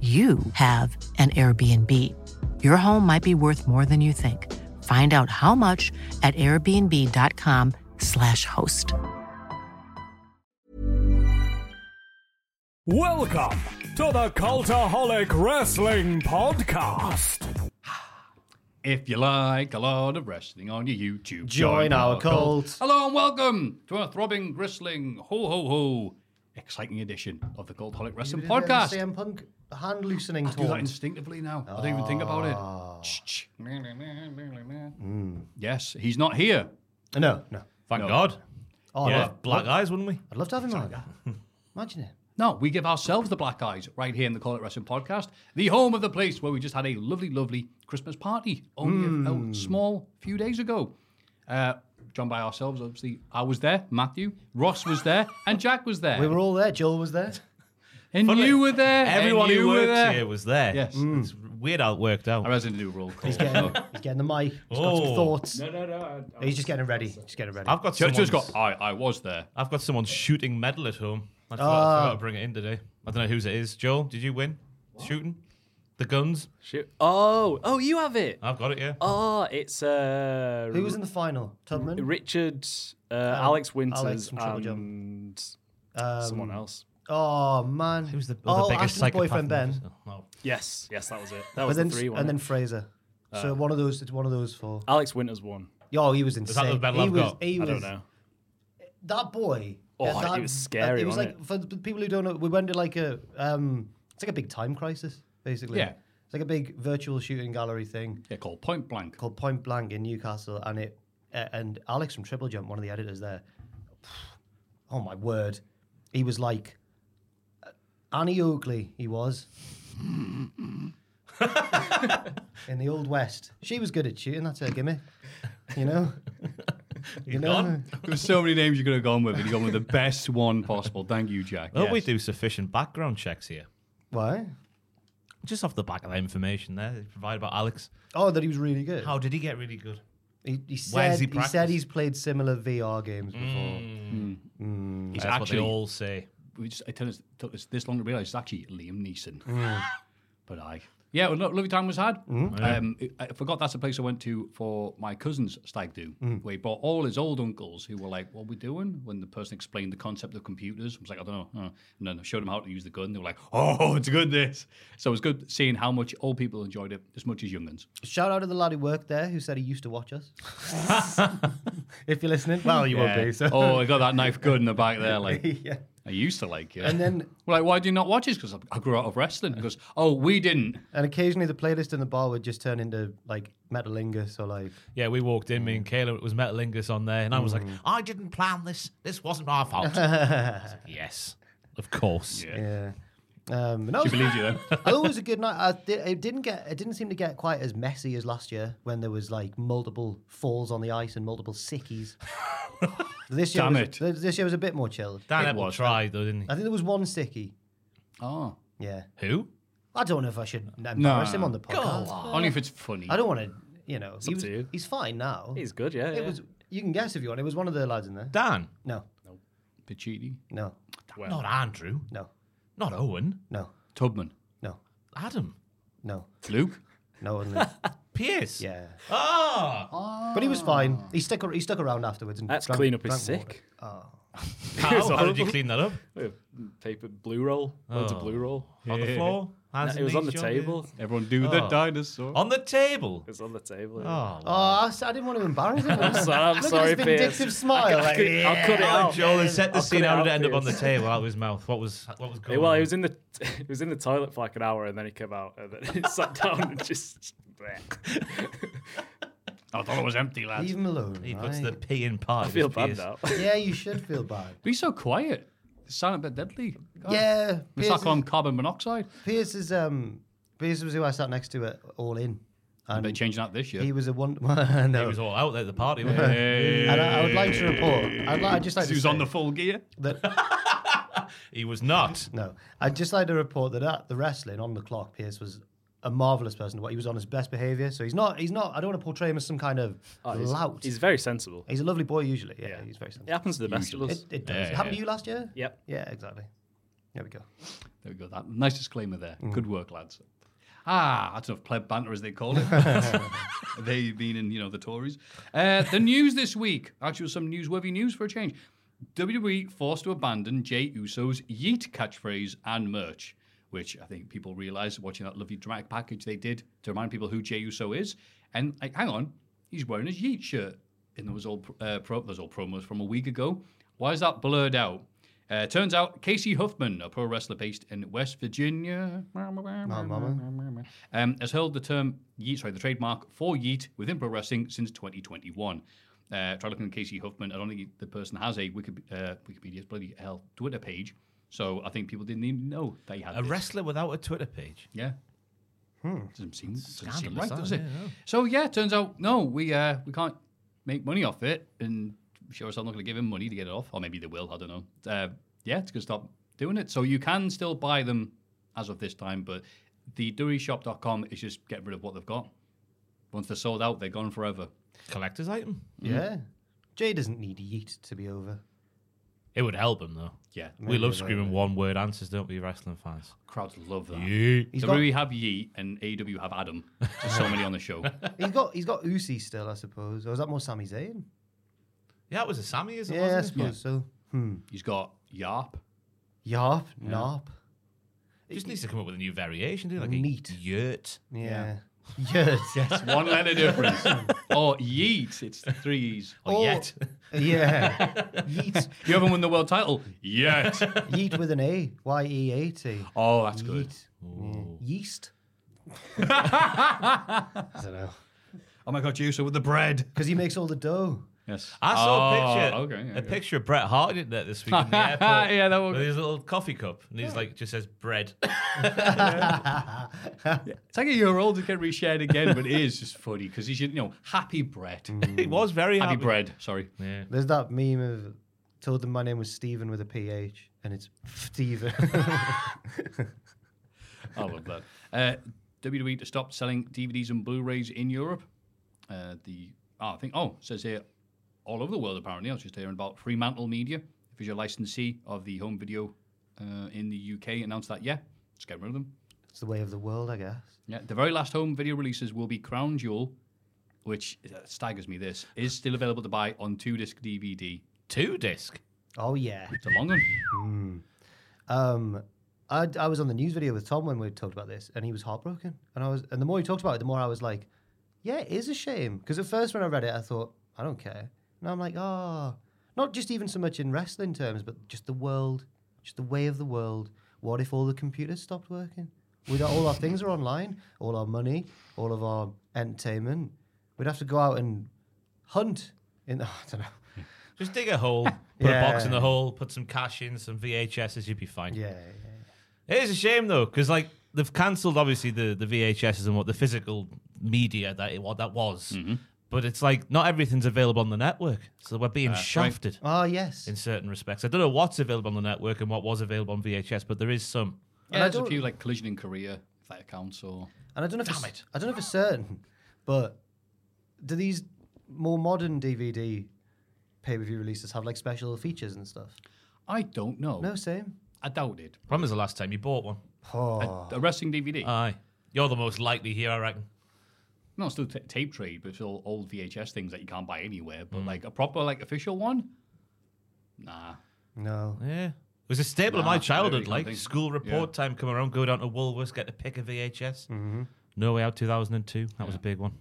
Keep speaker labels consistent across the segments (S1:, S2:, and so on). S1: you have an Airbnb. Your home might be worth more than you think. Find out how much at airbnb.com/slash host.
S2: Welcome to the Cultaholic Wrestling Podcast.
S3: If you like a lot of wrestling on your YouTube,
S4: Join our cult.
S3: Hello and welcome to a throbbing wrestling ho ho ho exciting edition of the Cultaholic Wrestling
S4: Did you hear the
S3: Podcast.
S4: CM Punk hand loosening
S3: I do that
S4: taunt.
S3: instinctively now. I don't even think about
S4: Ah.
S3: it. Ch- ch- Yes, he's not here.
S4: No, no.
S5: Thank God.
S4: Oh,
S5: yeah,
S4: no.
S5: black eyes, wouldn't we?
S4: I'd love to have him like that. Imagine it.
S3: No, we give ourselves the black eyes right here in the Call It Wrestling podcast, the home of the place where we just had a lovely, lovely Christmas party only
S5: Hmm.
S3: a, a small few days ago. Uh, John by ourselves, obviously. I was there, Matthew, Ross was there, and Jack was there.
S4: We were all there. Joel was there.
S3: and
S5: Funny,
S3: you were there. and
S5: Everyone
S3: you
S5: who
S3: were
S5: worked
S3: there.
S5: here was there.
S3: Yes. Mm.
S5: It's weird how it worked out.
S3: I resident do a roll call.
S4: He's getting, he's getting the mic. He's got some
S5: Oh.
S4: thoughts. No, no, no. He's just getting ready. Just getting ready.
S5: I've got
S3: Just,
S5: someone's,
S3: just got, I, I was there.
S5: I've got someone's shooting medal at home. I forgot, I forgot
S3: Ah.
S5: to bring it in today. I don't know whose it is. Joel, did you win shooting the guns?
S6: Shoot. Oh, oh, you have it.
S5: I've got it. Yeah.
S6: Oh, it's uh,
S4: Who was in the final? Tubman?
S6: Richard, uh, Alex Winters,
S4: Alex from Um, Triple Jump.
S6: and someone else.
S4: oh, man.
S5: Who's the other
S4: oh, Ashton's
S5: biggest psychopath?
S4: boyfriend,
S5: in the
S4: Ben.
S5: business? Oh,
S6: Yes, yes, that was it. Uh, That
S4: But
S6: was
S4: then,
S6: the three one.
S4: and then Fraser. so one of those, it's one of those four.
S6: Alex Winters won.
S4: Oh, he was insane.
S5: the medal
S4: he
S5: I've
S4: was,
S5: got?
S4: He
S6: I
S4: was,
S6: don't know.
S4: that boy.
S6: Oh,
S4: yeah, that,
S6: it was scary,
S4: It was like
S6: wasn't
S4: for the people who don't know, we went to like a um, it's like a big time crisis basically.
S3: Yeah.
S4: it's like a big virtual shooting gallery thing
S3: Yeah, called Point Blank.
S4: called Point Blank in Newcastle, and it uh, and Alex from Triple Jump, one of the editors there. Oh my word, he was like uh, Annie Oakley. He was. In the old west, she was good at shooting. That's her gimmick, you know. you know,
S5: gone.
S3: There's so many names you could have gone with, and you gone with the best one possible. Thank you, Jack.
S5: Don't we
S3: Yes.
S5: do sufficient background checks here?
S4: why?
S5: Just off the back of that information there, they provide about Alex.
S4: Oh, that he was really good.
S5: How did he get really good?
S4: He, he
S5: Where's
S4: said
S5: he
S4: he, said
S5: practiced?
S4: he's played similar VR games
S3: Mm.
S4: before.
S3: He's
S5: That's
S3: actually
S5: what they all say.
S3: we just, it took us, took us this long to realise it's actually Liam Neeson.
S4: Mm.
S3: but I, yeah, well, lo- lovely time was had. Um, I I forgot that's the place I went to for my cousin's stag do,
S4: Mm.
S3: where he brought all his old uncles who were like, "What are we doing?" When the person explained the concept of computers, I was like, "I don't know." Uh, and then I showed them how to use the gun. They were like, "Oh, it's good this." So it was good seeing how much old people enjoyed it as much as young uns.
S4: Shout out to the lad who worked there who said he used to watch us. if you're listening, well, you won't be. So.
S3: oh, I got that knife good in the back there. Like
S4: yeah.
S3: I used to like it.
S4: And then,
S3: We're like, why do you not watch this? Because I I grew out of wrestling. Because oh, we didn't.
S4: and occasionally the playlist in the bar would just turn into like Metalingus or like.
S5: Yeah, we walked in, me and Kayla, it was Metalingus on there, and I was like, I didn't plan this. This wasn't my fault. I was like, yes, of course.
S4: Yeah. Um, no,
S3: She believed you then.
S4: I thought it was a good night. I did, it didn't get. It didn't seem to get quite as messy as last year when there was like multiple falls on the ice and multiple sickies. this year,
S3: Damn
S4: was,
S3: it.
S4: th- This year was a bit more chilled.
S5: Dan
S3: It
S5: Ebel
S3: was.
S5: tried, though, didn't he?
S4: I think there was one sickie.
S3: Oh.
S4: Yeah.
S5: Who?
S4: I don't know if I should embarrass him on the podcast.
S3: Oh. Only if it's funny.
S4: I don't want to, you know. He
S6: up
S4: was,
S6: to you.
S4: He's fine now.
S6: He's good, yeah.
S4: It
S6: yeah.
S4: was. You can guess if you want. It was one of the lads in there.
S5: Dan.
S4: No,
S3: Piccini.
S4: no,
S6: Well,
S5: Not Andrew.
S4: no,
S5: Not Owen.
S4: no,
S3: Tubman.
S4: no,
S5: Adam.
S4: no,
S3: Luke.
S4: no. wasn't it?
S5: Pierce.
S4: yeah,
S5: Oh,
S4: but he was fine. He stuck. ar- He stuck around afterwards. And
S6: Ah. That's
S4: drank-
S6: clean up is
S4: drank
S6: sick.
S5: how, how did you clean that up?
S4: Oh.
S6: Paper, blue roll, loads of blue roll.
S5: On the floor? Hands
S6: it
S5: and
S6: was on the
S5: knees, John, yeah.
S6: table.
S3: Everyone do the
S5: Oh.
S3: dinosaur.
S5: On the table.
S6: It's on the table. yeah.
S5: Oh,
S4: Oh, I, s- I didn't want to embarrass him. I'm
S6: So- I'm sorry,
S4: Look at his
S6: Piers.
S4: vindictive smile.
S6: I
S4: like,
S6: could- I'll cut it
S5: Oh,
S6: out.
S5: Joel has set the
S6: I'll
S5: scene
S6: cut it
S5: how did it
S6: out
S5: end up
S6: for
S5: on
S6: you.
S5: the table out of his mouth. What was what was
S6: Yeah,
S5: going
S6: well,
S5: on?
S6: he was in the he was in the toilet for like an hour, and then he came out, and then he sat down and just.
S3: I thought it was empty, lads.
S4: Leave him alone.
S5: He puts
S4: right?
S5: the P in part.
S6: I feel bad now.
S4: Yeah, you should feel bad.
S3: Be so quiet. Silent but deadly. God.
S4: Yeah,
S3: We
S4: Piers
S3: suck on
S4: is,
S3: carbon monoxide.
S4: Piers is um Piers was who I sat next to at All In,
S3: They're
S4: and
S3: changing that this year.
S4: he was a one. no.
S5: He was all out there at the party. Wasn't he?
S3: Hey.
S4: and I, I would like to report. I'd, li- I'd just like to
S3: Who's
S4: say
S3: on the full gear?
S4: that
S5: he was not.
S4: no. I'd just like to report that at the wrestling on the clock, Pierce was a marvelous person. What he was on his best behaviour. So he's not. He's not. I don't want to portray him as some kind of lout.
S6: Oh, He's
S4: He's,
S6: very sensible.
S4: a lovely boy usually. Yeah,
S6: Yeah.
S4: he's very sensible.
S6: It happens to the best of us.
S4: It, it does.
S5: Yeah,
S4: Happened
S5: yeah.
S4: to you last year.
S6: Yep.
S4: Yeah, exactly. There we go.
S3: There we go. That nice disclaimer there.
S5: Mm.
S3: Good work, lads. Ah, that's enough pleb banter as they call it. they meaning you know the Tories. Uh, the news this week actually some newsworthy news for a change. WWE forced to abandon Jay Uso's yeet catchphrase and merch, which I think people realised watching that lovely dramatic package they did to remind people who Jay Uso is. And like, hang on, he's wearing his yeet shirt in those old uh, pro- those old promos from a week ago. Why is that blurred out? Uh, turns out Casey Huffman, a pro wrestler based in West Virginia, um, has held the term yeet, sorry, the trademark for yeet within pro wrestling since 2021. Uh, try looking at Casey Huffman. I don't think the person has a Wikip- uh, Wikipedia's bloody hell Twitter page, so I think people didn't even know they had
S5: A
S3: this.
S5: wrestler without a Twitter page.
S3: Yeah. Doesn't seem, doesn't seem
S5: Scandalous,
S3: right,
S5: that,
S3: does it?
S5: yeah, no.
S3: So yeah, turns out no, we uh, we can't make money off it, and sure as hell not going to give him money to get it off, or maybe they will. I don't know. Uh, yeah, it's going to stop doing it. So you can still buy them as of this time, but the duryshop.com is just getting rid of what they've got. Once they're sold out, they're gone forever.
S5: Collector's item.
S4: Yeah. Jay doesn't need yeet to be over.
S5: It would help him though.
S3: Yeah,
S5: we love screaming one word answers, don't we, wrestling fans?
S3: crowds love that.
S4: He's
S3: WWE
S4: got-
S3: have Yeet and AW have Adam. There's so many on the show.
S4: He's got he's got Usi still, I suppose. Or is that more Sami Zayn?
S5: Yeah, it was a Sammy, isn't it?
S4: Yeah, I
S5: wasn't
S4: suppose so. Hmm.
S3: He's got Yarp.
S4: Yarp, Narp.
S5: it? Just needs to come up with a new variation, doesn't it? Like
S4: Neat.
S5: a yurt.
S4: Yeah. Yes. yes.
S3: One letter difference. or Yeet. It's three E's.
S5: Or
S4: Or-
S5: yet.
S4: Yeah. Yeet.
S3: You haven't won the world title yet.
S4: Yeet with an A. Y E A T.
S3: Oh, that's good.
S4: Yeet. Yeah. Yeast. I don't know.
S3: Oh my God, Juicer with the bread.
S4: Because he makes all the dough.
S3: Yes.
S5: I saw a picture,
S3: Oh, Okay.
S5: a picture of Bret Hart in there this week in the airport.
S3: Yeah, that one-
S5: with his little coffee cup, and he's like just says bread.
S3: It's like a year old to get reshared again, but it is just funny because he's, you know, happy bread.
S5: he was very
S3: Mm. happy
S5: happy.
S3: bread. Sorry.
S5: Yeah.
S4: There's that meme of told them my name was Stephen with a PH and it's Steven.
S3: I love that. Uh, WWE to stop selling DVDs and Blu-rays in Europe. Uh, the oh, I think oh it says here all over the world apparently. I was just hearing about Fremantle Media, if you're a licensee of the home video uh, in the UK, announced that yeah, it's getting rid of them.
S4: it's the way of the world, I guess.
S3: Yeah, the very last home video releases will be Crown Jewel, which uh, staggers me. This is still available to buy on two disc DVD.
S5: Two disc.
S4: Oh yeah.
S3: It's a long one.
S4: Um, I, I was on the news video with Tom when we talked about this, and he was heartbroken. And I was, and the more he talked about it, the more I was like, "Yeah, it is a shame." Because at first, when I read it, I thought, "I don't care." Now I'm like, "Ah, not just even so much in wrestling terms, but just the world, just the way of the world. What if all the computers stopped working? We'd all our things are online, all our money, all of our entertainment. We'd have to go out and hunt in. I don't know.
S5: Just dig a hole, put a box in
S4: Yeah.
S5: the hole, put some cash in, some VHSs, you'd be fine.
S4: Yeah,
S5: It is a shame though, because like they've cancelled obviously the the VHSs and what the physical media that it, what that was.
S3: Mm-hmm.
S5: But it's like not everything's available on the network, so we're being shafted
S4: Ah, yes.
S5: in certain respects. I don't know what's available on the network and what was available on VHS, but there is some.
S3: Yeah, there's a
S4: don't-
S3: few like Collision in Korea, if that accounts, or
S4: And I don't know if it's, I don't know if it's certain, but do these more modern DVD pay-per-view releases have like special features and stuff?
S3: I don't know.
S4: No, same.
S3: I doubt it.
S5: When was the last time you bought one?
S3: A wrestling DVD.
S5: Aye, you're the most likely here, I reckon.
S3: No, it's still t- tape trade, but it's all old VHS things that you can't buy anywhere. But like a proper, like official one, nah.
S4: No.
S5: Yeah, was a staple of my childhood.
S3: absolutely, I
S5: Like
S3: think-
S5: school report time come around, go down to Woolworths, get a pick of VHS.
S3: Mm-hmm.
S5: No Way Out 2002. That was a big one.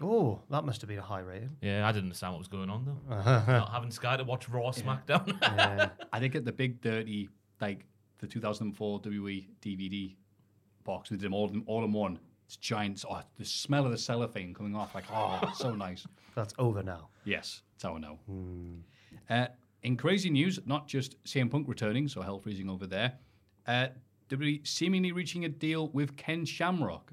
S4: Oh, that must have been a high rating.
S5: Yeah, I didn't understand what was going on though.
S4: Uh-huh.
S5: Not having Sky to watch Raw SmackDown.
S3: I think at the big dirty, like the 2004 WWE DVD box, we did them all, all in one. It's giant. Oh, the smell of the cellophane coming off, like oh, it's so nice.
S4: That's over now.
S3: Yes, that's how I know. Uh, in crazy news, not just CM Punk returning, so hell freezing over there. Uh, WWE seemingly reaching a deal with Ken Shamrock.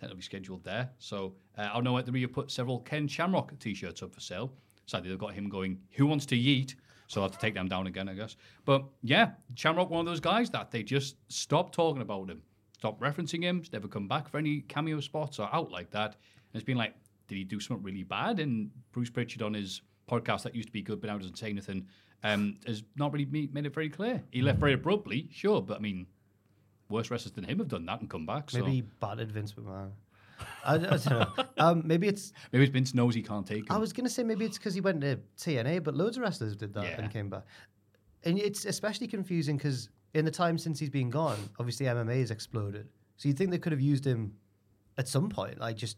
S3: That'll be scheduled there. So uh, I know at the have put several Ken Shamrock t-shirts up for sale. Sadly, they've got him going. Who wants to yeet? So I'll have to take them down again, I guess. But yeah, Shamrock, one of those guys that they just stop talking about him, stop referencing him. He's never come back for any cameo spots or out like that. And it's been like, did he do something really bad? And Bruce Pritchard on his podcast that used to be good but now doesn't say anything um, has not really me- made it very clear. He left very abruptly, sure, but I mean, worse wrestlers than him have done that and come back. So
S4: Maybe he
S3: maybe,
S4: battered Vince McMahon. I, I don't know. Um, maybe it's.
S3: maybe Vince knows he can't take him.
S4: I was gonna say maybe it's because he went to TNA, but loads of wrestlers did that
S3: Yeah.
S4: and came back. And it's especially confusing because in the time since he's been gone, obviously MMA has exploded. So you'd think they could have used him at some point, like just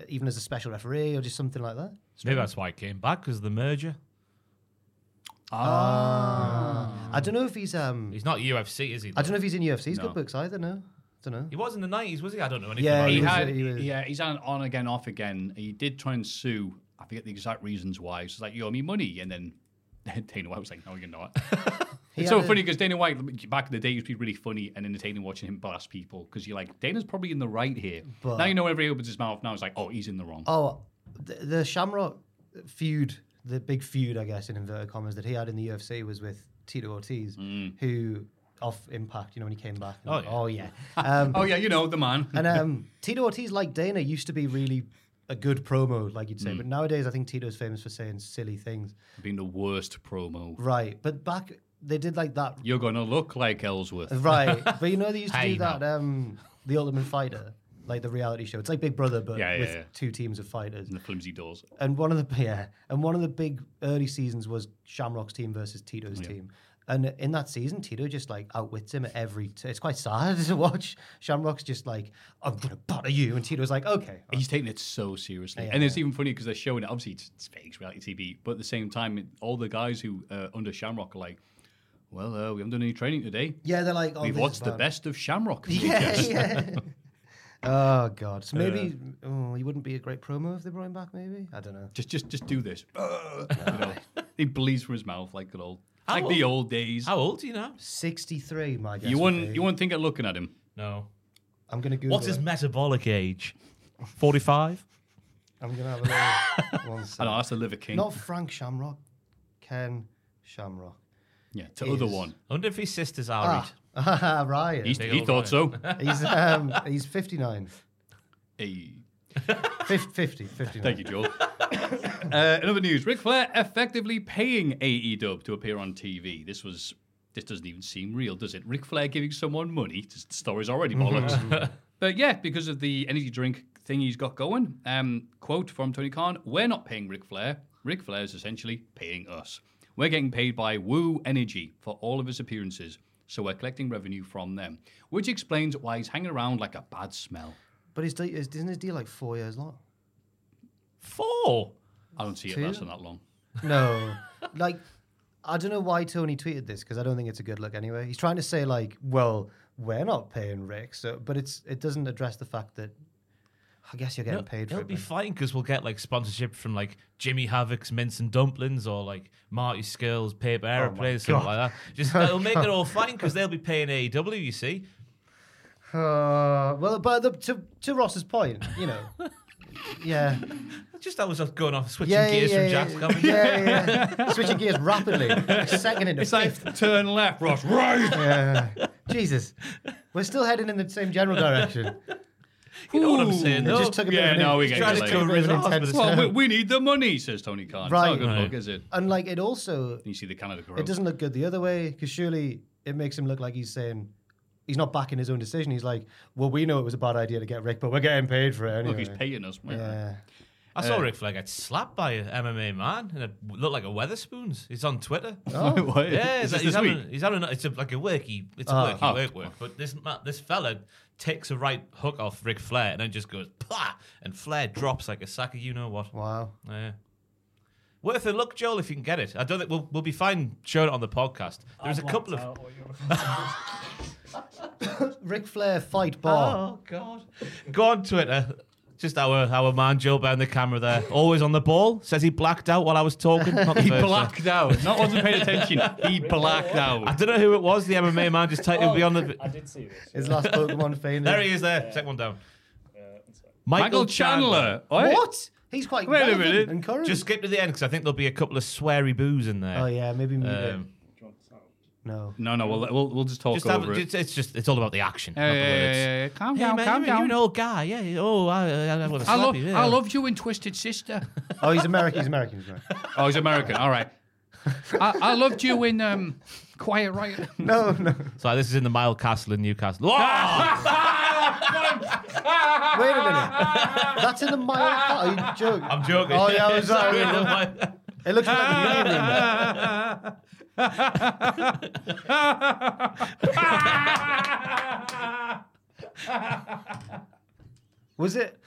S4: uh, even as a special referee or just something like that.
S5: Maybe that's why it came back because of the merger.
S3: Ah,
S4: I don't know if he's um.
S5: He's not UFC, is he?
S4: I don't know if he's in UFC's
S3: Mm. No.
S4: good books either. No, don't know.
S5: He was in the nineties, was he? I don't know anything.
S4: Yeah,
S5: about
S3: he
S5: him.
S3: had,
S4: Ah, he was-
S3: yeah, he's on, on again, off again. He did try and sue. I forget the exact reasons why. It's like you owe me money, and then Dana White was like, "No, you're not." it's so
S4: had a-
S3: funny because Dana White back in the day used to be really funny and entertaining watching him blast people because you're like, Dana's probably in the right here. now you know whenever he opens his mouth, now it's like, oh, he's in the wrong.
S4: Oh, the, the Shamrock feud, the big feud, I guess, in inverted commas, that he had in the UFC was with Tito Ortiz, who off Impact, you know, when he came back.
S5: Oh, yeah.
S4: oh yeah. Um,
S3: oh yeah, you know the man.
S4: and um, Tito Ortiz, like Dana, used to be really a good promo, like you'd say, but nowadays I think Tito's famous for saying silly things.
S3: Being the worst promo.
S4: Right, but back they did like that.
S3: You're gonna look like Ellsworth.
S4: Right, but you know they used to
S5: Hey,
S4: do that. Um, the Ultimate Fighter, like the reality show. It's like Big Brother, but
S3: Yeah, yeah,
S4: with
S3: yeah.
S4: two teams of fighters.
S3: And the flimsy doors.
S4: and one of the yeah, and one of the big early seasons was Shamrock's team versus Tito's team. And in that season, Tito just like outwits him at every. T- it's quite sad to watch. Shamrock's just like, "I'm gonna batter you," and Tito's like, "Okay."
S3: He's taking it so seriously, and it's even funny because they're showing it. Obviously, it's, it's fake it's reality TV, but at the same time, it- all the guys who uh, under Shamrock are like, "Well, uh, we haven't done any training today.
S4: Yeah, they're like, oh,
S3: We've
S4: this is
S3: watched the
S4: bad."
S3: best of Shamrock."
S4: Yeah, yeah. oh god. So maybe oh, he wouldn't be a great promo if they brought him back. Maybe I don't know.
S3: Just, just, just do this. You know, he bleeds from his mouth like good old, like the old days.
S5: How old do you know?
S4: Sixty-three, my guess.
S3: You
S4: would
S3: wouldn't,
S4: be.
S3: you wouldn't think of looking at him.
S5: No.
S4: I'm gonna Google.
S5: What's his
S4: it.
S5: metabolic age? Forty-five.
S4: I'm gonna have a little one
S3: I
S4: sec.
S3: know that's the liver king.
S4: Not Frank Shamrock, Ken Shamrock.
S3: yeah, the other
S4: is-
S3: one.
S5: I wonder if his sister's our
S4: Ah,
S5: age.
S4: Ryan.
S3: He's,
S4: He's,
S3: he
S5: old
S3: thought so.
S4: um, he's 59.
S3: Hey.
S4: Fif- 50, 59.
S3: Thank you, Joel. uh, in other news, Ric Flair effectively paying AE Dub to appear on TV. This was. This doesn't even seem real, does it? Ric Flair giving someone money. This story's already bollocks. but yeah, because of the energy drink thing he's got going, um, quote from Tony Khan We're not paying Ric Flair. Ric Flair's essentially paying us. We're getting paid by Woo Energy for all of his appearances, so we're collecting revenue from them, which explains why he's hanging around like a bad smell.
S4: But his, deal- his, isn't his deal like four years long?
S5: Four.
S3: I don't see it
S4: Two?
S3: lasting that long.
S4: No. like, I don't know why Tony tweeted this because I don't think it's a good look anyway. He's trying to say, like, well, we're not paying Rick, so, but it's it doesn't address the fact that I guess you're getting
S5: No,
S4: paid for
S5: it'll
S4: it.
S5: be
S4: man.
S5: fine because we'll get like sponsorship from like Jimmy Havoc's mince and dumplings or like Marty Skill's
S4: Oh
S5: paper airplanes, something like that. Just it'll make it all fine because they'll be paying AEW. You see,
S4: Uh, well, but the, to, to Ross's point, you know. Yeah.
S5: just I was just going off switching
S4: Yeah, yeah,
S5: gears
S4: yeah,
S5: from Jack's
S4: yeah,
S5: comedy.
S4: yeah, yeah, yeah. Switching gears rapidly. Second into
S3: It's like turn left, Ross. Right.
S4: Jesus, we're still heading in the same general direction.
S5: You know what I'm
S3: Ooh.
S4: It
S5: saying? though?
S4: just took a bit
S3: Yeah,
S4: of an-
S3: no, we
S4: just
S3: get
S4: tried to
S3: delayed.
S4: take a bit of an
S5: Well,
S4: intense
S3: Well, we,
S4: turn.
S3: we need the money, says Tony Khan. It's not a
S4: Right.
S3: good
S5: Right.
S3: look, is it?
S4: And like it also,
S3: You see the Canada growth.
S4: it doesn't look good the other way because surely it makes him look like he's saying he's not backing his own decision. He's like, well, we know it was a bad idea to get Rick, but we're getting paid for it anyway.
S3: Look, he's paying us.
S4: Yeah.
S5: I saw Ric Flair get slapped by an MMA man and it looked like a Weatherspoons. He's on Twitter.
S3: What?
S5: Yeah,
S3: Oh. Is
S5: he's,
S3: this
S5: he's
S3: this
S5: having,
S3: week?
S5: he's having it's a, like a worky, it's a worky work work. But this ma- this fella takes a right hook off Ric Flair and then just goes pah, and Flair drops like a sack of you know what.
S4: Wow.
S5: Yeah. Worth a look, Joel, if you can get it. I don't think we'll, we'll be fine showing it on the podcast. There's a couple of
S4: Ric Flair fight bar.
S5: Oh God! Go on Twitter. Just our our man Joe behind the camera there, always on the ball. Says he blacked out while I was talking. Not the
S3: He
S5: first
S3: blacked out. Not wasn't paying attention. He blacked
S5: time. I
S3: out. Oh.
S5: don't know who it was. The MMA man just typed it'll be on the.
S6: I did see this.
S4: His last Pokemon fame.
S5: There he is. There, Take one down.
S3: Michael Chandler. Oi.
S4: What? He's quite
S3: Wait a
S4: relevant
S3: minute.
S4: and current.
S5: Just skip to the end because I think there'll be a couple of sweary boos in there.
S4: oh yeah, maybe mute it.
S5: Um,
S4: No.
S3: No, no. We'll we'll, we'll just talk
S5: just have,
S3: over it.
S5: it's, it's just it's all about the action.
S3: Yeah,
S5: not the
S3: yeah, yeah,
S5: words.
S3: yeah, yeah. Calm
S5: Hey,
S3: down.
S5: man,
S3: calm
S5: you're, you're
S3: down.
S5: an old guy. Yeah. Oh, I, I, I want to
S3: I
S5: slap
S3: love
S5: you. Yeah.
S3: I loved you in Twisted Sister.
S4: Oh, he's American. He's American. He's American.
S3: Oh, he's American. All right. I, I loved you in um, Quiet Riot.
S4: no, no.
S5: So this is in the Mile Castle in Newcastle. Oh!
S4: Wait a minute. That's in the mile. Are you joking?
S5: I'm joking.
S4: Oh yeah, I was
S5: Sorry,
S4: sorry.
S5: no,
S4: It looks like the union. there. Was it?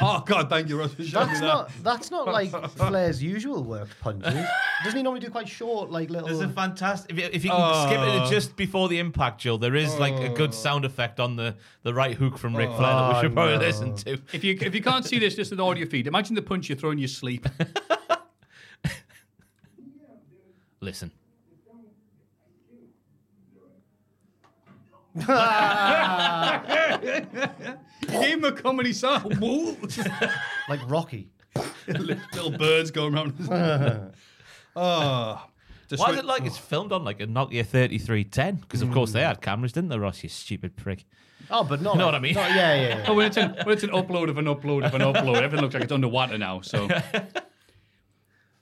S3: Oh God, thank you, Ross. for showing me
S4: That's
S3: that.
S4: not. That's not like Flair's usual work punches. Doesn't he normally do quite short, like little?
S5: There's a fantastic. If you, if you can skip
S4: Oh.
S5: it just before the impact, Jill, there is like a good sound effect on the, the right hook from
S4: Oh,
S5: Ric Flair that we should probably listen to.
S3: If you if you can't see this, just an audio feed. Imagine the punch you throw in your sleep.
S5: Listen.
S3: You gave him a comedy song. Woo!
S4: like Rocky.
S3: Little birds going around. oh. Just
S5: Why
S3: wait-
S5: is it like it's filmed on like a Nokia 3310? Because of course
S4: Hmm.
S5: they had cameras, didn't they, Ross? You stupid prick.
S4: Oh, but not.
S5: You know
S4: like-
S5: what I mean?
S4: not- yeah, yeah. yeah.
S3: Oh, when it's, an, when it's an upload of an upload of an upload, everything looks like it's underwater now. So,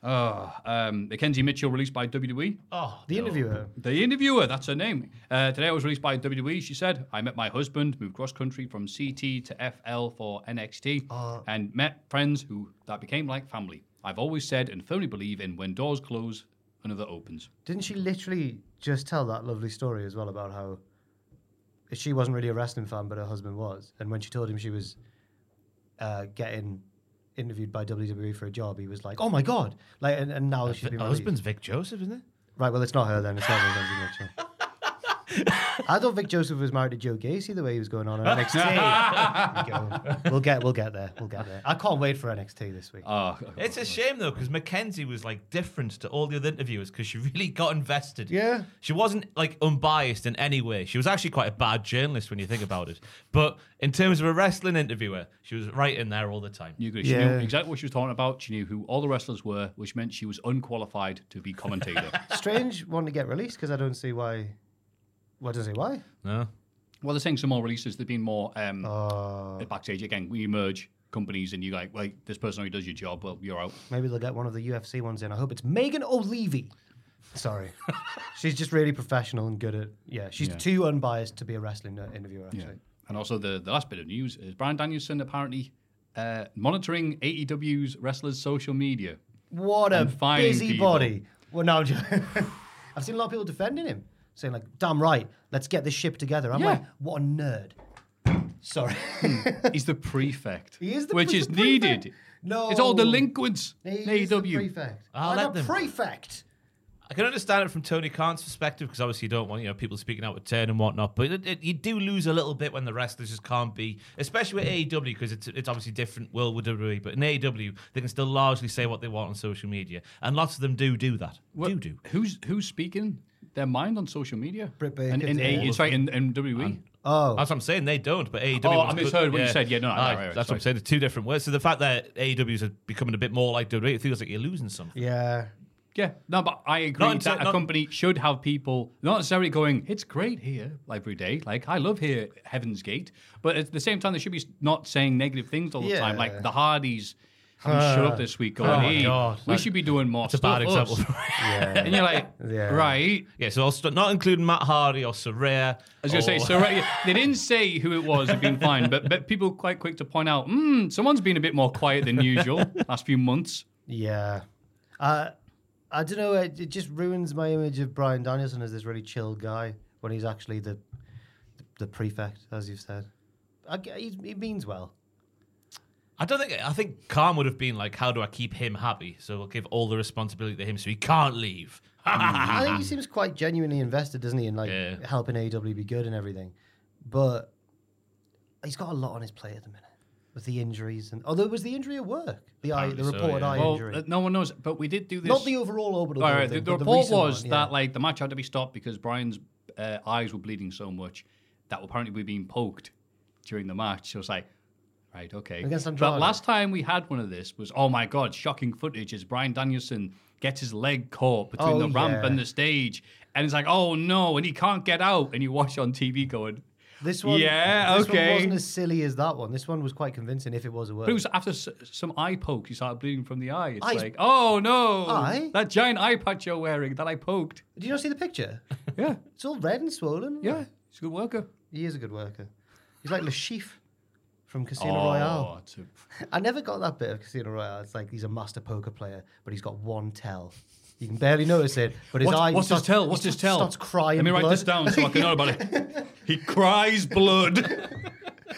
S3: oh, um, Mackenzie Mitchell released by WWE.
S5: Oh,
S4: The interviewer.
S3: The interviewer, that's her name. Uh, today I was released by WWE. She said, I met my husband, moved cross country from CT to FL for NXT, and met friends who that became like family. I've always said and firmly believe in when doors close, another opens.
S4: Didn't she literally just tell that lovely story as well about how she wasn't really a wrestling fan, but her husband was, and when she told him she was uh, getting interviewed by WWE for a job, he was like, "Oh my god!" Like, and, and now she's
S5: Her
S4: been released.
S5: husband's Vic Joseph, isn't it?
S4: Right, well, it's not her then. It's not Mackenzie Mitchell. I thought Vic Joseph was married to Joe Gacy the way he was going on on NXT. There you go. We'll get, we'll get there. We'll get there. I can't wait for NXT this week.
S3: Ah,
S5: It's a shame though, because Mackenzie was like different to all the other interviewers because she really got invested.
S4: Yeah.
S5: She wasn't like unbiased in any way. She was actually quite a bad journalist when you think about it. But in terms of a wrestling interviewer, she was right in there all the time.
S3: you agree. She
S4: Yeah.
S3: knew exactly what she was talking about. She knew who all the wrestlers were, which meant she was unqualified to be commentator.
S4: Strange one to get released because I don't see why. Well, I don't see why.
S5: No.
S3: well, they're saying some more releases. There've been more um,
S4: Oh.
S3: backstage. Again, when you merge companies and you're like, wait, this person who does your job, well, you're out.
S4: Maybe they'll get one of the UFC ones in. I hope it's Megan O'Levy. Sorry. she's just really professional and good at. Yeah, she's too unbiased to be a wrestling uh, interviewer, actually.
S3: And also the, the last bit of news is Brian Danielson apparently uh, monitoring AEW's wrestlers' social media.
S4: What a
S3: And fine
S4: busybody. Well, no, I'm joking. I've seen a lot of people defending him, saying, like, damn right, let's get this ship together. I'm
S3: Yeah.
S4: like, what a nerd. Sorry.
S3: He's the prefect.
S4: He is the
S3: Which
S4: pre-
S3: is
S4: the prefect.
S3: needed.
S4: No.
S3: It's all delinquents.
S4: He
S3: in
S4: is the
S3: AEW.
S4: prefect.
S5: I'll
S4: I'm
S5: let
S4: a
S5: them.
S4: prefect.
S5: I can understand it from Tony Khan's perspective because obviously you don't want you know people speaking out with turn and whatnot, but it, it, you do lose a little bit when the wrestlers just can't be, especially with AEW because it's it's obviously different world with WWE, but in AEW they can still largely say what they want on social media, and lots of them do do that. do do.
S3: Who's who's speaking their mind on social media?
S4: Britt Baker Um,
S3: And, E? in
S4: did.
S3: A, E sorry, in, in WWE.
S4: Oh,
S5: That's what I'm saying. They don't, but E AEW.
S3: Oh,
S5: was
S3: I
S5: good-
S3: misheard what you said. Yeah, no,
S5: Aye,
S3: right, right, right,
S5: that's what I'm
S3: sorry.
S5: saying. The two different words. So the fact that AEWs are becoming a bit more like WWE, it feels like you're losing something.
S4: Yeah.
S3: yeah, no, but I agree
S5: Not in-
S3: that a
S5: not-
S3: company should have people not necessarily going, it's great here every day. Like, I love here, Heaven's Gate. But at the same time, they should be not saying negative things all the time.
S4: Yeah.
S3: Like, the Hardys I'm shut up this week going,
S5: Oh my
S3: hey,
S5: God,
S3: we
S5: like,
S3: should be doing more
S5: It's a
S3: stuff,
S5: bad
S3: us."
S5: example.
S3: and you're like,
S4: Yeah.
S3: right.
S5: yeah, so I'll st- not including Matt Hardy or Soraya.
S3: I was going to
S5: or-
S3: say, so right, they didn't say who it was, it'd been fine, but, but people were quite quick to point out, hmm, someone's been a bit more quiet than usual last few months.
S4: Yeah. Uh, I don't know. It, it just ruins my image of Brian Danielson as this really chill guy when he's actually the the prefect, as you've said. I g he, he means well.
S5: I don't think. I think Khan would have been like, "How do I keep him happy?" So we'll give all the responsibility to him, so he can't leave. Hmm.
S4: I think he
S3: Mm-hmm.
S4: seems quite genuinely invested, doesn't he, in like
S5: Yeah.
S4: helping AEW be good and everything. But he's got a lot on his plate at the minute with the injuries and although it was the injury at work, the eye, the
S5: Apparently so,
S4: reported
S5: yeah.
S4: eye
S3: Well,
S4: injury,
S3: uh, no one knows, but we did do this.
S4: not the overall orbital.
S3: All right,
S4: thing,
S3: the,
S4: but
S3: the report
S4: recent
S3: was
S4: one, yeah.
S3: that like the match had to be stopped because Brian's uh, eyes were bleeding so much that apparently we were being poked during the match. So it's like, right, okay.
S4: Against
S3: but
S4: Andrade.
S3: last time we had one of this was oh my god, shocking footage as Brian Danielson gets his leg caught between
S4: Oh,
S3: the ramp
S4: yeah.
S3: and the stage, and it's like oh no, and he can't get out, and you watch on TV going.
S4: This one,
S3: Yeah,
S4: this
S3: okay.
S4: One wasn't as silly as that one. This one was quite convincing. If it was a word,
S3: But it was after s- some eye poke, he started bleeding from the eye. It's
S4: Eyes-
S3: like, oh no,
S4: Eye?
S3: that giant eye patch you're wearing that I poked.
S4: Did you not see the picture?
S3: Yeah,
S4: It's all red and swollen.
S3: yeah, he's a good worker.
S4: he is a good worker. He's like Lashif from Casino Royale.
S3: Oh, it's a-
S4: I never got that bit of Casino Royale. It's like he's a master poker player, but he's got one tell. You can barely notice it, but his
S3: What's-
S4: eye.
S3: what's
S4: starts,
S3: his tell? What's his tell?
S4: Starts crying.
S3: Let me write
S4: blood.
S3: this down so I can know about it. He cries blood.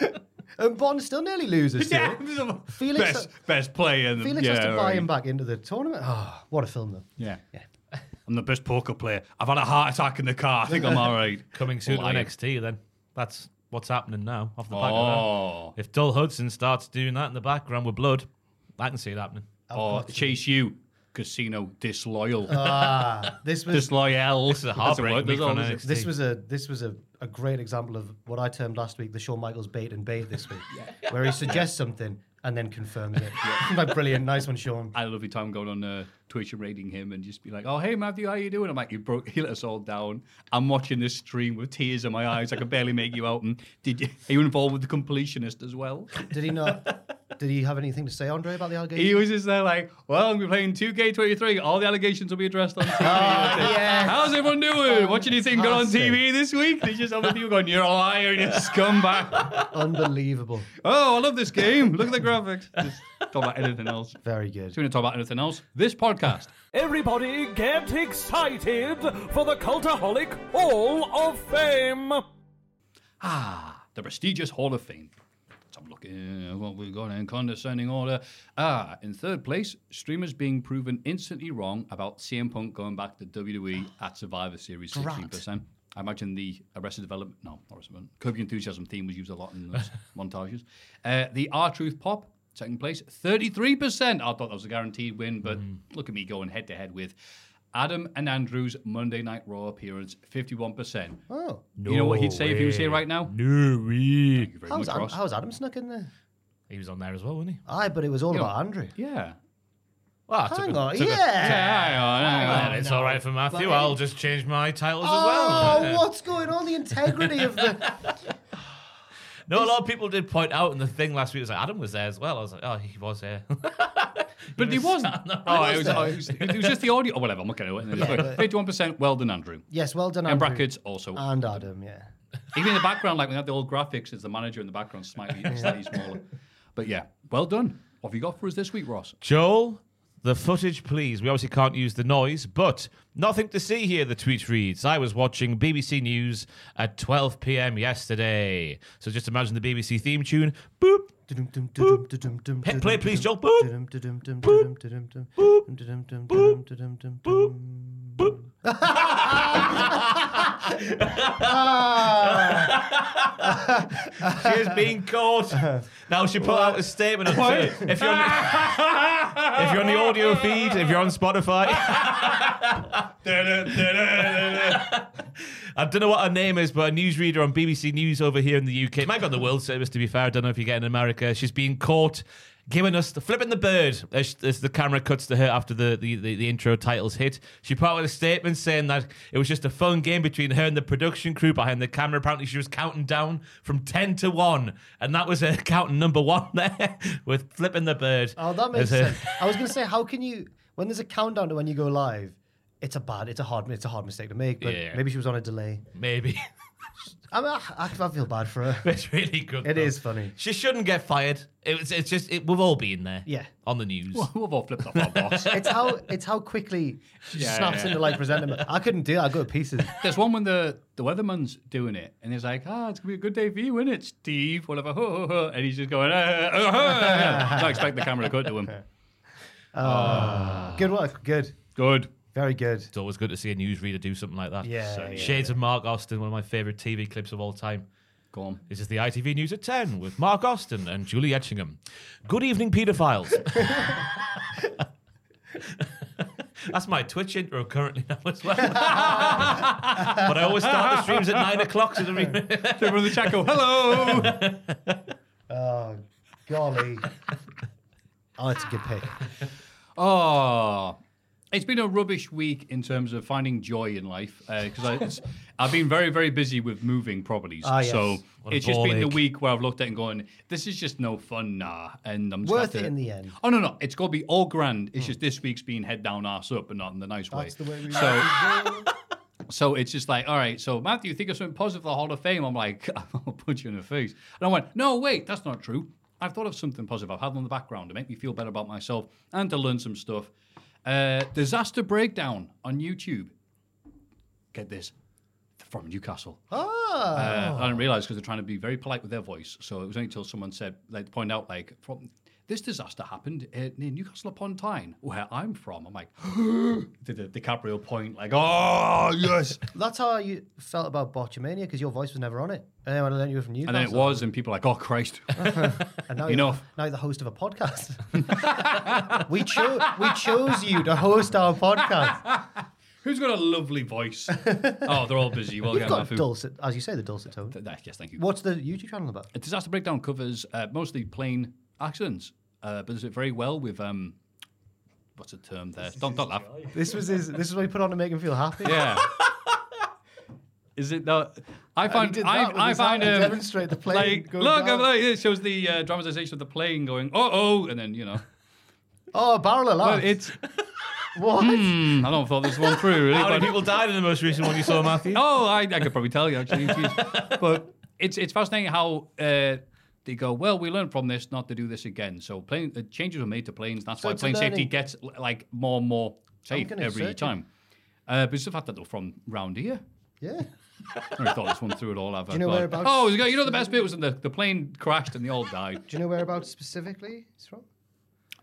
S4: And Bond still nearly loses. to it. Felix-
S3: best, best player. In the,
S4: Felix
S3: yeah,
S4: has to buy
S3: right.
S4: him back into the tournament. Oh, what a film though.
S3: Yeah. I'm the best poker player. I've had a heart attack in the car. I think I'm all right.
S5: Coming soon
S3: Liar.
S5: to NXT, then that's what's happening now. Off the back of
S3: Oh,
S5: that, if Dull Hudson starts doing that in the background with blood, I can see it happening.
S3: or Oh, chase you, casino disloyal,
S4: Ah, this was
S3: disloyal.
S5: This is a heartbreak
S3: word,
S5: week
S3: there's
S5: on
S3: always a-
S5: NXT.
S4: This was a this was a, a great example of what I termed last week the Shawn Michaels bait and bait this week, where he suggests something and then confirms it. like brilliant, nice one, Sean.
S3: I had a lovely time going on uh, Twitch and rating him and just be like, oh, hey, Matthew, how you doing? I'm like, you broke, he let us all down. I'm watching this stream with tears in my eyes. I can barely make you out. And did you, are you involved with the completionist as well?
S4: Did he not? Did he have anything to say, Andre, about the allegation?
S3: He was just there like, well, I'm going to be playing 2K23. All the allegations will be addressed on TV.
S4: Ah, yes.
S3: How's everyone doing? What did you think got on TV this week? There's just other people going, you're a liar, you're a scumbag.
S4: Unbelievable.
S3: oh, I love this game. Look at the graphics. Just talk about anything else. Do
S4: Very good.
S3: you want to talk about anything else? This podcast.
S2: Everybody get excited for the Cultaholic Hall of Fame!
S3: Ah, the prestigious Hall of Fame. Let's have a look at what we've got in condescending order. Ah, in third place, streamers being proven instantly wrong about CM Punk going back to WWE at Survivor Series 16%. I imagine the Arrested Development, no, not Arrested Development, Curb Your Enthusiasm theme was used a lot in those montages. Uh, the R Truth Pop, second place, 33%. I thought that was a guaranteed win, but look at me going head to head with Adam and Andrew's Monday Night Raw appearance, 51%.
S4: Oh,
S3: you know what he'd say if he was here right now?
S5: No way.
S3: Thank you very
S4: how's
S3: much,
S4: Adam,
S3: Ross.
S4: how's Adam snuck in there?
S5: He was on there as well, wasn't he?
S4: Aye, but it was all
S3: You know-
S4: about Andrew.
S3: Yeah.
S5: Well, I
S4: Hang
S5: a-
S4: on,
S5: took a-
S4: yeah.
S3: Hang on, hang on.
S5: Well, it's all right for Matthew. I'll just change my titles as
S4: Oh,
S5: well. uh, Yeah.
S4: what's going on? The integrity of the.
S5: No, a lot of people did point out in the thing last week. It was like Adam was there as well. I was like, oh, he was there.
S3: But he wasn't. Oh, it was, oh, it was, it was just the audio. Oh, whatever. I'm looking at it. Fifty-one percent. Well done, Andrew. Uh,
S4: Yes, well done,
S3: And
S4: Andrew.
S3: brackets also.
S4: And Adam, yeah.
S3: Even in the background, like we had the old graphics, it's the manager in the background slightly, slightly smaller. But yeah, well done. What have you got for us this week, Ross?
S5: Joel, the footage, please. We obviously can't use the noise, but nothing to see here, the tweet reads. I was watching BBC News at 12 p.m. yesterday. So just imagine the BBC theme tune. Boop. Hit play, please, Joel. Boop. She is being caught. Now she put out a statement. and said, If you're, on the, if you're on the audio feed, if you're on Spotify. I don't know what her name is, but a newsreader on BBC News over here in the UK, it might be on the World Service to be fair. I don't know if you get in America. She's being caught giving us the flipping the bird as, as the camera cuts to her after the, the, the, the intro titles hit. She put out a statement saying that it was just a fun game between her and the production crew behind the camera. Apparently, she was counting down from 10 to 1, and that was her counting number one there with flipping the bird.
S4: Oh, that
S5: as
S4: makes
S5: her-
S4: sense. I was gonna say, how can you when there's a countdown to when you go live? It's a bad, it's a hard, it's a hard mistake to make. But
S5: Yeah.
S4: maybe she was on a delay.
S5: Maybe.
S4: I, mean, I, I feel bad for her.
S5: it's really good.
S4: It
S5: though.
S3: Oh.
S4: is funny.
S5: She shouldn't get fired. It was, it's just, it, we've all been there.
S4: Yeah.
S5: On the news.
S3: We've all flipped off our boss.
S4: It's how it's how quickly she
S3: Yeah,
S4: snaps
S3: yeah.
S4: into like presentment. I couldn't do that. I go to pieces.
S3: There's one when the, the weatherman's doing it, and he's like, ah, it's going to be a good day for you, isn't it, Steve? Whatever. Ho, ho, ho. And he's just going, "Ah, ah, ah, ah." So I expect the camera to cut to him. Oh.
S4: Good work. Good.
S3: Good.
S4: Very good.
S5: It's always good to see a newsreader do something like that.
S4: Yeah, yeah,
S5: Shades of Mark Austin, one of my favourite TV clips of all time.
S3: Go on.
S5: This is the ITV News at 10 with Mark Austin and Julie Etchingham. Good evening, paedophiles. That's my Twitch intro currently now as well. but I always start the streams at 9 o'clock. So every-
S3: Everyone in the chat go, hello.
S4: Oh, golly. oh, it's a good pick.
S3: Oh, it's been a rubbish week in terms of finding joy in life because I it's I've been very, very busy with moving properties.
S4: Ah, yes.
S3: So
S5: What a
S3: it's just been
S5: ball
S3: the
S5: ache.
S3: week where I've looked at it and going, this is just no fun, nah. And I'm just gonna
S4: Worth
S3: have
S4: it
S3: to-
S4: in the end. Hmm.
S3: Oh, no, no. It's going to be all grand. It's just this week's been head down, arse up, but not in the nice way.
S4: That's the way we
S3: so,
S4: like to go.
S3: so it's just like, all right, so Matthew, think of something positive for the Hall of Fame. I'm like, I'll put you in the face. And I went, no, wait, that's not true. I've thought of something positive. I've had them in the background to make me feel better about myself and to learn some stuff. Uh, disaster breakdown on YouTube. Get this from Newcastle. Uh, I didn't realize because they're trying to be very polite with their voice. So it was only until someone said, like, point out, like, from this disaster happened uh, near Newcastle upon Tyne, where I'm from. I'm like, did the DiCaprio point, like, oh, yes.
S4: That's how you felt about Botchamania because your voice was never on it. And then when I learned you were from Newcastle,
S3: And then it was, and people are like, oh, Christ.
S4: And now
S3: enough.
S4: You're, now you're the host of a podcast. we chose we chose you to host our podcast.
S3: Who's got a lovely voice? oh, they're all busy. Well,
S4: You've
S3: yeah,
S4: got
S3: Mafu.
S4: dulcet, as you say, the dulcet tone.
S3: Th- th- Yes, thank you.
S4: What's the YouTube channel about?
S3: A disaster breakdown covers uh, mostly plane accidents, uh, but does it very well with, um, what's the term there? Don't, don't laugh.
S4: This was his. This is what he put on to make him feel happy.
S3: Yeah. Is it not? I find
S4: Uh, did
S3: I,
S4: that with
S3: I
S4: his
S3: find
S4: hand to
S3: um,
S4: demonstrate the plane
S3: Like,
S4: going
S3: look,
S4: down.
S3: like, it shows the uh, dramatization of the plane going, oh oh, and then you know,
S4: Oh, barrel of
S3: well,
S4: laughs.
S3: it's
S4: what?
S3: hmm, I don't thought this one through really.
S5: How many
S3: but-
S5: people died in the most recent one you saw, Matthew?
S3: oh, I, I could probably tell you actually, Jeez. but it's it's fascinating how. Uh, they go well. We learned from this not to do this again. So plane uh, changes were made to planes. That's why
S4: it's a
S3: plane safety
S4: learning-
S3: gets l- like more and more safe
S4: gonna
S3: every
S4: search it.
S3: time. Uh, but it's the fact that they're from round here.
S4: Yeah.
S3: I thought this one through it all. I've
S4: you know whereabouts-
S3: Oh, you know- you know the best bit was when the, the plane crashed and they all died.
S4: Do you know whereabouts specifically it's from?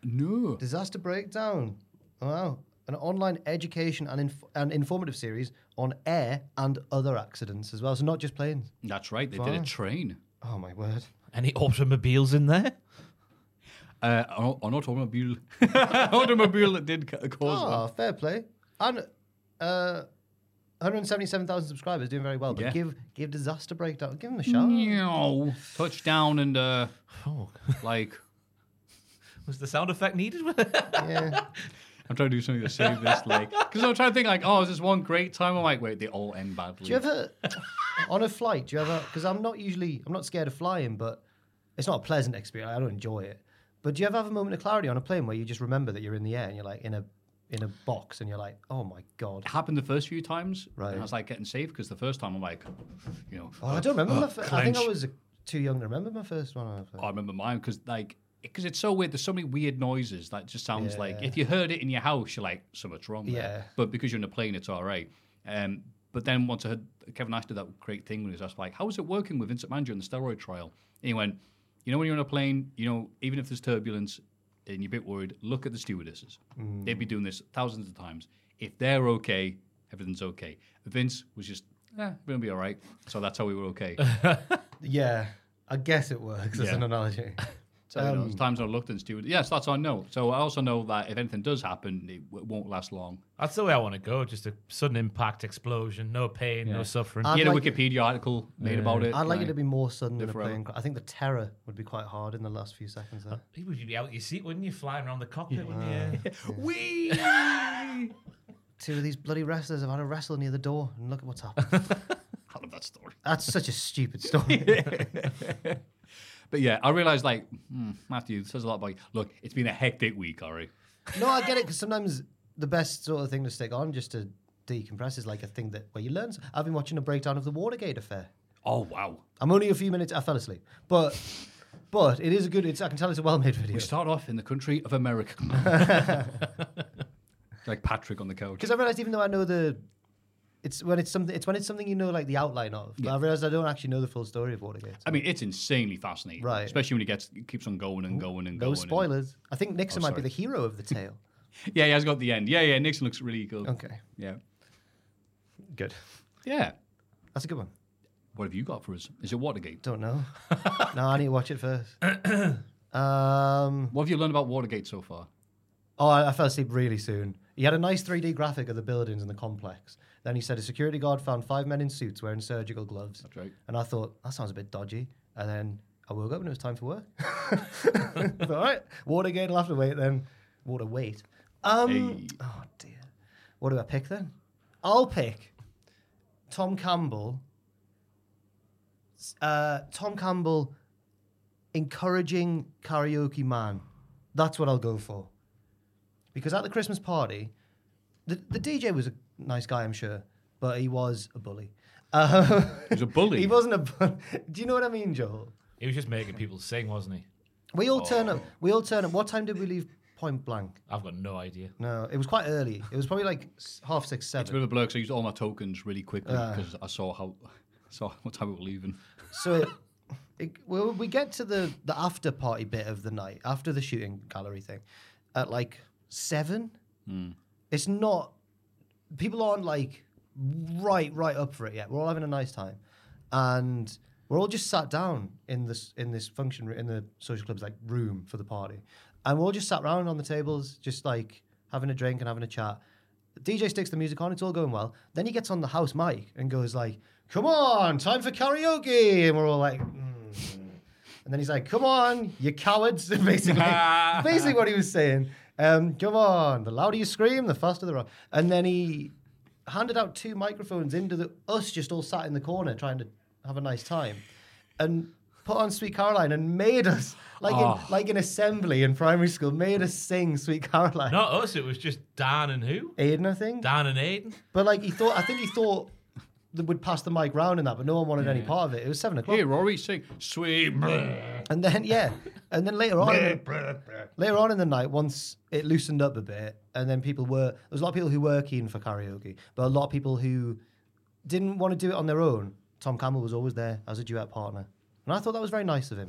S3: No.
S4: Disaster Breakdown. Wow. An online education and, inf- and informative series on air and other accidents as well. So, not just planes.
S3: That's right. They did a train.
S4: Oh, my word.
S5: Any automobiles in there?
S3: Uh, an, an automobile. automobile that did ca- cause
S4: Oh,
S3: one.
S4: fair play. And uh, 177,000 subscribers doing very well. But
S3: Yeah.
S4: give give Disaster Breakdown, give them a shout.
S3: Meow. Touchdown and uh,
S5: Oh,
S3: like.
S5: was the sound effect needed?
S4: yeah.
S3: I'm trying to do something to save this, like, because I'm trying to think, like, oh, is this one great time? I'm like, wait, they all end badly.
S4: Do you ever, on a flight, do you ever, because I'm not usually, I'm not scared of flying, but it's not a pleasant experience. I don't enjoy it. But do you ever have a moment of clarity on a plane where you just remember that you're in the air and you're like in a in a box and you're like, oh my God.
S3: It happened the first few times,
S4: Right.
S3: And I was like getting saved because the first time I'm like, you know,
S4: Oh, I don't remember. my fir- I think I
S3: clench. Oh.
S4: was uh, too young to remember my first one. on a plane.
S3: I remember mine because like because it's so weird. There's so many weird noises that just sounds like if you heard it in your house, you're like something's wrong. there."
S4: Yeah.
S3: But because you're in a plane, it's all right. Um, but then once I heard Kevin Nash did that great thing when he was asked like, "How was it working with Vincent Manager in the steroid trial?" And he went, "You know when you're on a plane, you know even if there's turbulence and you're a bit worried, look at the stewardesses. They'd be doing this thousands of times. If they're okay, everything's okay. Vince was just." Eh, we're gonna be all right. So that's how we were okay.
S4: Yeah, I guess it works as
S3: Yeah.
S4: an analogy.
S3: So you know, it's times I looked and steward. Yes, that's I know. So I also know that if anything does happen, it w- won't last long.
S5: That's the way I want to go. Just a sudden impact, explosion, no pain, no suffering.
S4: I'd
S3: you had
S4: like
S3: a
S4: it-
S3: Wikipedia article made about it.
S4: I'd like it to
S3: like-
S4: be more sudden than a
S3: Different.
S4: plane crash. I think the terror would be quite hard in the last few seconds there.
S5: People would be out your seat, wouldn't you? Flying around the cockpit, wouldn't you?
S3: Whee!
S4: Two of these bloody wrestlers have had a wrestle near the door, and look at what's happened.
S3: I love that story.
S4: That's such a stupid story.
S3: But yeah, I realized like hmm, Matthew says a lot about look. It's been a hectic week, Ari.
S4: no, I get it because sometimes the best sort of thing to stick on just to decompress is like a thing that where you learn. some- I've been watching a breakdown of the Watergate affair.
S3: Oh wow.
S4: I'm only a few minutes. I fell asleep, but but it is a good. It's I can tell it's a well-made video.
S3: We start off in the country of America. like Patrick on the couch.
S4: Because I realized even though I know the, it's when it's something. It's when it's something you know like the outline of. But I realized I don't actually know the full story of Watergate.
S3: I mean, it's insanely fascinating,
S4: Right.
S3: Especially when it gets it keeps on going and going and going.
S4: no
S3: and-
S4: spoilers. I think Nixon might be the hero of the tale.
S3: Yeah, yeah, it's got the end. Yeah, yeah. Nixon looks really good.
S4: okay,
S3: Yeah,
S4: good.
S3: yeah.
S4: That's a good one.
S3: What have you got for us? Is it Watergate?
S4: Don't know. no, I need to watch it first. um.
S3: What have you learned about Watergate so far?
S4: Oh, I, I fell asleep really soon. He had a nice 3D graphic of the buildings and the complex. Then he said a security guard found five men in suits wearing surgical gloves. That's
S3: right.
S4: And I thought, that sounds a bit dodgy. And then I woke up and it was time for work. I thought, all right, Watergate, I'll have to wait then. Water wait. Um,
S3: Hey.
S4: Oh, dear. What do I pick then? I'll pick Tom Campbell. S- Uh, Tom Campbell encouraging karaoke man. That's what I'll go for. Because at the Christmas party, the, the DJ was a nice guy, I'm sure, but he was a bully. Uh,
S3: He's a bully.
S4: he wasn't a bully. Do you know what I mean, Joel?
S5: He was just making people sing, wasn't he?
S4: We all turn
S3: Oh.
S4: up. We all turn up. What time did we leave Point Blank?
S5: I've got no idea.
S4: No, it was quite early. It was probably like s- half six,
S3: It's a bit
S4: seven.
S3: of a blur because I used all my tokens really quickly
S4: Ah.
S3: because I saw how saw what time we were leaving.
S4: So it, it, well, we get to the, the after party bit of the night, after the shooting gallery thing, at like seven.
S3: Hmm.
S4: It's not, people aren't like right, right up for it yet. We're all having a nice time. And we're all just sat down in this in this function ro- in the social club's like room for the party, and we're all just sat round on the tables, just like having a drink and having a chat. DJ sticks the music on, it's all going well. Then he gets on the house mic and goes like, "Come on, time for karaoke," and we're all like. "Mm." And then he's like, "Come on, you cowards!" basically, basically what he was saying. Um, come on, the louder you scream, the faster the run. And then he handed out two microphones into the us, just all sat in the corner trying to have a nice time, and put on Sweet Caroline and made us like in, like an assembly in primary school, made us sing Sweet Caroline.
S5: Not us. It was just Dan and who?
S4: Aiden, I think.
S5: Dan and Aiden.
S4: But like he thought, I think he thought that would pass the mic round in that, but no one wanted any part of it. It was seven o'clock,
S3: Here, Rory, sing sweet.
S4: and then yeah, and then later on, in the- later on in the night, once it loosened up a bit, and then people were there was a lot of people who were keen for karaoke, but a lot of people who didn't want to do it on their own. Tom Campbell was always there as a duet partner, and I thought that was very nice of him.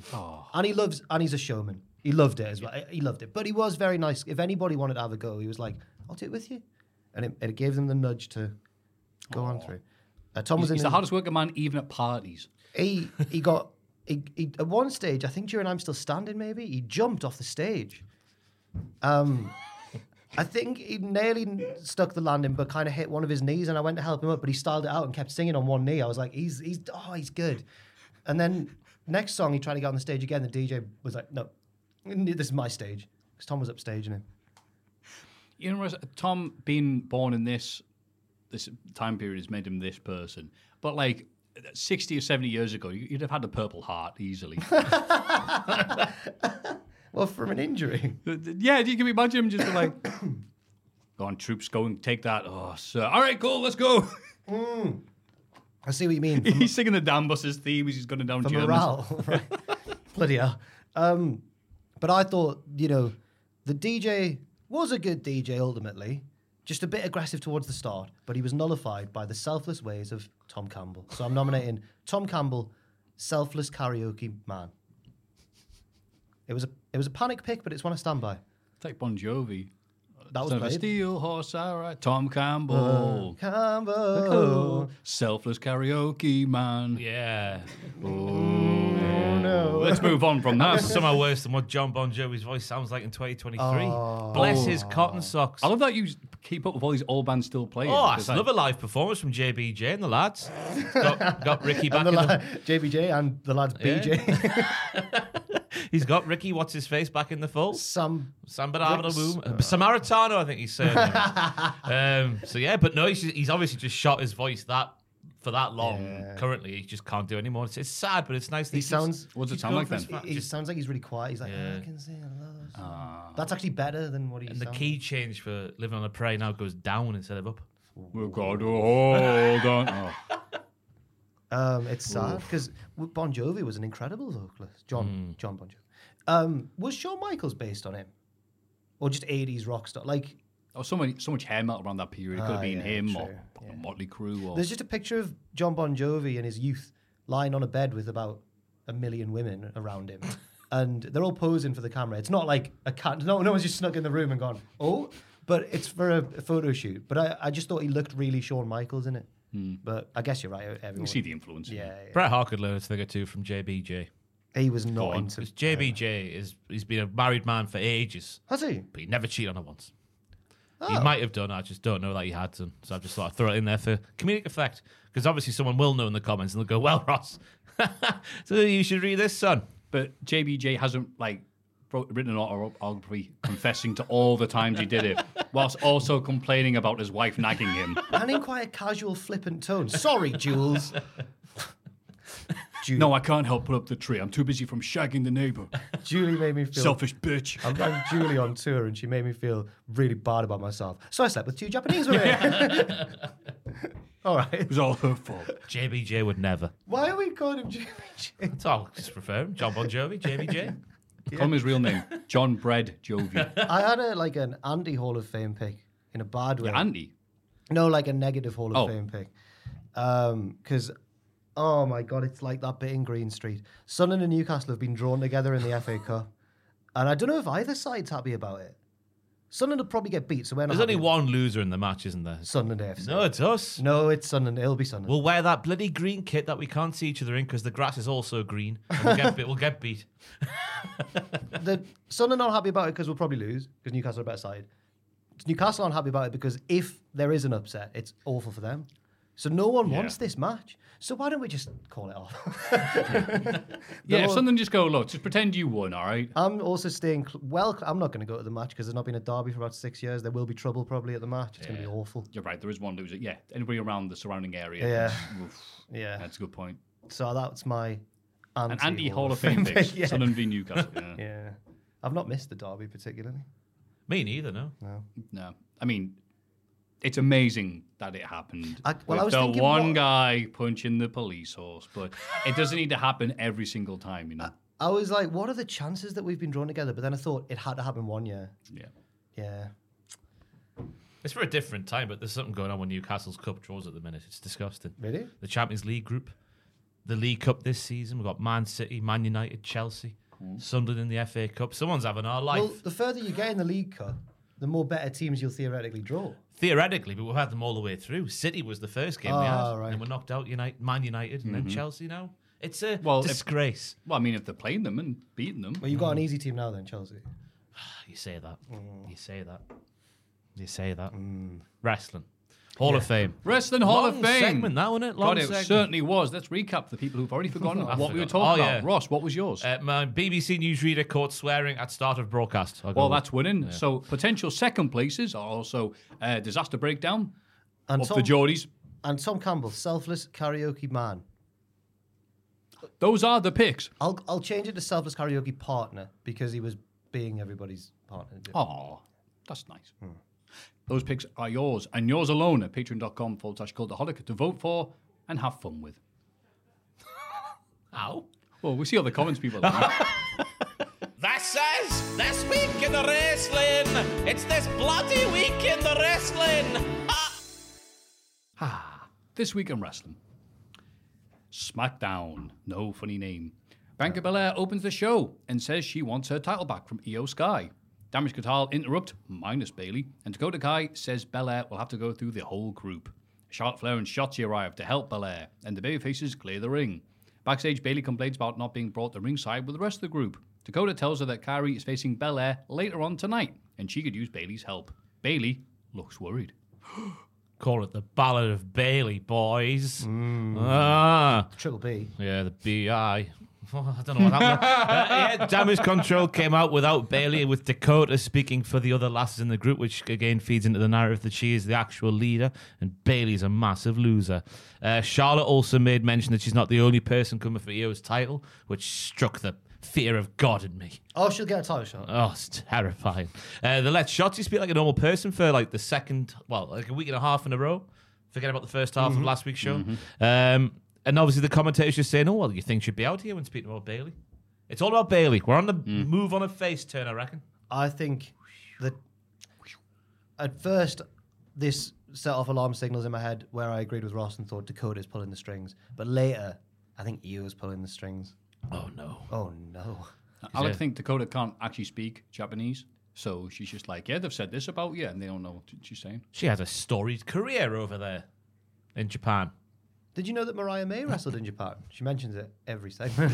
S4: And he loves, and he's a showman. He loved it as well. He loved it, but he was very nice. If anybody wanted to have a go, he was like, "I'll do it with you," and it, and it gave them the nudge to go on through. Uh, Tom
S3: He's,
S4: was in
S3: he's the
S4: his-
S3: hardest working man even at parties.
S4: he he got he, he at one stage, I think during I'm Still Standing, maybe he jumped off the stage. Um, I think he nearly n- stuck the landing, but kind of hit one of his knees, and I went to help him up, but he styled it out and kept singing on one knee. I was like, he's he's oh he's good. And then next song, he tried to get on the stage again. The DJ was like, no, this is my stage because Tom was upstaging him.
S3: You know, Tom being born in this this time period has made him this person. But like sixty or seventy years ago, you- you'd have had a Purple Heart easily.
S4: Well, from an injury.
S3: Th- th- yeah, you can imagine him just be like, "Go on, troops, go and take that." Oh, sir. All right, cool, let's go.
S4: I see what you mean.
S3: he's singing the damn buses theme as he's going down.
S4: for
S3: Germans.
S4: morale. right. Bloody hell. Um, but I thought, you know, the DJ was a good DJ ultimately, just a bit aggressive towards the start, but he was nullified by the selfless ways of Tom Campbell. So I'm nominating Tom Campbell, selfless karaoke man. It was a it was a panic pick, but it's one I stand by.
S3: It's like Bon Jovi.
S4: That was
S3: Son of a
S4: played. Uh-huh.
S3: steel horse, all right. Tom Campbell.
S4: Campbell.
S3: Selfless karaoke man.
S5: Yeah.
S4: Oh, no, no.
S3: Let's move on from that.
S5: Somehow worse than what John Bon Jovi's voice sounds like in 2023. Bless his cotton socks.
S3: Oh. I love that you keep up with all these old bands still playing.
S5: Oh,
S3: It's
S5: that's
S3: like-
S5: another live performance from JBJ and the lads. got, got Ricky back
S4: And the
S5: in
S4: la-
S5: the,
S4: JBJ and the lads BJ.
S5: He's got Ricky, what's his face, back in the fold.
S4: Some
S5: San Bernardino Boom.
S4: Oh.
S5: Uh, Samaritano, I think he's saying. um, so, yeah, but no, he's, he's obviously just shot his voice that for that long. Currently, he just can't do anymore. It's, it's sad, but it's nice that
S4: he
S5: keeps-
S4: sounds
S3: What does it
S5: keeps
S3: sound
S5: going
S3: like
S5: for his
S3: then?
S5: fa-
S4: he
S5: just-
S4: sounds like he's really quiet. He's like, "Oh,
S5: Yeah. Ah.
S4: I can say I love you." That's actually better than what he
S5: and the
S4: sounds
S5: key change for Living on a Prayer now goes down instead of up.
S3: We've got to hold on. Oh.
S4: Um, it's sad because Bon Jovi was an incredible vocalist.
S5: Hmm.
S4: John John Bon Jovi. Um, was Shawn Michaels based on him, or just eighties rock star? Like,
S3: Oh, so many, so much hair melt around that period. It could have
S4: Ah,
S3: been
S4: yeah,
S3: him
S4: true.
S3: or Motley Crue or
S4: there's just a picture of John Bon Jovi in his youth lying on a bed with about a million women around him, and they're all posing for the camera. It's not like a cat. No, no one's just snuck in the room and gone, oh. But it's for a, a photo shoot. But I, I just thought he looked really Shawn Michaels in it. But I guess you're right.
S3: Hmm. you
S4: Everyone.
S3: see the influence.
S4: yeah,
S5: Bret Hart could learn a thing or two from JBJ.
S4: yeah. he was not into.
S5: Because JBJ is he's been a married man for ages,
S4: Has he?
S5: but he never cheated on her once. He might have done. I just don't know that he had done. So I just thought I'd throw it in there for comedic effect. Because obviously someone will know in the comments and they'll go, "Well, Ross, so you should read this, son."
S3: But JBJ hasn't like wrote, written an autobiography confessing to all the times he did it, whilst also complaining about his wife nagging him.
S4: and in quite a casual, flippant tone. Sorry, Jules. Ju-
S3: No, I can't help put up the tree. I'm too busy from shagging the neighbour.
S4: Julie made me feel.
S3: Selfish bitch.
S4: I'm, I'm Julie on tour, and she made me feel really bad about myself. So I slept with two Japanese women. All right.
S3: It was all her fault.
S5: JBJ would never.
S4: Why are we calling him Jimmy Jim?
S5: So I'll just prefer him. John Bon Jovi, JBJ.
S3: Call him his real name, John Bread Jovi.
S4: I had a, like an anti Hall of Fame pick in a bad way.
S3: Andy.
S4: No, like a negative Hall of
S3: Oh.
S4: Fame pick. Because, oh my God, it's like that bit in Green Street. Sunderland and Newcastle have been drawn together in the FA Cup. And I don't know if either side's happy about it. Sunderland will probably get beat, so we're not.
S5: There's only
S4: happy.
S5: one loser in the match, isn't there?
S4: Sunderland AFC.
S5: No, it's us.
S4: No, it's Sunderland. It'll be Sunderland.
S5: We'll wear that bloody green kit that we can't see each other in because the grass is also green. And we'll, get, beat- we'll get beat.
S4: the Sunderland aren't happy about it because we'll probably lose because Newcastle are a better side. Newcastle aren't happy about it because if there is an upset, it's awful for them. So no one wants this match. So why don't we just call it off?
S3: Yeah,
S4: all-
S3: something just go, look, just pretend you won, all right?
S4: I'm also staying cl- well. I'm not going to go to the match because there's not been a derby for about six years. There will be trouble probably at the match. It's going to be awful.
S3: You're right, there is one loser. Yeah, anybody around the surrounding area.
S4: Yeah.
S3: Oof,
S4: Yeah.
S3: that's a good point.
S4: so that's my anti
S3: An Andy Hall of Fame pick,
S4: pick, yeah.
S3: Sunderland v Newcastle. Yeah.
S4: Yeah, I've not missed the derby particularly.
S5: Me neither, no.
S3: No, I mean, it's amazing that it happened.
S4: I- well,
S3: with
S4: I was
S3: the
S4: thinking
S3: one
S4: what-
S3: guy punching the police horse, but it doesn't need to happen every single time, you know.
S4: I was like, what are the chances that we've been drawn together? But then I thought it had to happen one year.
S3: Yeah.
S4: Yeah.
S5: It's for a different time, but there's something going on with Newcastle's cup draws at the minute. It's disgusting.
S4: Really?
S5: The Champions League group, the League Cup this season. We've got Man City, Man United, Chelsea, Sunderland in the FA Cup. Someone's having our life.
S4: Well, the further you get in the League Cup, the more better teams you'll theoretically draw.
S5: Theoretically, but we've had them all the way through. City was the first game we had,
S4: Ah, right.
S5: and we're knocked out. United, Man United, and then Chelsea now. It's a
S3: Well, if-
S5: disgrace.
S3: Well, I mean, if they're playing them and beating them,
S4: Well, you've got an easy team now, then, Chelsea.
S5: Ah, You say that. You say that. You say that. Wrestling. Hall of Fame.
S3: Wrestling Hall of
S5: Long
S3: Fame.
S5: segment, that, wasn't it? Long
S3: God, it
S5: segment.
S3: certainly was. Let's recap for the people who've already forgotten what we were
S5: forgotten.
S3: talking
S5: Oh,
S3: about.
S5: yeah.
S3: Ross, what was yours?
S5: Uh, my BBC newsreader caught swearing at start of broadcast. I'll go
S3: well,
S5: with-
S3: that's winning. So potential second places are also uh, disaster breakdown
S4: And
S3: of
S4: Tom,
S3: the Geordies.
S4: and Tom Campbell, selfless karaoke man.
S3: Those are the picks.
S4: I'll I'll change it to selfless karaoke partner because he was being everybody's partner.
S3: Oh, that's nice. Those picks are yours and yours alone at patreon.com forward slash cultaholic to vote for and have fun with.
S5: Ow.
S3: Well, we see all the comments people are
S5: This is this week in the wrestling. It's this bloody week in the wrestling.
S3: This week in wrestling SmackDown, no funny name. Bianca Belair opens the show and says she wants her title back from Io Sky. Damage Katal interrupt, minus Bailey, and Dakota Kai says Belair will have to go through the whole group. Charlotte Flair and Shotzi arrive to help Belair, and the babyfaces clear the ring. Backstage, Bailey complains about not being brought to ringside with the rest of the group. Dakota tells her that Kyrie is facing Belair later on tonight, and she could use Bailey's help. Bailey looks worried.
S5: Call it the Ballad of Bailey, boys. Ah.
S4: Triple B.
S5: Yeah, the BI. I don't know what happened. there. uh, yeah, Damage Control came out without Bailey, with Dakota speaking for the other lasses in the group, which again feeds into the narrative that she is the actual leader and Bailey's a massive loser. Uh, Charlotte also made mention that she's not the only person coming for EO's title, which struck the fear of God in me.
S4: Oh, she'll get a title shot.
S5: Oh, it's terrifying. Uh, they let Shotzi speak like a normal person for like the second, well, like a week and a half in a row. Forget about the first half of last week's show. Um, and obviously the commentators just saying, oh, well, you think she'd be out here when speaking about Bailey? It's all about Bailey. We're on the move on a face turn, I reckon.
S4: I think that at first this set off alarm signals in my head where I agreed with Ross and thought Dakota's pulling the strings. But later, I think Io's pulling the strings.
S5: Oh, no.
S4: Oh no.
S3: I would think Dakota can't actually speak Japanese, so she's just like, yeah, they've said this about you, and they don't know what she's saying.
S5: She has a storied career over there in Japan.
S4: Did you know that Mariah May wrestled in Japan? She mentions it every segment.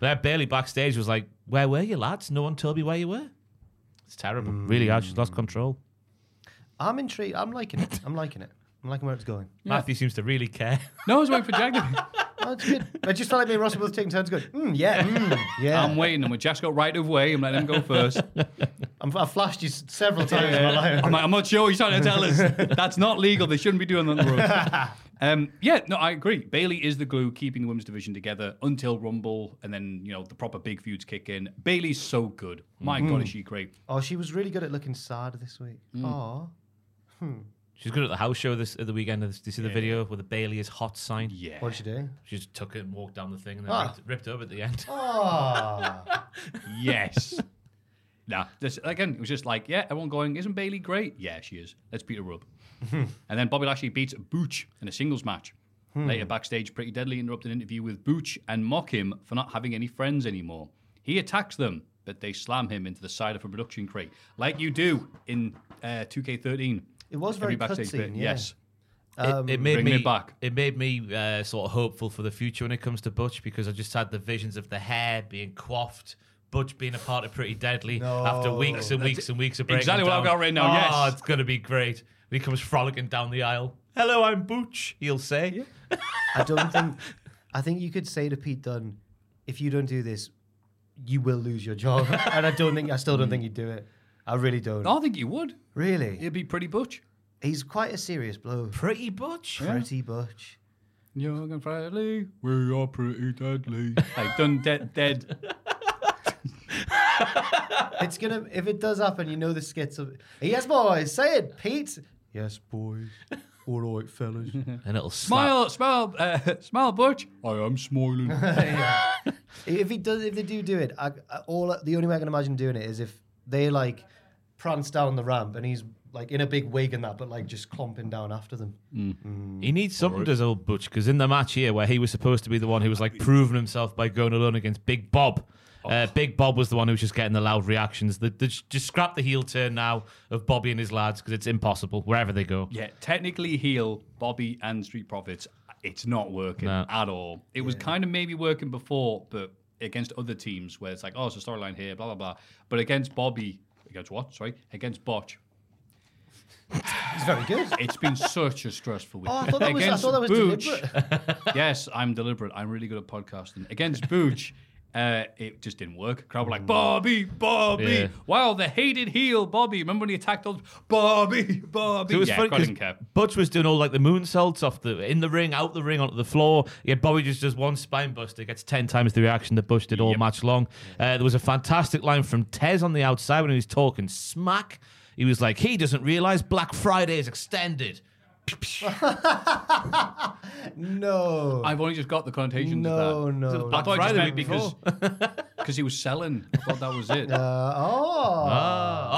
S5: There, Bailey backstage was like, Where were you, lads? No one told me where you were. It's terrible. Really hard. She's lost control.
S4: I'm intrigued. I'm liking it. I'm liking it. I'm liking where it's going.
S5: Matthew seems to really care.
S3: No, I was waiting for Jack. to-
S4: Oh, it's good. I just felt like me and Ross were both taking turns going, mm, yeah, mm, yeah.
S3: I'm waiting, and when Jack's got right of way, I'm letting him go first.
S4: I'm, I've flashed you s- several times in my life.
S3: I'm, like, I'm not sure. He's trying to tell us that's not legal. They shouldn't be doing that on the road. Um, yeah, no, I agree. Bailey is the glue keeping the women's division together until Rumble, and then you know the proper big feuds kick in. Bailey's so good. My God, is she great?
S4: Oh, she was really good at looking sad this week.
S3: Mm.
S4: Oh,
S5: She's good at the house show this at the weekend. Did you see the video where the Bailey is hot sign?
S3: Yeah.
S4: what did she do?
S5: She just took it and walked down the thing and then
S4: Ah.
S5: ripped, ripped it up at the end.
S3: Ah.
S4: Oh,
S3: Yes. nah. This, again, it was just like, yeah, everyone going, isn't Bailey great? Yeah, she is. Let's beat her up. and then Bobby Lashley beats Booch in a singles match.
S4: Hmm.
S3: Later backstage, Pretty Deadly interrupted an interview with Booch and mock him for not having any friends anymore. He attacks them, but they slam him into the side of a production crate, like you do in uh, 2K13.
S4: It was
S3: Every
S4: very
S3: backstage
S4: cutscene,
S3: bit.
S4: yeah.
S3: Yes.
S5: It- it, made
S3: Um, Bring
S5: me
S3: me back.
S5: It made me uh, sort of hopeful for the future when it comes to Butch because I just had the visions of the hair being quaffed, Butch being a part of Pretty Deadly after weeks and weeks and weeks of breaking
S3: exactly what I've
S5: down.
S3: got right now,
S5: Oh,
S3: yes.
S5: it's gonna be great. He comes frolicking down the aisle. Hello, I'm Butch. He'll say.
S4: I don't think. I think you could say to Pete Dunne, if you don't do this, you will lose your job. and I don't think. I still
S3: Mm.
S4: don't think you'd do it. I really don't.
S3: I think you would.
S4: Really,
S3: It'd be Pretty Butch.
S4: he's quite a serious blow.
S5: Pretty Butch.
S4: Pretty Butch.
S3: Young and friendly, we are pretty deadly. like, done dead, dead.
S4: It's gonna. If it does happen, you know the skits. Of, yes, boys. Say it, Pete. Yes, boys. All right, fellas.
S5: And it'll slap.
S3: Smile, smile, uh, smile, Butch. I am smiling.
S4: If he does, if they do do it, I, I, all the only way I can imagine doing it is if they like prance down the ramp and he's like in a big wig and that, but like just clomping down after them.
S5: He needs something, does old Butch? Because in the match here, where he was supposed to be the one who was like proving himself by going alone against Big Bob, uh, Big Bob was the one who was just getting the loud reactions. The, the, just scrap the heel turn now of Bobby and his lads because it's impossible wherever they go.
S3: Yeah, technically heel, Bobby and Street Profits, it's not working
S5: No.
S3: at all. It was kind of maybe working before, but against other teams where it's like, oh, it's a storyline here, blah, blah, blah. But against Bobby, against what? Sorry, against Botch.
S4: It's very good.
S3: It's been such a stressful week.
S4: Oh, I thought that was, I
S3: Against
S4: thought that was
S3: Booch,
S4: deliberate.
S3: yes, I'm deliberate. I'm really good at podcasting. Against Booch, uh, it just didn't work. Crowd were like, Bobby, Bobby.
S5: Yeah.
S3: Wow, the hated heel, Bobby. Remember when he attacked all Bobby, Bobby.
S5: So it was
S3: yeah,
S5: funny
S3: crowd
S5: 'cause
S3: didn't care.
S5: Butch was doing all like the moonsaults off the in the ring, out the ring, onto the floor. Yeah, Bobby just does one spine buster, gets ten times the reaction that Butch did all match long. Uh, there was a fantastic line from Tez on the outside when he was talking smack. He was like, "He doesn't realize Black Friday is extended."
S4: No.
S3: I've only just got the connotation
S4: No,
S3: of that.
S4: no,
S3: So
S4: no.
S3: I thought I just
S5: Friday
S3: meant because
S5: before.
S3: because he was selling. I thought that was it.
S4: Uh, oh.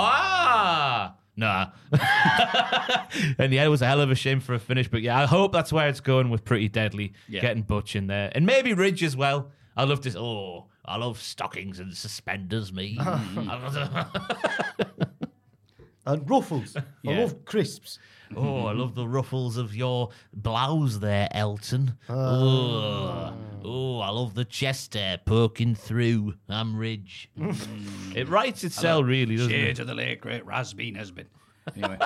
S5: Ah, nah. and yeah, it was a hell of a shame for a finish, but yeah, I hope that's where it's going with Pretty Deadly,
S3: Yeah.
S5: getting Butch in there, and maybe Ridge as well. I love this. Oh, I love stockings and suspenders, me.
S4: and ruffles. I love crisps.
S5: Oh, I love the ruffles of your blouse there, Elton. Oh, oh I love the chest hair poking through. I'm Ridge. it writes itself, really, doesn't
S3: Cheer
S5: it?
S3: to the late great Rasbeen has been. Anyway,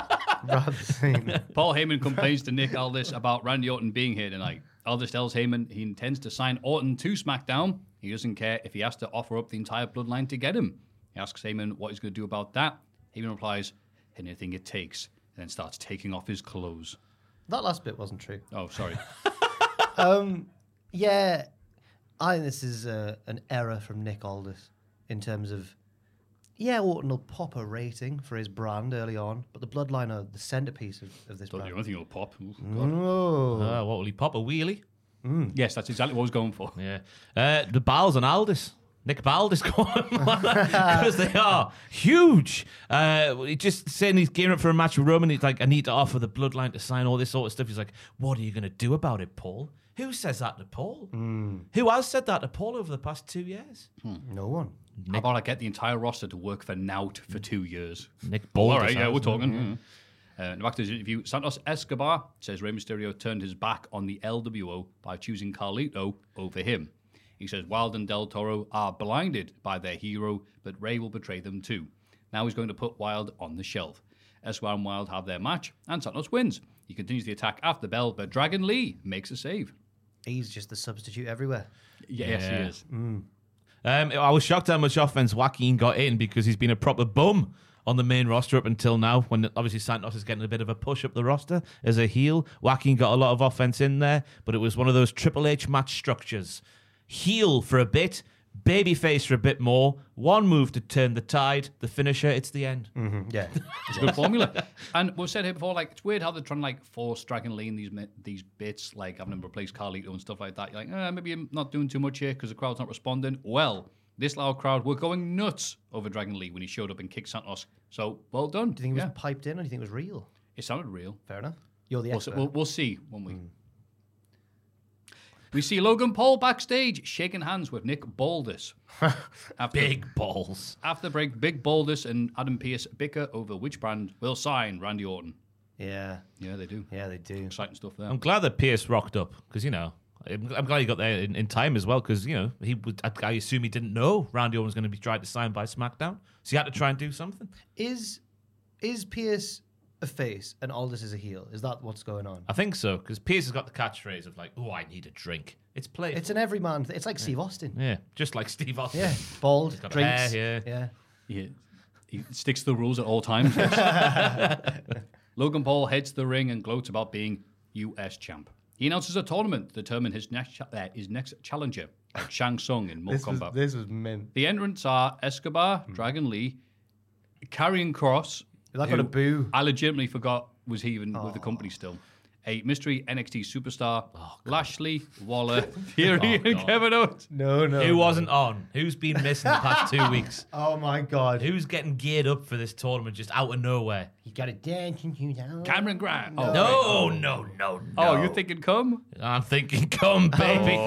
S4: Rabbit.
S3: Paul Heyman complains to Nick Aldis about Randy Orton being here tonight. Aldis tells Heyman he intends to sign Orton to SmackDown. He doesn't care if he has to offer up the entire bloodline to get him. He asks Heyman what he's going to do about that. Heyman replies, anything it takes, and then starts taking off his clothes.
S4: that last bit wasn't true.
S3: Oh, sorry.
S4: Yeah, I think this is uh, an error from Nick Aldis in terms of, yeah, Orton will pop a rating for his brand early on, but the Bloodline are the centerpiece of, of this
S3: Don't do
S4: brand.
S3: anything, you'll pop. Ooh, God.
S4: Oh,
S5: Ah, what will he pop? A wheelie?
S3: Yes, that's exactly what I was going for.
S5: Yeah. Uh, the Bals and Aldis. Nick Baldis because they are huge. Uh, he just saying he's gearing up for a match with Roman. He's like, I need to offer the bloodline to sign all this sort of stuff. He's like, What are you going to do about it, Paul? Who says that to Paul? Who has said that to Paul over the past two years?
S4: no one.
S3: How about I get the entire roster to work for Nout for two years?
S5: Nick Baldis.
S3: All right, yeah,
S5: hasn't
S3: we're
S5: he?
S3: talking. Uh, and back to his interview, Santos Escobar says Rey Mysterio turned his back on the LWO by choosing Carlito over him. He says Wild and Del Toro are blinded by their hero, but Ray will betray them too. Now he's going to put Wild on the shelf. Escobar and Wild have their match, and Santos wins. He continues the attack after the bell, but Dragon Lee makes a save.
S4: He's just the substitute everywhere.
S3: Yes, he
S5: Yeah.
S3: is.
S5: Um, I was shocked how much offense Joaquin got in because he's been a proper bum on the main roster up until now. When obviously Santos is getting a bit of a push up the roster as a heel, Joaquin got a lot of offense in there, but it was one of those Triple H match structures: heel for a bit, babyface for a bit more, one move to turn the tide, the finisher, it's the end.
S4: Mm-hmm, Yeah.
S3: It's a good formula. And we've said here before, like it's weird how they're trying to like force Dragon Lee in these mi- these bits, like having him replace Carlito and stuff like that. You're like, eh, maybe I'm not doing too much here because the crowd's not responding. Well, this loud crowd were going nuts over Dragon Lee when he showed up and kicked Santos. So well done.
S4: Do you think it was
S3: yeah.
S4: piped in or do you think it was real?
S3: it sounded real.
S4: Fair enough. You're the
S3: We'll, s-
S4: expert.
S3: we'll, we'll see when we.
S4: Hmm.
S3: We see Logan Paul backstage shaking hands with Nick Baldus. After-
S5: Big balls.
S3: After the break, Big Baldus and Adam Pearce bicker over which brand will sign Randy Orton.
S4: yeah.
S3: Yeah, they do.
S4: Yeah, they do.
S3: Exciting stuff there.
S5: I'm glad that Pierce rocked up because you know. I'm I'm glad he got there in, in time as well because you know he would. I, I assume he didn't know Randy Orton was going to be tried to sign by SmackDown, so he had to try and do something.
S4: Is is Pierce a face and Aldis is a heel? Is that what's going on?
S5: I think so, because Pierce has got the catchphrase of like, "Oh, I need a drink." It's play.
S4: It's an everyman. Th- it's like Steve Austin.
S5: yeah, just like Steve Austin.
S4: Yeah. Bald,
S5: got a
S4: drinks.
S5: hair, yeah.
S4: yeah.
S3: He, he sticks to the rules at all times. Logan Paul heads to the ring and gloats about being US champ. He announces a tournament to determine his next cha- uh, his next challenger, like Shang Tsung in Mortal Kombat.
S4: this was mint.
S3: the entrants are Escobar, Dragon Lee, Carrion Cross.
S4: That got
S3: who
S4: a boo.
S3: I legitimately forgot was he even with the company still. A mystery NXT superstar, Lashley, Waller, Theory, and Kevin Owens.
S4: No, no.
S5: Who wasn't on? Who's been missing the past two weeks?
S4: Oh my god.
S5: Who's getting geared up for this tournament just out of nowhere?
S4: You got a dance and you know.
S3: Cameron Grant. Oh,
S5: No, no, no, no.
S3: oh you're thinking come?
S5: I'm thinking, come, baby.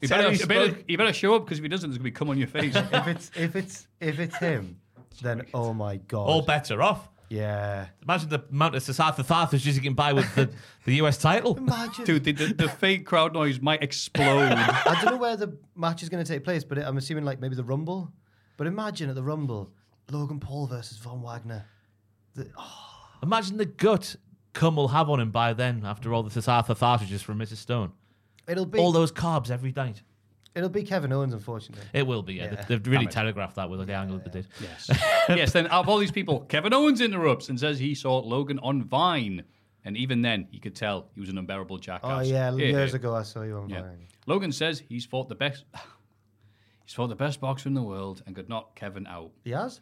S3: You
S5: Terry
S3: better, you, better,
S5: spoke-
S3: you better show up because if he doesn't, there's going to be cum on your face.
S4: if it's if it's if it's him, then oh my god.
S5: All bets are off.
S4: yeah.
S5: Imagine the amount of Sasatha Tharthas you can buy with the, the US title.
S4: Imagine.
S3: Dude, the, the, the fake crowd noise might explode.
S4: I don't know where the match is going to take place, but I'm assuming like maybe the Rumble. But imagine at the Rumble, Logan Paul versus Von Wagner.
S5: Imagine the gut Cum will have on him by then after all the Sasatha Tharthas from Mrs. Stone.
S4: It'll be
S5: All those carbs every night.
S4: it'll be Kevin Owens, unfortunately.
S5: It will be, yeah. They, have really telegraphed that with the angle that they did.
S3: yes. Yes, then out of all these people, Kevin Owens interrupts and says he saw Logan on Vine. And even then, he could tell he was an unbearable jackass.
S4: Oh yeah, years
S3: yeah.
S4: ago I saw you on
S3: Yeah.
S4: Vine.
S3: Logan says he's fought the best. He's fought the best boxer in the world and could knock Kevin out.
S4: He has.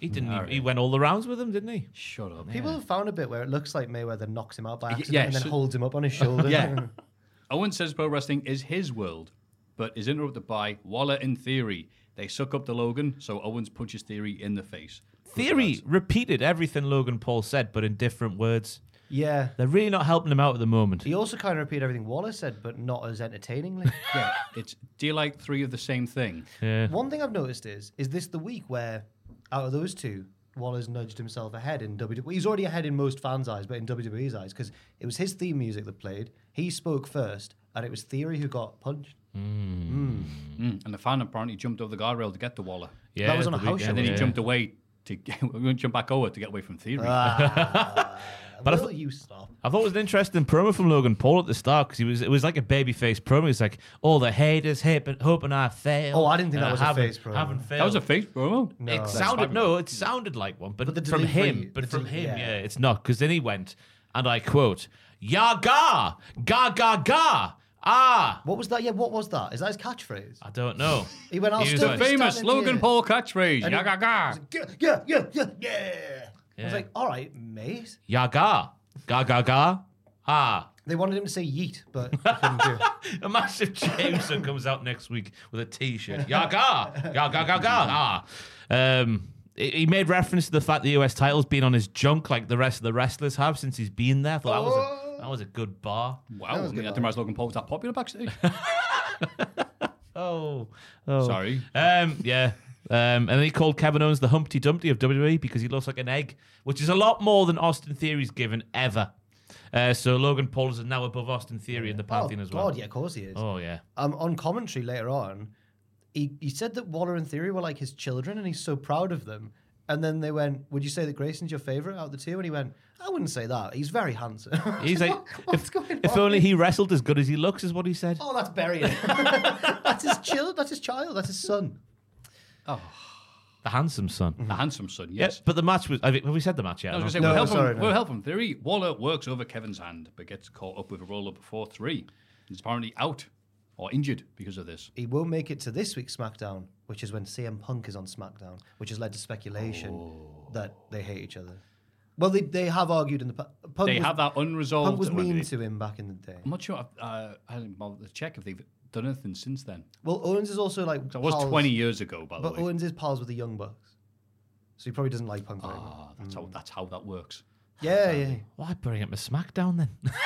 S5: He didn't. He, he went all the rounds with him, didn't he?
S3: Shut up.
S4: People have found a bit where it looks like Mayweather knocks him out by accident
S3: yeah,
S4: and then
S3: so-
S4: holds him up on his shoulder.
S3: Yeah. Owen says pro wrestling is his world, but is interrupted by Waller and Theory. They suck up to Logan, so Owens punches Theory in the face.
S5: Theory repeated everything Logan Paul said, but in different words.
S4: yeah.
S5: They're really not helping him out at the moment.
S4: He also kind of repeated everything Wallace said, but not as entertainingly.
S3: Yeah, it's do you like three of the same thing?
S5: Yeah.
S4: One thing I've noticed is is this the week where out of those two, Waller's nudged himself ahead in WWE. He's already ahead in most fans' eyes, but in WWE's eyes, because it was his theme music that played. He spoke first, and it was Theory who got punched.
S3: Mm, And the fan apparently jumped over the guardrail to get to Waller.
S5: Yeah,
S4: That was on a
S5: the
S4: house
S5: weekend,
S3: And then he
S5: yeah.
S3: jumped away to get, we're going to jump back over to get away from Theory.
S5: But I
S4: Will
S5: thought-
S4: you stop?
S5: I thought it was an interesting promo from Logan Paul at the start because he was it was like a babyface promo. He's like, "All the haters hate, but hoping I fail."
S4: Oh, I didn't think that
S5: And
S4: was
S5: I
S4: a
S5: haven't-
S4: face promo.
S5: Haven't failed.
S3: that was a fake promo.
S5: It sounded no, it sounded like one, but,
S4: But the
S5: from
S4: delivery-
S5: him, but
S4: the
S5: from
S4: del-
S5: him,
S4: yeah.
S5: yeah, it's not because then he went and I quote, "Ya ga, ga ga ga, ah."
S4: What was that? Yeah, what was that? Is that his catchphrase?
S5: I don't know.
S4: He went, "I'll
S5: He was
S4: still
S5: like-
S4: be
S3: Famous
S4: standing
S3: Logan
S4: here."
S3: Paul catchphrase.
S4: And it-
S3: Yaga
S4: I
S3: ga.
S4: was like, Yeah, yeah, yeah, yeah, yeah. I
S5: Yeah.
S4: was like, all right, mate.
S5: "Ya ga, ga ga ga, ah."
S4: They wanted him to say yeet, but he couldn't do it.
S5: A massive Jameson comes out next week with a T-shirt. Yaga, yaga, yaga, ah. Um, he he made reference to the fact the US title's been on his junk like the rest of the wrestlers have since he's been there. I thought that was a, that was a good bar.
S3: Wow, I didn't realize Logan Paul was that popular backstage.
S5: Oh, oh.
S3: Sorry.
S5: Um, yeah. Um, and then he called Kevin Owens the Humpty Dumpty of WWE because he looks like an egg, which is a lot more than Austin Theory's given ever. Uh, so Logan Paul is now above Austin Theory in the
S4: Oh,
S5: pantheon as well.
S4: God, yeah, of course he is.
S5: Oh yeah.
S4: um, on commentary later on, he, he said that Waller and Theory were like his children and he's so proud of them. And then they went, Would you say that Grayson's your favorite out of the two? And he went, I wouldn't say that. He's very handsome.
S5: He's like,
S4: what's
S5: if,
S4: going
S5: if
S4: on?
S5: only he wrestled as good as he looks, is what he said.
S4: Oh, that's burying. that's his child. That's his child. That's his son.
S5: The handsome son.
S3: the handsome son,
S5: Yes,
S3: yes.
S5: but the match was. Have we have we said the match yet?
S3: I was going to say,
S4: Mm-hmm. No,
S3: we'll, help
S4: sorry,
S3: him,
S4: no.
S3: we'll help him. Theory, Waller works over Kevin's hand, but gets caught up with a roll up before three. He's apparently out or injured because of this.
S4: He won't make it to this week's SmackDown, which is when CM Punk is on SmackDown, which has led to speculation
S3: Oh.
S4: that they hate each other. Well, they, they have argued in the past. Punk
S3: They
S4: was,
S3: have that unresolved.
S4: Punk was
S3: when
S4: mean
S3: they-
S4: to him back in the day.
S3: I'm not sure. I've, uh, I haven't bothered to check if they've done anything since then.
S4: Well, Owens is also like.
S3: That was
S4: pals-
S3: 20 years ago, by the
S4: But
S3: way.
S4: Owens is pals with the Young Bucks, so he probably doesn't like Punk very much.
S3: Ah, that's how that's how that works.
S4: Yeah, yeah.
S5: Why bring up a SmackDown then?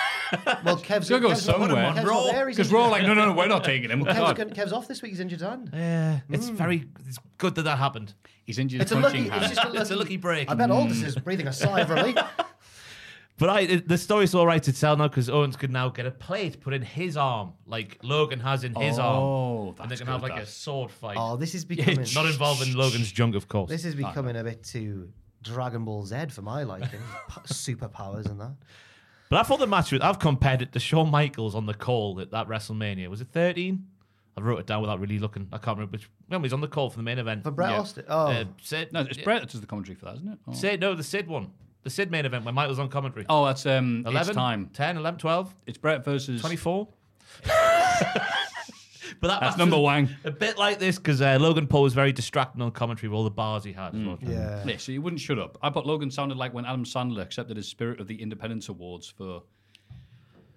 S4: Well, Kev's
S3: He's gonna go
S4: Kev's not-
S3: somewhere.
S4: Kev's not there, he's
S3: because
S4: injured.
S3: Raw like, no, no, no, we're not taking him.
S4: Kev's,
S3: God.
S4: gonna- Kev's off this week. He's injured hand.
S5: yeah,
S4: Mm.
S5: it's very. It's good that that happened.
S3: He's injured.
S4: It's
S3: It's
S4: a lucky.
S3: punching
S4: It's
S3: hand.
S4: just a lucky,
S5: It's a lucky break.
S4: I bet
S3: Mm.
S4: Aldous is breathing a sigh of relief.
S5: But I, it, the story's all right to tell now because Owens could now get a plate put in his arm, like Logan has in his
S3: Oh,
S5: arm, and they
S3: that's
S5: can have
S3: good,
S5: like a
S3: that.
S5: sword fight.
S4: Oh, this is becoming.
S5: Not involving Logan's junk, of course.
S4: This is becoming a bit too Dragon Ball Z for my liking. P- Superpowers and that.
S5: But I thought the match was. I've compared it to Shawn Michaels on the call at that WrestleMania. Was it 13? I wrote it down without really looking. I can't remember which. When was on the call for the main event
S4: For Bret Austin. Oh,
S5: Uh, Sid,
S3: No, it's Brett that does the commentary for that, isn't it? Oh,
S5: Sid, no, the Sid one. The Sid main event when Michael's on commentary.
S3: oh that's um, 11?
S5: 11,
S3: it's time.
S5: 10, 11, 12,
S3: It's Brett versus
S5: 24. but that
S3: That's
S5: match
S3: number
S5: was
S3: one.
S5: A bit like this because uh, Logan Paul was very distracting on commentary with all the bars he had. as
S3: Hmm.
S5: well.
S4: yeah.
S3: Yeah, so he wouldn't shut up. I thought Logan sounded like when Adam Sandler accepted his Spirit of the Independence Awards for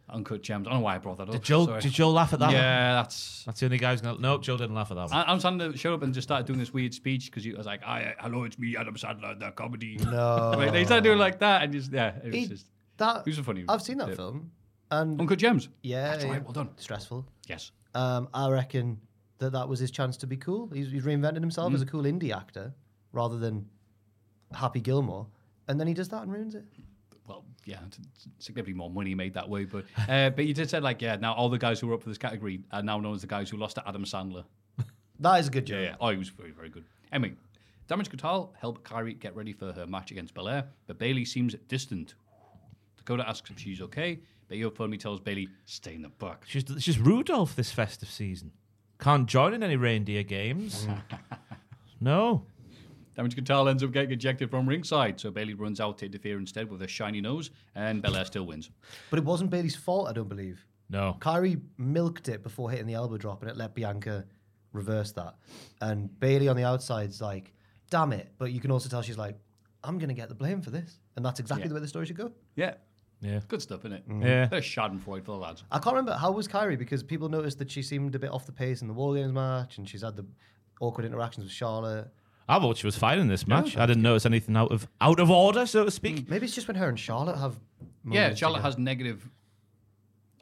S3: Uncut Gems. I don't know why I brought that up.
S5: Did Joel,
S3: Oh, Sorry.
S5: did Joel laugh at that? one?
S3: Yeah, that's
S5: That's the only guy who's going to. No, Joel didn't laugh at that one.
S3: Adam Sandler showed up and just started doing this weird speech because he was like, "Hi, uh, hello, it's me, Adam Sandler, the comedy." No, like, they started doing like that and just yeah, it was
S4: Oh, He-
S3: just
S4: That,
S3: Who's a funny-
S4: I've seen that
S3: Yeah.
S4: film. And
S3: Uncle Gems.
S4: yeah,
S3: that's right. Well done.
S4: stressful.
S3: Yes,
S4: Um, I reckon that that was his chance to be cool. He's, he's reinvented himself
S3: Mm.
S4: as a cool indie actor rather than Happy Gilmore. And then he does that and ruins it.
S3: well, yeah, it's- it's significantly more money made that way, but uh, but you did say like, yeah, now all the guys who were up for this category are now known as the guys who lost to Adam Sandler.
S4: That is a good joke.
S3: Yeah, yeah. Oh, he was very, very good. Anyway, Damage Katal helped Kyrie get ready for her match against Belair, but Bailey seems distant. Dakota asks if she's okay, but Yo firmly tells Bailey, stay in the back.
S5: She's, she's Rudolph this festive season. Can't join in any reindeer games. no.
S3: Damage Katal ends up getting ejected from ringside, so Bailey runs out to interfere instead with her shiny nose, and Belair still wins.
S4: But it wasn't Bailey's fault, I don't believe.
S5: No.
S4: Kyrie milked it before hitting the elbow drop, and it let Bianca reverse that. And Bailey on the outside's like, "Damn it!" But you can also tell she's like, "I'm gonna get the blame for this," and that's exactly
S3: Yeah.
S4: the way the story should go.
S3: Yeah.
S5: Yeah.
S3: Good stuff, isn't
S4: Mm-hmm.
S3: it?
S5: Yeah.
S3: Bit of schadenfreude for the lads.
S4: I can't remember how was Kyrie because people noticed that she seemed a bit off the pace in the War Games match, and she's had the awkward interactions with Charlotte.
S5: I thought she was fine in this match. I didn't notice anything out of out of order, so to speak.
S3: Hmm.
S4: Maybe it's just when her and Charlotte have
S3: Yeah,
S4: moments
S3: Charlotte
S4: together.
S3: has negative.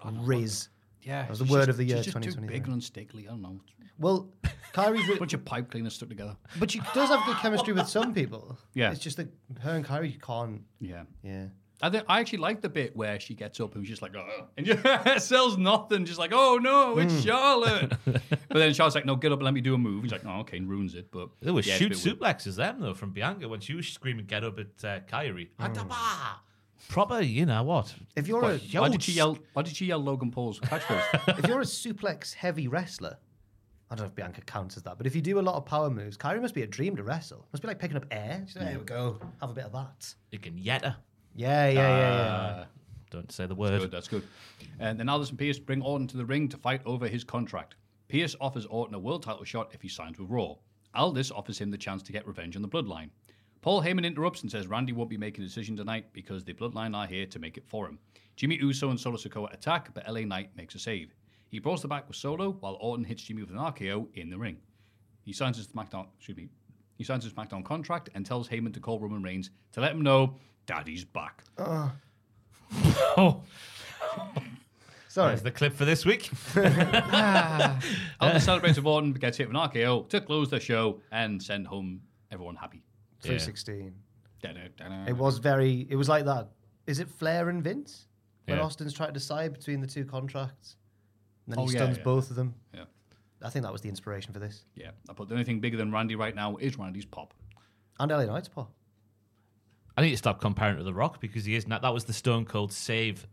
S4: Riz.
S3: Yeah,
S4: was
S3: she's
S4: the word
S3: just-
S4: of the year
S3: She's just too
S4: 2023.
S3: big and unstickly. I don't know.
S4: Well, Kyrie's.
S3: A bunch of pipe cleaners stuck together.
S4: but she does have good chemistry with some people.
S3: Yeah.
S4: It's just that her and Kyrie you can't.
S3: Yeah.
S4: Yeah.
S3: I, thi- I actually like the bit where she gets up and she's like, oh, and yeah, sells nothing. She's like, oh no,
S4: Mm.
S3: it's Charlotte. but then Charlotte's like, no, get up, and let me do a move. He's like, oh, okay, and ruins it. But
S5: There were
S3: yeah, it's a
S5: shoot
S3: bit weird.
S5: suplexes them though from Bianca when she was screaming "Get up!" at uh, Kyrie.
S3: Hmm.
S5: Ataba! Proper, you know what?
S4: If you're a
S3: Why did she yell? Why did she yell Logan Paul's catchphrase?
S4: if you're a suplex heavy wrestler, I don't know if Bianca counts as that, but if you do a lot of power moves, Kyrie must be a dream to wrestle. Must be like picking up air. She's like, here we go. Have a bit of that.
S5: You can yet her.
S4: Yeah, yeah, yeah, yeah.
S5: Don't say the
S3: That's good.
S5: word.
S3: That's good. And then Alderson Pierce bring Orton to the ring to fight over his contract. Pierce offers Orton a world title shot if he signs with Raw. Aldis offers him the chance to get revenge on the Bloodline. Paul Heyman interrupts and says Randy won't be making a decision tonight because the Bloodline are here to make it for him. Jimmy Uso and Solo Sokoa attack, but LA Knight makes a save. He brawls the back with Solo while Orton hits Jimmy with an RKO in the ring. He signs his SmackDown. Excuse me. He signs his SmackDown contract and tells Heyman to call Roman Reigns to let him know Daddy's back.
S5: Oh,
S4: Sorry.
S5: that's the clip for this week.
S3: Elton celebrates with Orton, gets hit with an RKO oh, to close the show and send home everyone happy.
S4: 316.
S3: Da-da-da-da.
S4: It was very, it was like that. Is it Flair and Vince? When
S5: Yeah.
S4: Austin's trying to decide between the two contracts. And then
S3: Oh,
S4: he
S3: yeah,
S4: stuns
S3: yeah.
S4: both of them.
S3: Yeah,
S4: I think that was the inspiration for this.
S3: yeah. But the only thing bigger than Randy right now is Randy's pop.
S4: And LA Knight's paw.
S5: I need to stop comparing it to The Rock because he is not. That was the Stone Cold save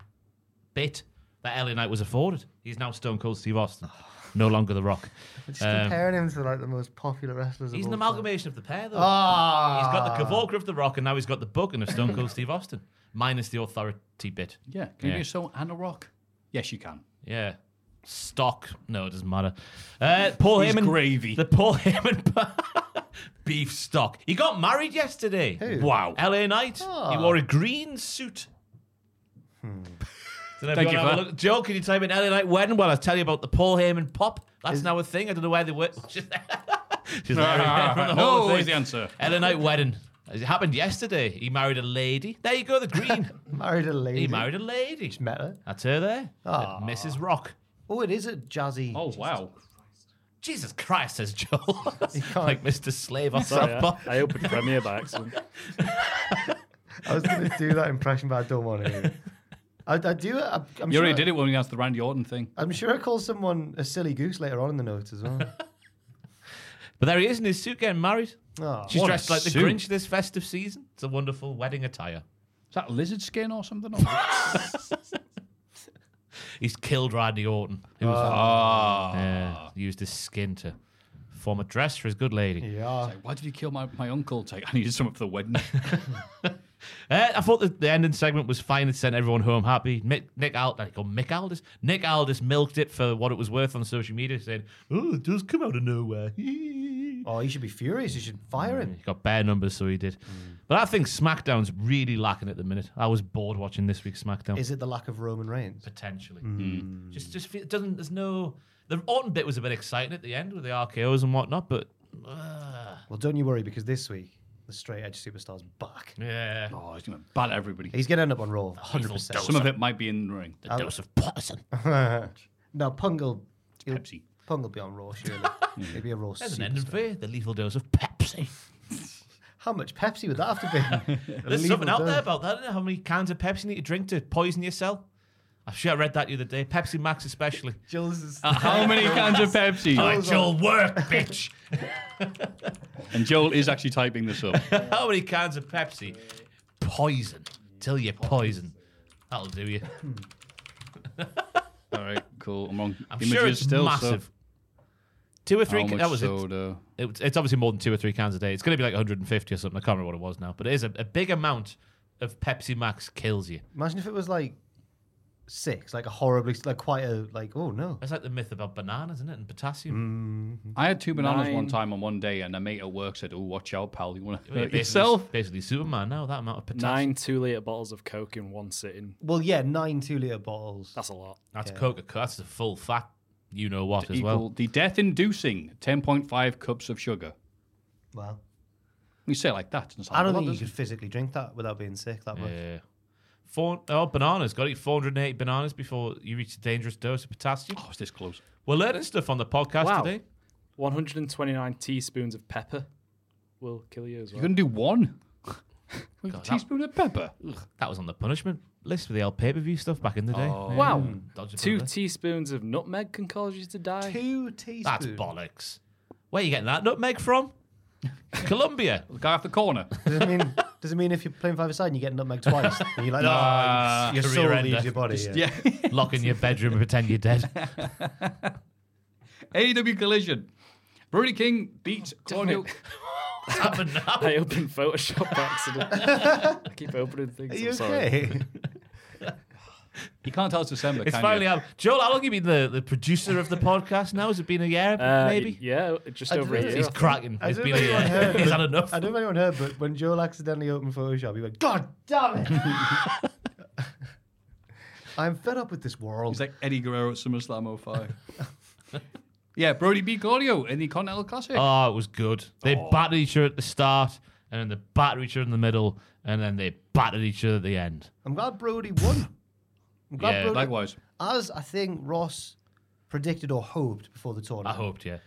S5: bit that LA Knight was afforded. He's now Stone Cold Steve Austin, no longer The Rock.
S4: Just
S5: Um,
S4: comparing him to like the most popular wrestlers
S5: He's
S4: of
S5: an
S4: all
S5: amalgamation of the pair, though.
S4: Ah.
S5: He's got the Kavorka of The Rock, and now he's got the Booking of Stone Cold Steve Austin, minus the authority bit.
S3: Yeah, can
S5: Yeah.
S3: you do so and a rock? Yes, you can.
S5: Yeah. Stock. No, it doesn't matter. Uh, Paul
S3: He's
S5: Heyman.
S3: gravy.
S5: The Paul Heyman. beef stock. He got married yesterday.
S3: Wow.
S5: LA Knight. He wore a green suit. Hmm.
S3: Thank you for that.
S5: Joe, can you type in LA Knight wedding? Well, I'll tell you about the Paul Heyman pop. That's now a thing. I don't know where they were. She's there from the
S3: No
S5: whole
S3: is
S5: thing.
S3: the answer.
S5: LA Knight wedding. It happened yesterday. He married a lady. There you go, the green.
S4: Married a lady.
S5: he married a lady.
S4: Met her.
S5: That's her there. Mrs. Rock.
S4: Oh, it is a jazzy.
S3: Oh wow.
S5: Jesus Christ, says Joel. like Mr. Slave or
S6: Sorry,
S5: something.
S6: I, I opened Premiere by accident.
S4: I was going to do that impression, but I don't want to. I, I do. I, am
S3: You already did it when we asked the Randy Orton thing.
S4: I'm sure I call someone a silly goose later on in the notes as well.
S5: But there he is in his suit getting married.
S4: Oh,
S5: She's
S3: What a
S5: dressed like the
S3: suit.
S5: Grinch this festive season. It's a wonderful wedding attire.
S3: Is that lizard skin or something? Or-
S5: He's killed Randy Orton. Who was
S3: Ah.
S5: Yeah, used his skin to form a dress for his good lady.
S4: yeah.
S3: Like, why did you kill my, my uncle? It's Like, I needed something for the wedding.
S5: Uh, I thought the, the ending segment was fine. It sent everyone home happy. Mick, Nick Aldis, Mick Aldis, Nick Aldis milked it for what it was worth on social media, saying, "Oh, it does come out of nowhere." he
S4: Oh, you should be furious. You should fire him.
S5: got bare numbers, so he did.
S4: Mm.
S5: But I think SmackDown's really lacking at the minute. I was bored watching this week's SmackDown.
S4: Is Mm. it the lack of Roman Reigns?
S5: potentially. Just, just feel, it doesn't. There's no. The Orton bit was a bit exciting at the end with the RKO's and whatnot, but uh,
S4: Well, don't you worry because this week the straight edge superstar's back.
S5: yeah,
S3: oh, he's gonna bat everybody.
S4: He's going to end up on Raw. 100%.
S3: Some of it might be in the ring.
S5: a dose of poison.
S4: No, Pungle. he'll-
S3: Pepsi.
S4: Pungle will be on Raw, surely. It'd be a Raw
S5: There's an ending
S4: superstar.
S5: for you. The lethal dose of Pepsi.
S4: How much Pepsi would that have to be?
S5: There's
S4: Lethal
S5: something out there
S4: dose.
S5: about that. Isn't there? How many cans of Pepsi you need to drink to poison yourself? I'm sure I read that the other day. Pepsi Max, especially.
S4: Jules is.
S5: Uh,
S3: How many cans of Pepsi?
S5: Alright, Joel, work, bitch.
S3: And Joel is actually typing this up.
S5: How many cans of Pepsi? Poison. Till you poison. That'll do you.
S3: All right, cool. I'm wrong.
S5: I'm sure it's massive. Two or three.
S3: How
S5: ca-
S3: much
S5: that was it.
S3: soda?
S5: It was- It's obviously more than two or three cans a day. It's going to be like 150 or something. I can't remember what it was now, but it is a, a big amount of Pepsi Max kills you.
S4: Imagine if it was like six, like a horribly, like quite a, like, oh no.
S5: That's like the myth about bananas, isn't it? And
S3: Mm.
S5: potassium.
S3: I had two bananas one
S6: Nine.
S3: time on one day, and a mate at work said, "Oh, watch out, pal! You want to
S5: Yeah,
S3: hurt
S5: basically-
S3: yourself?"
S5: Basically, Superman now, that amount of potassium.
S6: Nine two litre bottles of Coke in one sitting.
S4: Well, yeah, nine two litre bottles.
S6: That's a lot.
S5: That's Coca Cola. That's a full fat, you know what, as
S3: Equal
S5: well.
S3: the death-inducing 10.5 cups of sugar.
S4: Well,
S3: You say it like that, and it's like,
S4: I don't
S3: well,
S4: think you
S3: that
S4: could physically drink that without being sick that much.
S5: Yeah. Four, oh, bananas. Got to eat 480 bananas before you reach a dangerous dose of potassium.
S3: Oh, it's this close.
S5: We're learning stuff on the podcast
S6: Wow.
S5: today.
S6: 129 teaspoons of pepper will kill you as
S3: You're
S6: well.
S3: going to do one? With a teaspoon of pepper?
S5: That was on the punishment list for the old pay per view stuff back in the day.
S6: Wow.
S5: Dodge
S6: Oh,
S5: a
S6: Two
S5: bullet.
S6: teaspoons of nutmeg can cause you to die.
S4: Two teaspoons.
S5: That's bollocks. Where you getting that nutmeg from? Colombia.
S3: The guy off the corner.
S4: Does it mean? Does it mean if you're playing five aside and you get nutmeg twice, and you're like,
S5: Nah,
S4: "Oh, your soul
S5: career ender."
S4: leaves your body? yeah.
S3: yeah.
S5: Lock in your bedroom and pretend you're dead.
S3: AEW Collision. Brody King beats Claudio.
S5: Happened now.
S6: I opened Photoshop by accident. I keep opening things.
S4: Are you
S6: I'm sorry.
S4: okay?
S3: You can't tell it's December,
S5: It's
S3: can
S5: finally
S3: you?
S5: up. Joel, how long have you been the, the producer of the podcast now? Has it been a year,
S6: Uh,
S5: maybe?
S6: Yeah, just over a
S4: didn't-
S6: year.
S5: He's
S6: I think.
S5: cracking.
S4: I
S5: It's
S4: don't
S5: been
S4: know
S5: a
S4: if anyone
S5: year.
S4: heard,
S5: He's
S4: but-
S5: had enough.
S4: I don't know if anyone heard, but when Joel accidentally opened Photoshop, he went, "God damn it! I'm fed up with this world."
S3: He's like Eddie Guerrero at SummerSlam 05. yeah, Brody beat Claudio in the Continental Classic.
S5: Oh, it was good. They battered each other at the start, and then they battered each other in the middle, and then they battered each other at the end.
S4: I'm glad Brody won. I'm glad
S5: Yeah,
S4: Brody,
S3: Likewise.
S4: as I think Ross predicted or hoped before the
S5: I
S4: tournament.
S5: hoped, yeah.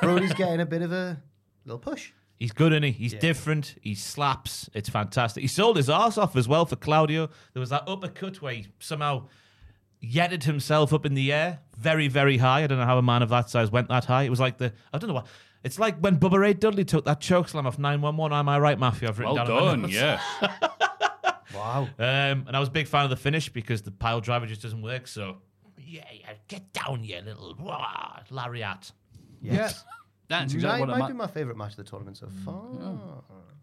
S4: Brody's getting a bit of a little push.
S5: He's good, is he? He's different. He slaps. It's fantastic. He sold his ass off as well for Claudio. There was that uppercut where he somehow yetted himself up in the air very, very high. I don't know how a man of that size went that high. It was like the, I don't know what. It's like when Bubba Ray Dudley took that choke slam off 911. Am I right, Matthew? I've written
S3: Well
S5: down in my
S3: done,
S5: notes.
S3: yes.
S4: Wow.
S5: Um, and I was a big fan of the finish because the pile driver just doesn't work. So, yeah, yeah get down, you little wah, lariat.
S4: Yes.
S3: That's exactly
S4: might
S3: what Mm, I
S4: might
S3: meant.
S4: be my favourite match of the tournament so far.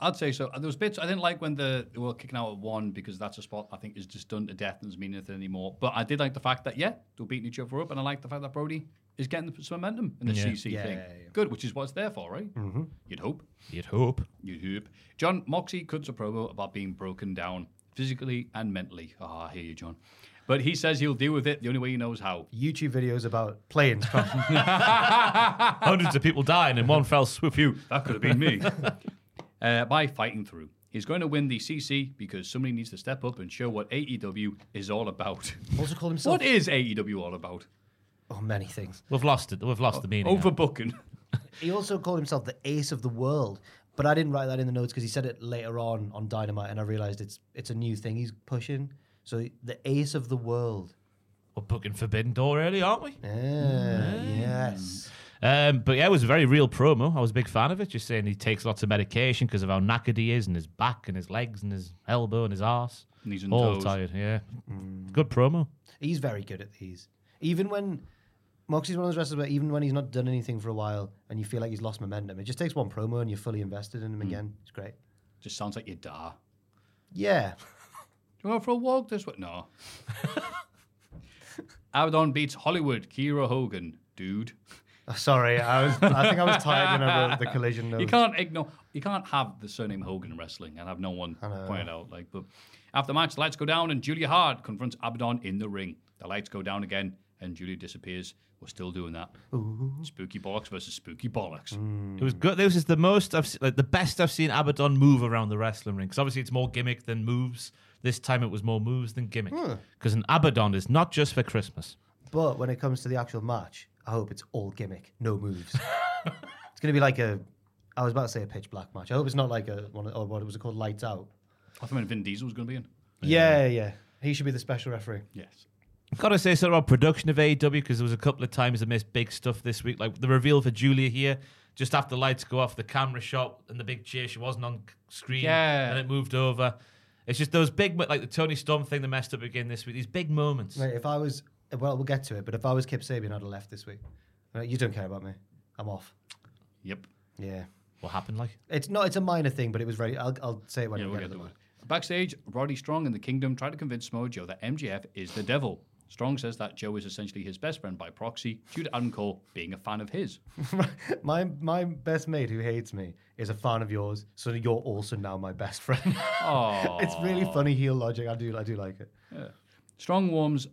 S3: I'd say so. There was bits I didn't like when the they were kicking out at one because that's a spot I think is just done to death and doesn't mean anything anymore. But I did like the fact that yeah, they were beating each other up, and I like the fact that Brody is getting some momentum in the CC
S4: Yeah,
S3: thing.
S4: yeah, yeah.
S3: Good, which is what it's there for, right? Mm-hmm. You'd hope.
S5: You'd hope.
S3: You'd hope. John Moxie cuts a promo about being broken down physically and mentally. Ah, I hear you, John. But he says he'll deal with it the only way he knows how.
S4: YouTube videos about planes. crashing.
S5: Hundreds of people dying in one fell swoop.
S3: Phew, that could have been me. uh, by fighting through. He's going to win the CC because somebody needs to step up and show what AEW is all about.
S4: also called himself
S3: What is AEW all about?
S4: oh many things.
S5: We've lost it. We've
S3: Oh,
S5: lost the meaning. now.
S3: Overbooking.
S4: He also called himself the ace of the world. But I didn't write that in the notes because he said it later on on Dynamite, and I realised it's it's a new thing he's pushing. So the ace of the world.
S5: We're booking Forbidden Door early, aren't we?
S4: Ah, Yes.
S5: Um, but yeah, it was a very real promo. I was a big fan of it. Just saying he takes lots of medication because of how knackered he is, and his back, and his legs, and his elbow, and his ass.
S3: Knees and
S5: All
S3: toes.
S5: tired. Yeah, good promo.
S4: He's very good at these. Even when Moxie's one of those wrestlers where even when he's not done anything for a while and you feel like he's lost momentum, it just takes one promo and you're fully invested in him again. It's great.
S3: Just sounds like your da.
S4: Yeah.
S3: Do you want to go for a walk this way? No. Abaddon beats Hollywood, Kira Hogan. Dude.
S4: Sorry, I was I think I was tired when I wrote the collision notes.
S3: You can't ignore. You can't have the surname Hogan in wrestling and have no one point it out. Like, but after the match, the lights go down and Julia Hart confronts Abaddon in the ring. The lights go down again and Julia disappears. We're still doing that. Spooky bollocks versus spooky bollocks.
S5: It was good. This is the most I've se- like the best I've seen Abaddon move around the wrestling ring. Because obviously it's more gimmick than moves. This time it was more moves than gimmick. Because an Abaddon is not just for Christmas.
S4: But when it comes to the actual match, I hope it's all gimmick, no moves. it's gonna be like a I was about to say a pitch black match. I hope it's not like a one of, or what was it called? Lights out.
S3: I thought Vin Diesel was going to be in.
S4: Yeah, yeah. He should be the special referee.
S3: Yes.
S5: Gotta say something about production of AEW because there was a couple of times I missed big stuff this week, like the reveal for Julia here. Just after the lights go off, the camera shot and the big cheer. She wasn't on screen,
S3: Yeah.
S5: and it moved over. It's just those big, mo- like the Tony Storm thing, they messed up again this week. These big moments.
S4: Mate, if I was well, we'll get to it, but if I was Kip Sabian, I'd have left this week. Uh, You don't care about me. I'm off.
S3: Yep.
S4: Yeah.
S5: What happened? Like
S4: It's not. It's a minor thing, but it was very. I'll, I'll say it when
S3: Yeah,
S4: we
S3: we'll
S4: get
S3: get
S4: to
S3: the
S4: the
S3: word. Backstage, Roddy Strong and the Kingdom try to convince Samoa Joe that MGF is the devil. Strong says that Joe is essentially his best friend by proxy due to Adam Cole being a fan of his.
S4: match. My my best mate who hates me is a fan of yours, so you're also now my best friend. it's really funny heel logic. I do I do like it.
S3: Strong warns,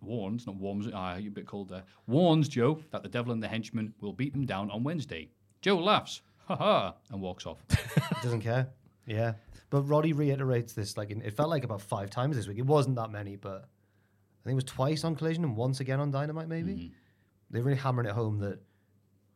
S3: warns, not warms, ah, you're a bit cold there, warns Joe that the devil and the henchman will beat him down on Wednesday. Joe laughs, ha ha, and walks off.
S4: It doesn't care. Yeah. But Roddy reiterates this like in, it felt like about five times this week. It wasn't that many, but I think it was twice on Collision and once again on Dynamite, maybe. They're really hammering it home that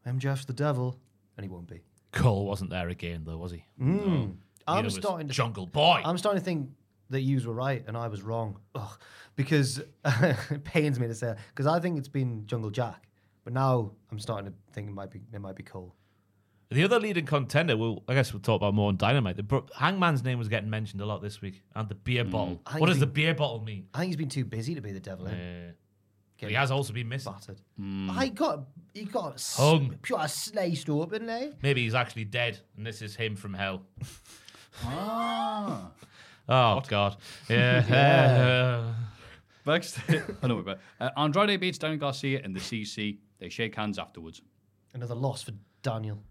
S4: MJF's the devil, and he won't be.
S5: Cole wasn't there again, though, was he?
S4: I'm
S5: Neither was
S4: starting to
S5: Jungle Boy.
S4: I'm starting to think that yous were right and I was wrong. Ugh, because it pains me to say because I think it's been Jungle Jack, but now I'm starting to think it might be it might be Cole.
S5: The other leading contender, we'll, I guess we'll talk about more on Dynamite. The Bro- Hangman's name was getting mentioned a lot this week, and the beer bottle.
S4: I
S5: What does the
S4: think-
S5: beer bottle mean?
S4: I think he's been too busy to be the devil. eh?
S5: Uh, but he has also been missing.
S4: battered.
S3: Hmm.
S4: I got he got s-
S5: Hung.
S4: pure sliced open there.
S5: Maybe he's actually dead, and this is him from hell.
S3: Ah.
S5: Oh God! Yeah.
S3: Backstage. I know, but uh, Andrade beats Daniel Garcia in the CC. They shake hands afterwards.
S4: Another loss for Daniel.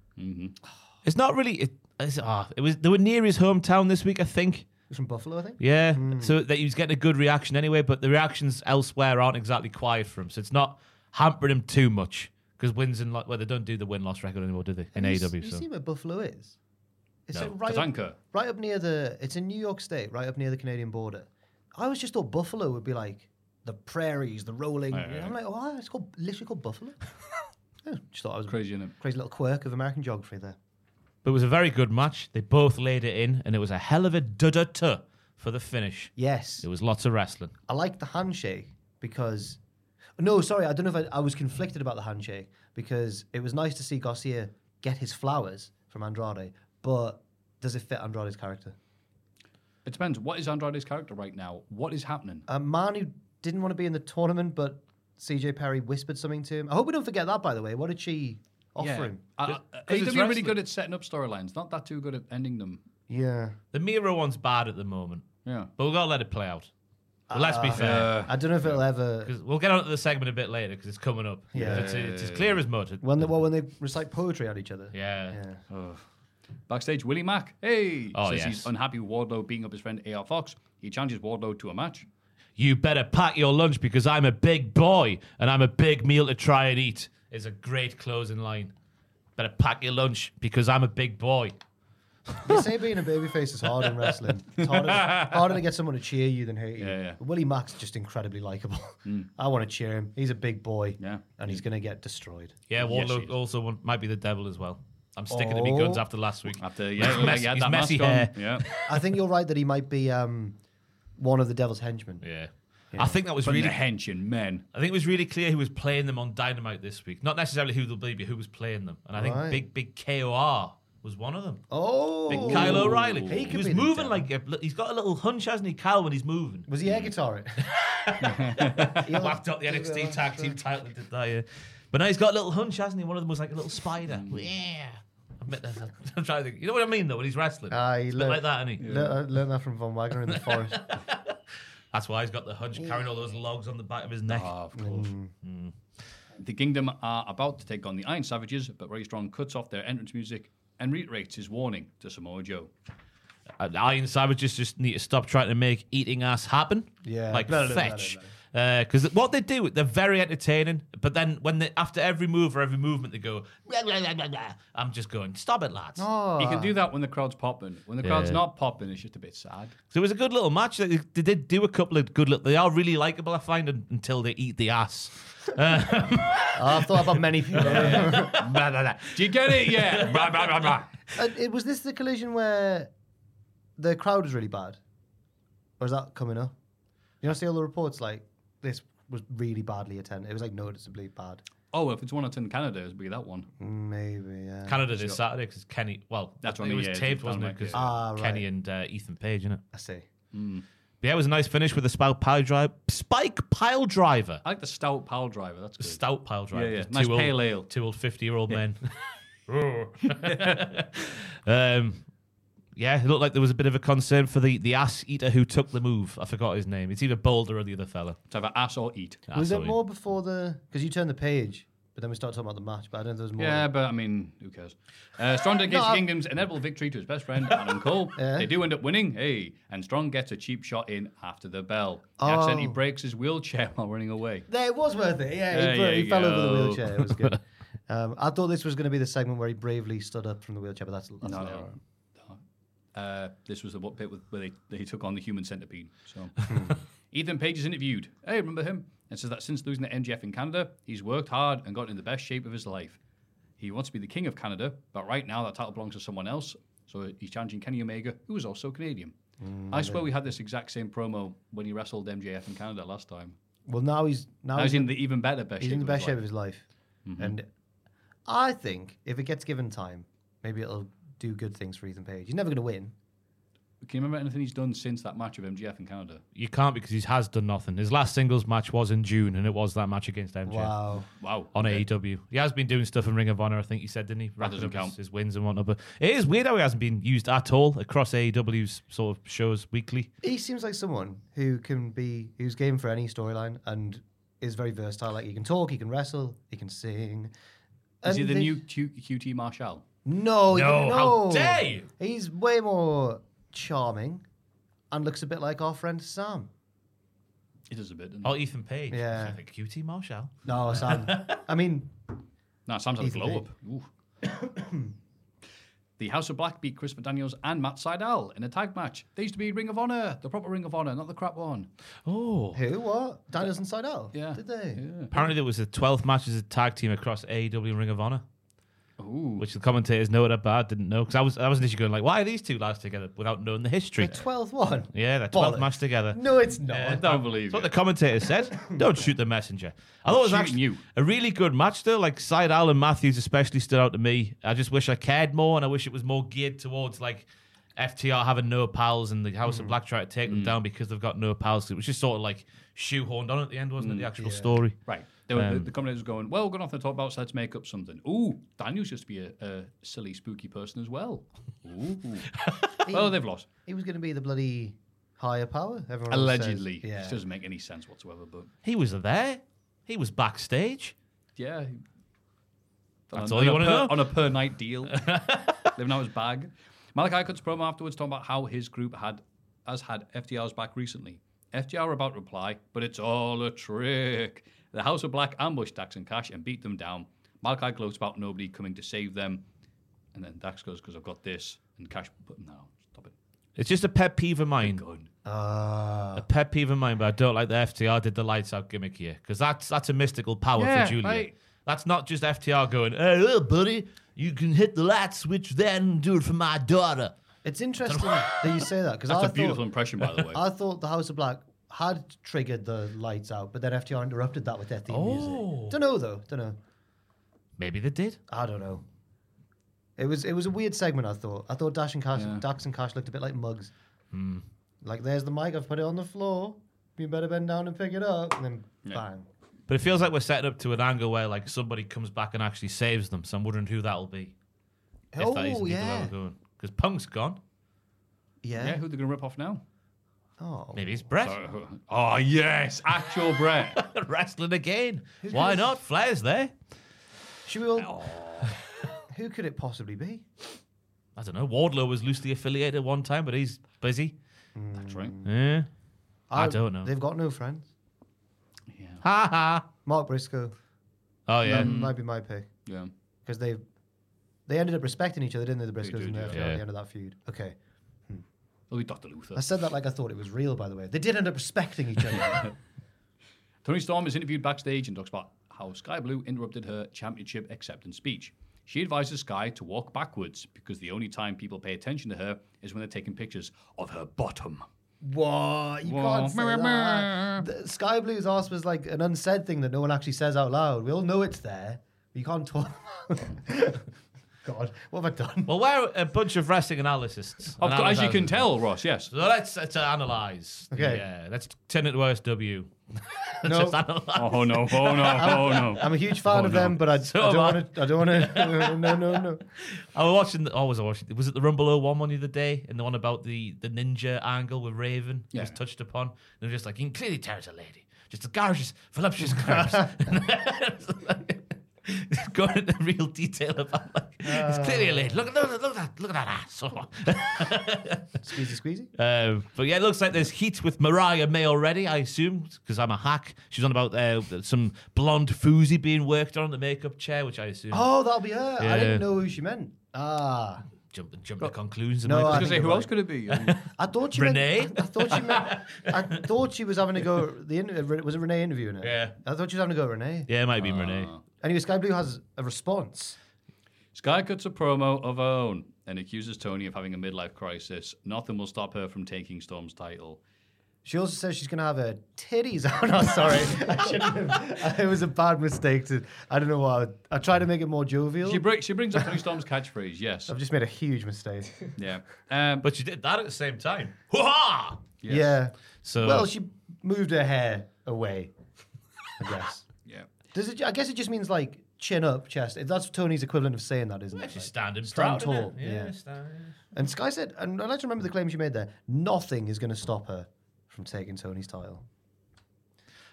S5: it's not really. It, it's, ah, it was. They were near his hometown this week, I think.
S4: He's from Buffalo, I think.
S5: Yeah. So that he was getting a good reaction anyway, but the reactions elsewhere aren't exactly quiet for him, so it's not hampering him too much. Because wins and lo- well, they don't do the win loss record anymore, do they? In
S4: Have you s-
S5: AEW,
S4: you
S5: so
S4: see where Buffalo is? It's
S3: No.
S4: right,
S3: Tatanka.
S4: up, right up near the. It's in New York State, right up near the Canadian border. I always just thought Buffalo would be like the prairies, the rolling. I'm like, oh, it's called literally called Buffalo. Yeah, just thought I was a
S3: Crazy, isn't
S4: crazy little quirk of American geography there.
S5: But it was a very good match. They both laid it in, and it was a hell of a dudder tuh for the finish.
S4: Yes,
S5: It was lots of wrestling.
S4: I like the handshake because. No, sorry, I don't know if I, I was conflicted about the handshake because it was nice to see Garcia get his flowers from Andrade, but does it fit Andrade's character?
S3: It depends. What is Andrade's character right now? What is happening?
S4: a man who didn't want to be in the tournament, but CJ Perry whispered something to him. I hope we don't forget that, by the way. What did she offer him?
S3: Uh, uh,
S5: it's
S3: AEW are really
S5: wrestling.
S3: good at setting up storylines. Not that too good at ending them.
S4: Yeah.
S5: The Miro one's bad at the moment,
S3: Yeah.
S5: but we've got to let it play out. But let's
S4: Ah.
S5: be fair.
S4: I don't know if it'll ever.
S5: 'Cause we'll get on to the segment a bit later because it's coming up.
S4: Yeah.
S5: It's, it's as clear as mud. It-
S4: When they, well, when they recite poetry at each other.
S5: yeah.
S4: Yeah.
S3: Backstage, Willie Mack. Hey.
S5: Oh,
S3: says
S5: yes.
S3: he's unhappy with Wardlow beating up his friend AR Fox. He challenges Wardlow to a match.
S5: You better pack your lunch because I'm a big boy and I'm a big meal to try and eat is a great closing line. Better pack your lunch because I'm a big boy.
S4: They say being a babyface is hard in wrestling. It's harder, harder to get someone to cheer you than hate you.
S3: Yeah, yeah.
S4: Willie Mack's just incredibly likable. I want to cheer him. He's a big boy.
S3: Yeah.
S4: And he's going to get destroyed.
S5: Yeah, Wardlow
S3: he is.
S5: also want- might be the devil as well. I'm sticking to me guns
S4: Oh.
S5: after last week.
S3: After yeah,
S5: His mess-
S3: he had
S5: his
S3: that
S5: messy
S3: mask on.
S5: hair.
S3: Yeah.
S4: I think you're right that he might be um, one of the devil's henchmen.
S5: Yeah. I think that was
S3: From
S5: really.
S3: the hench and men.
S5: I think it was really clear who was playing them on Dynamite this week. Not necessarily who they'll be, but who was playing them. And I think
S4: Right.
S5: big, big KOR was one of them.
S4: Oh.
S5: Big Kyle O'Reilly.
S4: He
S5: He,
S4: could
S5: was
S4: be the devil.
S5: moving like a, look, he's got a little hunch, hasn't he, Kyle, when he's moving.
S4: Was he air guitar it? He
S5: Whacked up the NXT tag team title and did that. Yeah. But now he's got a little hunch, hasn't he? One of them was like a little spider.
S4: Hmm.
S5: Yeah. I meant that- I'm trying to think. You know what I mean, though, when he's wrestling.
S4: Aye,
S5: it's a bit
S4: Ah, look.
S5: like that, isn't he?
S4: Learn learned that from Von Wagner in the forest.
S5: That's why he's got the hunch, carrying all those logs on the back Oh, of Mm. his neck.
S3: Ah, of course. The Kingdom are about to take on the Iron Savages, but Ray Strong cuts off their entrance music and reiterates his warning to Samoa Joe.
S5: Uh, Iron Savages just need to stop trying to make eating ass happen.
S4: Yeah.
S5: like
S4: Blah, blah, blah,
S5: fetch.
S4: blah,
S5: Because what they do, they're very entertaining. But then when they after every move or every movement, they go. "Blah, blah, blah, blah, blah." I'm just going, stop it, lads.
S4: Oh.
S3: You can do that when the crowd's popping. When the crowd's not popping, it's just a bit sad.
S5: So it was a good little match. They, they did do a couple of good. Look, they are really likable, I find, un- until they eat the ass.
S4: I've Ah, thought about many people.
S5: Blah, blah, blah.
S3: Do you get it? Yeah. Blah, blah, blah, blah.
S4: Uh, it- was this the collision where the crowd was really bad? Or is that coming up? You know, I see all the reports like this was really badly attended. It was like noticeably bad.
S3: Oh, if it's one out of ten Canada, it'd be that one.
S4: Maybe, yeah.
S5: Canada this Saturday because Kenny. Well, that's
S3: That's what
S5: it
S3: I mean,
S5: was
S3: yeah,
S5: taped,
S3: it's
S5: wasn't it?
S3: done,
S5: Because
S3: like,
S4: yeah. Ah,
S5: Kenny
S4: right.
S5: and uh, Ethan Page, innit?
S4: I see.
S5: But yeah, it was a nice finish with a spout pile drive, spike pile driver.
S3: I like the stout pile driver. That's good.
S5: stout pile driver.
S3: Yeah, yeah.
S5: Just
S3: Nice
S5: two old-
S3: pale ale.
S5: Two old 50 year old men. um, yeah, it looked like there was a bit of a concern for the, the ass eater who took the move. I forgot his name. It's either Boulder or the other fella.
S3: To have an ass or eat.
S4: was there
S5: Asshole.
S4: more before the. Because you turned the page, but then we started talking about the match, but I don't know if there was more.
S3: Yeah, but I mean, who cares? Uh, Strong gets
S4: No,
S3: the
S4: I'm-
S3: Kingdom's inevitable victory to his best friend, Adam Cole. They do end up winning, hey. And Strong gets a cheap shot in after the bell. He accidentally
S4: Oh.
S3: breaks his wheelchair while running away.
S4: There, it was worth it. Yeah,
S3: There
S4: he, bra-
S3: you
S4: he fell over the
S3: go.
S4: wheelchair. It was good. um, I thought this was going to be the segment where he bravely stood up from the wheelchair, but that's, that's
S3: No,
S4: not
S3: no.
S4: right.
S3: Uh, this was the one bit with, where they, they took on the human centipede. So
S4: Hmm.
S3: Ethan Page is interviewed. Hey, remember him? And says that since losing the MGF in Canada, he's worked hard and gotten in the best shape of his life. He wants to be the king of Canada, but right now that title belongs to someone else. So he's challenging Kenny Omega, who is also Canadian.
S4: Hmm.
S3: I swear we had this exact same promo when he wrestled MJF in Canada last time.
S4: Well, now he's now
S3: I was
S4: he's,
S3: in the even better best
S4: he's
S3: shape.
S4: in the
S3: of
S4: best
S3: his
S4: shape
S3: life.
S4: of his life, and I think if it gets given time, maybe it'll do good things for Ethan Page. He's never going to win.
S3: Can you remember anything he's done since that match of MGF in Canada?
S5: You can't because he has done nothing. His last singles match was in June, and it was that match against MJ
S4: Wow.
S3: Wow.
S5: on AEW. He has been doing stuff in Ring of Honor, I think he said, didn't he? Racking
S3: doesn't
S5: up
S3: count.
S5: His, his wins and whatnot. But it is weird how he hasn't been used at all across AEW's sort of shows weekly.
S4: He seems like someone who can be who's game for any storyline and is very versatile. Like he can talk, he can wrestle, he can sing.
S3: Is he
S4: And
S3: the
S4: they-
S3: new Q- QT Marshall?
S4: No, you-
S5: No,
S4: no.
S5: how dare you?
S4: He's way more charming and looks a bit like our friend Sam.
S3: It is a bit. doesn't
S5: Oh,
S3: it?
S5: Ethan Page.
S4: Yeah.
S5: I think QT Marshall.
S4: No, Sam. I mean,
S3: No, Sam's had a
S4: Ethan
S3: glow up. Ooh. the House of Black beat Chris McDaniels and Matt Seidel in a tag match. They used to be Ring of Honor, the proper Ring of Honor, not the crap one.
S5: Oh.
S4: who? What? Daniels and Seidel?
S3: Yeah.
S4: Did they?
S5: Apparently, there was the 12 matches of tag team across AEW and Ring of Honor. Which the commentators know that, but I didn't know because I was I was initially going like, why are these two lads together without knowing the history?
S4: The twelfth one.
S5: yeah, they're 12
S4: Bollocks.
S5: matched together.
S4: No, it's not.
S3: I don't
S5: That's
S3: believe
S5: what
S3: it.
S5: the commentator said. Don't shoot the messenger. I thought it was
S3: Shooting
S5: actually
S3: you.
S5: a really good match though. Like Side and Matthews especially stood out to me. I just wish I cared more and I wish it was more geared towards like FTR having no pals and the House
S3: Mm.
S5: of Black trying to take them down because they've got no pals. It was just sort of like shoehorned on at the end, wasn't
S3: Mm.
S5: it? The actual story.
S3: Right. They were, the, the commentators were going, well, we're going off the top about, so let's make up something. Ooh, Daniels used to be a, a silly, spooky person as well. Ooh. well, they've lost.
S4: He was going to be the bloody higher power. Everyone always says.
S3: Allegedly.
S4: Yeah.
S3: This doesn't make any sense whatsoever, but
S5: He was there. He was backstage.
S3: yeah.
S5: That's
S3: On-
S5: all you
S3: on
S5: want
S3: a
S5: to
S3: per-
S5: know.
S3: On a per night deal. Living out his bag. Malachi cuts promo afterwards talking about how his group had has had FDR's back recently. FDR were about to reply, but it's all a trick. The House of Black ambushed Dax and Cash and beat them down. Malachi gloats about nobody coming to save them. And then Dax goes, because I've got this. And Cash, but no, stop it.
S5: It's just a pet peeve of mine.
S3: Gun.
S5: A pet peeve of mine, but I don't like the FTR did the lights out gimmick here because that's that's a mystical power
S3: Yeah,
S5: for Julia.
S3: right.
S5: That's not just FTR going, "Hey, little buddy, you can hit the light switch then and do it for my daughter."
S4: It's interesting that you say that because
S3: That's
S4: I
S3: a beautiful
S4: thought
S3: impression, by the way.
S4: I thought the House of Black had triggered the lights out, but then FTR interrupted that with their theme
S3: Oh.
S4: music. Don't know though. Don't know.
S5: Maybe they did.
S4: I don't know. It was it was a weird segment. I thought I thought Dash and Cash, Dax and Cash looked a bit like mugs.
S3: Hmm.
S4: Like there's the mic. I've put it on the floor. You better bend down and pick it up. And then bang.
S5: But it feels like we're setting up to an angle where like somebody comes back and actually saves them. So I'm wondering who that'll be. if that isn't
S4: Oh, yeah.
S5: Because Punk's gone.
S4: yeah,
S3: yeah, who they going to rip off now?
S4: Oh,
S5: Maybe it's Brett
S3: Oh, yes, actual Brett.
S5: wrestling again. Why not? Flair's there.
S4: should we all? who could it possibly be?
S5: I don't know. Wardlow was loosely affiliated one time, but he's busy.
S3: That's right.
S5: Yeah. I don't know.
S4: They've got no friends.
S5: Ha ha.
S4: Mark Briscoe
S5: Oh yeah.
S4: that
S3: Um,
S4: might be my pick
S3: Yeah.
S4: because they they ended up respecting each other, didn't they? The Briscoes
S3: did,
S4: and the
S3: yeah.
S4: FTR at
S5: Yeah.
S4: the end of that feud. Okay,
S3: It'll be Dr. Luther.
S4: I said that like I thought it was real. By the way, they did end up respecting each other.
S3: Tony Storm is interviewed backstage and talks about how Sky Blue interrupted her championship acceptance speech. She advises Sky to walk backwards because the only time people pay attention to her is when they're taking pictures of her bottom.
S4: what? You
S3: Whoa.
S4: can't say that. The- Sky Blue's ass was like an unsaid thing that no one actually says out loud. We all know it's there. But you can't talk. about it. God, what have I done?
S5: Well, we're a bunch of wrestling analysts.
S3: Of course, as you can
S5: Analyzers.
S3: tell, Ross, yes.
S5: So let's, let's analyze.
S4: Okay.
S5: Yeah, let's turn it to SW. Let's
S4: No.
S5: just analyze.
S3: Oh no, oh no, oh no.
S4: I'm a huge fan of them, but I,
S5: So
S4: I
S5: am
S4: don't
S5: I.
S4: want to. I don't want to. No, no, no.
S5: I was watching. The, oh, was I watching? Was it the Rumble 01 one the other day? And the one about the, the ninja angle with Raven
S3: Yeah.
S5: was touched upon. And they're just like, you can clearly tell it's a lady. Just a gorgeous, voluptuous curves. Going into real detail about like it's clearly a lady. Look at look, look at that look at that ass.
S4: Squeezy, squeezy.
S5: Um, but yeah, it looks like there's heat with Mariah May already, I assume, because I'm a hack. She's on about uh, some blonde floozy being worked on in the makeup chair, which I assume.
S4: Oh, that'll be her. I
S5: Yeah.
S4: didn't know who she meant. Ah,
S5: jumping jumping to conclusions.
S4: No,
S5: am I?
S3: I
S4: think
S3: was going to say, who
S4: about
S3: else
S4: it.
S3: could it be?
S4: I thought you
S5: Renee?
S4: Meant, I, I thought you meant. I thought she was having to go. The inter- was it Renee interviewing her?
S5: Yeah.
S4: I thought she was having to go. Renee.
S5: yeah, it might be Renee.
S4: Anyway, Sky Blue has a response.
S3: Sky cuts a promo of her own and accuses Tony of having a midlife crisis. Nothing will stop her from taking Storm's title.
S4: She also says she's gonna have her titties out. Oh, sorry, I shouldn't have. It was a bad mistake. To I don't know why. I, tried to make it more jovial.
S3: She, br- she brings up Tony Storm's catchphrase, yes.
S4: I've just made a huge mistake.
S3: Yeah. Um, but
S5: But she did that at the same time. Hoo-ha!
S4: Yeah.
S5: So
S4: Well, she moved her hair away. I guess.
S3: yeah.
S4: Does it? I guess it just means like chin up, chest. That's Tony's equivalent of saying that, isn't it?
S5: she's
S4: Like-
S5: standing
S4: stand
S5: proud,
S4: tall,
S5: innit? Yeah,
S4: yeah.
S5: stand-
S4: And Sky said, and I like to remember the claim she made there nothing is going to stop her from taking Tony's title.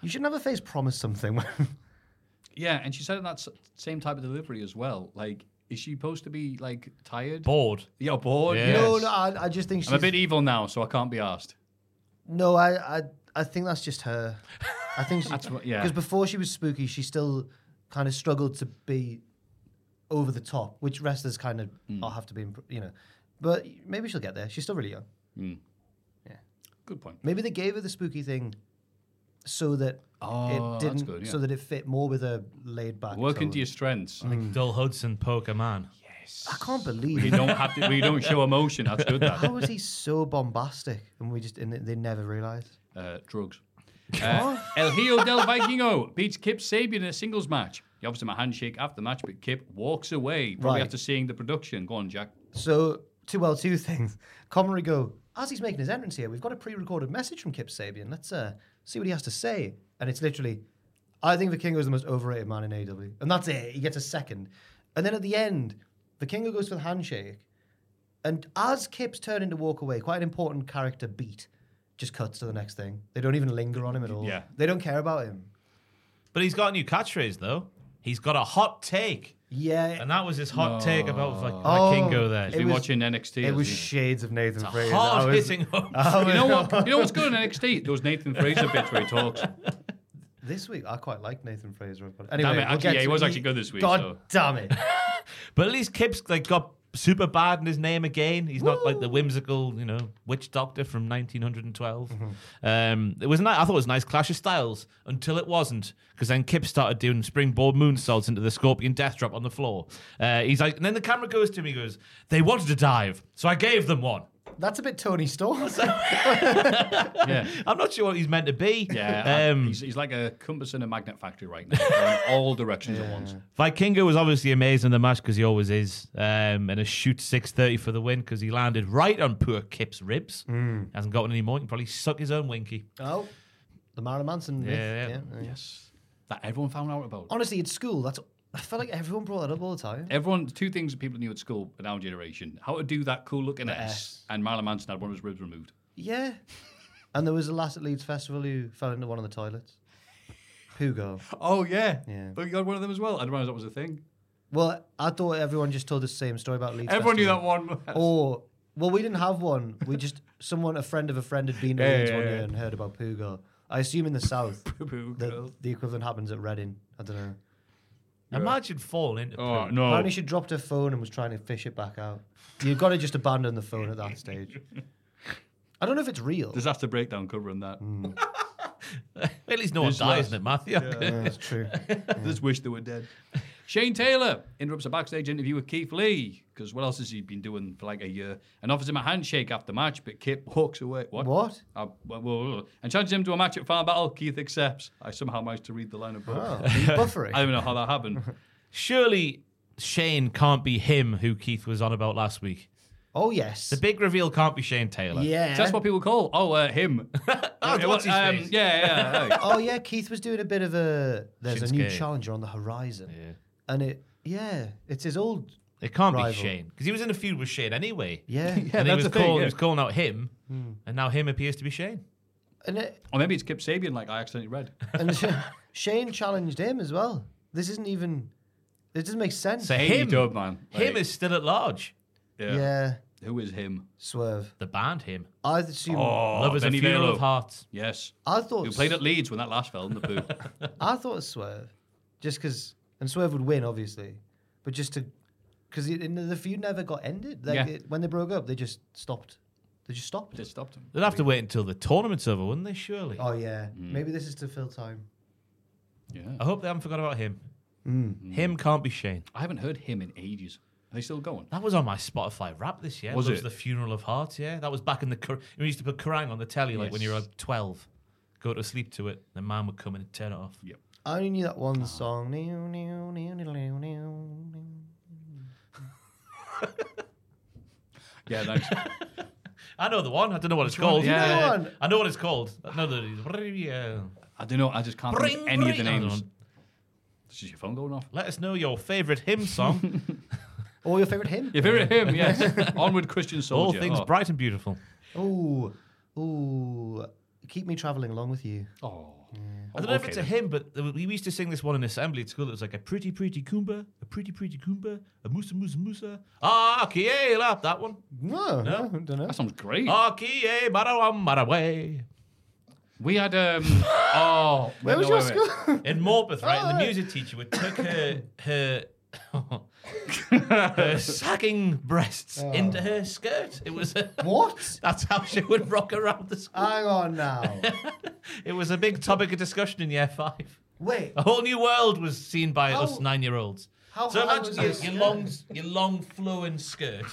S4: You shouldn't have a face promise something. when-
S3: Yeah, and she said it in that s- same type of delivery as well. Like, is she supposed to be, like, tired?
S5: Bored.
S3: yeah, bored.
S5: Yes.
S4: No, no, I, I just think she's.
S3: I'm a bit e- evil now, so I can't be asked.
S4: no, I, I, I think that's just her. I think she,
S3: That's what- yeah.
S4: Because before she was spooky, she still kind of struggled to be over the top, which wrestlers kind of
S3: Mm.
S4: all have to be, imp- you know. But maybe she'll get there. She's still really young.
S3: Good point.
S4: Maybe they gave her the spooky thing so that
S3: Oh,
S4: it
S3: that's
S4: didn't,
S3: good, yeah.
S4: so that it fit more with her laid back.
S3: Work
S4: tone.
S3: into your strengths.
S5: Dull Hudson Pokemon.
S4: I can't believe
S3: We
S4: it.
S3: don't have to. We don't show emotion. That's good. That
S4: How was he so bombastic? And we just and they- they never realized.
S3: uh, drugs. Uh, El Hijo del Vikingo beats Kip Sabian in a singles match. He offers him a handshake after the match, but Kip walks away. Probably
S4: Right.
S3: after seeing the production. Go on, Jack.
S4: So two well, two things. Comrie go as he's making his entrance here. We've got a pre-recorded message from Kip Sabian. Let's uh, see what he has to say. And it's literally, I think Vikingo is the most overrated man in AW, and that's it. He gets a second, and then at the end, Vikingo goes for the handshake, and as Kip's turning to walk away, quite an important character beat. Just cuts to the next thing. They don't even linger on him at all.
S3: Yeah.
S4: They don't care about him.
S5: But he's got a new catchphrase though. He's got a hot take,
S4: Yeah.
S5: and that was his hot take about like
S4: Oh.
S5: Kingo there.
S3: He's been
S4: was-
S3: watching NXT.
S4: It
S3: hasn't
S4: was
S3: he?
S4: shades of Nathan Fraser. I
S5: Hard
S4: Oh. was-
S5: hitting.
S3: you know what? You know what's good in NXT? Those Nathan Fraser bits where he talks.
S4: This week, I quite like Nathan Fraser. But anyway,
S3: it,
S4: we'll
S3: actually,
S4: get
S3: yeah, he
S4: to-
S3: was actually good this week,
S4: God
S3: so.
S4: damn it!
S5: But at least Kip's like got super bad in his name again. He's not like the whimsical, you know, witch doctor from 1912. Um, it was ni- I thought it was a nice clash of styles until it wasn't, because then Kip started doing springboard moonsaults into the Scorpion Death Drop on the floor. Uh, he's like, and then the camera goes to him. He goes, "They wanted to dive, so I gave them one."
S4: That's a bit Tony Storm.
S3: Yeah.
S5: I'm not sure what he's meant to be.
S3: Yeah,
S5: Um,
S3: he's, he's like a compass in a magnet factory right now, going all directions at once.
S5: Vikingo was obviously amazing in the match because he always is, um, and a shoot 630 for the win because he landed right on poor Kip's ribs.
S3: Mm.
S5: Hasn't gotten any more. He can probably suck his own winky.
S4: oh, the Marilyn Manson. myth,
S5: Yeah, yeah.
S4: yeah.
S3: Yes, that everyone found out about.
S4: Honestly, at school, that's I felt like everyone brought that up all the time.
S3: Everyone, two things that people knew at school in our generation: how to do that cool-looking S, and Marilyn Manson had one of his ribs removed.
S4: Yeah. And there was a lass at Leeds Festival who fell into one of the toilets. Hugo.
S3: Oh yeah,
S4: Yeah.
S3: But you got one of them as well. I didn't realize that was a thing.
S4: Well, I thought everyone just told the same story about Leeds.
S3: Everyone knew
S4: Festival.
S3: that one.
S4: Or well, we didn't have one. We just someone a friend of a friend had been to Leeds one year and heard about Pugo. I assume in the south,
S3: Oh,
S4: the, the equivalent happens at Reading. I don't know.
S5: Imagine falling into
S3: Oh
S5: poo.
S3: no!
S4: Apparently, she dropped her phone and was trying to fish it back out. You've got to just abandon the phone at that stage. I don't know if it's real.
S3: Disaster breakdown covering that.
S5: At least no one
S3: There's
S5: dies
S3: less.
S5: in it, Matthew.
S4: That's true.
S3: Just wish they were dead. Shane Taylor interrupts a backstage interview with Keith Lee because what else has he been doing for like a year? And offers him a handshake after the match, but Kip walks away. What?
S4: What?
S3: Uh, whoa, whoa, whoa. and challenges him to a match at Final Battle. Keith accepts. I somehow managed to read the line of both.
S4: Oh,
S3: I
S4: buffering.
S3: don't even know how that happened.
S5: Surely Shane can't be him who Keith was on about last week.
S4: oh yes.
S5: The big reveal can't be Shane Taylor.
S4: yeah.
S3: That's what people call. Oh, uh, him.
S5: Oh, what's his
S3: Um,
S5: face?
S3: yeah, yeah. right.
S4: oh yeah. Keith was doing a bit of a. There's a new
S5: Shinsuke.
S4: challenger on the horizon. Yeah. And it. Yeah. It's his old.
S5: It can't
S4: Rival.
S5: be Shane because he was in a feud with Shane anyway.
S4: Yeah.
S5: and he
S3: that's
S5: was, calling,
S3: the thing,
S5: he
S3: yeah. Hmm.
S5: was calling out him, and now him appears to be Shane.
S4: And it,
S3: Or maybe it's Kip Sabian, like I accidentally read.
S4: and Sh- Shane challenged him as well. This isn't even. It doesn't make sense.
S5: So
S3: Him,
S5: him,
S3: dub man. Like,
S5: him is still at large.
S3: Yeah.
S4: Yeah.
S3: Who is him?
S4: Swerve.
S5: The band him.
S4: I assume.
S3: Oh,
S5: Love is a
S3: Benny
S5: funeral
S3: Velo.
S5: of hearts.
S3: Yes.
S4: I thought.
S3: Who played at Leeds when that last fell in the poo?
S4: I thought Swerve, just because, and Swerve would win, obviously, but just to because the feud never got ended. Like
S3: Yeah.
S4: it, when they broke up, they just stopped. They just stopped.
S3: They stopped him.
S5: They'd have to wait until the tournament's over, wouldn't they? Surely.
S4: oh yeah,
S3: Mm.
S4: maybe this is to fill time.
S3: Yeah.
S5: I hope they haven't forgot about him.
S4: Mm.
S3: Mm.
S5: Him can't be Shane.
S3: I haven't heard him in ages. Are they still going?
S5: That was on my Spotify rap this year.
S3: Was
S5: Loves
S3: it?
S5: the funeral of hearts? Yeah, that was back in the. Kor- We used to put Kerrang on the telly like when you were
S3: Yes.
S5: like twelve. Go to sleep to it. The man would come in and turn it off.
S3: Yep.
S4: I only knew that
S3: Ah.
S4: one song. New, new, new, new, new, new.
S3: Yeah, thanks.
S5: I know the one. I don't know what it's called.
S3: Yeah.
S4: Another one.
S5: I know what it's called. I know that it's- yeah.
S3: I don't know. I just can't think of
S5: Bring,
S3: any of the
S5: bring.
S3: names. This is your phone going off.
S5: Let us know your favourite hymn song.
S4: Or your favorite hymn?
S3: If it him, yes. Onward, Christian
S5: All
S3: soldier.
S5: things
S3: oh.
S5: bright and beautiful.
S4: Ooh, ooh, keep me traveling along with you.
S3: Oh.
S5: I don't know if it's a hymn, but th- we used to sing this one in assembly at school. It was like a pretty, pretty Kumba, a pretty, pretty Kumba, a Musa, Musa, Musa. Ah, Kiela, that one.
S4: No, no, I don't know.
S3: That sounds great.
S5: Ah, Kiela, Marawam, Maraway.
S3: we had um. oh,
S4: Where
S3: wait,
S4: was
S3: no,
S4: your
S3: wait, wait.
S4: school?
S5: In Morpeth, right, and the
S4: right.
S5: music teacher would tuck her her, her sagging breasts into her skirt. It was a,
S4: What?
S5: that's how she would rock around the school.
S4: Hang on now.
S5: It was a big topic of discussion in year five.
S4: Wait,
S5: A whole new world was seen by us
S4: How-
S5: nine-year-olds.
S4: how
S5: so
S4: high
S5: imagine
S4: was
S5: your,
S4: this
S5: your
S4: skirt?
S5: long, your long flowing skirt.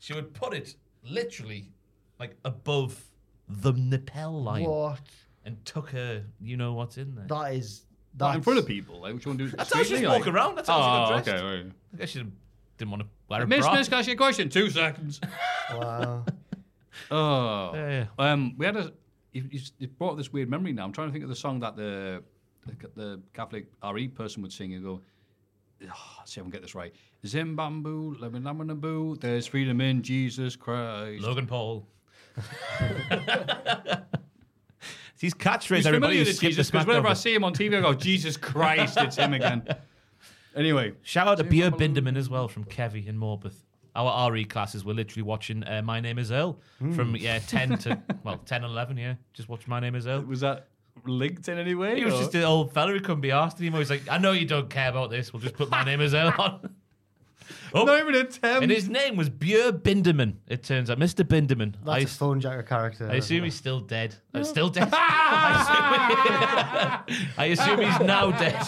S5: She would put it literally like above the lapel line
S4: what?
S5: and tuck her. You know what's in there?
S4: That is
S3: Like,
S4: that's,
S3: in front of people, like, which one do?
S5: That's how she's
S3: discreetly,
S5: walking
S3: like-
S5: around. That's how she
S3: Oh,
S5: got dressed.
S3: okay. wait.
S5: I guess she didn't want to wear a
S3: Miss,
S5: bra.
S3: miss, can I ask you a question? Two seconds.
S4: Wow.
S3: Oh.
S5: Yeah,
S3: Um, we had a. You, you, you brought up this weird memory now. I'm trying to think of the song that the the, the Catholic RE person would sing and go. Oh, see if I can get this right. Zimbabwe, Lebanon, there's freedom in Jesus Christ.
S5: Logan Paul. These catchphrases,
S3: He's
S5: everybody
S3: familiar
S5: who
S3: to
S5: skipped the
S3: Jesus because
S5: smack
S3: whenever I
S5: over.
S3: see him on TV, I go, Jesus Christ, it's him again. Anyway,
S5: Shout out to Björn Binderman as well from Kevy in Morpeth. Our RE classes were literally watching uh, My Name Is Earl
S4: Hmm.
S5: from yeah ten to well ten and eleven yeah just watch My Name Is Earl.
S3: was that linked in any way?
S5: He was
S3: or-
S5: just an old fella who couldn't be asked anymore. He's like, I know you don't care about this. We'll just put My Name Is Earl on. Oh,
S3: not
S4: um,
S3: even attempt.
S5: And his name was Björn Binderman. It turns out Mr. Binderman.
S4: That's a
S5: I-
S4: phone jacker character.
S5: I assume he's still dead. Uh, still dead. I assume- I assume he's now dead.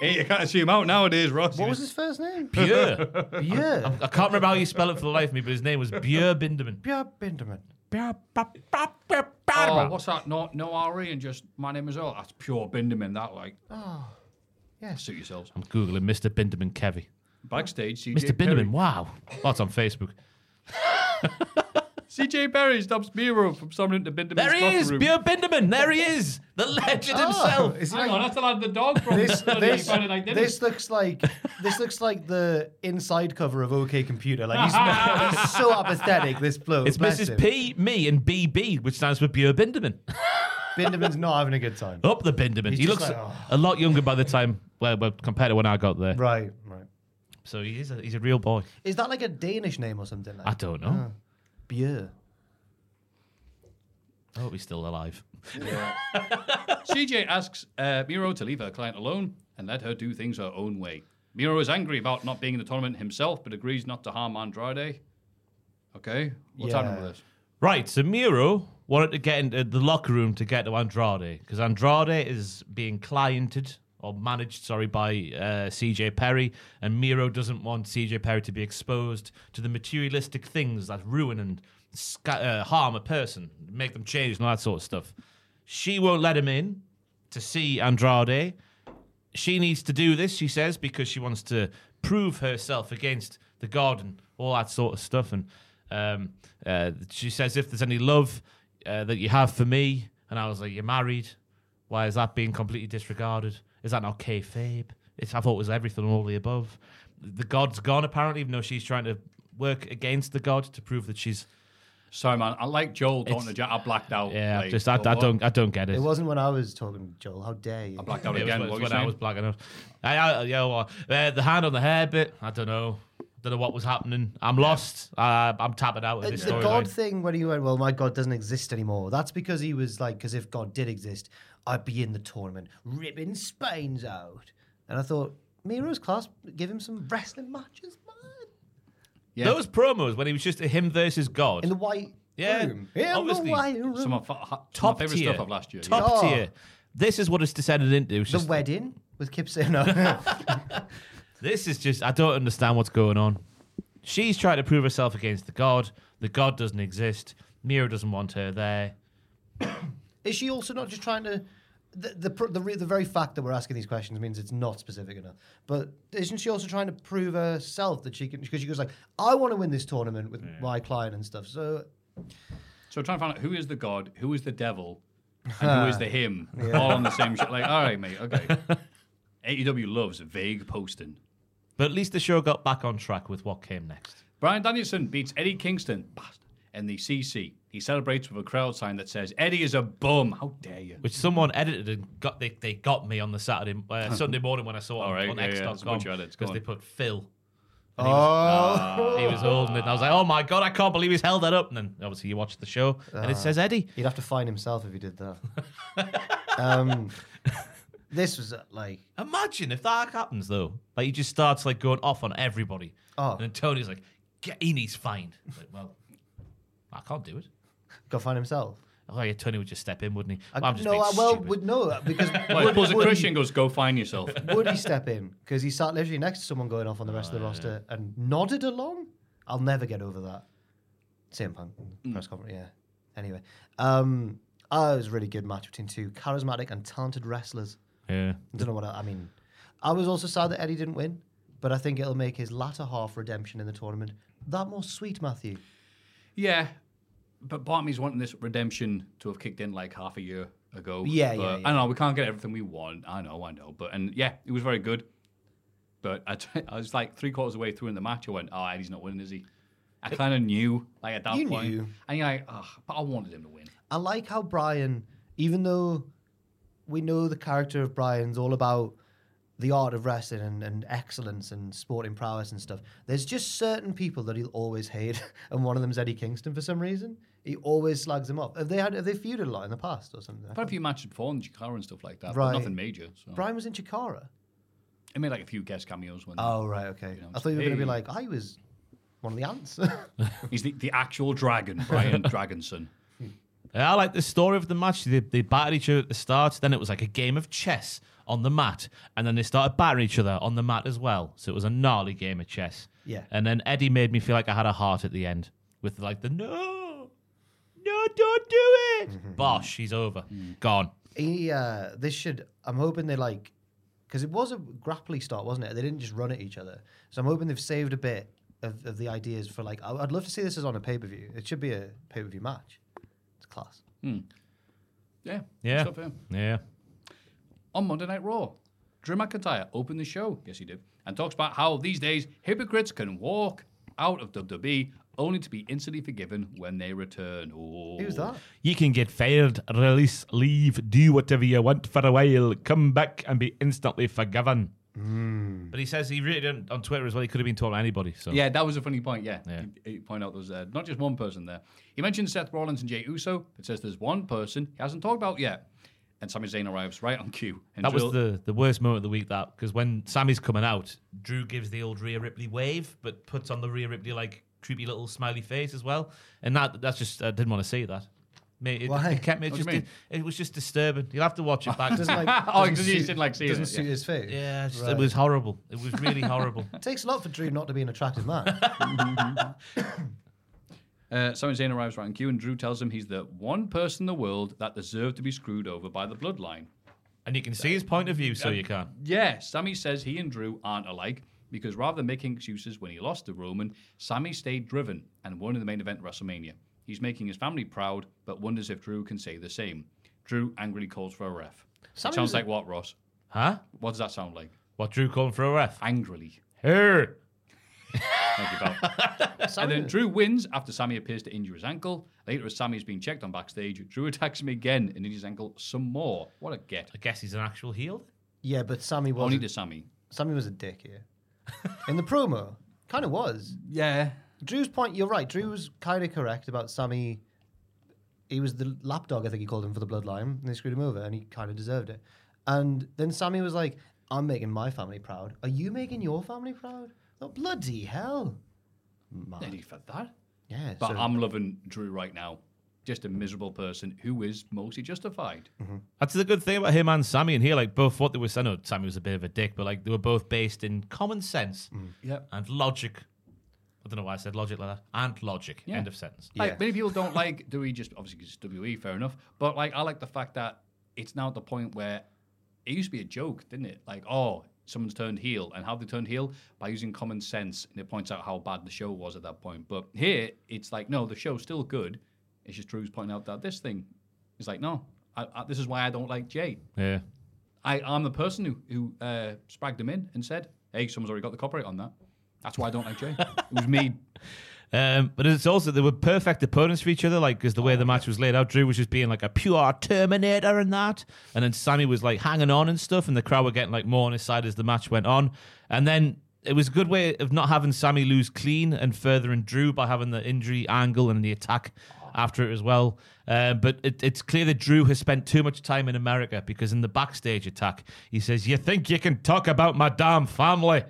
S3: Hey, you can't see him out nowadays, Ross.
S4: What was his first name?
S5: Bure.
S4: Pierre.
S5: I can't remember how you spell it for the life of me, but his name was Bure Binderman.
S4: Pierre Binderman.
S3: Oh, what's that? No, no RE and just my name is all. That's pure Binderman. That like. Oh,
S4: Ah,
S3: yeah. Suit yourselves.
S5: I'm googling Mr. Binderman Kevy.
S3: Backstage, CJ
S5: Mr.
S3: Perry.
S5: Binderman. Wow. That's on Facebook.
S3: CJ Perry stops Miro from summoning to Binderman's
S5: There he is,
S3: locker
S5: Bure
S3: room.
S5: Binderman. There he is, the
S4: Oh.
S5: legend himself.
S4: Is he
S3: Hang
S4: like-
S3: on, that's the lad the dog from
S4: this,
S3: bloody
S4: this,
S3: Friday Night Dinner.
S4: this looks like this looks like the inside cover of OK Computer. Like he's, he's so apathetic. This bloke.
S5: It's
S4: bless
S5: Mrs.
S4: him.
S5: P, me, and BB, which stands for Bure Binderman.
S4: Binderman's not having a good time.
S5: Up the Binderman.
S4: He's
S5: he
S4: just
S5: looks
S4: like, oh.
S5: a lot younger by the time, well, well, compared to when I got there.
S4: Right, right.
S5: So he is a, he's a real boy.
S4: Is that like a Danish name or something? Like
S5: I don't know.
S4: Bjerre.
S5: I hope he's still alive.
S3: CJ asks uh, Miro to leave her client alone and let her do things her own way. Miro is angry about not being in the tournament himself, but agrees not to harm Andrade. Okay, what's
S4: Yeah.
S3: happening with this?
S5: Right, so Miro wanted to get into the locker room to get to Andrade because Andrade is being cliented or managed, sorry, by uh, CJ Perry, and Miro doesn't want CJ Perry to be exposed to the materialistic things that ruin and sca- uh, harm a person, make them change and all that sort of stuff. She won't let him in to see Andrade. She needs to do this, she says, because she wants to prove herself against the god and all that sort of stuff. And um, uh, she says, if there's any love uh, that you have for me, and I was like, you're married. Why is that being completely disregarded? Is that not kayfabe? It's, I thought it was everything and all the above. The god's gone, apparently, even though she's trying to work against the god to prove that she's.
S3: Sorry, man. I like Joel. Don't
S5: It's-
S3: know, Jack. I blacked out.
S5: Yeah,
S3: like,
S5: just I,
S3: but
S5: I
S3: what?
S5: don't, I don't get it.
S4: It wasn't when I was talking, Joel. How dare you?
S3: I blacked out
S5: It was
S3: again.
S5: when- it's
S3: what were
S5: when
S3: you
S5: I
S3: saying?
S5: was black enough. I, I, yeah, well, uh, the hand on the hair bit. I don't know. Don't know what was happening. I'm lost. Uh, I'm tapping out of
S4: Uh,
S5: this
S4: the God
S5: storyline.
S4: thing when he went, well, my God doesn't exist anymore. That's because he was like, because if God did exist, I'd be in the tournament ripping spines out. And I thought, Miro's class, give him some wrestling matches, man.
S3: Yeah.
S5: Those promos when he was just him versus God.
S4: in the white
S5: Yeah,
S4: room. In
S5: obviously.
S4: the white room.
S3: Some of my,
S5: top
S3: top my favorite
S5: tier.
S3: stuff of last year. yeah.
S5: Top
S4: Yeah.
S5: tier. This is what it's descended into. It's
S4: the
S5: just-
S4: wedding with Kip Sano.
S5: This is just, I don't understand what's going on. She's trying to prove herself against the god. The god doesn't exist. Mira doesn't want her there.
S4: Is she also not just trying to? The, the, pr- the, re- the very fact that we're asking these questions means it's not specific enough. But isn't she also trying to prove herself that she can? Because she goes like, "I want to win this tournament with my client and stuff." So
S3: So trying to find out who is the god, who is the devil, and who is the him, all on the same shit. Like, all right, mate, okay. AEW loves vague posting.
S5: But at least the show got back on track with what came next.
S3: Brian Danielson beats Eddie Kingston, bastard, in the CC. He celebrates with a crowd sign that says, Eddie is a bum. How dare you?
S5: Which someone edited and got they, they got me on the Saturday uh, Sunday morning when I saw it
S3: All right,
S5: on
S3: yeah, yeah, there's a
S5: X.com
S3: bunch of edits, go
S5: because they
S3: on.
S5: put Phil. And he was, he was holding it. And I was like, oh my god, I can't believe he's held that up. And then obviously you watch the show and it says Eddie.
S4: he'd have to find himself if he did that. um, this was uh, like,
S5: Imagine if that happens though. Like he just starts like going off on everybody.
S4: Oh.
S5: And then Tony's like, get in, he's fine. Like, well, I can't do it.
S4: go find himself.
S5: Oh yeah, Tony would just step in, wouldn't he?
S4: I,
S5: I'm just
S4: no,
S5: being
S4: I well
S5: stupid.
S4: would know because
S3: Well,
S4: would,
S3: pulls a
S4: would-
S3: Christian goes, go find yourself.
S4: would he step in? Because he sat literally next to someone going off on the rest
S5: Oh,
S4: of the roster and nodded along. I'll never get over that. CM Punk press conference, yeah. Anyway, um, oh, it was a really good match between two charismatic and talented wrestlers.
S5: Yeah.
S4: I don't know what I, I mean. I was also sad that Eddie didn't win, but I think it'll make his latter half redemption in the tournament that more sweet, Matthew.
S3: yeah, but part of me's wanting this redemption to have kicked in like half a year ago.
S4: Yeah,
S3: But
S4: yeah, yeah.
S3: I know, we can't get everything we want. I know, I know. But, and yeah, it was very good. But I, t- I was like three quarters of the way through in the match. I went, oh, Eddie's not winning, is he? I kind of knew, like at that
S4: You
S3: point.
S4: knew.
S3: And you're like, oh, but I wanted him to win.
S4: I like how Brian, even though we know the character of Brian's all about the art of wrestling and, and excellence and sporting prowess and stuff, there's just certain people that he'll always hate, and one of them's Eddie Kingston for some reason. He always slugs him up. Have they had have they feuded a lot in the past or something?
S3: But a few matches before in Chikara and stuff like that.
S4: Right.
S3: But nothing major. So.
S4: Brian was in Chikara.
S3: I made like a few guest cameos when
S4: Oh right, okay. I thought you were going to be like, I was one of the ants.
S3: he's the, the actual dragon, Brian Dragonson.
S5: Uh, I like the story of the match. They, they battered each other at the start. Then it was like a game of chess on the mat, and then they started battering each other on the mat as well. So it was a gnarly game of chess.
S4: Yeah.
S5: And then Eddie made me feel like I had a heart at the end with like the no, no, don't do it. Bosh, he's over, gone.
S4: He, uh, this should. I'm hoping they like, because it was a grapply start, wasn't it? They didn't just run at each other. So I'm hoping they've saved a bit of, of the ideas for like. I, I'd love to see this as on a pay per view. It should be a pay per view match. It's class.
S3: Yeah.
S5: Yeah.
S3: Stuff, yeah.
S5: Yeah.
S3: On Monday Night Raw, Drew McIntyre opened the show. Yes, he did. And talks about how these days hypocrites can walk out of WWE only to be instantly forgiven when they return. Oh.
S4: Who's that?
S5: You can get fired, release, leave, do whatever you want for a while, come back and be instantly forgiven. But he says he written on Twitter as well. He could have been told anybody. So
S3: Yeah, that was a funny point. Yeah,
S5: Yeah.
S3: You, you point out there's uh, not just one person there. He mentioned Seth Rollins and Jay Uso. It says there's one person he hasn't talked about yet, and Sami Zayn arrives right on cue. And
S5: That was
S3: Drew-
S5: the, the worst moment of the week, that, because when Sammy's coming out, Drew gives the old Rhea Ripley wave, but puts on the Rhea Ripley, like, creepy little smiley face as well. And that that's just, I didn't want to see that. Mate, it,
S4: Why?
S5: it kept me, it,
S3: What do you
S5: just,
S3: mean?
S5: it was just disturbing. You'll have to watch it back.
S4: Doesn't like.
S3: Oh,
S4: doesn't
S3: because he
S4: suit-
S3: just didn't like seeing
S4: Doesn't
S3: it.
S4: suit
S3: yeah.
S4: his face.
S5: yeah, it's-
S4: Right.
S5: it was horrible. It was really horrible.
S4: It takes a lot for Drew not to be an attractive man.
S3: Uh, Sami Zayn arrives right on cue, and Drew tells him he's the one person in the world that deserved to be screwed over by the bloodline.
S5: And you can see his point of view, so you can.
S3: Yeah, Sammy says he and Drew aren't alike because rather than making excuses when he lost to Roman, Sammy stayed driven and won in the main event at WrestleMania. He's making his family proud, but wonders if Drew can say the same. Drew angrily calls for a ref.
S4: Sammy
S3: sounds
S4: was-
S3: like what, Ross?
S5: Huh?
S3: What does that sound like?
S5: What, Drew calling for a ref?
S3: Angrily.
S5: Hey!
S3: Thank you, pal. and then Drew wins after Sammy appears to injure his ankle. Later, as Sammy is being checked on backstage, Drew attacks him again and injures his ankle some more. What a get.
S5: I guess he's an actual heel.
S4: yeah, but Sammy was
S3: Only to Sammy.
S4: Sammy was a dick here. In the promo, kind of was.
S3: Yeah.
S4: Drew's point, you're right. Drew was kind of correct about Sammy. He was the lapdog, I think he called him, for the bloodline, and they screwed him over, and he kind of deserved it. And then Sammy was like, I'm making my family proud. Are you making your family proud? Oh, bloody hell.
S3: They need for that.
S4: Yeah.
S3: But
S4: so-
S3: I'm loving Drew right now. Just a miserable person who is mostly justified.
S5: That's the good thing about him and Sammy in here. Like both what they were saying. I know Sammy was a bit of a dick, but like they were both based in common sense
S3: Yeah.
S5: and logic. I don't know why I said logic like that. And logic.
S3: Yeah.
S5: End of sentence.
S3: Like
S4: Yeah.
S3: many people don't like Dewey just obviously 'cause it's WE, fair enough. But like I like the fact that it's now at the point where it used to be a joke, didn't it? Like, oh, someone's turned heel. And how they turned heel? By using common sense. And it points out how bad the show was at that point. But here, it's like, no, the show's still good. It's just Drew's pointing out that this thing is like, no, I, I, this is why I don't like Jay.
S5: Yeah.
S3: I, I'm the person who, who uh, spragged him in and said, hey, someone's already got the copyright on that. That's why I don't like Jay. it was me.
S5: Um, but it's also they were perfect opponents for each other, like because the way the match was laid out, Drew was just being like a pure Terminator and that, and then Sammy was like hanging on and stuff, and the crowd were getting like more on his side as the match went on, and then it was a good way of not having Sammy lose clean and furthering Drew by having the injury angle and the attack after it as well. Uh, but it, it's clear that Drew has spent too much time in America because in the backstage attack he says, "You think you can talk about my damn family?"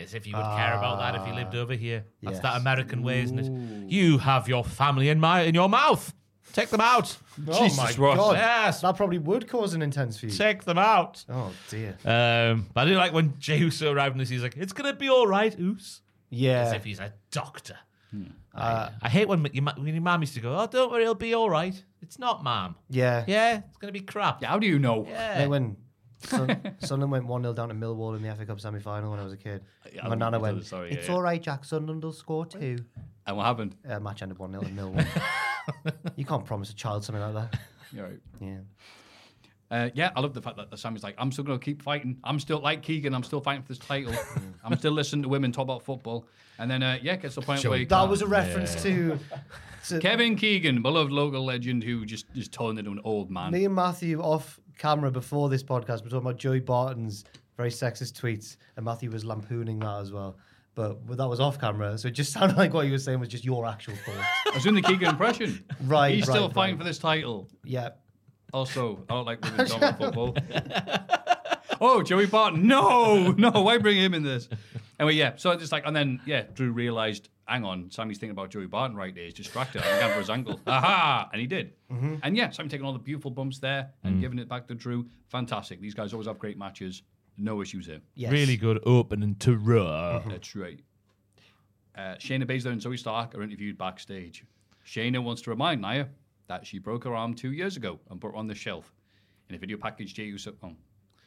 S5: As if he would care about that if he lived over here.
S4: Ah,
S5: That's
S4: Yes.
S5: that American way, isn't it? You have your family in my in your mouth. Take them out.
S4: Oh
S5: Jesus
S4: my
S5: Christ.
S4: God.
S5: Yes.
S4: That probably would cause an intense feud.
S5: Take them out.
S4: Oh dear.
S5: Um, but I didn't like when Jey Uso arrived and he's like, "It's gonna be all right, Oos," as
S4: Yeah.
S5: if he's a doctor.
S4: Hmm.
S5: I, I hate when your, ma- when your mom used to go, "Oh, don't worry, it'll be all right." It's not, mom.
S4: Yeah.
S5: Yeah, it's gonna be crap.
S3: How do you know?
S4: Like when Sun- Sunderland went 1 0 down to Millwall in the FA Cup semi final when I was a kid.
S3: I
S4: My nana
S3: remember
S4: went,
S3: those, sorry,
S4: It's
S3: yeah, yeah."
S4: all right, Jack. Sunderland will score two.
S3: And what happened?
S4: Uh, match ended 1 0 to Millwall. you can't promise a child something like that.
S3: You're right.
S4: Yeah.
S3: Uh, yeah, I love the fact that Sammy's like, I'm still going to keep fighting. I'm still like Keegan. I'm still fighting for this title. I'm still listening to women talk about football. And then, uh, yeah, gets to the point where
S4: That was a reference to, to
S3: Kevin Keegan, beloved local legend, who just just turned into an old man.
S4: me and Matthew off camera before this podcast. We're talking about Joey Barton's very sexist tweets, and Matthew was lampooning that as well. But that was off camera, so it just sounded like what you were saying was just your actual thoughts.
S3: I was doing the Keegan impression.
S4: Right,
S3: He's still
S4: right,
S3: fighting
S4: right.
S3: for this title.
S4: yeah.
S3: Also, I don't like women talking about football. oh, Joey Barton. No, no, why bring him in this? Anyway, yeah, so it's just like, and then, yeah, Drew realised, hang on, Sammy's thinking about Joey Barton right there. He's distracted. I'm going for his ankle. Aha! And he did. And yeah, Sammy taking all the beautiful bumps there and giving it back to Drew. Fantastic. These guys always have great matches. No issues here.
S4: Yes.
S5: Really good opening to Raw.
S3: That's right. Uh, Shayna Baszler and Zoe Stark are interviewed backstage. Shayna wants to remind Nia that she broke her arm two years ago and put her on the shelf. In a video package, Jey Uso. Oh,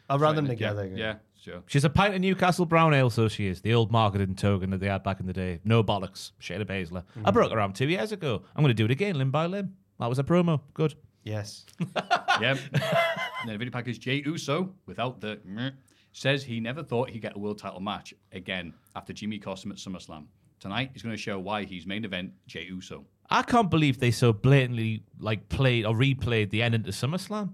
S4: I ran them
S3: yeah,
S4: together.
S3: yeah, sure.
S5: She's a pint of Newcastle Brown Ale, so she is. The old marketing token that they had back in the day. No bollocks. Shayna Baszler. I broke her arm two years ago. I'm going to do it again, limb by limb. That was a promo. Good.
S4: Yes.
S3: yep. And then a video package, Jey Uso, without the meh, says he never thought he'd get a world title match again after Jimmy cost him at SummerSlam. Tonight, he's going to show why he's main event Jey Uso.
S5: I can't believe they so blatantly like played or replayed the end into SummerSlam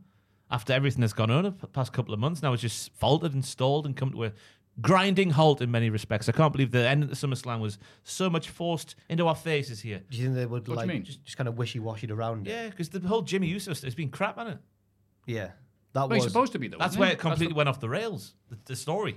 S5: after everything that's gone on over the past couple of months. Now it's just faltered and stalled and come to a grinding halt in many respects. I can't believe the end of the SummerSlam was so much forced into our faces here.
S4: Do you think they would
S3: What do you
S4: like
S3: mean?
S4: just, just kind of wishy washy around it?
S5: Yeah, because the whole Jimmy Uso has been crap on it.
S4: Yeah. That
S3: Well,
S4: was.
S3: he's supposed to be, though.
S5: That's
S3: isn't
S5: where
S3: he?
S5: it completely
S3: the-
S5: went off the rails. The, the story.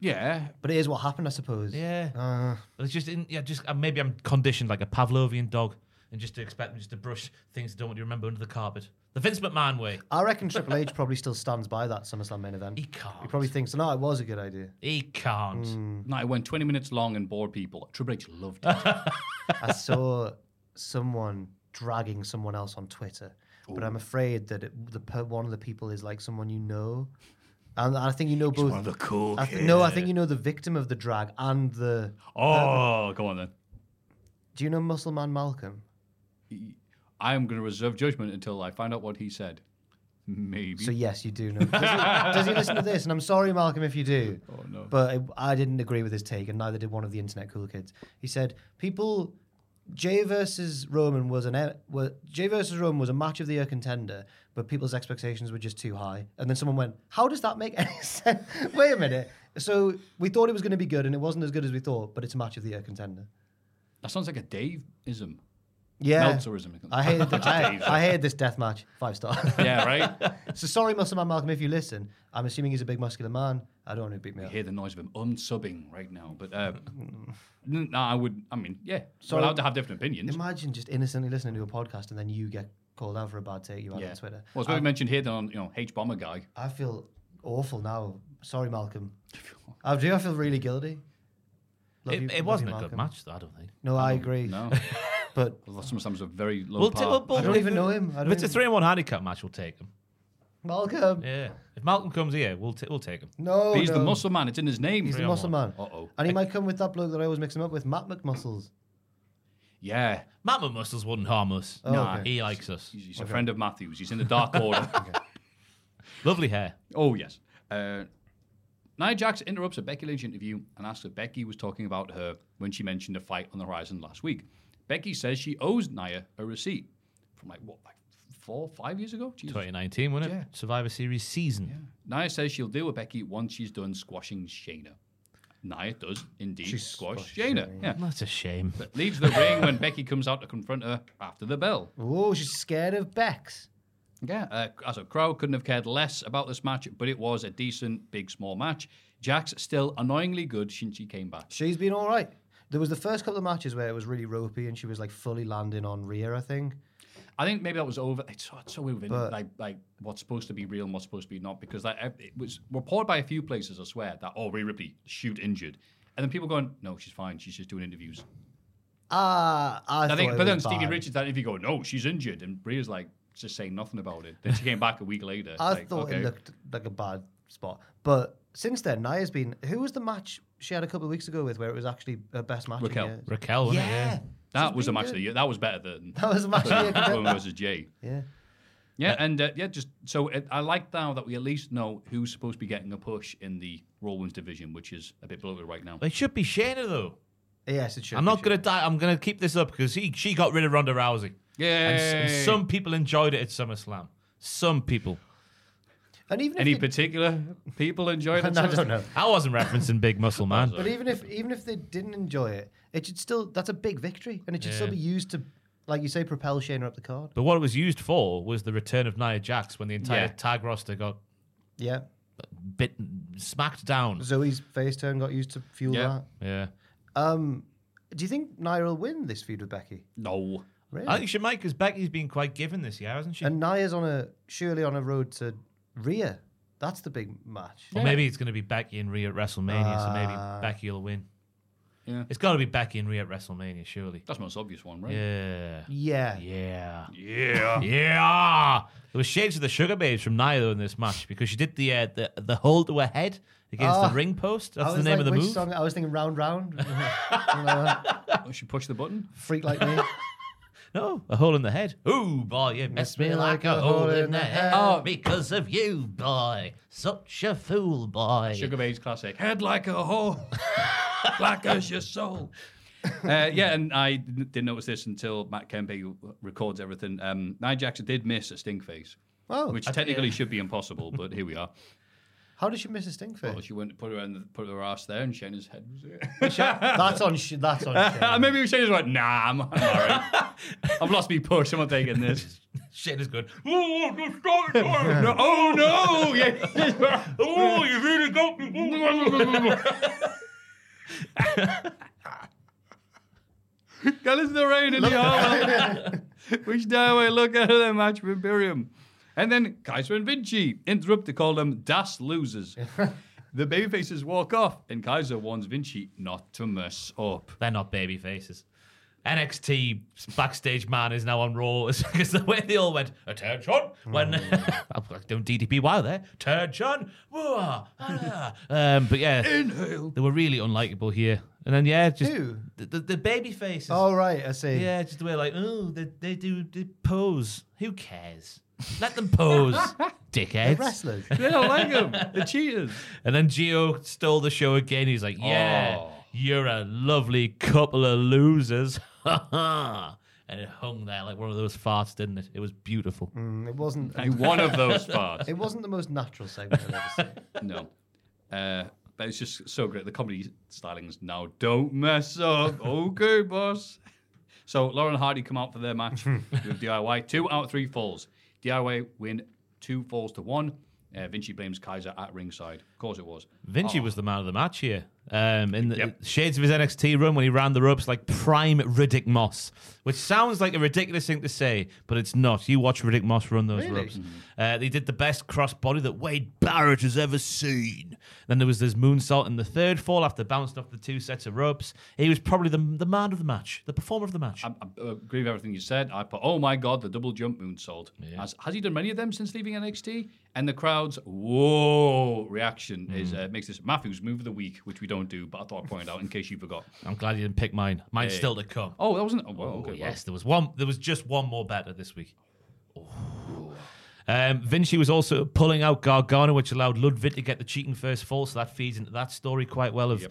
S3: yeah.
S4: But it is what happened, I suppose.
S5: Yeah.
S4: Uh,
S5: But it's just in, yeah, just uh, maybe I'm conditioned like a Pavlovian dog, and just to expect me just to brush things I don't want you to remember under the carpet. The Vince McMahon way.
S4: I reckon Triple H probably still stands by that SummerSlam main event.
S5: He can't.
S4: He probably thinks, no, it was a good idea.
S5: He can't.
S4: Hmm.
S3: No, it went 20 minutes long and bored people. Triple H loved it.
S4: I saw someone dragging someone else on Twitter, but I'm afraid that it, the per, one of the people is like someone you know, and I think you know both.
S3: the cool
S4: I th- no, I think you know the victim of the drag and the.
S3: Oh, go on then.
S4: Do you know Muscle Man Malcolm?
S3: I am going to reserve judgment until I find out what he said. Maybe.
S4: So yes, you do know. Does he, does he listen to this? And I'm sorry, Malcolm, if you do. Oh
S3: no.
S4: But it, I didn't agree with his take, and neither did one of the internet cool kids. He said people. Jay versus Roman was an e- wa- Jay versus Roman was a match of the year contender, but people's expectations were just too high. And then someone went, "How does that make any sense? Wait a minute." So we thought it was going to be good, and it wasn't as good as we thought. But it's a match of the year contender.
S3: that sounds like a Dave-ism.
S4: Yeah.
S3: Meltzerism.
S4: I hated, th- I, I hated this death match. Five star.
S3: yeah, right?
S4: so sorry, Muscle Man Malcolm, if you listen. I'm assuming he's a big muscular man. I don't want to beat me
S3: I
S4: up.
S3: hear the noise of him unsubbing right now. But um, n- no, I would, I mean, yeah, so allowed to have different opinions.
S4: Imagine just innocently listening to a podcast and then you get called out for a bad take you had
S3: Yeah.
S4: on Twitter.
S3: Well, it's what we mentioned here on, you know, H Bomber Guy.
S4: I feel awful now. Sorry, Malcolm. I do. I feel really guilty. Love you-
S5: It,
S4: love you,
S5: it wasn't a
S4: Malcolm.
S5: good match, though, I don't think.
S4: No, I agree.
S3: No.
S4: But
S3: Well, sometimes a very low
S5: We'll
S3: par.
S5: ta- we'll- we'll-
S4: I don't
S5: if
S4: even
S5: it-
S4: know him. I don't
S5: If it's a
S4: even-
S5: three and one handicap match, we'll take him.
S4: Malcolm.
S5: Yeah. If Malcolm comes here, we'll t- we'll take him.
S4: No.
S3: He's
S4: no.
S3: the muscle man. It's in his name.
S4: He's the
S3: Three on
S4: muscle
S3: one.
S4: man.
S3: Uh-oh.
S4: And he might come with that bloke that I always mix him up with, Matt McMuscles.
S3: Yeah.
S5: Matt Muscles wouldn't harm us.
S4: Oh,
S3: Nah,
S5: He likes us.
S3: He's, he's a friend of Matthews. He's in the dark order.
S5: Lovely hair.
S3: Oh, yes. Uh, Nia Jax interrupts a Becky Lynch interview and asks if Becky was talking about her when she mentioned a fight on the horizon last week. Becky says she owes Nia a receipt from like, what, like four, five years ago? Jesus.
S5: 2019, wasn't it?
S3: Yeah.
S5: Survivor Series season.
S3: Nia says she'll deal with Becky once she's done squashing Shayna. Nia does indeed squash Shayna. Yeah.
S5: That's a shame.
S3: Leaves the ring when Becky comes out to confront her after the bell.
S4: Oh, she's scared of Bex.
S3: Yeah, uh, as a crowd couldn't have cared less about this match, but it was a decent big small match. Jack's still annoyingly good since she came back.
S4: She's been all right. There was the first couple of matches where it was really ropey and she was like fully landing on Rhea, I think.
S3: I think maybe that was over. It's so, it's so over.
S4: But-
S3: like like what's supposed to be real and what's supposed to be not because that it was reported by a few places. I swear that oh Rhea Ripley shoot injured, and then people going no she's fine she's just doing interviews.
S4: Ah, I,
S3: I
S4: thought
S3: think
S4: it
S3: but then
S4: was
S3: Stevie
S4: bad.
S3: Richards that if you go no she's injured and Rhea's like just saying nothing about it. Then she came back a week later.
S4: I
S3: like,
S4: thought it looked like a bad spot. But since then, Nia's been. Who was the match she had a couple of weeks ago with where it was actually her best match? in
S3: Raquel.
S4: years?
S5: Raquel, wasn't
S4: Yeah.
S5: it?
S3: that was a match of the year. That was better than
S4: That was a match of the year compared-
S3: Roman versus Jay.
S4: Yeah.
S3: Yeah, and uh, yeah, just so it, I like now that we at least know who's supposed to be getting a push in the Raw Women's division, which is a bit bloated right now.
S5: Yeah. It should be Shayna, though.
S4: Yes, it should.
S5: I'm
S4: be,
S5: not
S4: should
S5: going
S4: be.
S5: to die. I'm going to keep this up because she got rid of Ronda Rousey. And, s- and
S3: Yay.
S5: some people enjoyed it at SummerSlam. Some people.
S4: And even if
S3: Any
S4: they-
S3: particular people enjoyed it?
S4: No, I don't know.
S5: I wasn't referencing Big Muscle Man.
S4: But even if even if they didn't enjoy it, it should still that's a big victory, and it should still be used to, like you say, propel Shayna up the card.
S5: But what it was used for was the return of Nia Jax when the entire
S3: Yeah.
S5: tag roster got
S4: Yeah,
S5: bit smacked down.
S4: Zoe's face turn got used to fuel
S3: Yeah.
S5: Yeah.
S4: that. Um, do you think Nia will win this feud with Becky?
S3: No.
S4: Really?
S5: I think she might because Becky's been quite given this year, hasn't she?
S4: and Nia's on a surely on a road to Rhea. That's the big match.
S5: Or maybe it's going to be Becky and Rhea at WrestleMania, so maybe Becky will win.
S3: Ah. Yeah.
S5: It's got to be Becky and Rhea at WrestleMania, surely.
S3: That's the most obvious one, right?
S5: Yeah.
S4: Yeah.
S5: Yeah.
S3: Yeah.
S5: Yeah. There was shades of the Sugar Babes from Nia though in this match because she did the uh, the, the hold to her head against the ring post.
S4: I
S5: That's the
S4: was
S5: name
S4: like,
S5: of the
S4: which
S5: move.
S4: Song? I was thinking round round.
S3: Oh, She pushed the button.
S4: Freak like me.
S5: No, a hole in the head. Ooh, boy, you messed me like a hole in the head. Oh, because of you, boy. Such a fool, boy.
S3: Sugar Babes classic. Head like a hole, black as your soul. Uh, yeah, and I didn't didn't notice this until Matt Kempe records everything. Um, Nia Jackson did miss a stink face,
S4: Oh,
S3: which technically should be impossible, but here we are.
S4: how did she miss a stink face?
S5: Oh,
S3: Well, she went to put her in, put her ass there, and Shayna's head was there.
S4: that's on. Sh- that's on.
S3: Uh,
S4: Shayna.
S3: maybe Shayna's like, Nah, I'm, I'm all right. I've lost me push. I'm not taking this.
S5: Shit is good.
S3: oh, no, stop it. Oh, no. Oh, no. Yeah. oh, you really got me. Tell us the rain in the harbor. Which day we look at the match for Imperium. And then Kaiser and Vinci interrupt to call them Das Losers. the babyfaces walk off, and Kaiser warns Vinci not to mess up.
S5: They're not baby faces. NXT 's backstage man is now on Raw because the way they all went, attention, when
S4: Mm.
S5: I'm like, doing DDP wow there, attention, woo, ah, ah." um, but yeah, they were really unlikable here. And then yeah, just
S4: Who?
S5: the, the, the baby faces.
S4: Oh right, I see.
S5: Yeah, just the way like, oh, they, they do they pose. Who cares? Let them pose, dickheads.
S4: Wrestlers.
S3: They don't like him. The cheaters.
S5: And then Geo stole the show again. He's like, yeah, you're a lovely couple of losers. and it hung there like one of those farts, didn't it? It was beautiful.
S4: Mm, it wasn't.
S3: And one of those parts.
S4: It wasn't the most natural segment I've ever seen.
S3: No. Uh, but it's just so great. The comedy stylings now don't mess up. okay, boss. So Lauren Hardy come out for their match with DIY. Two out of three falls. DIY win two falls to one. Uh, Vinci blames Kaiser at ringside. Of course it was.
S5: Vinci was the man of the match here. Um, in the
S3: Oh. Yep.
S5: shades of his NXT run when he ran the ropes like prime Riddick Moss, which sounds like a ridiculous thing to say, but it's not. You watch Riddick Moss run those ropes.
S3: Mm-hmm.
S5: Uh, they did the best crossbody that Wade Barrett has ever seen. Then there was this moonsault in the third fall after bouncing off the two sets of ropes. He was probably the, the man of the match, the performer of the match.
S3: I, I agree with everything you said. I put, oh my God, the double jump moonsault. Has, has he done many of them since leaving NXT? And the crowd's whoa reaction is uh, makes this Matthew's move of the week, which we don't do, but I thought I'd point out in case you forgot.
S5: I'm glad you didn't pick mine. Mine's
S3: Hey.
S5: still to come.
S3: Oh, that wasn't. Oh, well,
S5: Oh,
S3: okay, well.
S5: yes, there was one. There was just one more better this week. Um, Vinci was also pulling out Gargano, which allowed Ludwig to get the cheating first fall. So that feeds into that story quite well. Of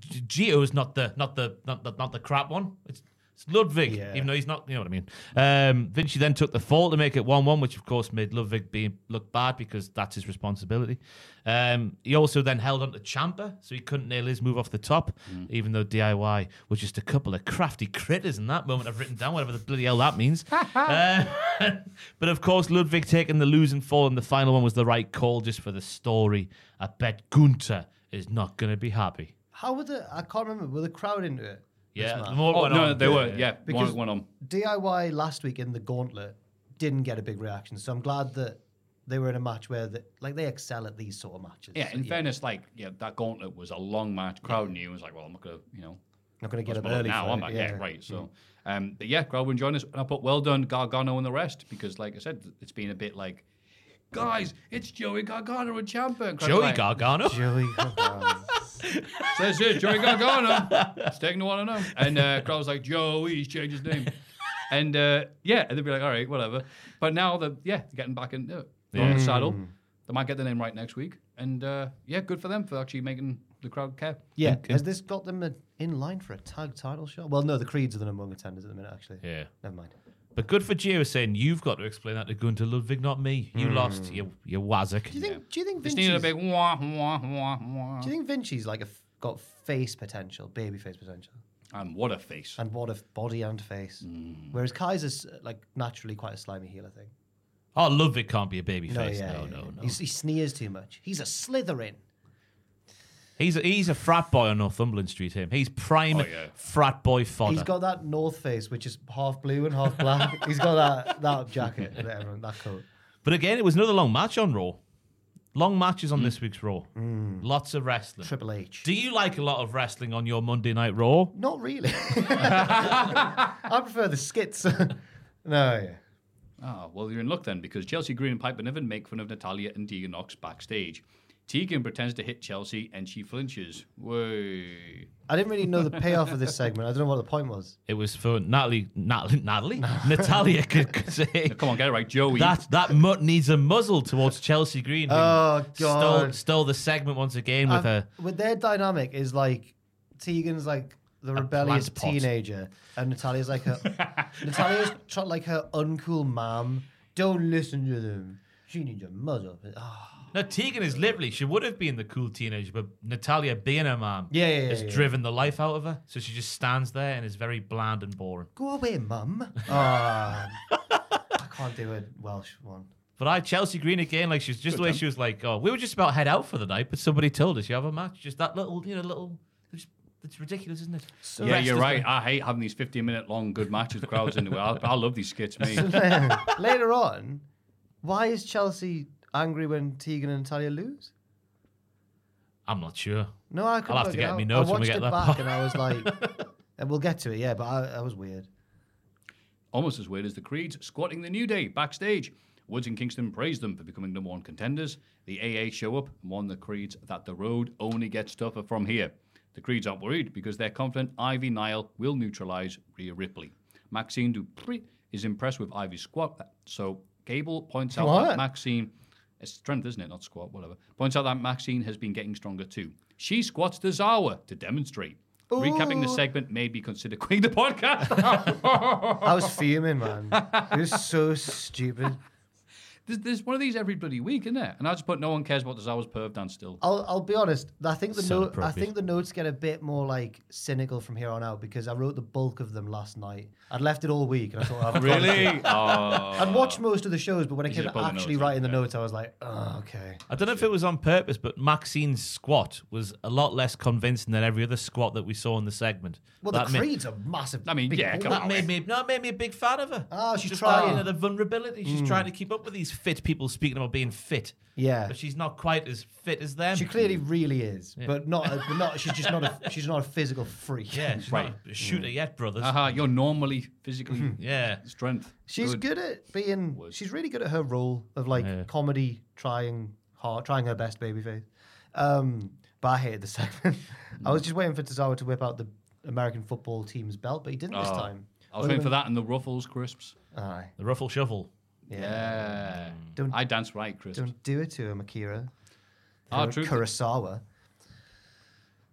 S5: G- Gio's not the not the not the, not the crap one. It's, it's Ludwig, even though he's not. You know what I mean. Um, Vinci then took the fall to make it one-one, which of course made Ludwig be, look bad because that's his responsibility. Um, he also then held on to Champa, so he couldn't nail his move off the top,
S3: Mm.
S5: even though DIY was just a couple of crafty critters in that moment. I've written down whatever the bloody hell that means. Uh, but of course, Ludwig taking the losing fall, and the final one was the right call just for the story. I bet Gunter is not going to be happy.
S4: How were the? I can't remember. Were the crowd into it? this
S5: Yeah,
S4: match?
S5: the more it
S3: Oh,
S5: went
S3: no,
S5: on-
S3: they were. Yeah,
S4: Because-
S3: one, one on.
S4: DIY last week in the gauntlet didn't get a big reaction, so I'm glad that they were in a match where that like they excel at these sort of matches.
S3: Yeah,
S4: So,
S3: in fairness, like yeah, that gauntlet was a long match. Crowd knew. It was like, well, I'm not gonna, you know,
S4: not going to get
S3: That's
S4: up
S3: about
S4: early.
S3: now,
S4: for
S3: am
S4: it,
S3: I? Yeah, right. So, um, but yeah, crowd were enjoying us, and I put well done Gargano and the rest because, like I said, it's been a bit like, guys, it's Joey Gargano and Champa. And crowd were
S5: Joey
S3: like,
S5: Gargano.
S4: Joey Gargano.
S3: Says it, Joey Gargano. it's taking a while to know. And uh, crowd was like, Joey, he's changed his name. And uh, yeah, and they'd be like, all right, whatever. But now the yeah, they're getting back into it. They're on the saddle. They might get the name right next week. And uh, yeah, good for them for actually making the crowd care.
S4: yeah, has this got them a- in line for a tag title shot? Well, no, the Creeds are the number one contenders at the minat, actually.
S5: Yeah.
S4: Never mind.
S5: But good for Gio saying you've got to explain that to Gunter Ludwig, not me. You
S4: Hmm.
S5: lost, you you wazzick.
S4: Do you think? Do you think
S3: Just
S4: Vinci's,
S3: needed a big wah, wah, wah, wah.
S4: Do you think Vinci's like a f- got face potential, baby face potential,
S3: And what a face.
S4: and what if body and face? Whereas Kaiser's uh, like naturally quite a slimy heel, I think.
S5: Oh, Ludwig can't be a baby
S4: No,
S5: face.
S4: Oh, yeah,
S5: no,
S4: yeah,
S5: no,
S4: yeah.
S5: no.
S4: He's, he sneers too much. He's a Slytherin.
S5: He's a, he's a frat boy on Northumberland Street. Him, he's prime
S3: Oh, yeah.
S5: frat boy fodder.
S4: He's got that North Face, which is half blue and half black. He's got that that jacket, that, everyone, that coat.
S5: but again, it was another long match on Raw. Long matches
S4: Hmm.
S5: on this week's Raw. Lots of wrestling.
S4: Triple H.
S5: Do you like a lot of wrestling on your Monday Night Raw?
S4: Not really. I prefer the skits. no, yeah.
S3: Ah, well, you're in luck then because Chelsea Green and Piper Niven make fun of Natalia and Tegan Knox backstage. Tegan pretends to hit Chelsea and she flinches. Way.
S4: I didn't really know the payoff of this segment. I don't know what the point was.
S5: It was for Natalie, Natalie, Natalie, Natalia could could say.
S3: Come on, get it right, Joey.
S5: That that mutt needs a muzzle towards Chelsea Green. who
S4: Oh,
S5: Stole,
S4: God.
S5: stole the segment once again with
S4: I've-
S5: her.
S4: with their dynamic is like Tegan's like the rebellious
S5: plant pot.
S4: teenager, and Natalia's like her. Natalia's tr- like her uncool mom. Don't listen to them. She needs your mother. Ah.
S5: No, Tegan is literally she would have been the cool teenager, but Natalia being her mom,
S4: Yeah, yeah, yeah,
S5: has
S4: yeah.
S5: driven the life out of her. So she just stands there and is very bland and boring.
S4: Go away, mum. Ah, I can't do a Welsh one.
S5: But I Chelsea Green again, like she's just the way she was like, oh, we were just about to head out for the night, but somebody told us you have a match. Just that little, you know, little. It's, it's ridiculous, isn't it?
S4: So
S3: yeah,
S5: Rest
S3: you're
S5: is
S3: right. I hate having these 15 minute long good matches with crowds in the way. I, I love these skits, me.
S4: Later on, why is Chelsea angry when Tegan and Natalia lose?
S5: I'm not sure.
S4: No, I couldn't
S5: I'll have
S4: work
S5: to
S4: it
S5: get
S4: out.
S5: me
S4: I
S5: notes
S4: watched
S5: when we get
S4: it
S5: that
S4: back
S5: part.
S4: and I was like, and we'll get to it, yeah, but I, that was weird.
S3: Almost as weird as the Creeds squatting the New Day backstage. Woods and Kingston praise them for becoming number one contenders. The AA show up and warn the Creeds that the road only gets tougher from here. The Creeds aren't worried because they're confident Ivy Nile will neutralize Rhea Ripley. Maxine Dupree is impressed with Ivy's squat, so Gable points out
S4: What?
S3: that Maxine. It's strength, isn't it? Not squat, whatever. Points out that Maxine has been getting stronger too. She squats to Zawa to demonstrate. Recapping the segment made me consider quitting the podcast.
S4: I was fuming, man. It was so stupid.
S3: There's, there's one of these every bloody week, isn't there? And I just put no one cares about the Zawa's perv dance still.
S4: I'll, I'll be honest. I think the
S5: So
S4: note, I
S5: appropriate.
S4: think the notes get a bit more like cynical from here on out because I wrote the bulk of them last night. I'd left it all week, and I thought, I've
S3: oh.
S4: I'd watched most of the shows, but when I
S3: You
S4: came
S3: should've
S4: to
S3: pulled the
S4: actually
S3: notes,
S4: writing the
S3: yeah.
S4: notes, I was like, oh, okay.
S5: I don't know if it was on purpose, but Maxine's squat was a lot less convincing than every other squat that we saw in the segment.
S4: Well,
S5: That
S4: the
S5: ma-
S4: Creed's a massive.
S3: I mean,
S4: big
S3: yeah,
S4: ball.
S3: come
S5: that made me no, it made me a big fan of her.
S4: Ah, she's
S5: Just
S4: trying.
S5: That, you know, the vulnerability. She's trying to keep up with these fit people speaking about being fit.
S4: Yeah.
S5: but she's not quite as fit as them.
S4: She clearly
S3: Mm.
S4: really is, but not. A, but not. She's just not a. She's not a physical freak.
S5: yeah, she's
S3: Right. Hmm. Uh-huh.
S5: not a shooter yet, brothers.
S3: Aha, you're normally physically
S5: Yeah,
S3: strength.
S4: Mm-hmm. She's
S3: Good.
S4: good at being. She's really good at her role of like comedy, trying hard, trying her best, babyface. Um, but I hated the segment. I
S3: Mm.
S4: was just waiting for Tazawa to whip out the American football team's belt, but he didn't this
S3: Oh,
S4: time.
S3: I was waiting for that and the Ruffles crisps.
S4: Aye.
S5: the ruffle shuffle.
S3: Yeah.
S4: Uh, Don't-
S3: I dance right, Ah, crisps.
S4: Don't do it to him, Akira.
S3: Our
S4: Kuro-
S3: truth,
S4: Kurosawa.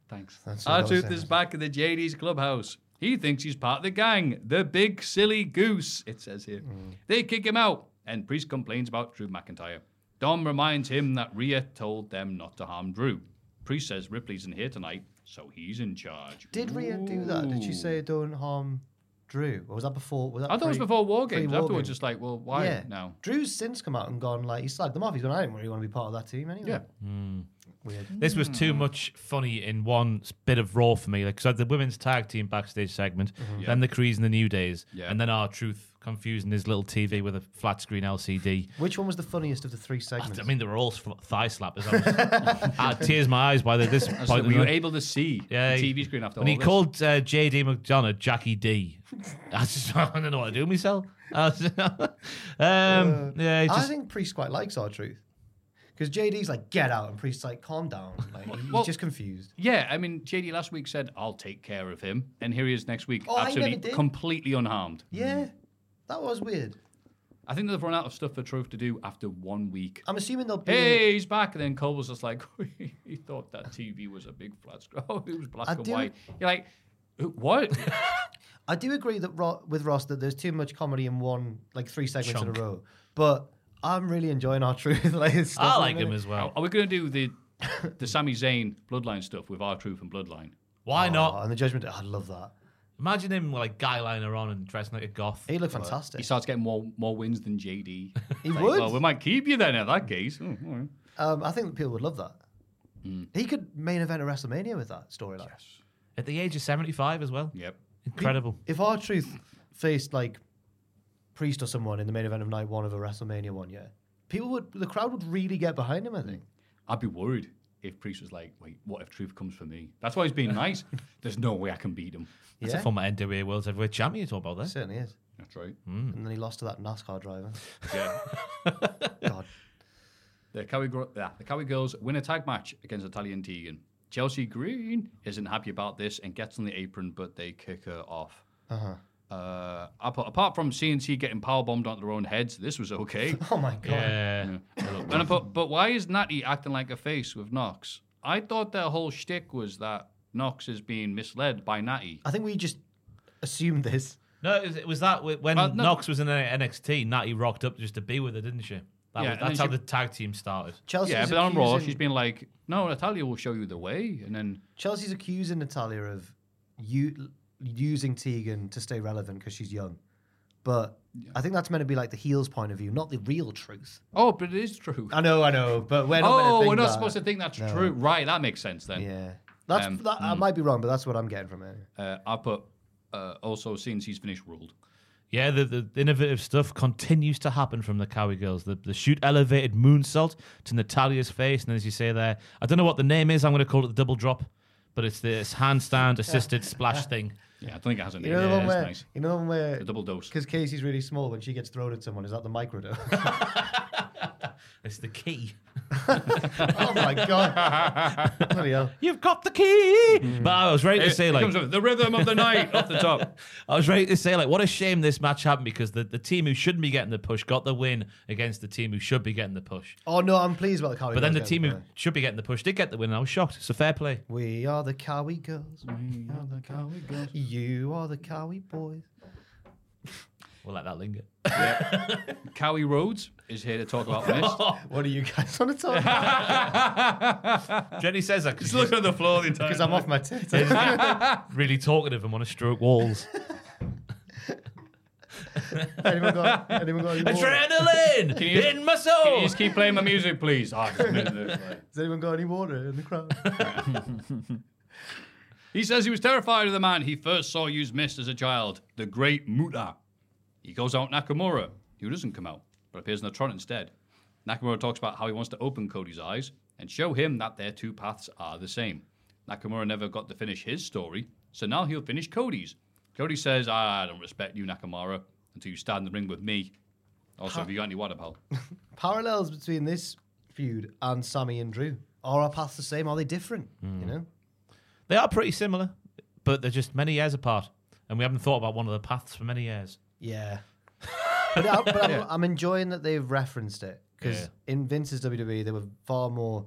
S3: thanks.
S4: That's what I
S3: Our
S4: was
S3: truth
S4: saying.
S3: is back at the JD's clubhouse. He thinks he's part of the gang, the big silly goose. It says here.
S4: Mm.
S3: They kick him out, and Priest complains about Drew McIntyre. Dom reminds him that Rhea told them not to harm Drew. Priest says Ripley's in here tonight, so he's in charge.
S4: Did Rhea do that? Did she
S3: Ooh.
S4: say don't harm Drew? Or was that before? Was that
S3: I thought it was
S4: pre-
S3: before War
S4: pre-
S3: Games.
S4: War Games?
S3: Afterwards, just like, well, why now?
S4: Drew's since come out and gone like he slagged them off. He's gone. I didn't really want to be part of that team anyway. Hmm.
S3: Yeah.
S4: Weird.
S5: This was
S4: Hmm.
S5: too much funny in one s- bit of Raw for me. Like, 'cause I had the women's tag team backstage segment, then the Crees and the New Days,
S3: Mm-hmm. Yeah.
S5: and then our Truth confusing his little TV with a flat screen LCD.
S4: Which one was the funniest of the three segments?
S5: I mean, they were all s- thigh slappers. I, was, I had tears in my eyes by the, this
S3: And so
S5: point.
S3: were you able to see
S5: Yeah,
S3: the
S5: he-
S3: TV screen after
S5: and
S3: all
S5: he
S3: this?
S5: called uh, JD McDonough Jackie D. I just I don't know what to do with myself. I was- um, yeah, he
S4: Uh, I
S5: just,
S4: think Priest quite likes our truth because JD's like get out and Priest's like calm down. Like, he- he's
S3: Well-
S4: just confused.
S3: Yeah, I mean, JD last week said, I'll take care of him. And here he is next week,
S4: Oh, I
S3: absolutely,
S4: never did.
S3: completely unharmed.
S4: Yeah, that was weird.
S3: I think they've run out of stuff for Truth to do after one week.
S4: I'm assuming they'll be.
S3: Hey, he's back. And then Cole was just like, he thought that TV was a big flat screen. Oh, it was black
S4: I
S3: and
S4: do-
S3: white. You're like, "Who- what?
S4: I do agree that Ro- with Ross that there's too much comedy in one like three segments in a row, but. I'm really enjoying our truth. like, his stuff at
S5: I
S4: the
S5: like him
S4: minute.
S5: as well.
S3: Are we going to do the the Sami Zayn bloodline stuff with our Truth and bloodline?
S5: Why not?
S4: Oh, and the judgment. I love that.
S5: Imagine him like guy liner on and dressing like a goth.
S4: He looked fantastic.
S3: He starts getting more more wins than JD.
S4: He
S3: Like,
S4: would.
S3: Well, we might keep you then in that case. Mm, all right.
S4: Um, I think that people would love that.
S3: Hmm.
S4: He could main event a WrestleMania with that storyline.
S5: At the age of 75 as well.
S3: Yep.
S5: Incredible.
S4: If our truth faced like Priest or someone in the main event of night one of a WrestleMania one year, people would the crowd would really get behind him. I think.
S3: I'd be worried if Priest was like, wait, what if truth comes for me? That's why he's being nice. There's no way I can beat him.
S5: That's
S4: yeah,
S5: a former NWA World Heavyweight Champion you talk about
S4: it
S5: that.
S4: certainly is.
S3: That's right.
S4: And then he lost to that NASCAR driver.
S3: Yeah.
S4: God,
S3: the, Cowie, Gro- ah, the Cowie girls win a tag match against Italian Tegan. Chelsea Green isn't happy about this and gets on the apron, but they kick her off. Uh-huh. Uh, apa- apart from CNC getting power bombed onto their own heads, this was okay.
S4: oh my God.
S5: Yeah.
S3: And I put, but why is Natty acting like a face with Knox? I thought their whole shtick was that Knox is being misled by Natty.
S4: I think we just assumed this.
S5: No, it was, it was that w- when
S3: Uh, no.
S5: Knox was in NXT, Natty rocked up just to be with her, didn't she? That
S3: Yeah,
S5: was,
S3: and
S5: that's
S3: then
S5: how
S3: she-
S5: the tag team started.
S4: Chelsea's
S3: yeah, but on Raw,
S4: accusing-
S3: she's been like, "No, Natalia will show you the way," and then
S4: Chelsea's accusing Natalia of u- using Tegan to stay relevant because she's young. But I think that's meant to be like the heel's point of view, not the real truth.
S3: oh, but it is true.
S4: I know, I know, but we're not.
S3: oh, we're not supposed to think that's true, right? That makes sense then.
S4: Yeah, that's
S3: Um,
S4: that, I might be wrong, but that's what I'm getting from it.
S3: Uh, I put uh, also since he's finished ruled.
S5: Yeah, the, the innovative stuff continues to happen from the Cowie girls. The, the shoot elevated moonsault to Natalia's face, and then as you say there, I don't know what the name is. I'm going to call it the double drop, but it's this handstand assisted splash thing.
S3: Yeah, I don't think it has a name.
S4: You know the
S3: Yeah,
S4: one
S3: it's
S4: where
S3: nice.
S4: you know the one where
S3: The double dose.
S4: because Casey's really small when she gets thrown at someone. Is that the microdose?
S5: It's the key.
S4: oh my god! Bloody hell.
S5: You've got the key. But I was ready to
S3: Mm. It-
S5: say
S3: it
S5: like
S3: comes up, the rhythm of the night off the top.
S5: I was ready to say, like, what a shame this match happened because the, the team who shouldn't be getting the push got the win against the team who should be getting the push.
S4: Oh no, I'm pleased about the Cowie.
S5: But then the
S4: Girls
S5: team
S4: getting
S5: who should be getting the push did get the win, and I was shocked. So fair play.
S4: the winner. we are the Cowie girls.
S3: Like, oh, we got-
S4: You are the Cowie boys.
S5: We'll let that linger.
S3: Cowie Rhodes is here to talk about this.
S4: What are you guys on to talk about?
S5: Jenny says that because looking on the floor the entire
S4: Because I'm off my tits.
S5: really talkative and want to stroke walls.
S4: anyone got, anyone got any more?
S5: Adrenaline
S3: you-
S5: in my
S3: Can you
S5: soul.
S3: just keep playing my music, please? Ah, just made this, like-
S4: Has anyone got any water in the crowd?
S3: He says he was terrified of the man he first saw use mist as a child, the Great Muta. He goes out Nakamura, who doesn't come out, but appears in the tron instead. Nakamura talks about how he wants to open Cody's eyes and show him that their two paths are the same. Nakamura never got to finish his story, so now he'll finish Cody's. Cody says, "Ah, I don't respect you, Nakamura, until you stand in the ring with me. Also, have you got any water, pal?
S4: Parallels between this feud and Sammy and Drew. Are our paths the same? Are they different? You know?
S5: They are pretty similar, but they're just many years apart, and we haven't thought about one of the paths for many years.
S4: Yeah. but I, but I'm, I'm enjoying that they've referenced it because
S5: Yeah.
S4: in Vince's WWE, they were far more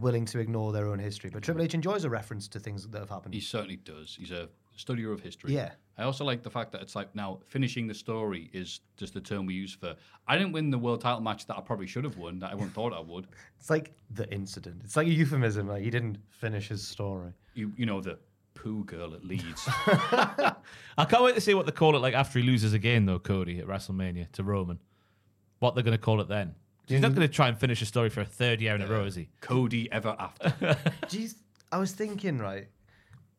S4: willing to ignore their own history. But Triple H enjoys a reference to things that have happened.
S3: He certainly does. He's a studier of history.
S4: Yeah.
S3: I also like the fact that it's like now finishing the story is just the term we use for I didn't win the world title match that I probably should have won that everyone thought I would.
S4: It's like the incident. It's like a euphemism. Like he didn't finish his story.
S3: You you know the poo girl at Leeds.
S5: I can't wait to see what they call it like after he loses again, though, Cody at WrestleMania to Roman. What they're going to call it then? He's not going to try and finish a story for a third year in a row, is he?
S3: Cody ever after.
S4: Do you th- I was thinking, right?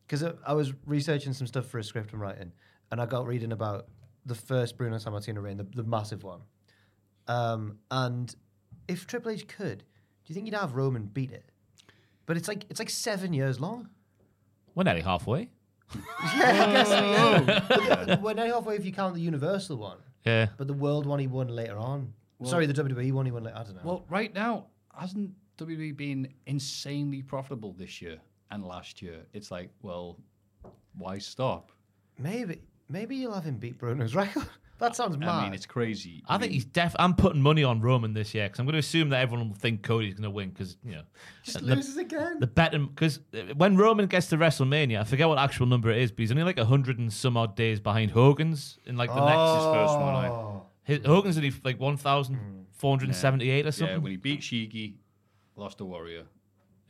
S4: Because I, I was researching some stuff for a script I'm writing, and I got reading about the first Bruno Sammartino reign, the, the massive one. Um, and if Triple H could, do you think he'd have Roman beat it? But it's like it's like seven years long.
S5: We're nearly halfway.
S4: Yeah, I guess. yeah. We're now halfway if you count the Universal one,
S5: Yeah.
S4: but the World one he won later on. Sorry, the WWE one he won later. I don't know.
S3: well, right now, hasn't WWE been insanely profitable this year and last year? It's like, well, why stop?
S4: maybe maybe you'll have him beat Bruno's record. that sounds mad.
S3: I mean, it's crazy.
S5: I think he's def. I'm putting money on Roman this year because I'm going to assume that everyone will think Cody's going to win because you know
S4: just
S5: the-
S4: loses again.
S5: the bet because when Roman gets to WrestleMania, I forget what actual number it is, but he's only like hundred and some odd days behind Hogan's in like the
S3: Oh.
S5: next his first one.
S4: Oh.
S5: Like, his, Hogan's only like one thousand four hundred and seventy-eight or
S3: yeah,
S5: something.
S3: when he beat Shigi, lost to Warrior.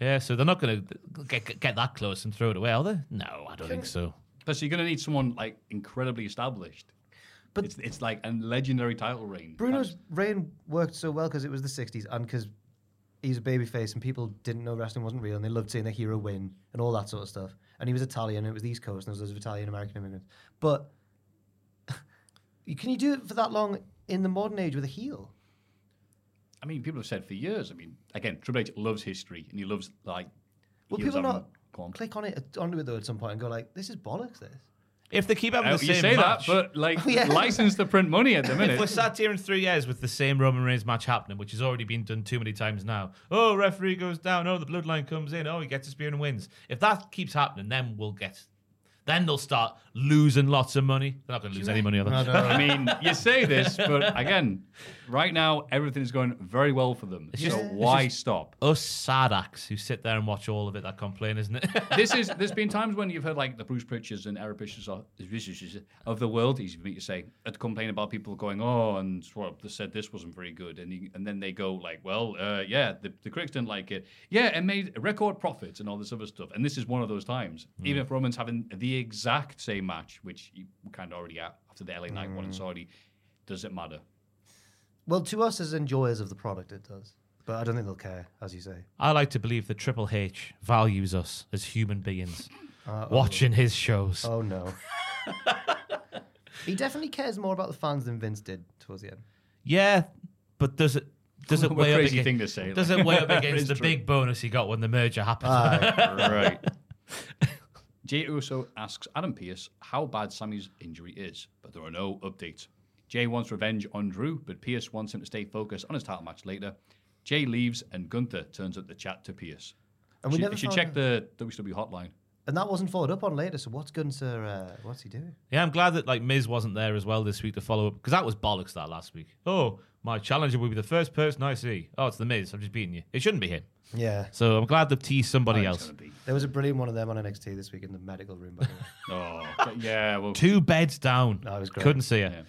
S5: Yeah, so they're not going to get, get that close and throw it away, are they? No, I don't think so.
S3: Plus, you're going to need someone like incredibly established. But it's, it's like a legendary title reign.
S4: Bruno's reign worked so well because it was the 60s and because he's a babyface and people didn't know wrestling wasn't real and they loved seeing their hero win and all that sort of stuff. And he was Italian and it was the East Coast and there was loads of Italian American immigrants. But you- can you do it for that long in the modern age with a heel?
S3: I mean, people have said for years. I mean, again, Triple H loves history and he loves like.
S4: Will
S3: heels
S4: people
S3: having-
S4: not
S3: Go on.
S4: click on it uh, onto it though at some point and go like, this is bollocks this?
S5: If they keep having
S3: Oh,
S5: the
S3: you
S5: same
S3: say
S5: match,
S3: that, but like
S4: yeah.
S3: license to print money at the
S5: if we're
S3: minute.
S5: sat here in three years with the same Roman Reigns match happening, which has already been done too many times now. Oh, referee goes down. Oh, the bloodline comes in. Oh, he gets a spear and wins. If that keeps happening, then we'll get. Then they'll start losing lots of money. They're not going to lose any money on that.
S3: I mean, you say this, but again, right now everything's going very well for them. so
S5: just-
S3: why stop?
S5: Us sadaks who sit there and watch all of it that complain, isn't it?
S3: this is there's been times when you've heard like the Bruce Pritchards and Eric Bischoffs of- of the world, easy for me to say, had complain about people going, oh, and well, they said this wasn't very good, and you, and then they go like, well, uh, yeah, the, the critics didn't like it, yeah, it made record profits and all this other stuff, and this is one of those times. Even if Roman's having the exact same match, which you kind of already at after the LA Night one in Saudi, does it matter?
S4: Well, to us as enjoyers of the product, it does. But I don't think they'll care, as you say.
S5: I like to believe that Triple H values us as human beings.
S3: Uh,
S5: Watching his shows.
S4: Oh no. he definitely cares more about the fans than Vince did towards the end.
S5: Yeah, but does it does it
S3: What a
S5: weigh up
S3: crazy
S5: against,
S3: thing to say,
S5: Does it weigh up against the big bonus he got when the merger happened?
S3: Uh, right. Jay Uso asks Adam Pearce how bad Sammy's injury is, but there are no updates. Jay wants revenge on Drew, but Pearce wants him to stay focused on his title match later. Jay leaves, and Gunther turns up the chat to Pearce.
S4: And we
S3: should,
S4: never
S3: should
S4: found
S3: check
S4: out.
S3: the WCW hotline.
S4: And that wasn't followed up on later. So what's Gunther? Uh, what's he doing?
S5: Yeah, I'm glad that like Miz wasn't there as well this week to follow up because that was bollocks that last week. Oh, my challenger will be the first person I see. Oh, it's the Miz. I'm just beating you. It shouldn't be him.
S4: Yeah,
S5: So I'm glad they've teased somebody
S4: Oh,
S3: It's
S5: else.
S3: gonna be-
S4: there was a brilliant one of them on NXT this week in the medical room. By the way.
S3: Oh, yeah. Well,
S5: Two beds down.
S4: That Oh, was great.
S5: Couldn't see it.
S3: Yeah.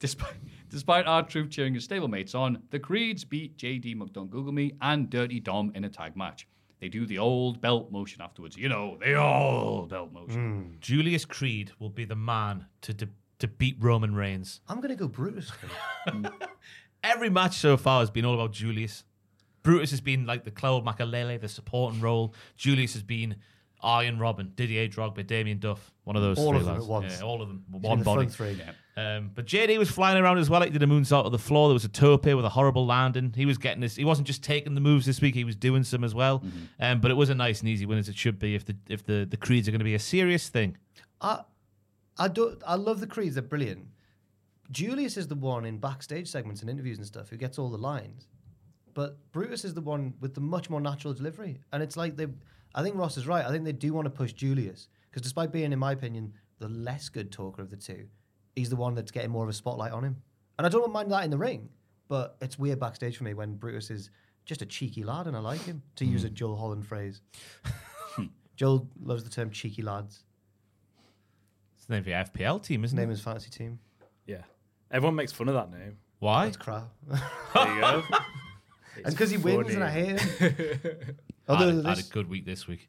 S3: Despite, despite our troop cheering his stablemates on, the Creeds beat JD McDongooglemee and Dirty Dom in a tag match. They do the old belt motion afterwards. You know, the old belt
S4: Hmm.
S3: motion.
S5: Julius Creed will be the man to de- to beat Roman Reigns.
S4: I'm gonna go Brutus.
S5: Every match so far has been all about Julius. Brutus has been like the Cloud Makalele, the supporting role. Julius has been Iron Robin, Didier Drogba, Damien Duff, one of those
S4: All
S5: three
S4: of them
S5: lads.
S4: at once.
S5: Yeah, all of them.
S4: in
S5: One
S4: the
S5: body.
S4: front three.
S5: Um, but JD was flying around as well. He did a moonsault to the floor. There was a tope with a horrible landing. He was getting this. He wasn't just taking the moves this week. He was doing some as well.
S4: Mm-hmm.
S5: Um, but it was a nice and easy win as it should be if the if the, the creeds are going to be a serious thing.
S4: I, I do. I love the creeds. They're brilliant. Julius is the one in backstage segments and interviews and stuff who gets all the lines, but Brutus is the one with the much more natural delivery. And it's like they. I think Ross is right. I think they do want to push Julius because despite being, in my opinion, the less good talker of the two, he's the one that's getting more of a spotlight on him. And I don't mind that in the ring, but it's weird backstage for me when Brutus is just a cheeky lad, and I like him to use a Joel Holland phrase. Joel loves the term cheeky lads.
S5: It's the name of your FPL team, isn't
S4: Name
S5: it?
S4: his fantasy team.
S6: Yeah. Everyone makes fun of that name.
S5: Why?
S4: It's crap.
S6: There you go.
S4: And because he wins and I hate him.
S5: I
S4: Although
S5: had, I had a
S4: this,
S5: good week this week.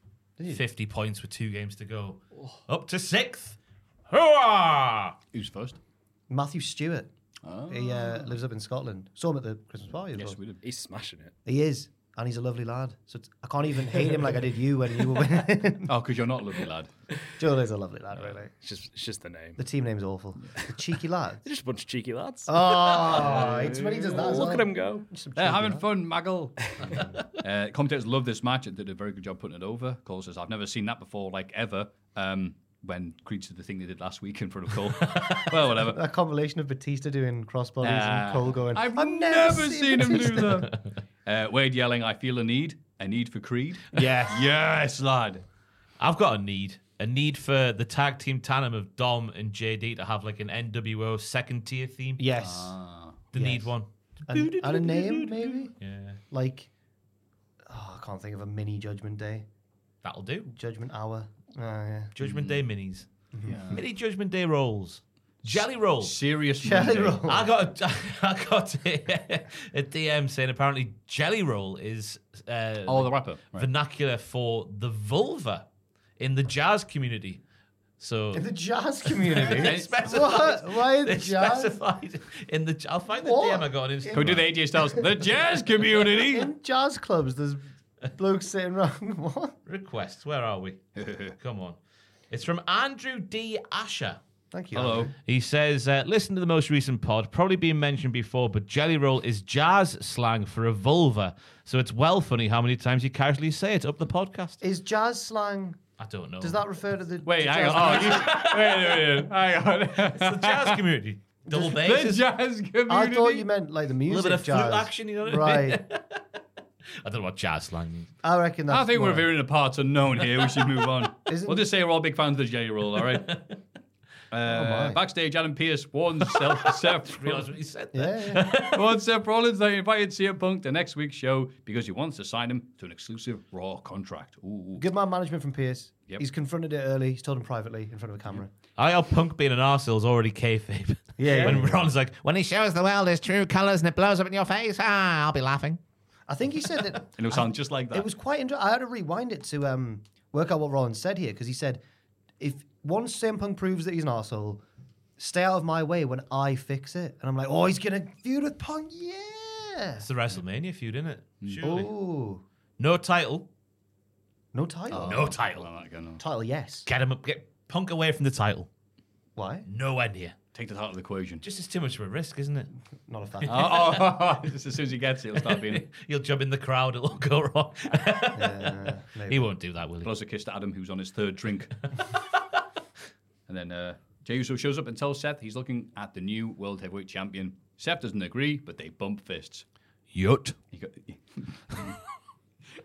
S5: Fifty points with two games to go,
S4: Oh.
S5: up to sixth. Hooah!
S3: Who's first?
S4: Matthew Stewart, he
S5: Ah.
S4: uh, lives up in Scotland. Saw him at the Christmas party. Yes,
S3: we did.
S6: He's smashing it.
S4: He is, and he's a lovely lad. So it's, I can't even hate him like I did you when you were winning.
S3: Oh, because you're not a lovely lad.
S4: Joel is a lovely lad, really.
S6: It's just, it's just the name.
S4: The team name's awful. The cheeky lads.
S6: They're just a bunch of cheeky lads.
S4: Oh, it's when he does that. as
S6: Look at
S4: well.
S6: him go.
S4: Just some
S3: They're
S4: cheeky
S3: having
S4: lad.
S3: fun, Maggle. uh, commentators love this match. It did a very good job putting it over. Cole says, I've never seen that before, like ever. Um, when Creed did the thing they did last week in front of Cole. well, whatever.
S4: That compilation of Batista doing crossbodies
S3: Uh,
S4: and Cole going.
S3: I've, never, seen, him do that. Uh, Wade yelling, I feel a need, a need for Creed.
S5: Yes.
S3: yes, lad.
S5: I've got a need. A need for the tag team tandem of Dom and JD to have like an NWO second tier theme.
S4: Yes,
S5: Ah. The need
S4: yes.
S5: one.
S4: and, and a name maybe.
S5: Yeah.
S4: Like, oh, I can't think of a mini Judgment Day,
S5: That'll do.
S4: Judgment Hour. Oh, yeah.
S5: Judgment Day
S4: Mm.
S5: minis. Mini Judgment Day rolls. Jelly rolls.
S3: Serious
S4: Jelly
S3: Monday.
S4: roll.
S5: I got a, I got a, a DM saying apparently jelly roll is uh,
S3: Oh, the rapper. Right.
S5: vernacular for the vulva in the jazz community. So
S4: In the jazz community.
S5: they specified.
S4: what? Why
S5: They
S4: the jazz?
S5: specified in the. I'll find the
S4: What?
S5: DM I got on Instagram.
S3: Can we do the AJ Styles? The jazz community.
S4: In jazz clubs, there's blokes sitting around. What?
S5: Requests, where are we? Come on. It's from Andrew D. Asher.
S4: Thank you.
S3: Hello.
S4: Andrew.
S5: He says, uh, listen to the most recent pod, probably been mentioned before, but jelly roll is jazz slang for a vulva. So it's well funny how many times you casually say it up the podcast.
S4: Is jazz slang?
S5: I don't know.
S4: Does that refer to the?
S3: Wait,
S4: the
S3: hang
S4: jazz
S3: on. Oh, you, wait, wait, wait. Hang on.
S5: It's the jazz community. Double
S3: the
S5: bass.
S3: jazz community.
S4: I thought you meant like the
S5: Oh, a
S4: music.
S5: little bit of flute
S4: jazz.
S5: action, you know what I mean?
S4: Right.
S5: I don't know what jazz slang means.
S4: I reckon that's.
S3: I think
S4: more-
S3: we're veering apart unknown here. We should move on.
S4: Isn't-
S3: We'll just say we're all big fans of the J roll, all right? Uh,
S4: Oh, my.
S3: backstage, Adam Pierce warns Seth, Seth,
S5: Realise what you said there.
S4: Yeah, yeah.
S3: warns Seth Rollins that he invited CM Punk to next week's show because he wants to sign him to an exclusive Raw contract. Ooh.
S4: Good man management from Pierce.
S3: Yep.
S4: He's confronted it early. He's told him privately in front of a camera.
S5: I how Punk being an arsehole is already kayfabe.
S4: Yeah,
S5: when
S4: yeah, yeah.
S5: Ron's like, when he shows the world his true colours and it blows up in your face, ah, I'll be laughing.
S4: I think he said that
S3: And it'll sound just like that.
S4: It was quite interesting. I had to rewind it to um, work out what Rollins said here because he said, if once Sam Punk proves that he's an arsehole, stay out of my way when I fix it. And I'm like, oh, he's going to feud with Punk. Yeah.
S5: It's the WrestleMania feud, isn't it? Surely.
S4: Oh,
S5: No title.
S4: no title.
S3: Oh.
S5: No title.
S3: Like that again, no.
S4: Title, yes.
S5: Get him up. Get Punk away from the title.
S4: Why?
S5: Nowhere near.
S3: Take that out of the equation.
S5: Just it's too much of a risk, isn't it?
S4: Not a fan.
S3: oh, oh, just as soon as he gets it, it'll start being.
S5: He'll jump in the crowd. It'll all go wrong.
S4: Uh,
S5: he
S4: maybe.
S5: won't do that, will he?
S3: Plus a kiss to Adam, who's on his third drink. and then uh, Jey Uso shows up and tells Seth he's looking at the new World Heavyweight Champion. Seth doesn't agree, but they bump fists.
S5: Yut.
S3: He go-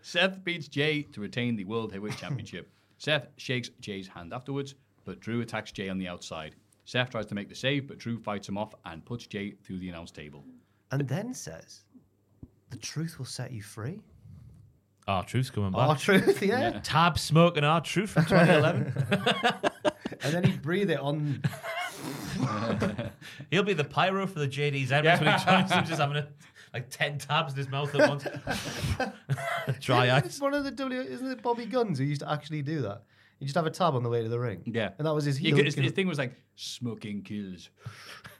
S3: Seth beats Jay to retain the World Heavyweight Championship. Seth shakes Jay's hand afterwards, but Drew attacks Jay on the outside. Seth tries to make the save, but Drew fights him off and puts Jay through the announce table.
S4: And then says, the truth will set you free.
S5: Our truth's coming
S3: Oh,
S5: back.
S4: Our truth, yeah.
S5: Tab smoking our truth from 2011.
S4: And then he'd breathe it on.
S5: He'll be the pyro for the JD's Emirates when he joins them, just having a, like 10 tabs in his mouth at once. Dry
S4: It's
S5: ice.
S4: one of the W. Isn't it Bobby Guns who used to actually do that? You just have a tab on the way to the ring.
S3: Yeah.
S4: and that was his
S3: He
S4: heel.
S3: could- his,
S4: gimmick.
S3: his thing was like smoking kills,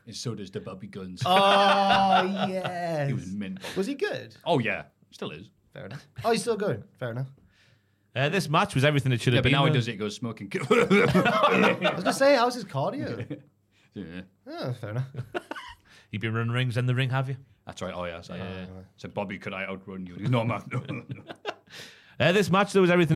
S3: and so does the Bobby Guns.
S4: Oh yes.
S3: he was mint.
S4: Was he good?
S3: Oh yeah, still is.
S4: Fair enough. Oh, he's still going. Fair enough.
S5: Uh, this match was everything it should
S3: Yeah,
S5: have
S3: but
S5: been.
S3: now he
S5: though.
S3: does it. He goes smoking kills.
S4: I was gonna say, how's his cardio?
S3: yeah.
S4: oh, fair enough.
S5: You've been running rings in the ring, have you?
S3: That's right. Oh yeah. So, yeah. so Bobby, could I outrun you? No man. No, no, no.
S5: Uh, this match, there was everything.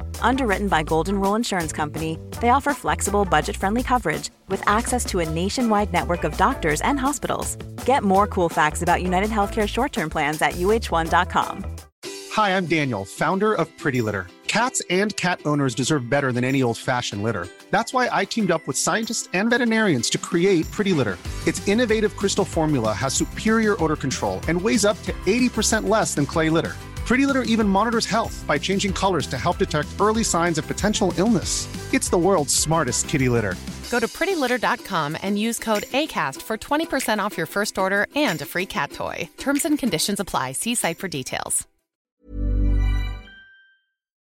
S7: Underwritten by Golden Rule Insurance Company, they offer flexible, budget friendly coverage with access to a nationwide network of doctors and hospitals. Get more cool facts about United Healthcare short term plans at uh1.com.
S8: Hi, I'm Daniel, founder of Pretty Litter. Cats and cat owners deserve better than any old fashioned litter. That's why I teamed up with scientists and veterinarians to create Pretty Litter. Its innovative crystal formula has superior odor control and weighs up to 80% less than clay litter. Pretty Litter even monitors health by changing colors to help detect early signs of potential illness. It's the world's smartest kitty litter.
S9: Go to prettylitter.com and use code ACAST for 20% off your first order and a free cat toy. Terms and conditions apply. See site for details.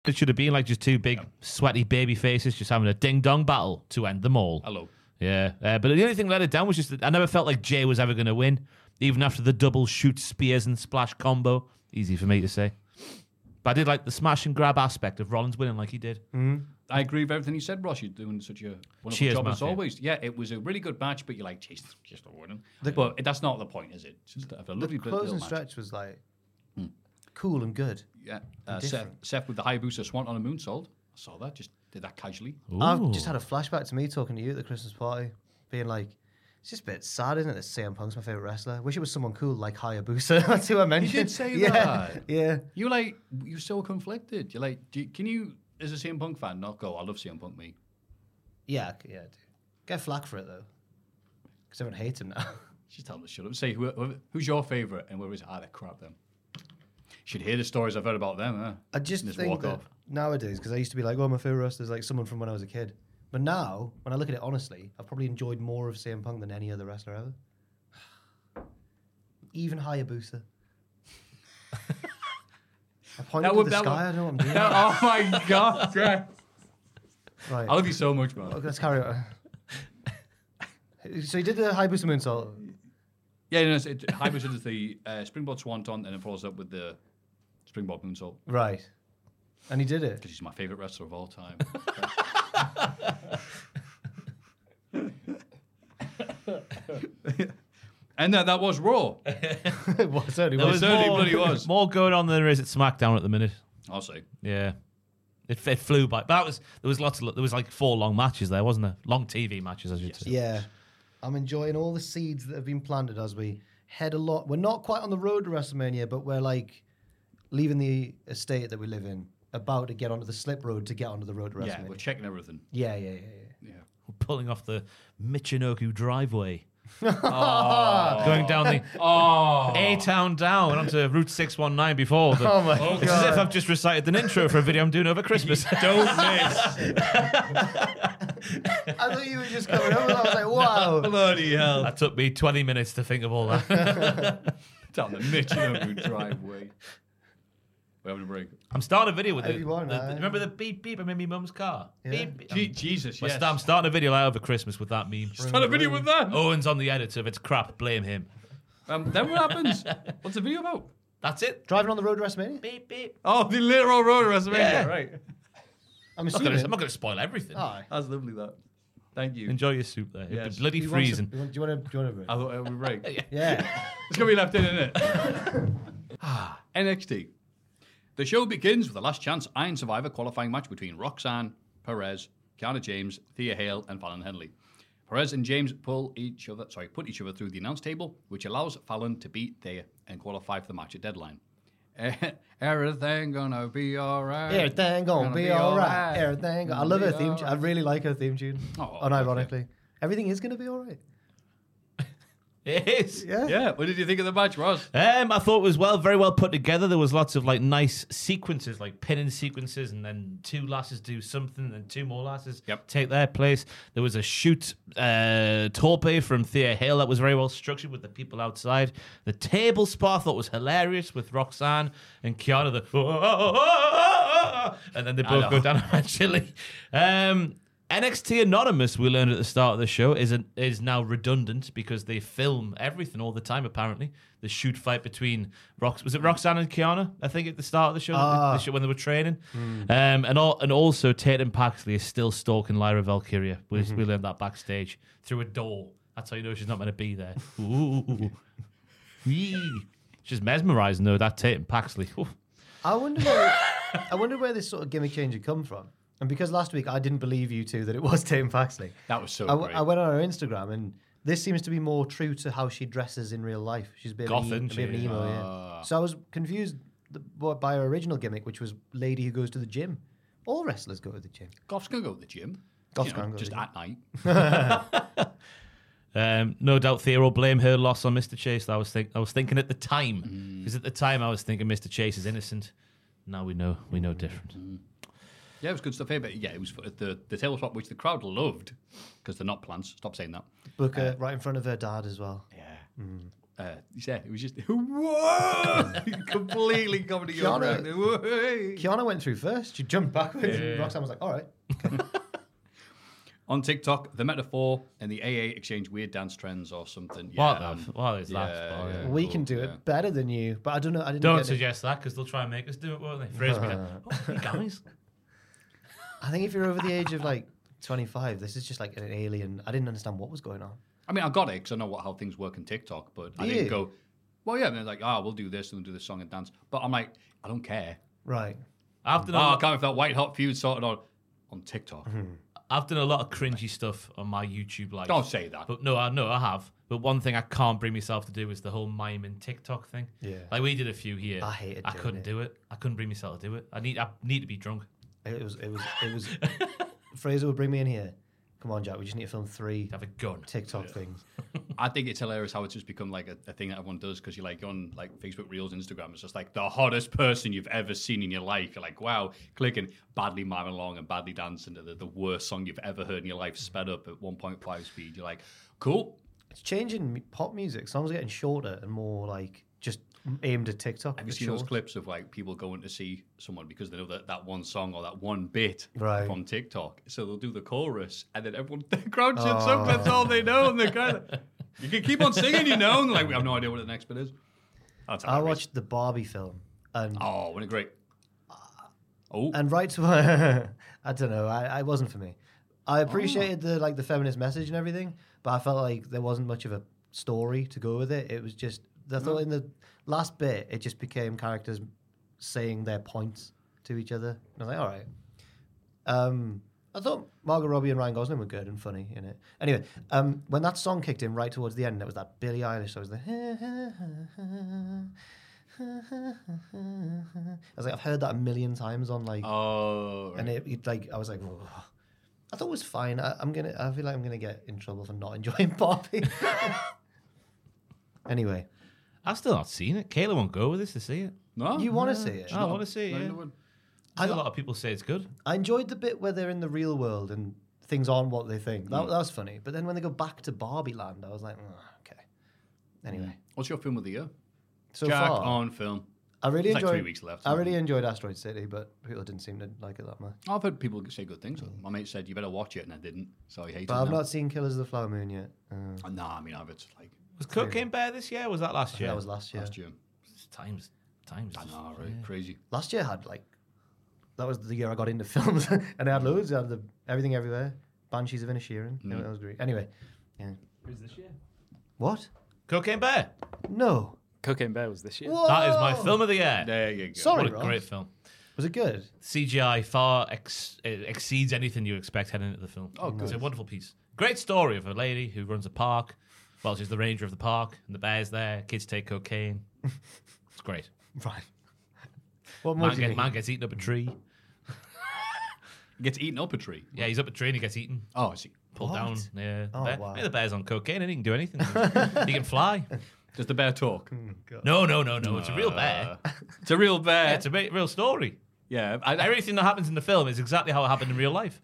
S5: It should have been like just two big, sweaty baby faces just having a ding dong battle to end them all.
S3: Hello.
S5: Yeah, uh, but the only thing that let it down was just that I never felt like Jay was ever going to win, even after the double shoot spears and splash combo. Easy for me to say. But I did like the smash and grab aspect of Rollins winning like he did.
S3: Mm. I agree with everything you said, Ross. You're doing such a wonderful
S5: Cheers,
S3: job as
S5: Matthew.
S3: always. Yeah, it was a really good match, but you're like, jeez, just not winning. but that's not the point, is it? It's just a lovely
S4: The
S3: little
S4: closing
S3: match.
S4: stretch was like
S3: Hmm.
S4: cool and good.
S3: Yeah, uh, Seth, Seth with the Hayabusa Swan on a moonsault. I saw that. Just did that casually.
S4: I've just had a flashback to me talking to you at the Christmas party, being like, "It's just a bit sad, isn't it? That CM Punk's my favorite wrestler. Wish it was someone cool like Hayabusa. That's who I mentioned.
S3: say
S4: yeah.
S3: that.
S4: Yeah.
S3: You're like, you're so conflicted. You're like, do you, can you, as a CM Punk fan, not go? I love CM Punk. Me,
S4: Yeah, I c- yeah. I do. Get flack for it though, because everyone hates him now.
S3: just tell them to shut up. Say who, who- who's your favorite, and where is ah, they're crap them. Should hear the stories I've heard about them. Huh?
S4: I just
S3: And just
S4: think
S3: walk
S4: that
S3: off.
S4: nowadays, because I used to be like, "Oh, my favorite wrestler is like someone from when I was a kid," but now, when I look at it honestly, I've probably enjoyed more of CM Punk than any other wrestler ever. Even Hayabusa. I pointed to
S3: would-
S4: the
S3: that
S4: sky.
S3: would-
S4: I don't know what I'm doing.
S3: oh my god! yeah.
S4: Right.
S3: I love you so much, man.
S4: Okay, let's carry on. so he did the Hayabusa moonsault.
S3: Yeah, no, it's, it, Hayabusa does the uh, springboard swanton, and it follows up with the springboard moonsault
S4: Right. And he did it.
S3: because he's my favorite wrestler of all time. and that that was Raw.
S4: it was only
S5: There
S4: one.
S3: was certainly bloody was.
S5: more going on than there is at SmackDown at the minute.
S3: I'll say.
S5: Yeah, it, it flew by. But that was there was lots of there was like four long matches there, wasn't there? Long TV matches, I should say.
S4: Yeah. I'm enjoying all the seeds that have been planted as we head a lot. We're not quite on the road to WrestleMania, but we're like leaving the estate that we live in, about to get onto the slip road to get onto the road to
S3: Yeah, we're
S4: WrestleMania.
S3: checking everything.
S4: Yeah, yeah, yeah. yeah,
S5: We're pulling off the Michinoku driveway. Going down the A town down onto Route 619 before. The, oh my it's as if I've just recited an intro for a video I'm doing over Christmas. Don't miss.
S4: I thought you were just coming over. I was like, wow.
S5: Bloody hell. That took me 20 minutes to think of all that.
S3: Down the Michinoku driveway. We're having a break.
S5: I'm starting a video with it.
S4: Everyone, aye.
S5: Remember the beep beep I'm in my mum's car? Beep, beep.
S3: Je- Jesus,
S5: I'm,
S3: yes.
S5: I'm starting a video out over Christmas with that meme.
S3: Start a video with that.
S5: Owen's on the editor. If it's crap, blame him.
S3: Um, then what happens? What's the video about?
S5: That's it.
S4: Driving on the road to WrestleMania?
S5: Beep beep.
S3: Oh, the literal road WrestleMania.
S5: Yeah.
S3: Right.
S4: I'm
S5: not gonna-
S4: assuming-
S5: I'm not going to spoil everything.
S4: Aye.
S3: That's lovely, that. Thank you.
S5: Enjoy your soup there. It'd
S3: Yes.
S5: be bloody
S3: You want
S5: freezing.
S4: Do you want to? Do you want to?
S3: I thought it would break.
S4: Yeah.
S3: it's going to be left in, isn't it? ah, NXT. The show begins with the last chance Iron Survivor qualifying match between Roxanne, Perez, Kiana James, Thea Hale, and Fallon Henley. Perez and James pull each other, sorry, put each other through the announce table, which allows Fallon to beat Thea and qualify for the match at deadline. Everything gonna be alright.
S4: Everything gonna, be, all right. Everything. Go- I
S3: Gonna
S4: love
S3: be
S4: her theme.
S3: all
S4: tune. I really like her theme tune.
S3: Oh,
S4: unironically, everything is gonna be all right.
S5: It is.
S4: Yeah.
S3: Yeah. What did you think of the match, Ross?
S5: Um, I thought it was well, very well put together. There was lots of like nice sequences, like pinning sequences, and then two lasses do something, and then two more lasses take their place. There was a shoot uh, torpe from Thea Hale that was very well structured with the people outside. The table spot I thought was hilarious with Roxanne and Kiana. The "Oh, and then they
S3: I
S5: both go
S3: know.
S5: down eventually. Um, NXT Anonymous, we learned at the start of the show, is an, is now redundant because they film everything all the time. Apparently, the shoot fight between Rox was it Roxanne and Kiana? I think at the start of the show,
S4: Ah.
S5: the show when they were training,
S4: Hmm.
S5: um, and all, and also Tatum Paxley is still stalking Lyra Valkyria. We,
S4: Mm-hmm.
S3: Mhm.
S5: we learned that backstage through a door. That's how you know she's not meant to be there. Ooh, Wee. she's mesmerizing though. That Tatum Paxley. Oof.
S4: I wonder. Where, I wonder where this sort of gimmick change had come from. And because last week I didn't believe you two that it was Tame Paxley.
S3: That was so
S4: I, w-
S3: great.
S4: I went on her Instagram, and this seems to be more true to how she dresses in real life. She's a bit
S5: Goth,
S4: of an, e-
S5: isn't
S4: a bit of an
S5: she?
S4: emo.
S5: Ah.
S4: Yeah. So I was confused th- by- by her original gimmick, which was lady who goes to the gym. All wrestlers go to the gym.
S3: Goff's gonna go to the gym.
S4: Goff's
S3: You know,
S4: gonna go to
S3: just
S4: the gym.
S3: at night.
S5: Um, no doubt Thea will blame her loss on Mr. Chase. I was think I was thinking at the time because at the time I was thinking Mr. Chase is innocent. Now we know we know different.
S4: Mm.
S3: Yeah, it was good stuff here, but yeah, it was f- the the table swap, which the crowd loved because they're not plants. Stop saying that.
S4: Booker right in front of her dad as well.
S3: Uh, Yeah. Uh, yeah, it was just whoa, completely comedy. gold
S4: Kiana-
S3: round. Whoa!
S4: Kiana went through first. She jumped backwards.
S3: Yeah.
S4: And Roxanne was like, all right.
S3: On TikTok, the metaphor and the AA exchange weird dance trends or something.
S5: What
S3: yeah,
S5: the
S3: um,
S5: f- what is that for, yeah.
S4: we can do it better than you. But I don't know. I didn't
S5: Don't
S4: get it.
S5: suggest that because they'll try and make us do it, won't they? Frisbee,
S4: Uh.
S5: oh, hey guys.
S4: I think if you're over the age of like 25, this is just like an alien. I didn't understand what was going on.
S3: I mean, I got it because I know what, how things work in TikTok, but I
S4: Do
S3: didn't
S4: you?
S3: go. Well, yeah, and they're like, ah, we'll do this and we'll do this song and dance. But I'm like, I don't care.
S4: Right.
S5: I've done,
S3: oh,
S5: a
S3: I
S5: lot,
S3: can't wait for that white hot feud sorted on on TikTok.
S5: I've done a lot of cringy stuff on my YouTube life.
S3: Don't say that.
S5: But no, I no, I have. But one thing I can't bring myself to do is the whole mime and TikTok thing.
S4: Yeah.
S5: like we did a few here.
S4: I hated
S5: I
S4: doing
S5: couldn't
S4: it.
S5: do it. I couldn't bring myself to do it. I need. I need to be drunk.
S4: It was, it was, it was. Fraser would bring me in here. Come on, Jack. We just need to film three
S5: Have a gun.
S4: TikTok things.
S3: I think it's hilarious how it's just become like a, a thing that everyone does because you're like on like Facebook Reels, Instagram. It's just like the hottest person you've ever seen in your life. You're like, wow, clicking badly miming along and badly dancing to the, the worst song you've ever heard in your life, sped up at 1.5 speed. You're like, cool.
S4: It's changing m- pop music. Songs are getting shorter and more like just aimed at TikTok.
S3: Have you
S4: It's
S3: seen those
S4: short.
S3: clips of like people going to see someone because they know that that one song or that one bit
S4: Right.
S3: from TikTok? So they'll do the chorus and then everyone they're crouching. So that's all
S4: Oh.
S3: they know. And they're kind of, you can keep on singing, you know. And they're like, we have no idea what the next bit is. That's
S4: I
S3: hilarious.
S4: watched the Barbie film and
S3: Oh, what a great. Oh,
S4: and right to work. I don't know. I, I wasn't for me. I appreciated the like the feminist message and everything, but I felt like there wasn't much of a story to go with it. It was just I thought in the last bit it just became characters saying their points to each other. And I was like, all right. Um, I thought Margot Robbie and Ryan Gosling were good and funny in it. Anyway, um, when that song kicked in right towards the end, it was that Billie Eilish. I was like, I was like, I've heard that a million times on like
S3: oh, right.
S4: and it, it like I was like, "Ugh." I thought it was fine. I, I'm gonna. I feel like I'm gonna get in trouble for not enjoying Barbie. anyway,
S5: I've still not seen it. Kayla won't go with us to see it.
S3: no,
S4: you want to see it? Oh.
S5: I want to see it.
S3: No,
S5: Yeah.
S3: no one-
S5: I, a lot of people say it's good.
S4: I enjoyed the bit where they're in the real world and things aren't what they think.
S3: Mm.
S4: That, that was funny. But then when they go back to Barbie land, I was like, "Ugh, okay. Anyway,
S3: What's your film of the year?
S4: so
S3: Mm. Jack
S4: far
S3: on film.
S4: I really
S3: There's like
S4: enjoyed.
S3: three weeks left,
S4: I
S3: isn't
S4: really
S3: there?
S4: enjoyed Asteroid City, but people didn't seem to like it that much.
S3: I've heard people say good things. My mate said you better watch it, and I didn't, so I hate it.
S4: Mm. But I've
S3: now.
S4: not seen Killers of the Flower Moon yet. Uh,
S3: Uh, No, I mean I've it's like
S5: Was Cocaine Bear this year? or was that last year?
S4: That was last year.
S3: last year.
S5: Times, times.
S3: I
S5: just-
S3: know, right? Crazy.
S4: Last year had like that was the year I got into films, and I had loads. I had the everything everywhere. Banshees of Inisherin.
S5: Mm.
S4: That was great. Anyway, yeah.
S5: Who's this year?
S4: What?
S5: Cocaine Bear.
S4: No.
S6: Cocaine Bear was this year.
S5: That is my film of the year.
S3: Oh! There you go.
S6: Sorry,
S5: what a
S6: Ross.
S5: great film.
S4: Was it good?
S5: CGI far ex- eh, exceeds anything you expect heading into the film.
S3: Oh, good.
S5: It's a wonderful piece. Great story of a lady who runs a park. Well, she's the ranger of the park, and the bear's there. Kids take cocaine. it's great.
S4: Right. What more
S5: man,
S4: do you
S5: get-
S4: need?
S5: man gets eaten up a tree.
S3: gets eaten up a tree.
S5: Yeah, he's up a tree and he gets eaten.
S3: Oh, I see.
S5: Pulled
S3: What?
S5: down. Yeah.
S3: Oh,
S5: bear.
S3: wow.
S5: Maybe the bear's on cocaine and he can do anything. he can fly.
S3: Does the bear talk?
S5: No, no, no, no. It's a real bear.
S3: It's a real bear.
S5: it's a re- real story.
S3: Yeah.
S5: Everything that happens in the film is exactly how it happened in real life.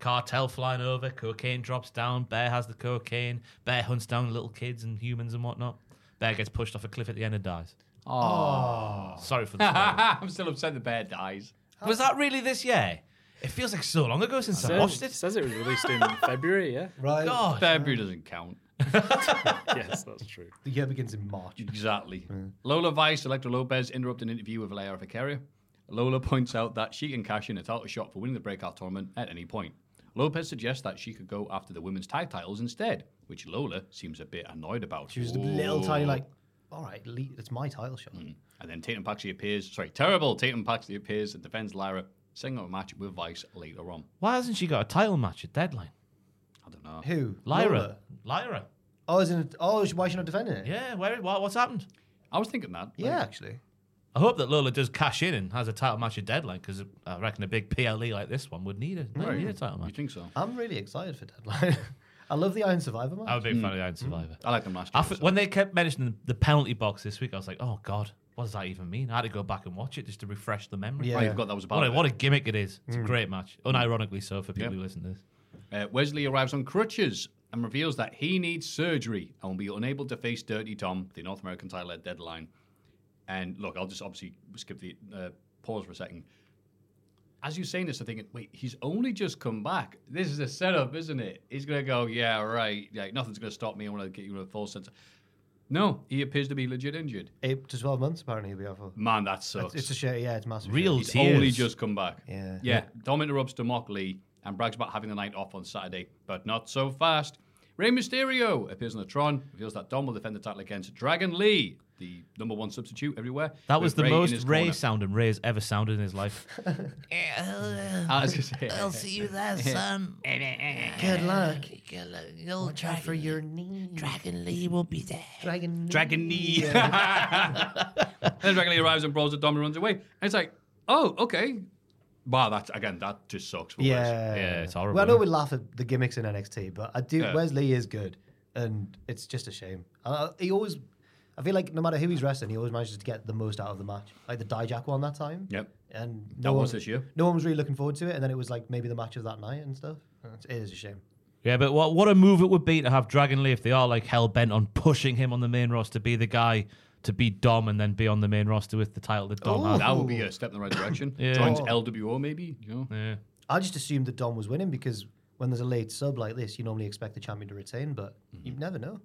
S5: Cartel flying over, cocaine drops down, bear has the cocaine, bear hunts down little kids and humans and whatnot. Bear gets pushed off a cliff at the end and dies.
S3: Oh.
S4: Ah.
S5: Sorry for the spoiler.
S3: I'm still upset the bear dies.
S5: Was that really this year? It feels like so long ago since I watched it.
S6: Says it was released in February. Yeah.
S4: Right.
S5: God.
S3: February doesn't count.
S6: yes, that's true.
S4: The year begins in March.
S3: Exactly. Lola Vice, Electra Lopez interrupt an interview with Leia Vicaria. Lola points out that she can cash in a title shot for winning the breakout tournament at any point. Lopez suggests that she could go after the women's tag titles instead, which Lola seems a bit annoyed about.
S4: She was a little tiny,
S3: Ooh.
S4: like, all right, le- it's my title shot.
S5: Mm.
S3: And then Tatum Paxley appears. Sorry, terrible. Tatum Paxley appears and defends Lyra, setting up a match with Vice later on.
S5: Why hasn't she got a title match at Deadline?
S3: I don't know.
S4: Who?
S5: Lyra. Lyra.
S4: Oh, is it? Oh, she- why is she not defending it?
S5: Yeah, where, why, what's happened?
S3: I was thinking that.
S4: Yeah, actually.
S5: I hope that Lola does cash in and has a title match at Deadline because I reckon a big PLE like this one would need a, might
S3: Right.
S5: need a title
S3: You
S5: match.
S3: think so?
S4: I'm really excited for Deadline. I love the Iron Survivor match.
S5: I'm a big
S3: Hmm.
S5: fan of Iron Survivor.
S3: I like them last
S5: I
S3: year.
S5: f- when they kept mentioning the penalty box this week, I was like, oh God, what does that even mean? I had to go back and watch it just to refresh the memory.
S3: Yeah. I forgot that was about
S5: What a,
S3: it.
S5: what a gimmick it is. It's a great match. Unironically so for people
S3: Yeah.
S5: who listen to this.
S3: Uh, Wesley arrives on crutches and reveals that he needs surgery and will be unable to face Dirty Tom, the North American title at deadline. And look, I'll just obviously skip the uh, pause for a second. As you're saying this, I'm thinking, wait, he's only just come back. This is a setup, isn't it? He's going to go, yeah, right. Yeah, nothing's going to stop me. I want to get you in a full sense. No, he appears to be legit injured.
S4: Eight to 12 months, apparently, he'll be off for.
S3: Man, that sucks.
S4: It's, it's a shame. Yeah, it's massive.
S5: Real
S4: shame.
S3: He's
S5: Tears.
S3: only just come back.
S4: Yeah.
S3: Yeah. Dom interrupts Democley and brags about having the night off on Saturday, but not so fast. Rey Mysterio appears on the Tron, reveals that Dom will defend the title against Dragon Lee, the number one substitute everywhere.
S5: That
S3: with
S5: was the
S3: Rey in
S5: most
S3: his
S5: Ray
S3: corner.
S5: sounding Ray's ever sounded in his life.
S3: I was gonna say-
S5: I'll see you there, son.
S4: Good luck.
S5: Good luck. You'll
S4: Watch out for your knee.
S5: Dragon Lee will be there.
S4: Dragon.
S3: Dragon Lee. and then Dragon Lee arrives and brawls with Dom and runs away. And it's like, oh, okay. Wow, that's again, that just sucks. for
S4: Yeah.
S3: Wes.
S5: it's horrible,
S4: Well, I know
S5: isn't
S4: we laugh at the gimmicks in NXT, but I do.
S3: Yeah.
S4: Wesley is good, and it's just a shame. Uh, he always, I feel like no matter who he's wrestling, he always manages to get the most out of the match. Like the Dijak one that time.
S3: Yep.
S4: And
S3: That
S4: one-
S3: was this year.
S4: No one was really looking forward to it, and then it was like maybe the match of that night and stuff. It's- It is a shame.
S5: Yeah, but what what a move it would be to have Dragon Lee if they are like hell bent on pushing him on the main roster, be the guy to be Dom and then be on the main roster with the title that Dom has.
S3: That would be a step in the right direction.
S5: Yeah.
S3: Joins
S4: Oh.
S3: LWO maybe. You know?
S5: Yeah.
S4: I just assumed that Dom was winning because when there's a late sub like this, you normally expect the champion to retain, but
S3: Mm-hmm.
S4: you never know.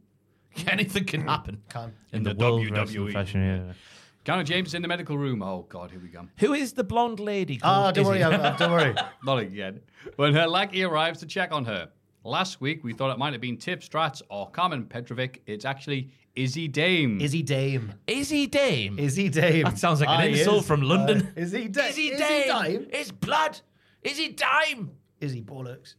S5: Anything can happen.
S4: Can
S5: In,
S3: the E.
S5: world
S3: WWE.
S5: wrestling fashion, yeah.
S3: Garner James is in the medical room. Oh God, here we go.
S5: Who is the blonde lady?
S4: Ah,
S5: called?
S4: don't
S5: Is
S4: worry,
S5: it-
S4: I've- I've- don't worry.
S3: Not again. When her lackey arrives to check on her. Last week, we thought it might have been Tip Stratz or Carmen Petrovic. It's actually Izzy Dame.
S4: Izzy Dame.
S5: Izzy Dame.
S4: Izzy Dame.
S5: That sounds like an
S4: Ah, he
S5: insult
S4: is.
S5: from London.
S4: Uh, Izzy Da-
S5: Izzy
S4: Izzy
S5: Dame.
S4: Dame?
S5: It's blood. Izzy Dame.
S4: Izzy Bollocks.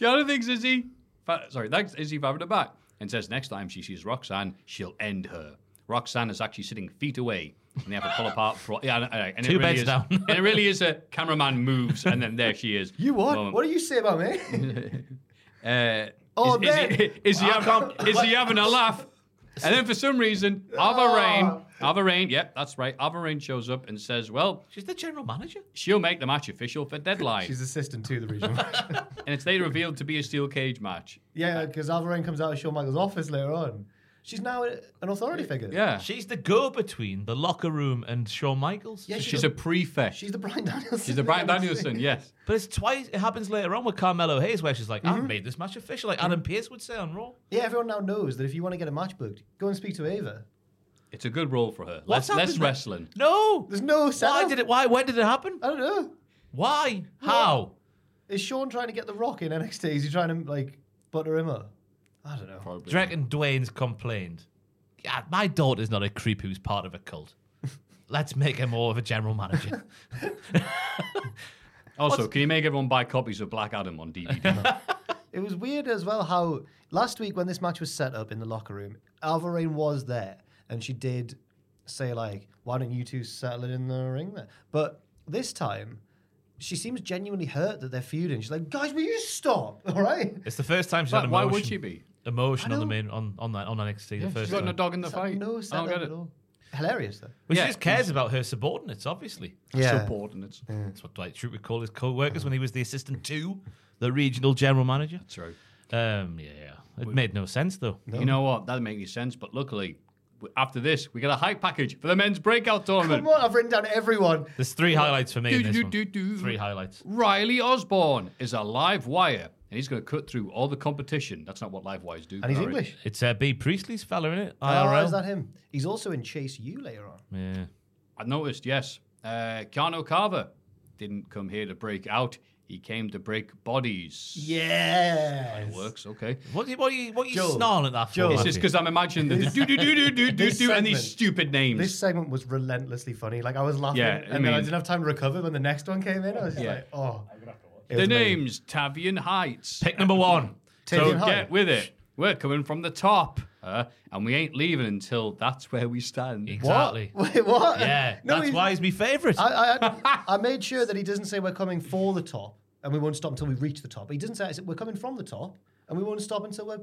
S3: Kiana thinks Izzy. Fa- sorry, thanks Izzy for having her back. And says next time she sees Roxanne, she'll end her. Roxanne is actually sitting feet away. And they have to pull apart. Pro- yeah, and- and, and it
S5: Two
S3: really
S5: beds
S3: is,
S5: down.
S3: and it really is a cameraman moves, and then there she is.
S4: You what?
S3: Moment.
S4: What do you say about me?
S3: Uh,
S4: Oh,
S3: is, is, he,
S4: man.
S3: is, he having, is he having a laugh? And then for some reason, Ava Rain, Ava Rain, yep, that's right. Ava Rain shows up and says, "Well,
S5: She's the general manager.
S3: she'll make the match official for deadline."
S4: She's assistant to the regional manager.
S3: and it's later revealed to be a steel cage match.
S4: yeah, because Alvarez comes out of Shawn Michaels' office later on. She's now a- an authority figure.
S3: Yeah,
S5: She's the go-between the locker room and Shawn Michaels.
S4: Yeah, she
S3: she's a prefect.
S4: She's the Brian Danielson.
S3: She's the Brian Danielson. Yes,
S5: But it's twice. It happens later on with Carmelo Hayes, where she's like, "I've
S3: Mm-hmm.
S5: made this match official," like Adam Pearce would say on Raw.
S4: Yeah, everyone now knows that if you want to get a match booked, go and speak to Ava.
S3: It's a good role for her.
S5: What's
S3: Less, less
S5: happened?
S3: wrestling.
S5: No,
S4: there's no.
S5: Why
S4: setup.
S5: did it? Why? When did it happen?
S4: I don't know.
S5: Why? How?
S4: Is Sean trying to get the Rock in NXT? Is he trying to like butter him up? I don't know.
S5: Do you reckon Dwayne's complained? Yeah, my daughter's not a creep who's part of a cult. Let's make her more of a general manager.
S3: Also, can you make everyone buy copies of Black Adam on DVD?
S4: It was weird as well how last week when this match was set up in the locker room, Alvarine was there and she did say like, "Why don't you two settle it in the ring?" There, but this time. She seems genuinely hurt that they're feuding. She's like, "Guys, will you stop? All right."
S5: it's the first time she's
S3: But
S5: had
S3: why
S5: emotion.
S3: would she be?
S5: Emotion on the main on on that on NXT the
S3: She's
S5: first
S3: got
S5: time.
S3: no dog in the
S4: It's like
S3: fight.
S4: No
S3: I don't
S4: setup
S3: get
S4: at
S3: it.
S4: all. Hilarious though.
S5: Well,
S3: Yeah,
S5: she just cares about her subordinates, obviously.
S4: Yeah.
S3: Subordinates.
S5: That's what Dwight Schrute would call his co-workers when he was the assistant to the regional general manager.
S3: That's right.
S5: Um, yeah, it made no sense though.
S3: You know what? That make any sense. But luckily, w- after this, we got a hype package for the men's breakout tournament.
S4: Come on, I've written down everyone.
S5: There's three highlights for me. in
S3: Do,
S5: this
S3: do,
S5: one.
S3: do, do.
S5: Three highlights.
S3: Riley Osborne is a live wire, and he's going to cut through all the competition. That's not what live wires do.
S4: And he's
S3: Barry.
S4: English.
S5: It's uh, B Priestley's fella in it.
S4: Oh,
S5: IRL.
S4: is that him? He's also in Chase U later on.
S5: Yeah.
S3: I noticed, yes. Uh, Keanu Carver didn't come here to break out. He came to break bodies.
S4: Yeah.
S3: Works, okay.
S5: What are you, what are you, what are you
S4: Joe.
S5: snarling at that for?
S4: Joe.
S3: It's
S5: Matthew?
S3: just because I'm imagining the do do do do do do
S4: Oh, This
S3: do and these
S4: segment-
S3: stupid names.
S4: This segment was relentlessly funny. Like I was laughing,
S3: Yeah, I
S4: and then I
S3: mean-
S4: didn't have time to recover when the next one came in. I was just
S3: Yeah.
S4: like, oh. It
S3: the
S4: was amazing.
S3: names Tavian Heights.
S5: Pick number one.
S3: So
S4: Tavian High.
S3: get with it. We're coming from the top, uh, and we ain't leaving until that's where we stand.
S5: Exactly.
S4: Wait, what?
S5: Yeah.
S4: No,
S5: that's
S4: he-
S5: why he's my favourite.
S4: I, I, I made sure that he doesn't say we're coming for the top and we won't stop until we reach the top. He doesn't say I said, we're coming from the top and we won't stop until we're.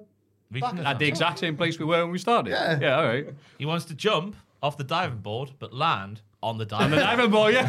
S5: Reaching
S3: At the
S5: top.
S3: exact same place we were when we started. Yeah. Yeah. All right.
S5: He wants to jump off the diving board, but land on the diving.
S3: The diving boy. Yeah.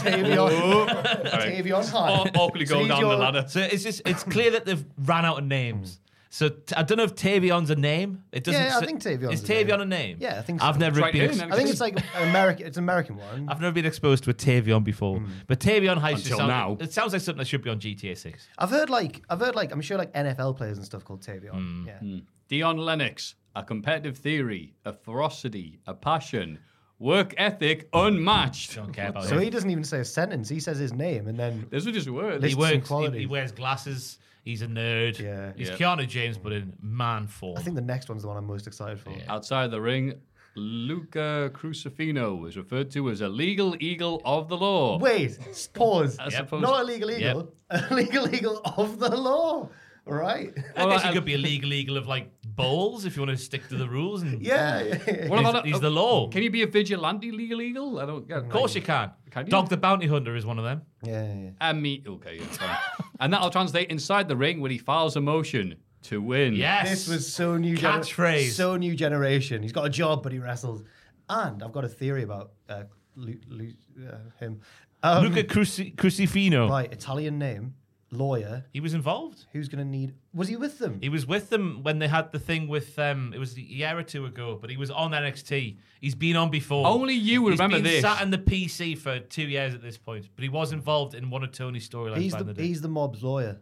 S4: Tavion, Tavion High.
S3: Aw- awkwardly
S4: So
S3: going
S4: he's
S3: down
S4: your-
S3: the ladder.
S5: So it's just it's clear that they've ran out of names. So t- I don't know if Tavion's a name. It doesn't.
S4: Yeah, I
S5: s-
S4: think Tavion's
S5: is
S4: a name.
S5: Tavion a name.
S4: Yeah, I think so.
S5: I've never
S3: Right
S5: been.
S3: in,
S5: ex-
S3: and
S4: I think it's like an American. It's an American one.
S5: I've never been exposed to a Tavion before, but Tavion Heist just
S3: Hmm. Until
S5: sounds,
S3: now.
S5: It sounds like something that should be on GTA Six.
S4: I've heard like I've heard like I'm sure like NFL players and stuff called Tavion.
S3: Mm,
S4: Yeah.
S3: Dion Lennox, a competitive theory, a ferocity, a passion, work ethic unmatched. Don't care about
S4: So he doesn't even say a sentence. He says his name and then
S3: Those are just words.
S5: He
S4: Lists some
S5: works. He,
S4: qualities.
S5: he wears glasses. He's a nerd.
S4: Yeah.
S5: He's
S3: Yeah.
S5: Keanu James, but in man form.
S4: I think the next one's the one I'm most excited for.
S3: Outside the ring, Luca Crucifino is referred to as a legal eagle of the law.
S4: Wait, pause.
S3: As opposed-
S4: Not illegal eagle. Illegal eagle of the law. Right.
S5: I guess
S3: Well,
S5: he
S3: I-
S5: could be a legal eagle of like bowls if you want to stick to the rules. And
S4: Yeah. yeah, yeah.
S3: What
S5: He's-
S3: about
S5: he's the law.
S3: Can you be a vigilante legal eagle? I don't.
S5: Of course you can.
S3: Can you?
S5: Dog the Bounty Hunter is one of them.
S4: Yeah, yeah, yeah.
S3: I mean, okay, yeah, fine. and that'll translate inside the ring when he files a motion to win.
S5: Yes.
S4: This was so new.
S5: Catchphrase.
S4: so new generation. He's got a job, but he wrestles. And I've got a theory about uh, Lu- Lu- uh, him. Um,
S5: Luca Cruci- Crucifino.
S4: right, Italian name, lawyer.
S5: He was involved.
S4: Who's gonna need? Was he with them?
S5: He was with them when they had the thing with um it was a year or two ago, but he was on NXT. He's been on before.
S3: Only you would
S5: He's
S3: remember
S5: been
S3: this.
S5: sat in the PC for two years at this point, but he was involved in one of Tony's storylines
S4: he's
S5: back in
S4: the
S5: the day.
S4: he's the mob's lawyer.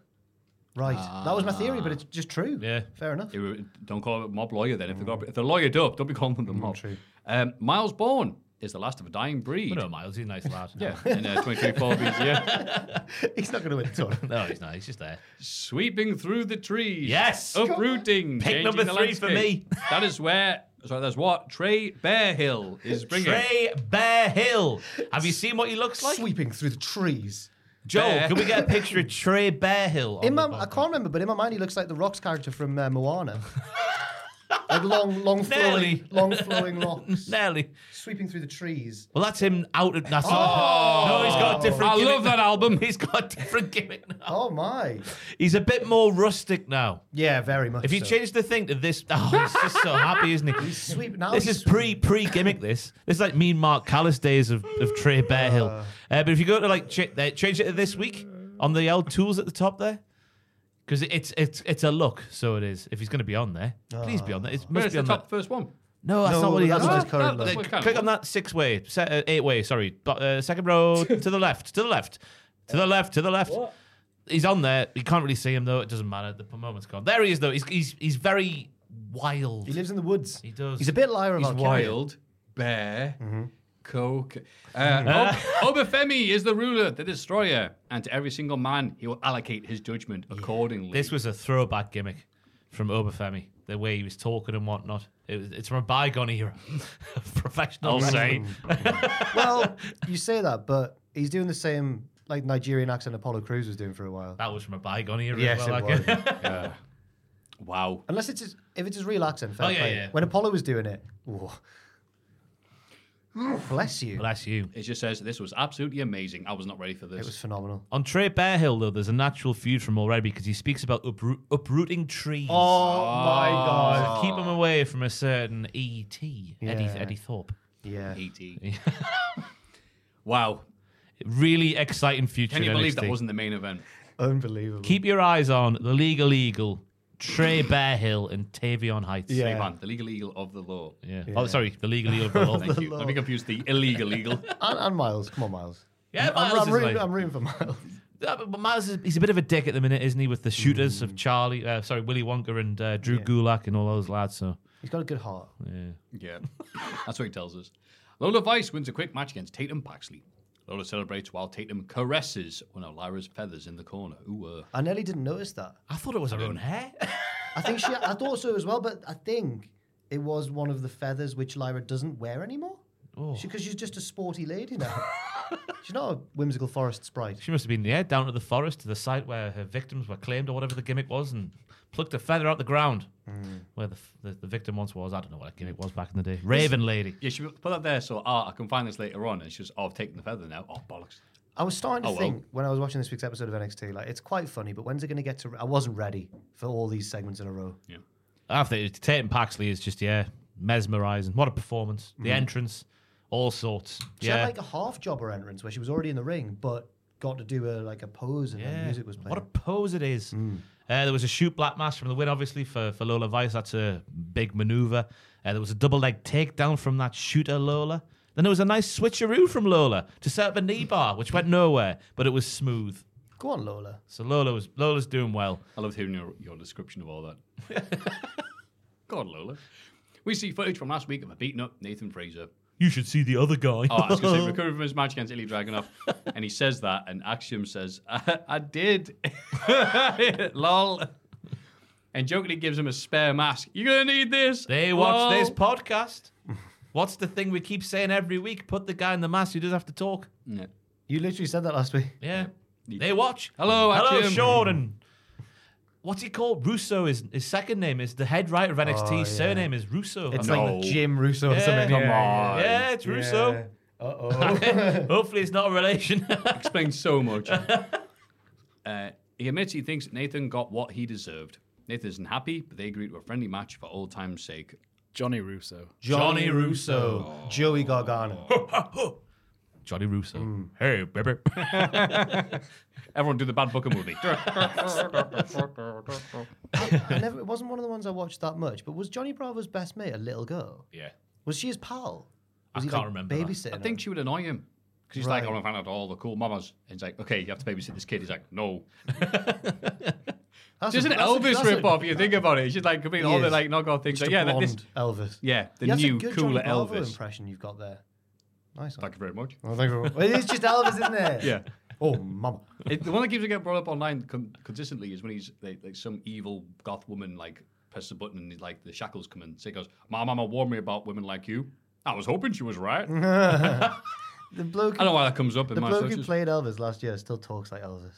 S4: Right, that was my theory, but it's just true.
S5: Yeah.
S4: fair enough.
S3: They were- Don't call it mob lawyer then. If, they got, if they're lawyered up, don't be calling
S5: Mm,
S3: them the mob. Um, Miles Bourne is the last of a dying breed.
S5: But no, Miles, he's a nice lad.
S3: Yeah, in uh, 23 yeah.
S4: He's not gonna win the tournament.
S5: No, he's not. He's just there.
S3: Sweeping through the trees.
S5: Yes.
S3: Uprooting.
S5: Pick
S3: changing
S5: number
S3: the
S5: three for
S3: landscape. That is where, sorry, that's what Trey Bearhill is bringing.
S5: Trey Bear Hill. Have you seen what he looks like?
S4: Sweeping through the trees.
S5: Joel,
S3: Bear.
S5: can we get a picture of Trey Bear Hill? on
S4: In my,
S5: the
S4: I
S5: podcast?
S4: can't remember, but in my mind, he looks like the Rock's character from uh, Moana. like long, long
S5: Nearly.
S4: flowing, long flowing locks,
S5: Nearly.
S4: sweeping through the trees.
S5: Well, that's him out of that's No, he's got a different.
S3: Oh. I love
S5: gimmick
S3: that
S5: now.
S3: album.
S5: He's got a different gimmick now.
S4: Oh my!
S5: He's a bit more rustic now.
S4: Yeah, very much.
S5: If you
S4: so.
S5: change the thing to this, oh, he's just so happy, isn't he?
S4: sweep now,
S5: This
S4: he's
S5: is pre pre gimmick. This this is like me and Mark Callis days of, of Trey Bearhill.
S4: Ah.
S5: Uh, but if you go to like ch- uh, change it to this week on the old tools at the top there, because it's it's it's a look. So it is. If he's going to be on there, please be on there. It must
S3: Where's
S5: be
S3: the
S5: on
S3: top
S5: that.
S3: first one?
S5: No, that's
S4: Ah. No,
S5: not what he has.
S4: that's
S5: on.
S4: not his current
S3: that-
S4: look.
S3: what kind of
S5: Click on
S3: one?
S5: that six way, se- uh, eight way. Sorry, Bo- uh, second row to the left, to the left, to the left, to the left. He's on there. You can't really see him though. It doesn't matter. The moment's gone. There he is though. He's he's, he's very wild.
S4: He lives in the woods.
S5: He does.
S4: He's a bit liar
S3: He's
S4: about carrying.
S3: wild, bear,
S5: Mm-hmm.
S3: coke.
S5: Hmm.
S3: Uh, Ob- Obafemi is the ruler, the destroyer, and to every single man he will allocate his judgment accordingly.
S5: This was a throwback gimmick from Obafemi, the way he was talking and whatnot. It was, it's from a bygone era of professional
S3: I'll say.
S5: wrestling.
S4: well, you say that, but he's doing the same like Nigerian accent Apollo Crews was doing for a while.
S5: That was from a bygone era.
S4: Yes,
S5: as
S4: it
S5: well,
S4: was.
S5: like
S3: Yeah. Wow.
S4: Unless it's his, if it's his real accent. Fair
S5: Oh, yeah,
S4: play.
S5: yeah.
S4: When Apollo was doing it, ooh. bless you.
S5: Bless you.
S3: It just says this was absolutely amazing. I was not ready for this.
S4: It was phenomenal.
S5: On Trey Bearhill, though, there's a natural feud from already because he speaks about uproot, uprooting trees.
S4: Oh, my
S5: Ah. To keep him away from a certain ET, Eddie,
S4: Oh. Yeah.
S5: Eddie Thorpe.
S4: Yeah.
S3: ET. E wow.
S5: Really exciting future.
S3: Can you
S5: in
S3: believe
S5: NXT.
S3: that wasn't the main event?
S4: Unbelievable.
S5: Keep your eyes on the Legal Eagle, Trey Bearhill, and Tavion Heights.
S4: Yeah.
S3: Big man, the legal eagle of the law.
S5: Yeah. Oh, sorry, the Legal Eagle. for all.
S3: Thank you. Let me confuse the illegal eagle.
S4: And, and Miles. Come on, Miles.
S5: Yeah,
S4: I'm-
S5: Miles
S4: I'm,
S5: is
S4: rooting,
S5: like-
S4: I'm rooting for Miles.
S5: Uh, but but Miles, is, he's a bit of a dick at the minute, isn't he? With the shooters
S4: Mm.
S5: of Charlie, uh, sorry, Willy Wonka and uh, Drew Gulak and all those lads. So
S4: He's got a good heart.
S5: yeah,
S3: Yeah, that's what he tells us. Lola Vice wins a quick match against Tatum Paxley. Lola celebrates while Tatum caresses one of Lyra's feathers in the corner. Ooh, uh,
S4: I nearly didn't notice that.
S5: I thought it was her own hair.
S4: I think she. I thought so as well, but I think it was one of the feathers which Lyra doesn't wear anymore.
S5: Oh.
S4: Because she's just a sporty lady now. she's not a whimsical forest sprite.
S5: She must have been yeah down to the forest to the site where her victims were claimed or whatever the gimmick was, and plucked a feather out the ground
S4: Mm.
S5: where the, f- the the victim once was. I don't know what that gimmick was back in the day. Raven lady.
S3: yeah, she put that there so ah, I can find this later on. And she's oh, I've taken the feather now. Oh bollocks!
S4: I was starting to
S3: Oh, well.
S4: think when I was watching this week's episode of NXT, like it's quite funny, but when's it going to get to? I wasn't ready for all these segments in a row.
S5: After it, Tatum Paxley is just yeah mesmerizing. What a performance! The entrance, all sorts.
S4: Mm. She
S5: yeah.
S4: had like a half jobber entrance where she was already in the ring, but got to do a like a pose and then
S5: Yeah.
S4: music was playing. Mm.
S5: What a pose it is. Uh, there was a shoot black mass from the win, obviously, for, for Lola Vice. That's a big maneuver. Uh, there was a double leg takedown from that shooter, Lola. Then there was a nice switcheroo from Lola to set up a knee bar, which went nowhere, but it was smooth.
S4: Go on, Lola.
S5: So Lola was Lola's doing well.
S3: I loved hearing your, your description of all that. God, Lola. We see footage from last week of a beaten up Nathan Fraser.
S5: You should see the other guy.
S3: Oh, I was going to say recovering from his match against Ilya Dragunov, and he says that, and Axiom says, "I, I did, lol." And jokingly gives him a spare mask. You're gonna need this.
S5: they watch
S3: lol."
S5: this podcast. What's the thing we keep saying every week? Put the guy in the mask who doesn't have to talk.
S3: Yeah.
S4: You literally said that last week.
S5: Yeah. They watch.
S3: Hello,
S5: Hello,
S3: Achim.
S5: Jordan. What's he called? Russo is his second name is the head writer of NXT.
S4: Oh, yeah.
S5: Surname is Russo.
S4: It's
S5: I'm-
S3: No.
S4: like Jim Russo or
S5: Yeah,
S4: something.
S5: yeah, yeah, yeah, it's Russo.
S4: Uh oh.
S5: Hopefully, it's not a relation.
S3: Explains so much. uh, he admits he thinks Nathan got what he deserved. Nathan isn't happy, but they agree to a friendly match for old time's sake.
S6: Johnny Russo.
S5: Johnny Russo.
S4: Joey Gargano.
S5: Johnny Russo. Hey, baby.
S3: Everyone do the Bad Booker movie.
S4: I never, it wasn't one of the ones I watched that much, but was Johnny Bravo's best mate a little girl?
S5: yeah.
S4: Was she his pal?
S5: I
S4: Was he,
S5: can't
S4: like,
S5: remember that.
S4: Babysitting
S3: I think
S4: her?
S3: she would annoy him. Because he's like, "Oh,
S4: Right.
S3: I want to find out all the cool mamas. And he's like, okay, you have to babysit this kid. He's like, no.
S4: That's
S3: Just
S4: a-
S3: an
S4: that's a-
S3: Elvis
S4: that's a-
S3: rip-off, if you think about it. It's just like completely
S4: He
S3: all the
S4: is.
S3: like knockoff things.
S4: Just
S3: Like,
S4: a
S3: yeah, that, this,
S4: blonde Elvis.
S3: yeah, the
S4: Yeah, that's a
S3: new,
S4: good
S3: cooler
S4: Johnny Bravo
S3: Elvis.
S4: impression you've got there. Nice one.
S3: Thank you very much.
S4: Well, thank you. Well, it is just Elvis, isn't it?
S3: Yeah.
S4: Oh, mama.
S3: It- the one that keeps getting brought up online con- consistently is when he's like, like some evil goth woman like presses a button and like the shackles come in. So he goes, "My mama warned me about women like you. I was hoping she was right. I
S4: The bloke.
S3: don't know why that comes up in
S4: The
S3: my
S4: bloke who
S3: searches.
S4: played Elvis last year still talks like Elvis.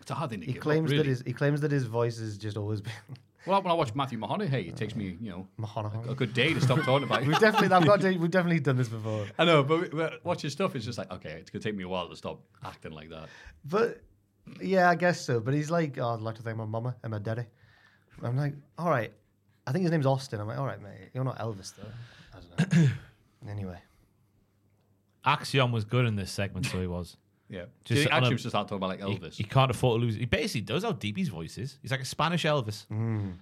S3: It's a hard thing to
S4: He
S3: give
S4: claims that
S3: up, really.
S4: his he claims that his voice has just always been.
S3: Well, when I watch Matthew McConaughey, it takes me you know a
S4: Mahoney.
S3: good day to stop talking about
S4: We've
S3: it.
S4: definitely I've got to- we've definitely done this before.
S3: I know, but we- but watch his stuff. It's just like okay, it's gonna take me a while to stop acting like that.
S4: But yeah, I guess so. But he's like, oh, I'd like to thank my mama and my daddy. I'm like, all right. I think his name's Austin. I'm like, all right, mate. You're not Elvis though. I don't know. anyway,
S5: Axion was good in this segment, so he was.
S3: Yeah,
S5: Just on
S3: just
S5: a-
S3: actually, just start talking about like
S5: He,
S3: Elvis.
S5: he can't afford to lose. He basically does how deep his voice is. He's like a Spanish Elvis. Um,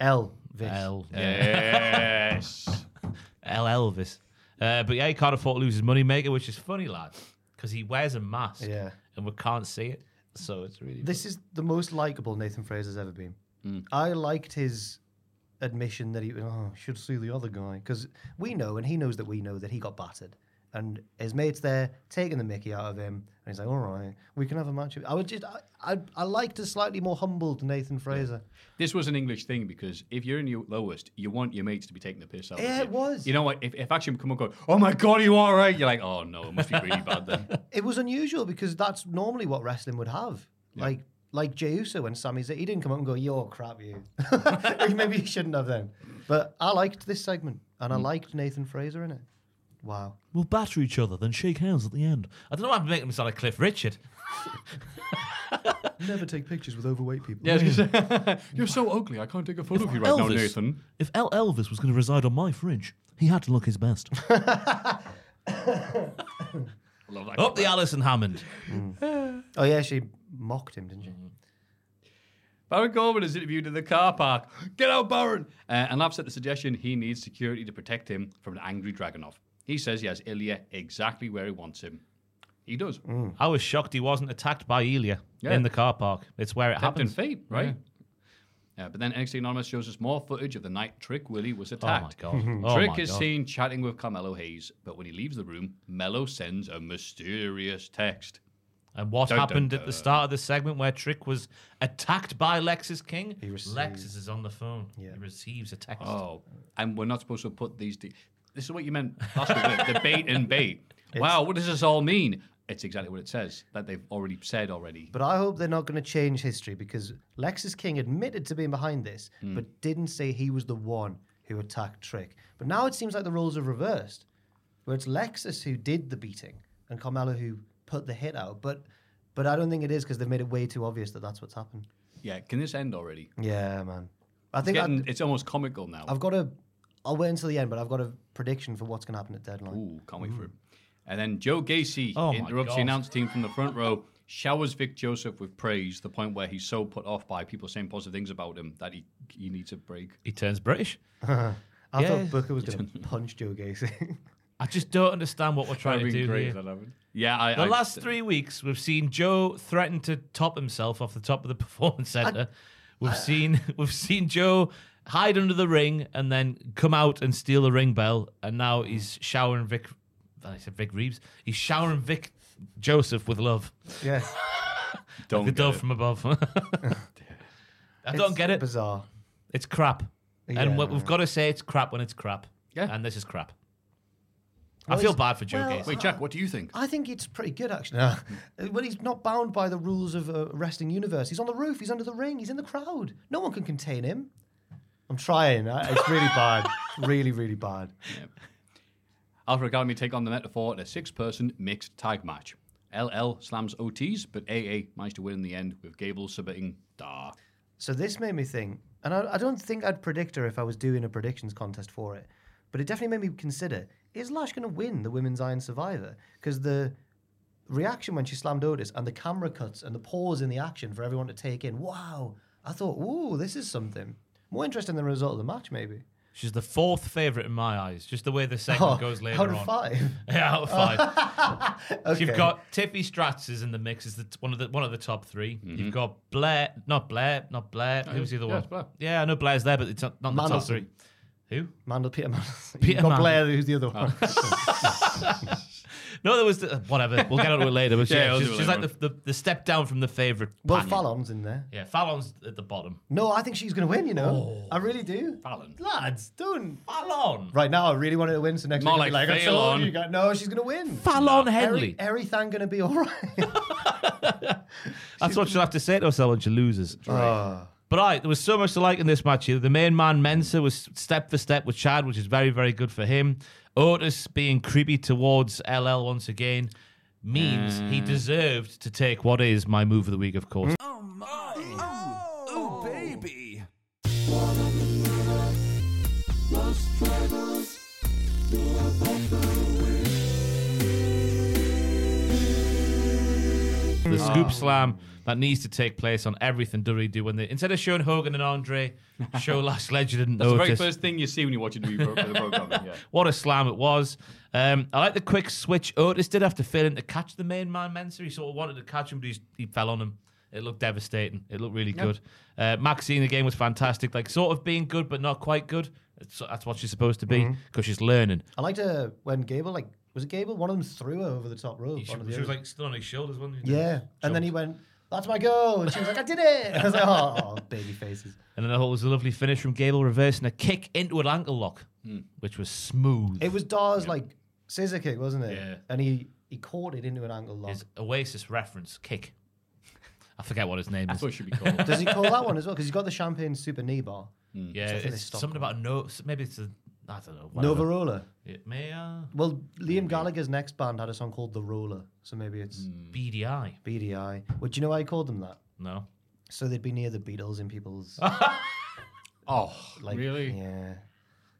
S4: Elvis.
S5: L.
S3: yes.
S5: L. Elvis. Uh, but yeah, he can't afford to lose his moneymaker, which is funny, lads, because he wears a mask.
S4: Yeah.
S5: And we can't see it. So it's really.
S4: This is the most likable Nathan Fraser's ever been. I liked his admission that he oh, should sue the other guy because we know and he knows that we know that he got battered. And his mate's there taking the Mickey out of him, and he's like, "All right, we can have a match." I would just, I, I, I liked a slightly more humbled Nathan Fraser.
S3: This was an English thing because if you're in your lowest, you want your mates to be taking the piss out. of
S4: Yeah,
S3: you.
S4: it was.
S3: You know what? If, if Action come up going, oh my god, are you all right? You're like, oh no, it must be really bad then.
S4: It was unusual because that's normally what wrestling would have. Like like Jey Uso and Sami Zayn, he didn't come up and go, "You're crap, you." Like, Maybe you shouldn't have then. But I liked this segment, and I liked Nathan Fraser in it. Wow.
S5: We'll batter each other, then shake hands at the end. I don't know why I'm making him sound like Cliff Richard.
S4: Never take pictures with overweight people.
S3: Yeah, I was gonna say, you're so ugly. I can't take a photo of you right now, Nathan.
S5: If L. Elvis was going to reside on my fridge, he had to look his best.
S3: Oh,
S5: Up the Alison Hammond.
S4: Oh yeah, she mocked him, didn't she?
S3: Baron Corbin is interviewed in the car park. Get out, Baron! Uh, and laughs at the suggestion he needs security to protect him from an angry Dragonov. He says he has Ilya exactly where he wants him. He does.
S4: Mm.
S5: I was shocked he wasn't attacked by Elia
S3: Yeah.
S5: in the car park. It's where it
S3: Tapped in
S5: happened.
S3: feet, right? Uh, but then NXT Anonymous shows us more footage of the night Trick Willie was attacked.
S5: God. Oh
S3: Trick
S5: my
S3: is
S5: God.
S3: seen chatting with Carmelo Hayes, but when he leaves the room, Mello sends a mysterious text.
S5: And what
S3: Dun, dun,
S5: happened at
S3: dun.
S5: the start of the segment where Trick was attacked by Lexus King?
S4: He received-
S5: Lexus is on the phone.
S4: Yeah.
S5: He receives a text.
S3: Oh, and we're not supposed to put these. De- this is what you meant last week, wasn't it? the bait and bait. wow, what does this all mean? It's exactly what it says that they've already said already.
S4: But I hope they're not going to change history because Lexus King admitted to being behind this, but didn't say he was the one who attacked Trick. But now it seems like the roles have reversed, where it's Lexus who did the beating and Carmelo who put the hit out. But but I don't think it is because they've made it way too obvious that that's what's happened.
S3: Yeah, can this end already?
S4: Yeah, man. I
S3: It's,
S4: think
S3: getting,
S4: I,
S3: it's almost comical now.
S4: I've got a. I'll wait until the end, but I've got a prediction for what's going to happen at deadline.
S3: Ooh, can't wait for it. And then Joe Gacy
S5: Mm. Oh my
S3: interrupts the
S5: God.
S3: announced team from the front row, showers Vic Joseph with praise, the point where he's so put off by people saying positive things about him that he, he needs a break.
S5: He turns British.
S4: I
S5: Yeah.
S4: thought Booker was going to punch Joe Gacy.
S5: I just don't understand what we're trying to do here.
S3: Yeah, I,
S5: The
S3: I-
S5: last three weeks, we've seen Joe threaten to top himself off the top of the performance center. We've seen we've seen Joe hide under the ring and then come out and steal the ring bell, and now he's showering Vic. I said Vic Reeves. He's showering Vic Joseph with love,
S4: yeah,
S3: don't
S5: the
S3: get
S5: dove
S3: it.
S5: from above. I don't get it.
S4: bizarre.
S5: It's crap,
S4: Yeah.
S5: and what we've got to say, it's crap when it's crap.
S3: Yeah.
S5: and this is crap.
S4: Well,
S5: I feel
S4: it's-
S5: bad for Joe
S4: well, uh,
S5: Gacy.
S3: Wait, Jack, what do you think?
S4: I think it's pretty good, actually. No. well, he's not bound by the rules of a wrestling universe. He's on the roof. He's under the ring. He's in the crowd. No one can contain him. I'm trying. I- It's really bad. Really, really bad.
S3: Alpha Academy take on the metaphor in a six person mixed tag match. LL slams OTs, but AA managed to win in the end with Gable submitting Dar.
S4: So this made me think, and I, I don't think I'd predict her if I was doing a predictions contest for it, but it definitely made me consider: Is Lash going to win the Women's Iron Survivor? Because the reaction when she slammed Otis and the camera cuts and the pause in the action for everyone to take in. Wow! I thought, ooh, this is something more interesting than the result of the match, maybe.
S5: She's the fourth favorite in my eyes. Just the way the segment
S4: Oh,
S5: goes later
S4: out of
S5: on.
S4: five.
S5: Yeah, out of five.
S4: Oh. Okay.
S5: You've got Tiffy Stratz is in the mix. Is the one of the one of the top 3 you You've got Blair, not Blair, not Blair. Who was the other
S3: Mm-hmm. Oh,
S5: one?
S3: yeah, it's Blair.
S5: Yeah, I know Blair's there, but it's not, not in the top
S4: Mandelson.
S5: three. Who?
S4: Mandel Peter Mandel.
S5: Peter Oh,
S4: You've got
S5: Mandel.
S4: Blair, who's the other one?
S5: No, there was the, whatever. We'll get onto it later. But
S3: Yeah,
S5: yeah,
S3: we'll
S5: she's,
S3: do it
S5: she's like
S3: later
S5: the, the, the step down from the favorite.
S4: well, Fallon's in there.
S5: Yeah, Fallon's at the bottom.
S4: No, I think she's going to win. You
S5: Oh.
S4: know, I really do.
S3: Fallon.
S4: Lads, don't.
S5: Fallon.
S4: Right now, I really wanted to win. So next
S3: More
S4: week, I'll be
S3: like
S4: like I told
S3: Fallon.
S4: you, guys. No, she's going to win.
S5: Fallon Henley.
S4: Every, everything going to be all right.
S5: That's what she'll have to say to herself when she loses.
S3: Ah.
S5: But I, there was so much to like in this match. here. The main man Mensa was step for step with Chad, which is very, very good for him. Otis being creepy towards LL once again means he
S3: Mm.
S5: deserved to take what is my move of the week, of course.
S10: Oh, baby.
S5: The
S3: Mm. Oh.
S5: scoop slam that needs to take place on everything WWE do when they instead of showing Hogan and Andre, show Lash Legend and
S3: That's the very
S5: Otis.
S3: first thing you see when you watch a new pro- the program. Yeah.
S5: What a slam it was. Um, I like the quick switch. Otis did have to fail him to catch the main man, Mensah. He sort of wanted to catch him, but he's, he fell on him. It looked devastating. It looked really
S3: No.
S5: good. Uh, Maxine again was fantastic. Like sort of being good, but not quite good. It's, that's what she's supposed to be because
S4: Mhm.
S5: she's learning.
S4: I liked uh, when Gable, like, was it Gable? One of them threw her over the top rope.
S5: She,
S4: onto the
S5: she was
S4: other.
S5: like stood on his shoulders, wasn't she?
S4: yeah. And then he went, that's my goal. And she was like, I did it. I was like, oh, baby faces.
S5: And then it was a lovely finish from Gable reversing a kick into an ankle lock, which was smooth.
S4: Mm. It was Dar's, like, scissor kick, wasn't it?
S5: Yeah.
S4: And he, he caught it into an angle lock.
S5: His Oasis reference kick. I forget what his name is. That's what
S3: should be
S4: Does he call that one as well? Because he's got the champagne super knee bar.
S5: Yeah,
S4: So I think they
S5: it's
S4: stopped
S5: something about no. Maybe it's a. I don't know. whatever.
S4: Nova Roller.
S5: Yeah, may uh, I?
S4: Well, Liam Gallagher's next band had a song called The Roller, so maybe it's
S3: Hmm.
S5: BDI.
S4: BDI. Well, do you know why he called them that?
S5: No.
S4: So they'd be near the Beatles in people's.
S3: Oh,
S4: Like,
S3: Ah, really?
S4: Yeah.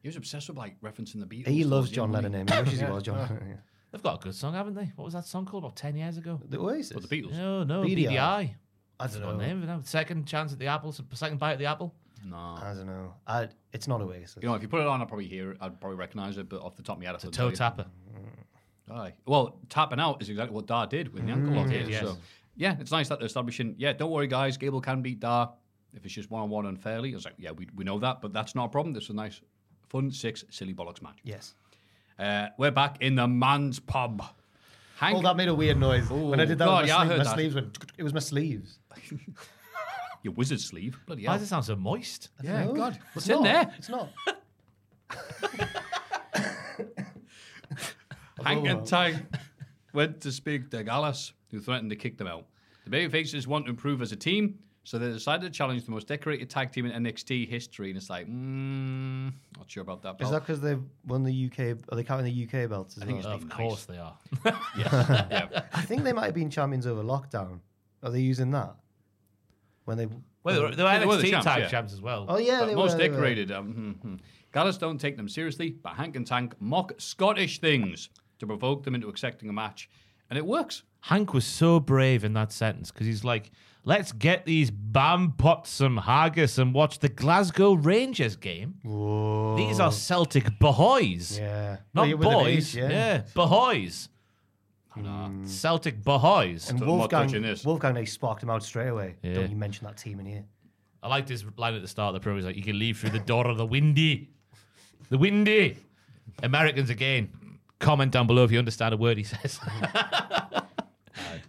S3: He was obsessed with like referencing the Beatles.
S4: He loves
S3: though,
S4: John
S3: didn't
S4: Lennon, he wishes he
S3: Yeah.
S4: was John
S3: Ah.
S4: Lennon, yeah.
S5: They've got a good song, haven't they? What was that song called about 10 years ago?
S4: The Oasis.
S3: Well, the Beatles.
S5: No, no,
S4: BDI.
S5: BDI.
S4: I
S5: It's
S4: don't
S5: got a
S4: know.
S5: Name, you know? Second chance at the apple, s- second bite at the apple.
S3: No.
S4: I don't know. I, it's not Oasis.
S3: You know, if you put it on, I'd probably hear it. I'd probably recognize it, but off the top of my head, it's a
S5: Toe tapper.
S3: Aye. Well, tapping out is exactly what Dar did with the ankle lock.
S5: Mm.
S3: here,
S5: Yes.
S3: So, yeah, it's nice that they're establishing. Yeah, don't worry, guys. Gable can beat Dar if it's just one on one unfairly. It's like, yeah, we, we know that, but that's not a problem. This is a nice, fun six silly bollocks match.
S4: Yes.
S3: Uh, we're back in the man's pub. Hank,
S4: Oh, that made a weird noise. when I did that,
S3: Oh,
S4: with my,
S3: yeah, I
S4: sleeve-
S3: heard
S4: my
S3: that.
S4: sleeves went. It was my sleeves.
S3: your wizard sleeve. Bloody
S5: Why
S3: hell.
S5: does it sound so moist?
S3: Yeah,
S4: No,
S3: God,
S4: it's
S3: what's
S4: not.
S3: in there?
S4: It's not.
S3: Hank
S4: Oh.
S3: and Tang went to speak to Gallus, who threatened to kick them out. The Babyfaces want to improve as a team, so they decided to challenge the most decorated tag team in NXT history. And it's like, mm, not sure about
S4: Is
S3: that. pal.
S4: that because they've won the UK? Are they counting the UK belts? As
S3: I think
S4: well?
S3: it's
S5: Of
S3: Nice.
S5: course they are.
S4: I think they might have been champions over lockdown. Are they using that when they?
S5: Well, they were, they were
S3: Yeah, they were
S5: NXT
S3: the champs,
S5: tag
S3: yeah.
S5: champs as well.
S4: Oh yeah,
S3: But
S4: they
S3: most
S4: were, they were.
S3: decorated. Um, hmm, hmm. Gallus don't take them seriously, but Hank and Tank mock Scottish things to provoke them into accepting a match, and it works.
S5: Hank was so brave in that sentence because he's like, let's get these bam pots some haggis and watch the Glasgow Rangers game.
S4: Whoa.
S5: These are Celtic boys.
S4: Yeah.
S5: Not
S4: Well, yeah, with an
S5: boys.
S4: H,
S5: yeah.
S4: yeah.
S5: boys. Celtic boys.
S4: And
S3: not touching
S4: Wolfgang,
S3: this.
S4: Wolfgang, they sparked him out straight away.
S5: Yeah.
S4: Don't you mention that team in here?
S5: I liked his line at the start of the promo. He's like, you can leave through the door of the windy. The windy. Americans again. Comment down below if you understand a word he says.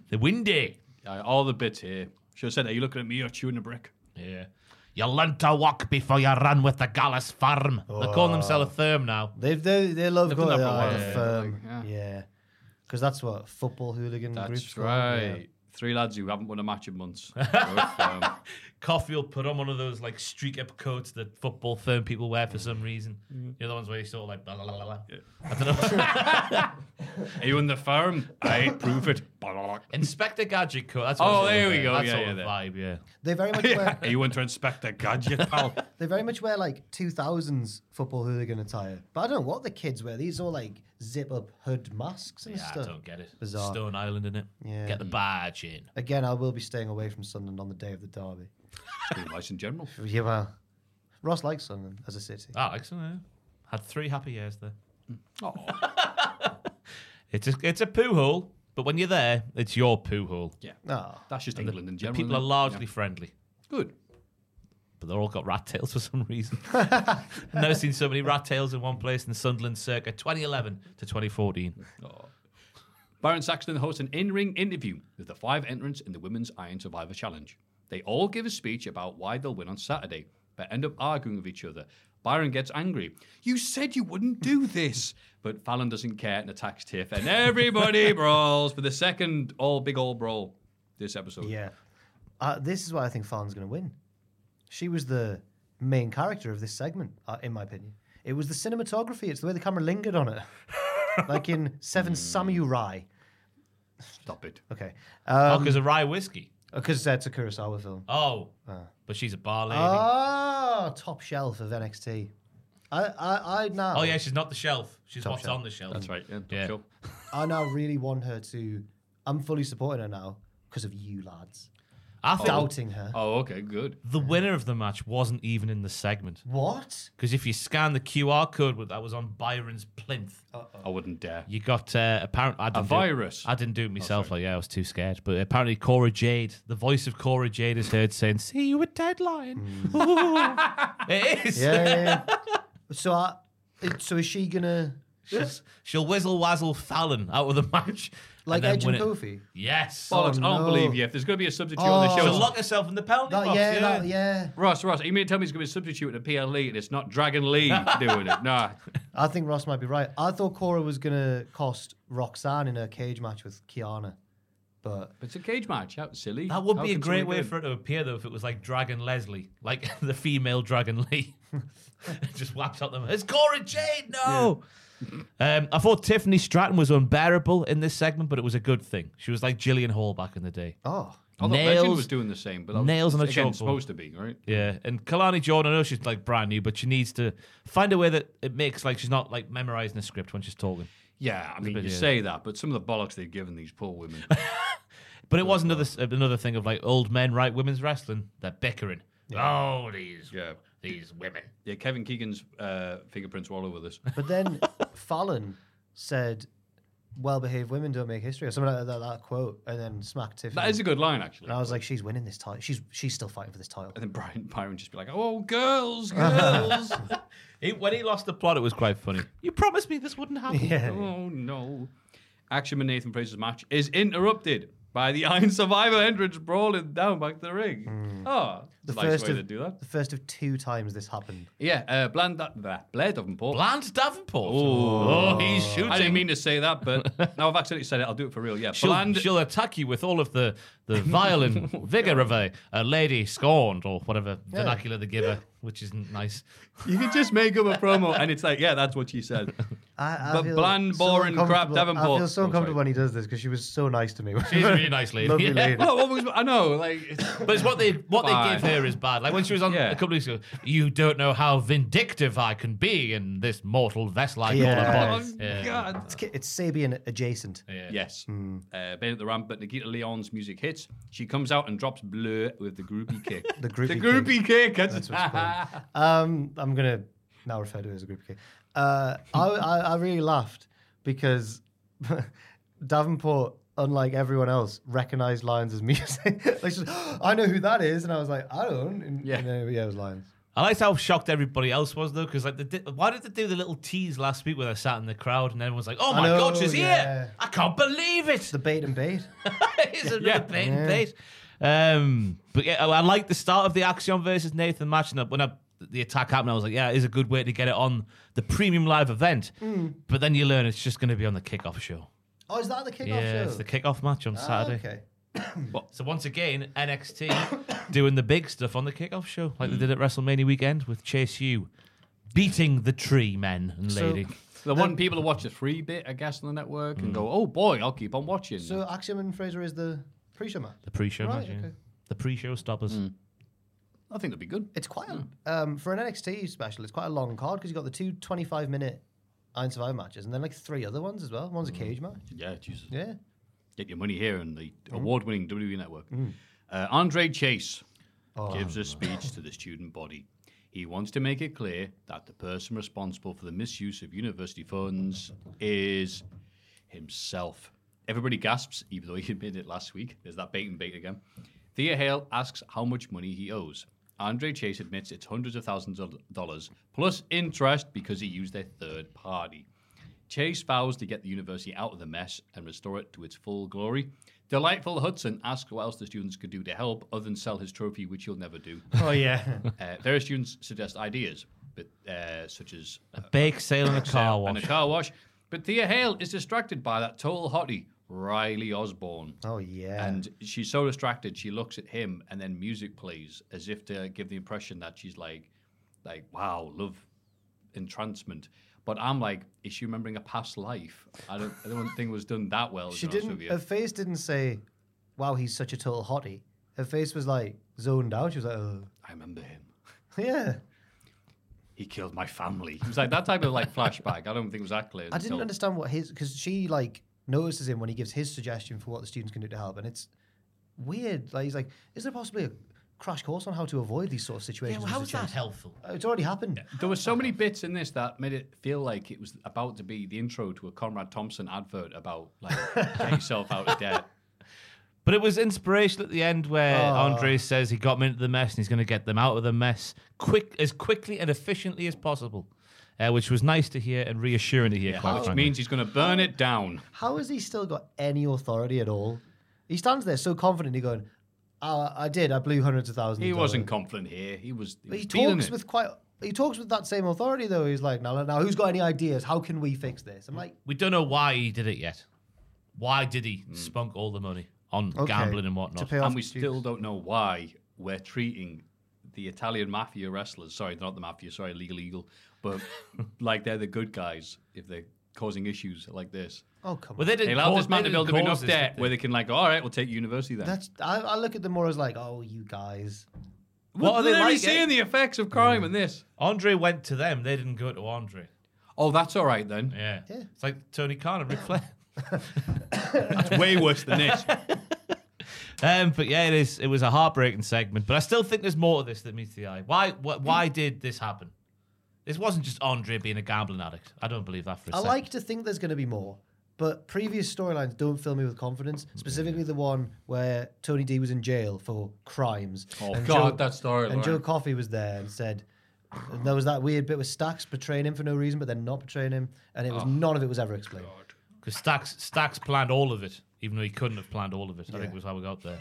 S5: the windy.
S3: Uh, all the bits here. Should have said, "Are you looking at me or chewing the brick?"
S5: Yeah. You learn to walk before you run with the Gallus farm. They're
S4: Oh.
S5: calling themselves a firm now.
S4: They've they they love
S5: They've done
S4: going
S5: that for a
S4: out
S5: while,
S4: of
S5: yeah.
S4: firm.
S3: Yeah.
S4: Yeah. Because that's what football hooligan groups
S3: That's
S4: call it,
S3: right.
S4: yeah.
S3: Three lads who haven't won a match in months. um, They're firm.
S5: Coffee will put on one of those like streak up coats that football firm people wear for some reason.
S4: Mm.
S5: You know, the ones where you sort of like, blah, blah, blah, blah. I don't know.
S3: Are you in the firm? I prove it. Are
S5: Inspector Gadget coat. That's what
S3: Oh,
S5: I'm
S3: there
S5: saying.
S3: we go.
S5: That's
S3: Yeah,
S5: sort
S3: yeah,
S5: of
S3: there.
S5: vibe, yeah.
S4: They very much wear
S3: you in to inspect a gadget, pal?
S4: they very much wear like two thousands football hooligan attire. But I don't know what the kids wear. These are all like zip up hood masks and
S5: Yeah,
S4: stuff.
S5: I don't get it.
S4: Bizarre.
S5: Stone Island, in it.
S4: Yeah.
S5: Get the badge in.
S4: Again, I will be staying away from Sunderland on the day of the derby.
S3: Be nice in general.
S4: Yeah, well, Ross likes Sunderland as a city.
S5: Ah, excellent. yeah. Had three happy years there.
S3: Oh,
S5: It's a, it's a poo hole, but when you're there, it's your poo hole.
S3: yeah.
S4: Ah,
S3: That's just
S5: And the-
S3: England
S5: the
S3: in general.
S5: People are
S3: isn't it?
S5: largely friendly,
S3: Yeah. good.
S5: but they're all got rat tails for some reason. I've never seen so many rat tails in one place in Sunderland circa 2011 to 2014.
S3: Baron Saxton hosts an in-ring interview with the five entrants in the Women's Iron Survivor Challenge. They all give a speech about why they'll win on Saturday, but end up arguing with each other. Byron gets angry. You said you wouldn't do this, but Fallon doesn't care and attacks Tiff, and everybody brawls for the second all big all brawl this episode.
S4: yeah. Uh, this is why I think Fallon's going to win. She was the main character of this segment, uh, in my opinion. It was the cinematography. It's the way the camera lingered on it, like in Seven
S5: Hmm.
S4: Samurai.
S3: Stop it.
S4: Okay,
S5: Oh,
S4: um,
S5: because of rye whiskey.
S4: because that's a Kurosawa film.
S5: Oh,
S4: uh,
S5: but she's a bar lady.
S4: Ah, top shelf of NXT. I, I, I now.
S5: oh yeah, she's not the shelf. She's
S4: Top
S5: what's
S4: shelf.
S5: on the shelf.
S3: That's right. Yeah.
S5: Yeah.
S3: Sure.
S4: I now really want her to. I'm fully supporting her now because of you lads.
S5: I think-
S4: doubting her.
S3: Oh, okay, good.
S5: The winner of the match wasn't even in the segment.
S4: What?
S5: Because if you scan the QR code with- that was on Byron's plinth,
S4: Oh.
S3: I wouldn't dare.
S5: you got uh, apparent. I
S3: A
S5: didn't
S3: virus. Oh,
S5: Do, I didn't do it myself. like, yeah, I was too scared. But apparently, Cora Jade, the voice of Cora Jade, is heard saying, "See you at deadline." it is.
S4: Yeah. yeah, yeah. so, I, it- so is she gonna
S5: She's- she'll whizzle wazzle Fallon out of the match,
S4: like
S5: then
S4: Edge
S5: win
S4: and
S5: it.
S4: Kofi?
S5: Yes. Oh.
S3: Bollocks, I
S4: no.
S3: don't believe you. If there's going to be a substitute on the show,
S5: She'll
S3: it's-
S5: lock herself in the penalty
S4: That,
S5: box.
S4: yeah,
S5: yeah.
S4: that- yeah.
S3: Ross, Ross, you mean to tell me he's going to be a substitute in the PLE and it's not Dragon Lee doing it? Nah.
S4: I think Ross might be right. I thought Cora was gonna cost Roxanne in her cage match with Kiana, but
S3: But it's a cage match. How silly.
S5: That would
S3: How
S5: be a
S3: can
S5: great
S3: somebody
S5: way
S3: do it?
S5: for it to appear, though, if it was like Dragon Leslie, like the female Dragon Lee. Just whaps up them. It's Cora Jade, no! Um, I thought Tiffany Stratton was unbearable in this segment, but it was a good thing. She was like Gillian Hall back in the day.
S4: oh,
S3: I thought Legend
S5: Nails-
S3: was doing the same, but that was,
S5: nails on a
S3: again,
S5: chalkboard.
S3: supposed to be, right?
S5: Yeah, and Kalani Jordan, I know she's like brand new, but she needs to find a way that it makes like she's not like memorizing the script when she's talking.
S3: Yeah, I mean,
S5: bit,
S3: you
S5: yeah.
S3: say that, but some of the bollocks they've given these poor women.
S5: But it was another another thing of like old men, right? Women's wrestling, they're bickering. Oh, these
S3: yeah.
S5: these women.
S3: Yeah, Kevin Keegan's uh, fingerprints were all over this.
S4: But then Fallon said, "Well behaved women don't make history," or something like that, that quote, and then smacked Tiffany.
S3: That is a good line, actually.
S4: and I was like, "She's winning this title. She's she's still fighting for this title."
S3: And then Brian Byron just be like, oh, girls, girls.
S5: He, when he lost the plot, it was quite funny. You promised me this wouldn't happen.
S3: oh, no. Action and Nathan Fraser's match is interrupted by the Iron Survivor entrance brawling down back to the ring. Oh,
S4: The
S3: nice
S4: first
S3: way
S4: of
S3: to do that.
S4: the first of two times this happened.
S3: Yeah, uh, Bland, uh, Blair Davenport.
S5: Bland Davenport.
S3: Oh.
S5: Oh, he's shooting.
S3: I didn't mean to say that, but now I've accidentally said it. I'll do it for real. Yeah,
S5: She'll,
S3: Bland.
S5: she'll attack you with all of the, the violent vigor of a, a lady scorned or whatever vernacular they give her, which isn't nice.
S3: You can just make up a promo, and it's like, yeah, that's what she said.
S4: I, I
S3: But
S4: feel
S3: bland,
S4: so
S3: boring crap
S4: uncomfortable- I
S3: Davenport.
S4: feel
S3: Oh,
S4: so
S3: sorry.
S4: uncomfortable when he does this because she was so nice to me.
S5: She's a really nice lady.
S4: Lovely
S5: Yeah.
S4: lady.
S3: Oh, what was- I know, like, it's-
S5: But it's what they what
S3: Come
S5: they give
S3: on.
S5: her is bad. Like when she was on
S3: Yeah.
S5: a couple of weeks ago, you don't know how vindictive I can be in this mortal vessel I call
S4: Yeah.
S5: upon. Yeah.
S3: oh, God.
S4: It's, ki- it's Sabian adjacent.
S5: Yeah.
S3: Yes. Uh, been at the ramp, but Nikita Leon's music hits. She comes out and drops Blur with the groupie kick.
S4: The groupie
S3: The groupie kick. That's,
S4: That's what's called. Um, I'm gonna now refer to it as a group kick. Uh, I, I I really laughed because Davenport, unlike everyone else, recognized Lions as music. like, she's, I know who that is, and I was like, I don't. And,
S3: Yeah.
S4: and then, yeah, it was Lions.
S5: I liked how shocked everybody else was though, because like, they did, why did they do the little tease last week where they sat in the crowd and everyone's like, "Oh
S4: I
S5: my
S4: know,
S5: god, she's
S4: yeah.
S5: here! I can't believe it!"
S4: The bait and bait.
S5: it's another
S3: Yeah.
S5: bait and bait. Um, but yeah, I, I like the start of the Axion versus Nathan match, and I- when I, the attack happened, I was like, "Yeah, it is a good way to get it on the premium live event." But then you learn it's just going to be on the kickoff show.
S4: Oh, is that the kickoff
S5: yeah,
S4: show?
S5: it's the kickoff match on
S4: Ah,
S5: Saturday.
S4: okay.
S5: So once again, NXT doing the big stuff on the kickoff show, like they did at WrestleMania weekend with Chase U beating the tree men and lady.
S3: the one people who watch the free bit, I guess, on the network and go, oh boy, I'll keep on watching.
S4: So Axiom and Fraser is the pre-show match.
S5: the pre-show
S4: Right,
S5: match, yeah.
S4: okay.
S5: the pre-show stoppers.
S3: I think that'd be good.
S4: It's quite a, um, for an NXT special. It's quite a long card because you got the two 25 minute Iron Survivor matches, and then like three other ones as well. One's a cage match.
S3: Yeah, Jesus.
S4: Yeah.
S3: Get your money here on the award winning WWE network. Uh, Andre Chase gives a speech to the student body. He wants to make it clear that the person responsible for the misuse of university funds is himself. Everybody gasps, even though he admitted it last week. There's that bait and bait again. Thea Hale asks how much money he owes. Andre Chase admits it's hundreds of thousands of dollars plus interest because he used a third party. Chase vows to get the university out of the mess and restore it to its full glory. Delightful Hudson asks what else the students could do to help other than sell his trophy, which he'll never do.
S4: Oh yeah.
S3: uh, various students suggest ideas, but, uh, such as
S5: A bake sale and a car
S3: and a
S5: wash.
S3: car wash. But Thea Hale is distracted by that total hottie, Riley Osborne.
S4: oh yeah.
S3: And she's so distracted, she looks at him, and then music plays as if to give the impression that she's like, like, wow, love, entrancement. But I'm like, is she remembering a past life? I don't, I don't think it was done that well.
S4: She
S3: to be honest
S4: didn't.
S3: with you.
S4: Her face didn't say, "Wow, he's such a total hottie." Her face was like zoned out. She was like, "Oh,
S3: I remember him.
S4: yeah."
S3: He killed my family. It was like that type of like flashback. I don't think it was that clear.
S4: I didn't
S3: until-
S4: understand what his because she like notices him when he gives his suggestion for what the students can do to help, and it's weird. Like he's like, is there possibly a crash course on how to avoid these sort of situations?
S5: well,
S4: and
S5: how is that
S4: situations?"
S5: helpful?
S4: Uh, It's already happened.
S3: There were so many bits in this that made it feel like it was about to be the intro to a Conrad Thompson advert about like get yourself out of debt.
S5: But it was inspirational at the end where
S3: Oh.
S5: Andre says he got them into the mess and he's going to get them out of the mess quick as quickly and efficiently as possible, uh, which was nice to hear and reassuring to hear.
S3: Yeah,
S5: quite
S3: which
S5: frankly.
S3: means he's going to burn it down.
S4: How has he still got any authority at all? He stands there so confidently, going, "Ah, "I did. I blew hundreds of thousands.
S3: He
S4: of
S3: wasn't
S4: dollars."
S3: confident here. He was.
S4: But
S3: He, was
S4: he
S3: dealing
S4: talks
S3: it.
S4: with quite. He talks with that same authority though. He's like, now, now, who's got any ideas? How can we fix this? I'm like,
S5: We don't know why he did it yet. Why did he spunk all the money on
S4: Okay.
S5: gambling and whatnot?
S4: To pay off
S3: and we still don't know why we're treating the Italian mafia wrestlers. Sorry, not the mafia. Sorry, legal eagle, but like they're the good guys if they're causing issues like this.
S4: oh come
S5: Well,
S4: on.
S5: they
S3: They
S5: didn't
S3: allow
S5: cause-
S3: this man
S5: they
S3: to build up
S5: didn't cause
S3: enough
S5: this,
S3: debt
S5: did they?
S3: where they can like, all right, we'll take university then.
S4: That's. I, I look at them more as like, oh, you guys.
S5: What are they
S3: literally
S5: like, eh?
S3: seeing the effects of crime
S4: Mm.
S3: in this.
S5: Andre went to them. They didn't go to Andre.
S3: Oh, that's all right then.
S5: Yeah.
S4: Yeah.
S5: It's like Tony Khan and Ric Flair.
S3: That's way worse than this.
S5: Um, but yeah, it is. It was a heartbreaking segment, but I still think there's more to this that meets the eye. Why? Wh-
S4: Hmm.
S5: why did this happen? This wasn't just Andre being a gambling addict. I don't believe that for a
S4: I
S5: second.
S4: like to think there's going to be more, but previous storylines don't fill me with confidence. Specifically, the one where Tony D was in jail for crimes.
S3: Oh, God, that storyline.
S4: And Joe Coffey was there and said. and there was that weird bit with Stacks betraying him for no reason, but then not betraying him, and it
S3: Oh,
S4: was none of it was ever explained.
S5: because Stacks Stacks planned all of it, even though he couldn't have planned all of it. I think was how we got there.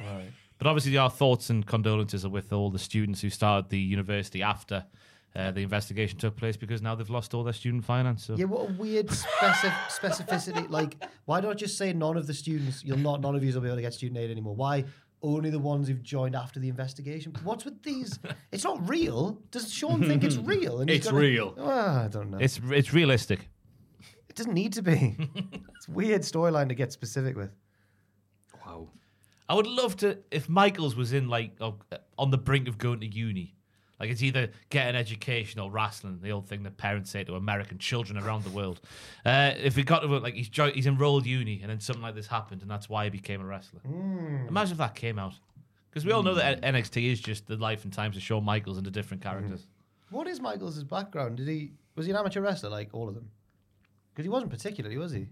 S5: But obviously, our thoughts and condolences are with all the students who started the university after uh, the investigation took place, because now they've lost all their student finance. So.
S4: Yeah, what a weird specif- specificity. Like, why not just say none of the students? You'll not. None of you will be able to get student aid anymore. Why? Only the ones who've joined after the investigation. What's with these? It's not real. Does Sean think it's real? And he's
S3: It's
S4: gonna-
S3: real.
S4: Ah, I don't know.
S5: It's it's realistic.
S4: it doesn't need to be. it's a weird storyline to get specific with.
S3: Wow.
S5: I would love to if Michaels was in like of- on the brink of going to uni. Like it's either get an education or wrestling, the old thing that parents say to American children around the world. Uh, if he got to like he's jo- he's enrolled uni and then something like this happened and that's why he became a wrestler. Imagine if that came out because we all know that N- NXT is just the life and times of Shawn Michaels and the different characters.
S4: What is Michaels' background? Did he was he an amateur wrestler like all of them? Because he wasn't particularly, was he?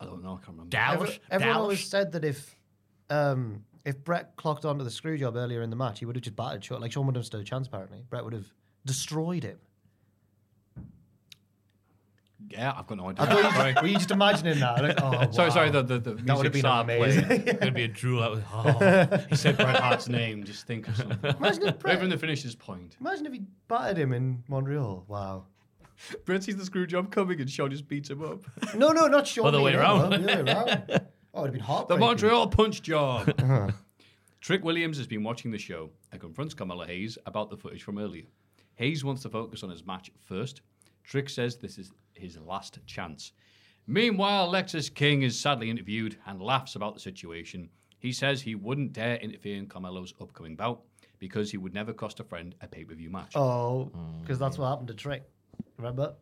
S3: I don't know. I can't remember.
S5: Dallas,
S4: Every- everyone
S5: Dallas.
S4: always said that if um, if Brett clocked onto the screw job earlier in the match, he would have just battered Sean. Like Sean would not have stood a chance. Apparently, Brett would have destroyed him.
S3: Yeah, I've got no
S4: I
S3: idea.
S4: thought you
S3: sorry.
S4: were you just imagining that? Like, oh,
S3: sorry,
S4: wow.
S3: sorry. The, the, the
S4: that would have
S3: music
S4: been
S3: started playing.
S4: amazing.
S5: Gonna be a drool out. Oh.
S3: He said Bret Hart's name. Just think of something.
S4: Imagine if Brett-
S3: Even the finisher's point.
S4: Imagine if he battered him in Montreal. Wow.
S3: Brett sees the screw job coming and Sean just beats him up.
S4: No, no, not Sean.
S5: Other way
S4: Lee, no,
S5: around.
S4: no, the other way around. Oh, it'd have been hot.
S3: The Montreal punch job. Trick Williams has been watching the show and confronts Kamala Hayes about the footage from earlier. Hayes wants to focus on his match first. Trick says this is his last chance. Meanwhile, Lexus King is sadly interviewed and laughs about the situation. He says he wouldn't dare interfere in Carmelo's upcoming bout because he would never cost a friend a pay per view match.
S4: Oh,
S3: Mm.
S4: because that's what happened to Trick. Remember?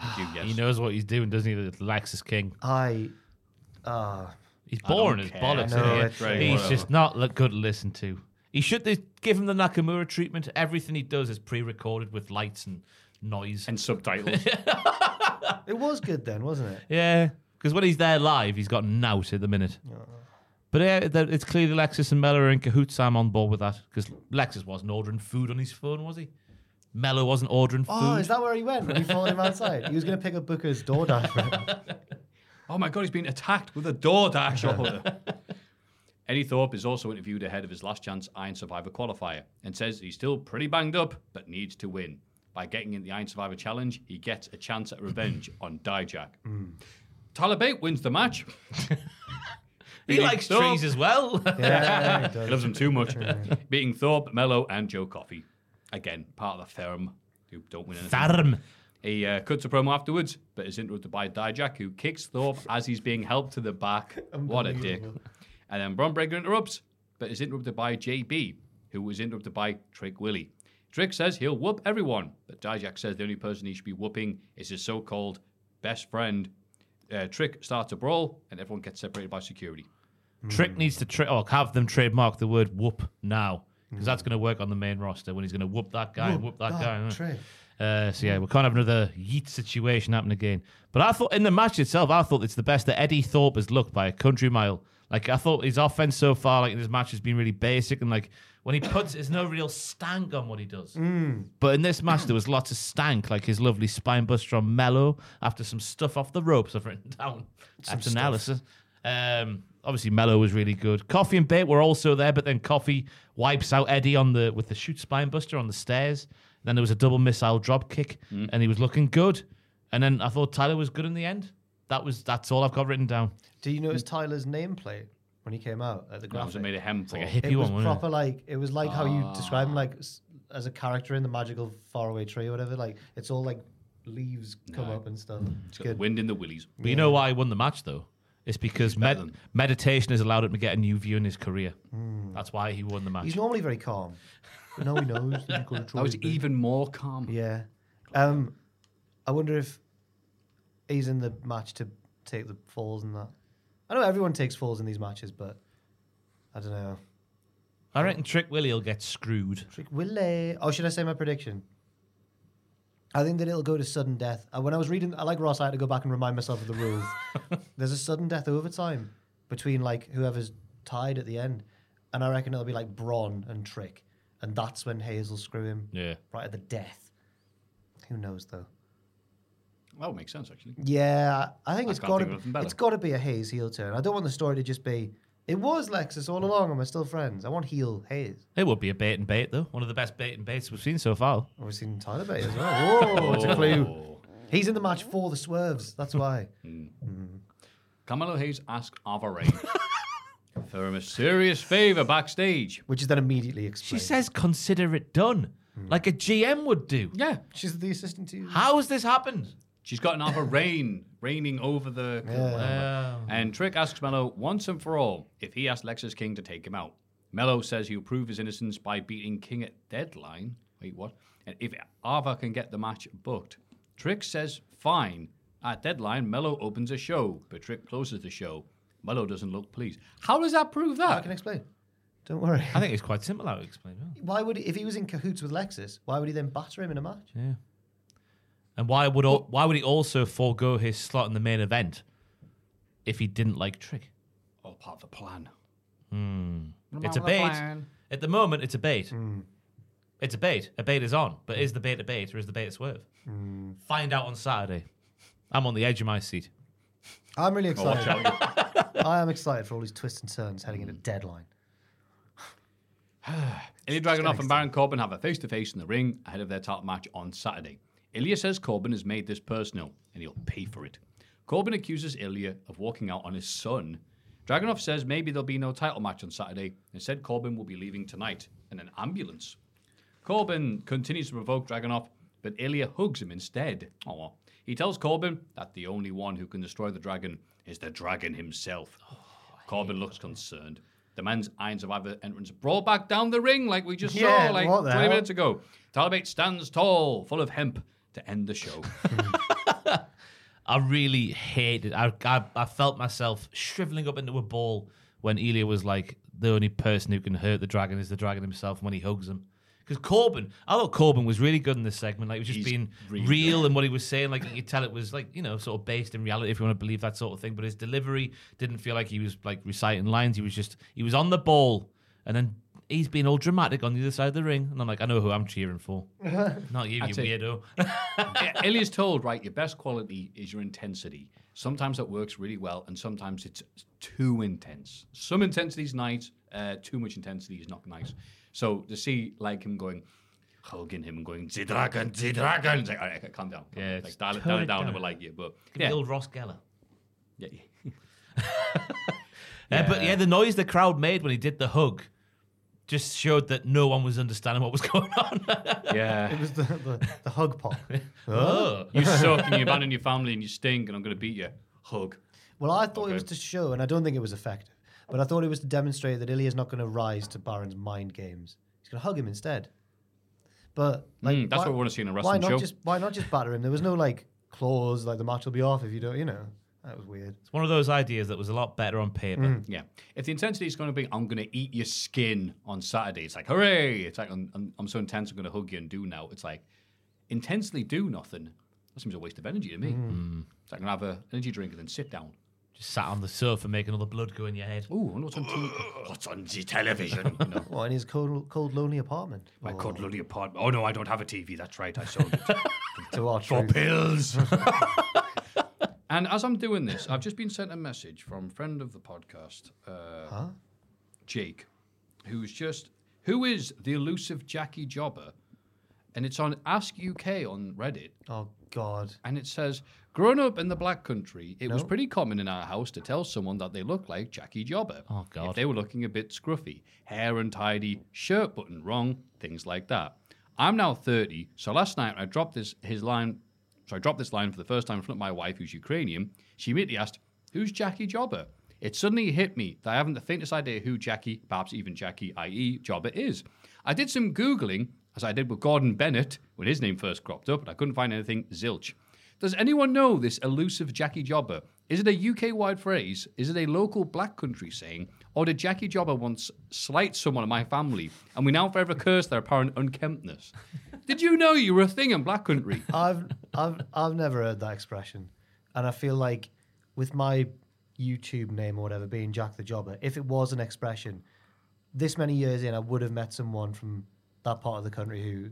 S3: Thank you, yes.
S5: He knows what he's doing, doesn't he? The Lexus King.
S4: I. Uh,
S5: He's
S3: I don't
S5: boring as
S3: care.
S5: bollocks.
S4: I know,
S5: isn't he?
S4: it's
S3: right,
S5: He's
S3: whatever.
S5: just not look good to listen to. He should they give him the Nakamura treatment. Everything he does is pre-recorded with lights and noise.
S3: And subtitles.
S4: it was good then, wasn't it?
S5: yeah, because when he's there live, he's got nout at the minute. But yeah, that- it's clearly Lexus and Mello are in cahoots. I'm on board with that because Lexus wasn't ordering food on his phone, was he? Mello wasn't ordering food.
S4: Oh, is that where he went when we followed him outside? He was going to pick up Booker's door diver.
S3: Oh my God, he's been attacked with a DoorDash order. Eddie Thorpe is also interviewed ahead of his last chance Iron Survivor qualifier and says he's still pretty banged up but needs to win. By getting in the Iron Survivor challenge, he gets a chance at revenge on Dijak. Tyler Bate wins the match.
S5: he
S3: Beating
S5: likes
S3: Thorpe.
S5: trees as well.
S4: yeah,
S3: He loves them too much. Beating Thorpe, Mello, and Joe Coffey. Again, part of the firm who don't win anything.
S5: Tharm.
S3: He uh, cuts a promo afterwards, but is interrupted by Dijak, who kicks Thorpe as he's being helped to the back. What a dick. And then Bron Breaker interrupts, but is interrupted by JB, who was interrupted by Trick Willie. Trick says he'll whoop everyone, but Dijak says the only person he should be whooping is his so called best friend. Uh, Trick starts a brawl, and everyone gets separated by security.
S4: Hmm.
S5: Trick needs to tra- or have them trademark the word whoop now because that's going to work on the main roster when he's going to whoop that guy and
S4: Whoop
S5: whoop that,
S4: that
S5: guy.
S4: Trick. Hmm.
S5: Uh, so yeah, we can't have another Yeet situation happen again. But I thought in the match itself, I thought it's the best that Eddie Thorpe has looked by a country mile. Like I thought his offense so far, like in this match, has been really basic and like when he puts, there's no real stank on what he does. But in this match, there was lots of stank, like his lovely spine buster on Mello after some stuff off the ropes I've written down.
S11: Some
S5: That's
S11: stuff.
S5: analysis. Um, obviously, Mello was really good. Coffee and Bate were also there, but then Coffee wipes out Eddie on the with the shoot spine buster on the stairs. Then there was a double missile drop kick, and he was looking good. And then I thought Tyler was good in the end. That was that's all I've got written down.
S4: Do you notice Tyler's nameplate when he came out at the
S5: No, it was
S4: graphic?
S5: made of hemp It's
S3: Oh,
S5: like or- a hippie
S4: It was
S5: one, wasn't it?
S4: proper like it was like how you
S5: Ah.
S4: describe him like s- as a character in the magical faraway tree or whatever. Like it's all like leaves come up and stuff.
S5: Mm.
S4: It's
S3: got the wind in the willies.
S5: But you know why he won the match though? It's because med- meditation has allowed him to get a new view in his career. That's why he won the match.
S4: He's normally very calm. But now he knows. that
S3: Now he's even more calm.
S4: Yeah. Um, I wonder if he's in the match to take the falls and that. I know everyone takes falls in these matches, but I don't know.
S5: I reckon Trick Willie will get screwed.
S4: Trick Willie. Oh, should I say my prediction? I think that it'll go to sudden death. Uh, When I was reading, I like Ross, I had to go back and remind myself of the rules. There's a sudden death overtime between like whoever's tied at the end, and I reckon it'll be like Braun and Trick, and that's when Hayes will screw him.
S5: Yeah.
S4: right at the death. Who knows though?
S3: That would make sense actually.
S4: Yeah, I think
S3: I
S4: it's
S3: can't
S4: got
S3: think of
S4: to
S3: anything better.
S4: it's got to be a Hayes heel turn. I don't want the story to just be it was Lexus all along and we're still friends. I want heel Hayes.
S5: It would be a bait and bait though. One of the best bait and baits we've seen so far.
S4: We've seen Tyler Bate as well. Whoa, it's a
S3: Oh.
S4: clue. He's in the match for the swerves. That's why.
S3: Carmelo Hayes asked Ava Ray for a serious favour backstage.
S4: Which is then immediately
S5: She
S4: explained.
S5: says consider it done. Like a GM would do.
S3: Yeah.
S4: She's the assistant to uh, you.
S5: How has this happened?
S3: She's got an Ava rain raining over the
S5: Yeah.
S3: and Trick asks Mello once and for all if he asked Lexus King to take him out. Mello says he'll prove his innocence by beating King at deadline. Wait, what? And if Ava can get the match booked, Trick says fine. At deadline, Mello opens a show, but Trick closes the show. Mello doesn't look pleased. How does that prove that? I
S4: can explain. uh, Don't worry.
S5: I think it's quite simple how to explain. it.
S4: Why would he, if he was in cahoots with Lexus? Why would he then batter him in a match?
S5: Yeah. And why would al- why would he also forego his slot in the main event if he didn't like Trick?
S3: All Oh, part of the plan.
S5: Hmm.
S3: Remember
S5: It's a
S3: the
S5: bait.
S3: plan.
S5: At the moment, it's a bait. It's a bait. A bait is on, but is the bait a bait or is the bait a swerve? Find out on Saturday. I'm on the edge of my seat.
S4: I'm really
S5: Oh, watch
S4: excited. I am excited for all these twists and turns heading into deadline.
S3: Ilya Dragunov and Baron Corbin have a face to face in the ring ahead of their title match on Saturday. Ilya says Corbin has made this personal and he'll pay for it. Corbin accuses Ilya of walking out on his son. Dragunov says maybe there'll be no title match on Saturday. Instead, Corbin will be leaving tonight in an ambulance. Corbin continues to provoke Dragunov, but Ilya hugs him instead. Aw. He tells Corbin that the only one who can destroy the dragon is the dragon himself. Corbin looks concerned. The men's Iron Survivor entrance brought back down the ring like we just
S4: Yeah,
S3: saw like
S4: what the
S3: 20
S4: hell?
S3: minutes ago. Talibate stands tall, full of hemp, to end the show.
S5: I really hated. I, I I felt myself shriveling up into a ball when Elia was like, "The only person who can hurt the dragon is the dragon himself." When he hugs him, because Corbin, I thought Corbin was really good in this segment. Like, he was just
S3: He's
S5: being
S3: really
S5: real and what he was saying. Like, you could tell it was like you know sort of based in reality if you want to believe that sort of thing. But his delivery didn't feel like he was like reciting lines. He was just he was on the ball, and then he's being all dramatic on the other side of the ring. And I'm like, I know who I'm cheering for. Not you, you
S3: That's it.
S5: weirdo.
S3: Yeah, Ilya's told, right, your best quality is your intensity. Sometimes that works really well, and sometimes it's too intense. Some intensity is nice, uh, too much intensity is not nice. So to see like him going, hugging him and going, the dragon, the dragon, it's like, all right, calm down. Calm
S5: Yeah,
S3: down.
S5: it's
S3: Like, dial it
S5: tone
S3: down,
S5: it
S3: it down,
S5: down.
S3: and we're like, yeah, but
S5: Give me
S3: yeah,
S5: old Ross Geller.
S3: yeah,
S5: Yeah, Uh, but yeah, the noise the crowd made when he did the hug just showed that no one was understanding what was going on.
S3: yeah.
S4: It was the, the, the hug pop.
S5: Oh.
S3: You suck and you abandon your family and you stink and I'm going to beat you. Hug.
S4: Well, I thought it was to show, and I don't think it was effective, but I thought it was to demonstrate that Ilya's not going to rise to Baron's mind games. He's going to hug him instead. But like,
S3: Mm, that's what we wanna see in a
S4: why
S3: wrestling
S4: not
S3: show.
S4: Just, why not just batter him? There was no like clause like the match will be off if you don't, you know. That was weird.
S5: It's one of those ideas that was a lot better on paper.
S3: Yeah. If the intensity is going to be, I'm going to eat your skin on Saturday, it's like, hooray! It's like, I'm, I'm- I'm so intense, I'm going to hug you and do now. It's like, intensely do nothing. That seems a waste of energy to me. It's like, I'm going to have an energy drink and then sit down.
S5: Just sat on the sofa, making all the blood go in your head.
S3: Ooh, what's on, t- what's on the television? You know,
S4: What in his cold, cold lonely apartment?
S3: my cold lonely apartment. Oh, no, I don't have a TV. That's right. I sold it.
S4: To our
S3: For
S4: truth.
S3: pills. and as I'm doing this, I've just been sent a message from friend of the podcast, uh, Jake, who's just who is the elusive Jackie Jobber, and it's on Ask UK on Reddit,
S4: Oh God.
S3: and it says, "Grown up in the Black Country, it was
S4: No.
S3: pretty common in our house to tell someone that they look like Jackie Jobber.
S5: Oh, God.
S3: If they were looking a bit scruffy, hair untidy, shirt button wrong, things like that. I'm now 30, so last night I dropped this his line. So I dropped this line for the first time in front of my wife, who's Ukrainian. She immediately asked, "Who's Jackie Jobber?" It suddenly hit me that I haven't the faintest idea who Jackie, perhaps even Jackie, i.e., Jobber, is. I did some googling, as I did with Gordon Bennett when his name first cropped up, and I couldn't find anything zilch. Does anyone know this elusive Jackie Jobber? Is it a UK wide phrase? Is it a local black country saying? Or did Jackie Jobber once slight someone in my family and we now forever curse their apparent unkemptness? did you know you were a thing in black country?
S4: I've I've I've never heard that expression, and I feel like with my YouTube name or whatever being Jack the Jobber, if it was an expression, this many years in, I would have met someone from that part of the country who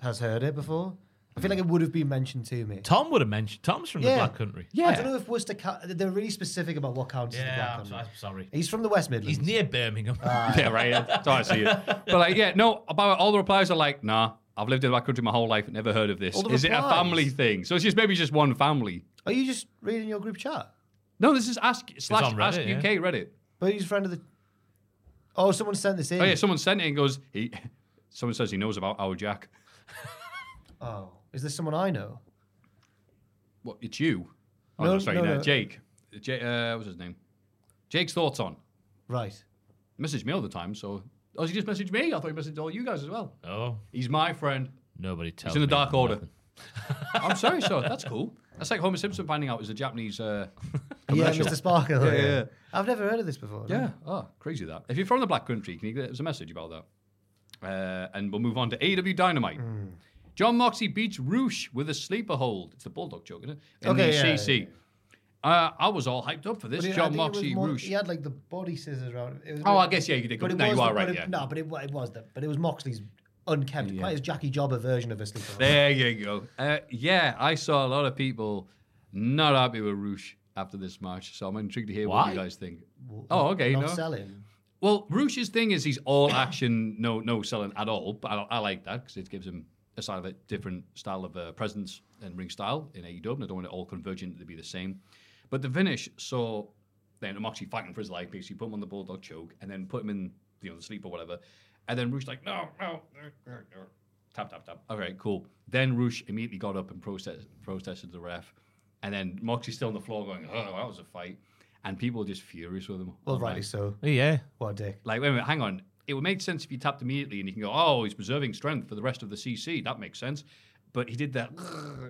S4: has heard it before. I feel like it would have been mentioned to me.
S5: Tom would have mentioned. Tom's from the Black Country.
S3: Yeah.
S4: I don't know if Worcester. Ca- they're really specific about what counts as the
S5: Yeah,
S4: Black
S5: I'm, so-
S4: Country.
S5: I'm sorry.
S4: He's from the West Midlands.
S5: He's near Birmingham.
S3: yeah, right. yeah. That's how I see it. But like, yeah, no, about all the replies are like, nah, I've lived in black country my whole life, never heard of this.
S4: All the
S3: Is it a
S4: replies?
S3: family thing? So it's just maybe just one family.
S4: Are you just reading your group chat?
S3: No, this is ask slash
S5: on Reddit,
S3: ask
S5: yeah.
S3: UK Reddit.
S4: But he's a friend of the. Oh, someone sent this in.
S3: Oh yeah, someone sent it and goes, he, someone says he knows about our Jack.
S4: Oh, is this someone I know?
S3: What? It's you? Oh, no,
S4: No,
S3: sorry,
S4: no,
S3: no,
S4: no.
S3: Jake. Jake. Uh, what was his name? Jake's thoughts on.
S4: Right.
S3: Messaged me all the time, so. Oh, he just messaged me. I thought he messaged all you guys as well.
S5: oh,
S3: He's my friend.
S5: nobody tells
S3: He's in the
S5: me
S3: Dark Order.
S5: nothing.
S3: I'm sorry, so that's cool. That's like Homer Simpson finding out is a Japanese. Uh,
S4: Yeah, Mr. Sparkle. yeah, I've never heard of this before. no.
S3: yeah. Oh, crazy that. If you're from the Black Country, can you get us a message about that? Uh, and we'll move on to AW Dynamite.
S4: Hmm.
S3: John Moxley beats Roosh with a sleeper hold. It's the bulldog joke, isn't it? In
S4: Okay,
S3: the
S4: yeah,
S3: CC. Uh, I was all hyped up for this.
S4: But it- I
S3: John
S4: think it was
S3: Moxley
S4: more-
S3: Roosh.
S4: He had like the body scissors around. It was a
S3: Oh,
S4: bit-
S3: I guess, yeah, you did go-
S4: it
S3: no, you
S4: was
S3: are
S4: the-
S3: right,
S4: But it,
S3: yeah.
S4: No, but it, wa- it was the, but it was Moxley's unkempt, quite his Jackie Jobber version of a sleeper. hold.
S3: There you go. Uh, yeah, I saw a lot of people not happy with Roosh after this match, so I'm intrigued to hear what you
S5: Why?
S3: guys think. Oh, okay.
S4: Not
S3: no.
S4: selling.
S3: Well, Roosh's thing is he's all action, no no selling at all. But I, I like that because it gives him a sort of a different style of uh, presence and ring style in AEW. And I don't want it all convergent to be the same. But the finish saw then Moxie fighting for his life. Basically, put him on the bulldog choke and then put him in you know the sleep or whatever. And then Roosh like no no. er, er, er." Tap tap tap. All right, cool. Then Roosh immediately got up and protest, protested the ref, and then Moxie's still on the floor going, "Oh, that was a fight," and people were just furious with him.
S4: Well,
S3: I'm like,
S4: rightly so.
S5: Yeah.
S4: What a dick.
S3: like, wait a minute, hang on. It would make sense if you tapped immediately and you can go, oh, he's preserving strength for the rest of the CC. That makes sense. But he did that.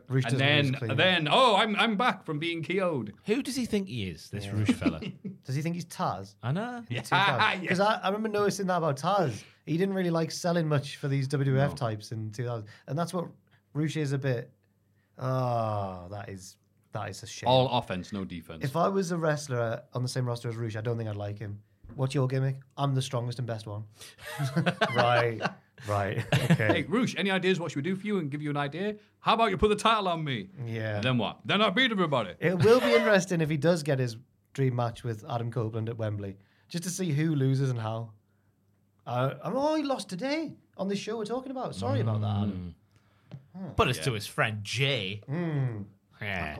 S4: Roosh
S3: and
S4: doesn't lose
S3: then,
S4: clean.
S3: and then, oh, I'm, I'm back from being KO'd.
S5: Who does he think he is, this Roosh fella?
S4: Does he think he's Taz?
S5: I know.
S3: Ah, Yeah.
S4: Because I, I remember noticing that about Taz. He didn't really like selling much for these WWF types in 2000. And that's what Roosh is a bit. Oh, that is that is a shame.
S3: All offense, no defense.
S4: If I was a wrestler uh, on the same roster as Roosh, I don't think I'd like him. What's your gimmick? I'm the strongest and best one. right, right,
S3: hey,
S4: okay.
S3: Roosh, any ideas what should we do for you and give you an idea? How about you put the title on me?
S4: Yeah.
S3: And then what? Then I beat everybody.
S4: It will be interesting if he does get his dream match with Adam Copeland at Wembley, just to see who loses and how. Uh, I'm- oh, he lost today on this show we're talking about. Sorry about that, Adam.
S5: But it's to his friend Jay.
S3: Hmm.
S5: Yeah.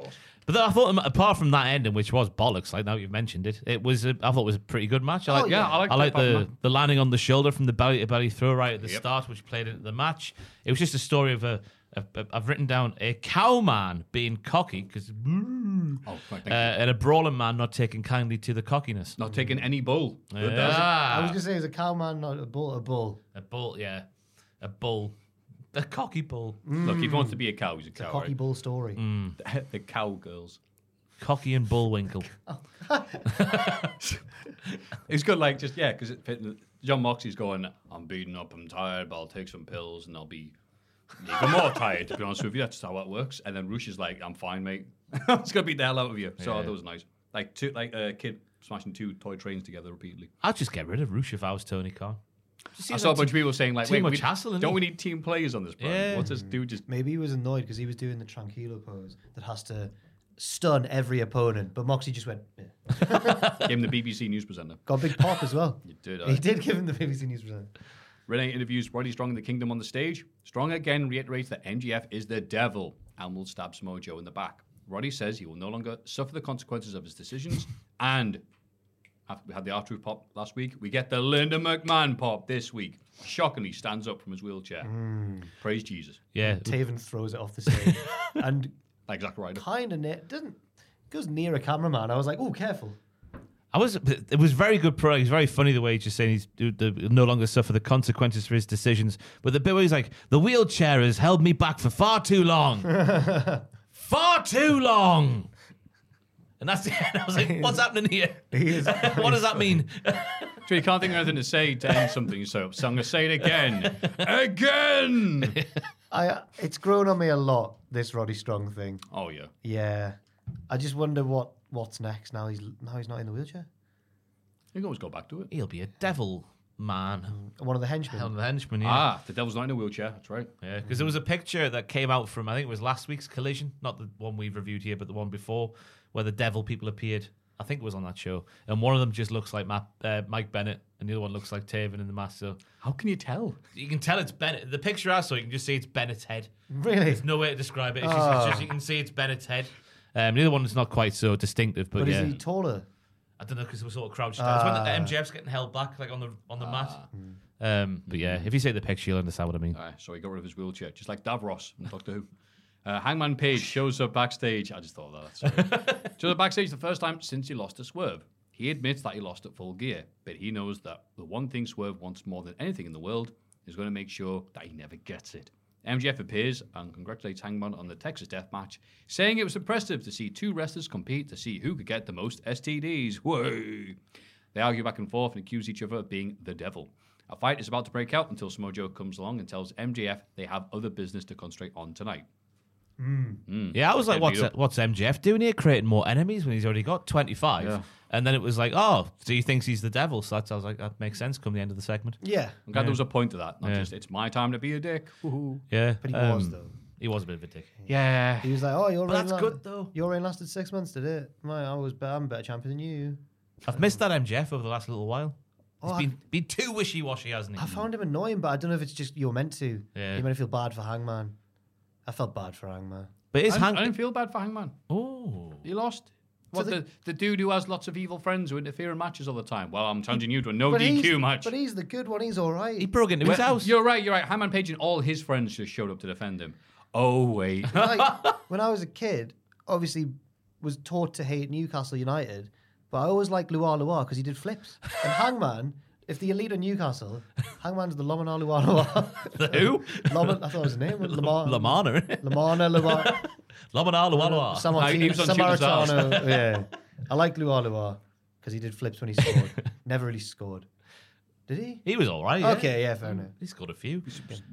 S5: But I thought, um, apart from that ending, which was bollocks, like now you've mentioned it, it was a, I thought it was a pretty good match. I like,
S3: Oh, yeah, I liked
S5: I
S3: it,
S5: like
S3: apart
S5: the,
S3: from
S5: the landing on the shoulder from the belly to belly throw right at the
S3: Yep.
S5: start, which played into the match. It was just a story of a, a, a I've written down a cowman being cocky because,
S3: Oh, right, thank
S5: uh,
S3: you.
S5: and a brawling man not taking kindly to the cockiness.
S3: Not taking any bull.
S4: I was
S5: Ah,
S4: going to say he's a cowman, not a bull. A bull.
S5: a bull, yeah, a bull, a cocky bull.
S3: Mm. Look, if he wants to be a cow, he's a cow.
S4: Mm. Cocky
S3: right?
S4: bull story.
S3: the cow girls.
S5: Cocky and Bullwinkle.
S3: it's good, like just yeah, because John Moxley's going, I'm beaten up, I'm tired, but I'll take some pills and I'll be even more tired. To be honest with you, that's how it works. And then Rush is like, I'm fine, mate. it's gonna beat the hell out of you. So
S5: Yeah.
S3: that was nice. Like two, like a kid smashing two toy trains together repeatedly.
S5: I'd just get rid of Roosh if I was Tony Khan. Just
S3: I
S5: seems
S3: saw a
S5: like
S3: bunch of
S5: too-
S3: people saying like,
S5: too
S3: wait,
S5: much
S3: we,
S5: hassle, innit?
S3: don't we need team players on this? Brand?
S5: Yeah.
S3: What's this dude just?
S4: Maybe he was annoyed because he was doing the tranquilo pose that has to stun every opponent, but Moxie just went. "Eh."
S3: Gave him the BBC news presenter.
S4: Got a big pop as well.
S3: You did,
S4: He
S3: aye.
S4: did give him the BBC news presenter.
S3: Renee interviews Roddy Strong and the Kingdom on the stage. Strong again reiterates that MGF is the devil and will stab Samoa Joe in the back. Roddy says he will no longer suffer the consequences of his decisions. and after we had the R Truth pop last week, we get the Linda McMahon pop this week. Shockingly, stands up from his wheelchair. Praise Jesus.
S5: Yeah.
S4: Taven throws it off the stage and
S3: Like Zack Ryder.
S4: kind of near doesn't goes near a cameraman. I was like, oh, careful.
S5: I was. It was very good pro. He's very funny the way he's just saying he's do- do- he'll no longer suffer the consequences for his decisions. But the bit where he's like, the wheelchair has held me back for far too long, far too long. And that's the end. I was like, what's happening here? what does that mean?
S3: So you can't think of anything to say to end something, so, so I'm going to say it again. again!
S4: I it's grown on me a lot this Roddy Strong thing.
S3: Oh, yeah.
S4: Yeah, I just wonder what what's next now. He's now he's not in the wheelchair.
S3: You can always go back to it.
S5: He'll be a devil man.
S4: One of the henchmen.
S5: Hell of a henchman, yeah.
S3: Ah, the devil's not in a wheelchair. That's right.
S5: Yeah, because there was a picture that came out from I think it was last week's collision, not the one we've reviewed here, but the one before, where the devil people appeared. I think it was on that show, and one of them just looks like Matt, uh, Mike Bennett, and the other one looks like Taven in the mask. So
S3: How can you tell?
S5: you can tell it's Bennett. The picture I saw, you can just see it's Bennett's head.
S4: Really?
S5: There's no way to describe it. It's just, it's just- you can see it's Bennett's head. Um, the other one is not quite so distinctive, but,
S4: But
S5: yeah,
S4: is he taller?
S5: I don't know because it was sort of crouched down. it's
S3: Ah.
S5: when the MJF's getting held back, like on the on the mat. Um, but yeah, if you see the picture, you'll understand what I mean.
S3: Uh, so he got rid of his wheelchair, just like Davros from Doctor Who. Uh, Hangman Page shows up backstage. I just thought of that. Sorry. shows up backstage the first time since he lost to Swerve. He admits that he lost at full gear, but he knows that the one thing Swerve wants more than anything in the world is going to make sure that he never gets it. MGF appears and congratulates Hangman on the Texas Death Match, saying it was impressive to see two wrestlers compete to see who could get the most STDs. Way. They argue back and forth and accuse each other of being the devil. A fight is about to break out until Samoa Joe comes along and tells MJF they have other business to concentrate on tonight.
S5: Yeah, I was like,
S3: Get
S5: what's
S3: beat up.
S5: what's MJF doing here, creating more enemies when he's already got twenty five?
S3: Yeah.
S5: And then it was like, oh, so he thinks he's the devil. So that's, I was like, that makes sense. Come the end of the segment,
S4: Yeah,
S3: I'm glad there was a point to that. Not
S5: Yeah.
S3: just it's my time to be a dick. Woohoo.
S5: yeah.
S4: but he was
S5: um,
S4: though.
S5: He was a bit of a dick.
S3: Yeah.
S4: He was like, oh, your
S5: But
S4: reign
S5: that's good, though.
S4: Your reign lasted six months, did it? My, I was, be- I'm a better champion than you.
S5: I've missed that MJF over the last little while. He's
S4: Oh, I-
S5: been been too wishy washy, hasn't he?
S4: I found him annoying, but I don't know if it's just you're meant to.
S5: Yeah.
S4: You made me feel bad for Hangman. I felt bad for Hangman.
S5: but is
S3: I,
S5: Hang?
S3: I didn't feel bad for Hangman.
S5: oh,
S3: He lost. What
S4: the-
S3: the, the dude who has lots of evil friends who interfere in matches all the time? Well, I'm challenging you to a
S5: Oh,
S3: no
S4: but he's,
S3: DQ match.
S4: But he's the good one. He's all right.
S5: he broke into his
S3: Well,
S5: house.
S3: You're right. You're right. Hangman Page and all his friends just showed up to defend him. Oh wait.
S4: like, when I was a kid, obviously was taught to hate Newcastle United, but I always liked Luar Luar because he did flips. And Hangman, if the elite of Newcastle, Hangman's the Lomana Luar Luar.
S5: Who?
S4: Loman, I thought it was his name. Lamar.
S5: Lamana.
S4: Lamana Luar.
S5: Lamana Luala.
S3: No, he was on Shooting Stars.
S4: Samaritano. yeah. I like Luar Luar because he did flips when he scored. Never really scored. Did he?
S5: He was all right. Yeah.
S4: Okay, yeah, fair enough.
S5: He's got a few.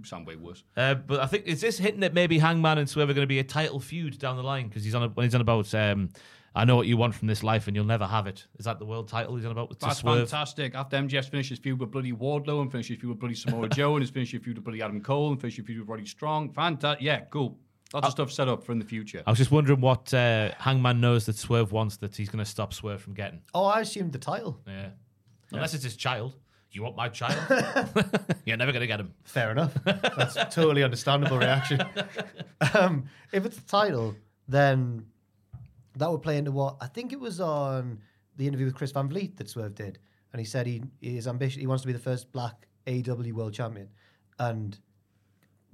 S3: Sound way worse.
S5: Uh, but I think is this hinting that maybe Hangman and Swerve are going to be a title feud down the line because he's on a, when he's on about um, I know what you want from this life and you'll never have it. Is that the world title he's on about? To
S3: That's
S5: Swerve?
S3: fantastic. After MJF finishes feud with bloody Wardlow and finishes feud with bloody Samoa Joe and his finishes feud with bloody Adam Cole and finishes feud with Roddy Strong. Fantastic. Yeah, cool. Lots
S4: Uh,
S3: of stuff set up for in the future.
S5: I was just wondering what uh, Hangman knows that Swerve wants that he's going to stop Swerve from getting.
S4: Oh, I assumed the title.
S5: Yeah. Unless it's his child. You want my child? You're never going to get him.
S4: Fair enough. That's a totally understandable reaction. Um, if it's the title, then that would play into what I think it was on the interview with Chris Van Vliet that Swerve did, and he said he is ambitious. He wants to be the first Black AW World Champion, and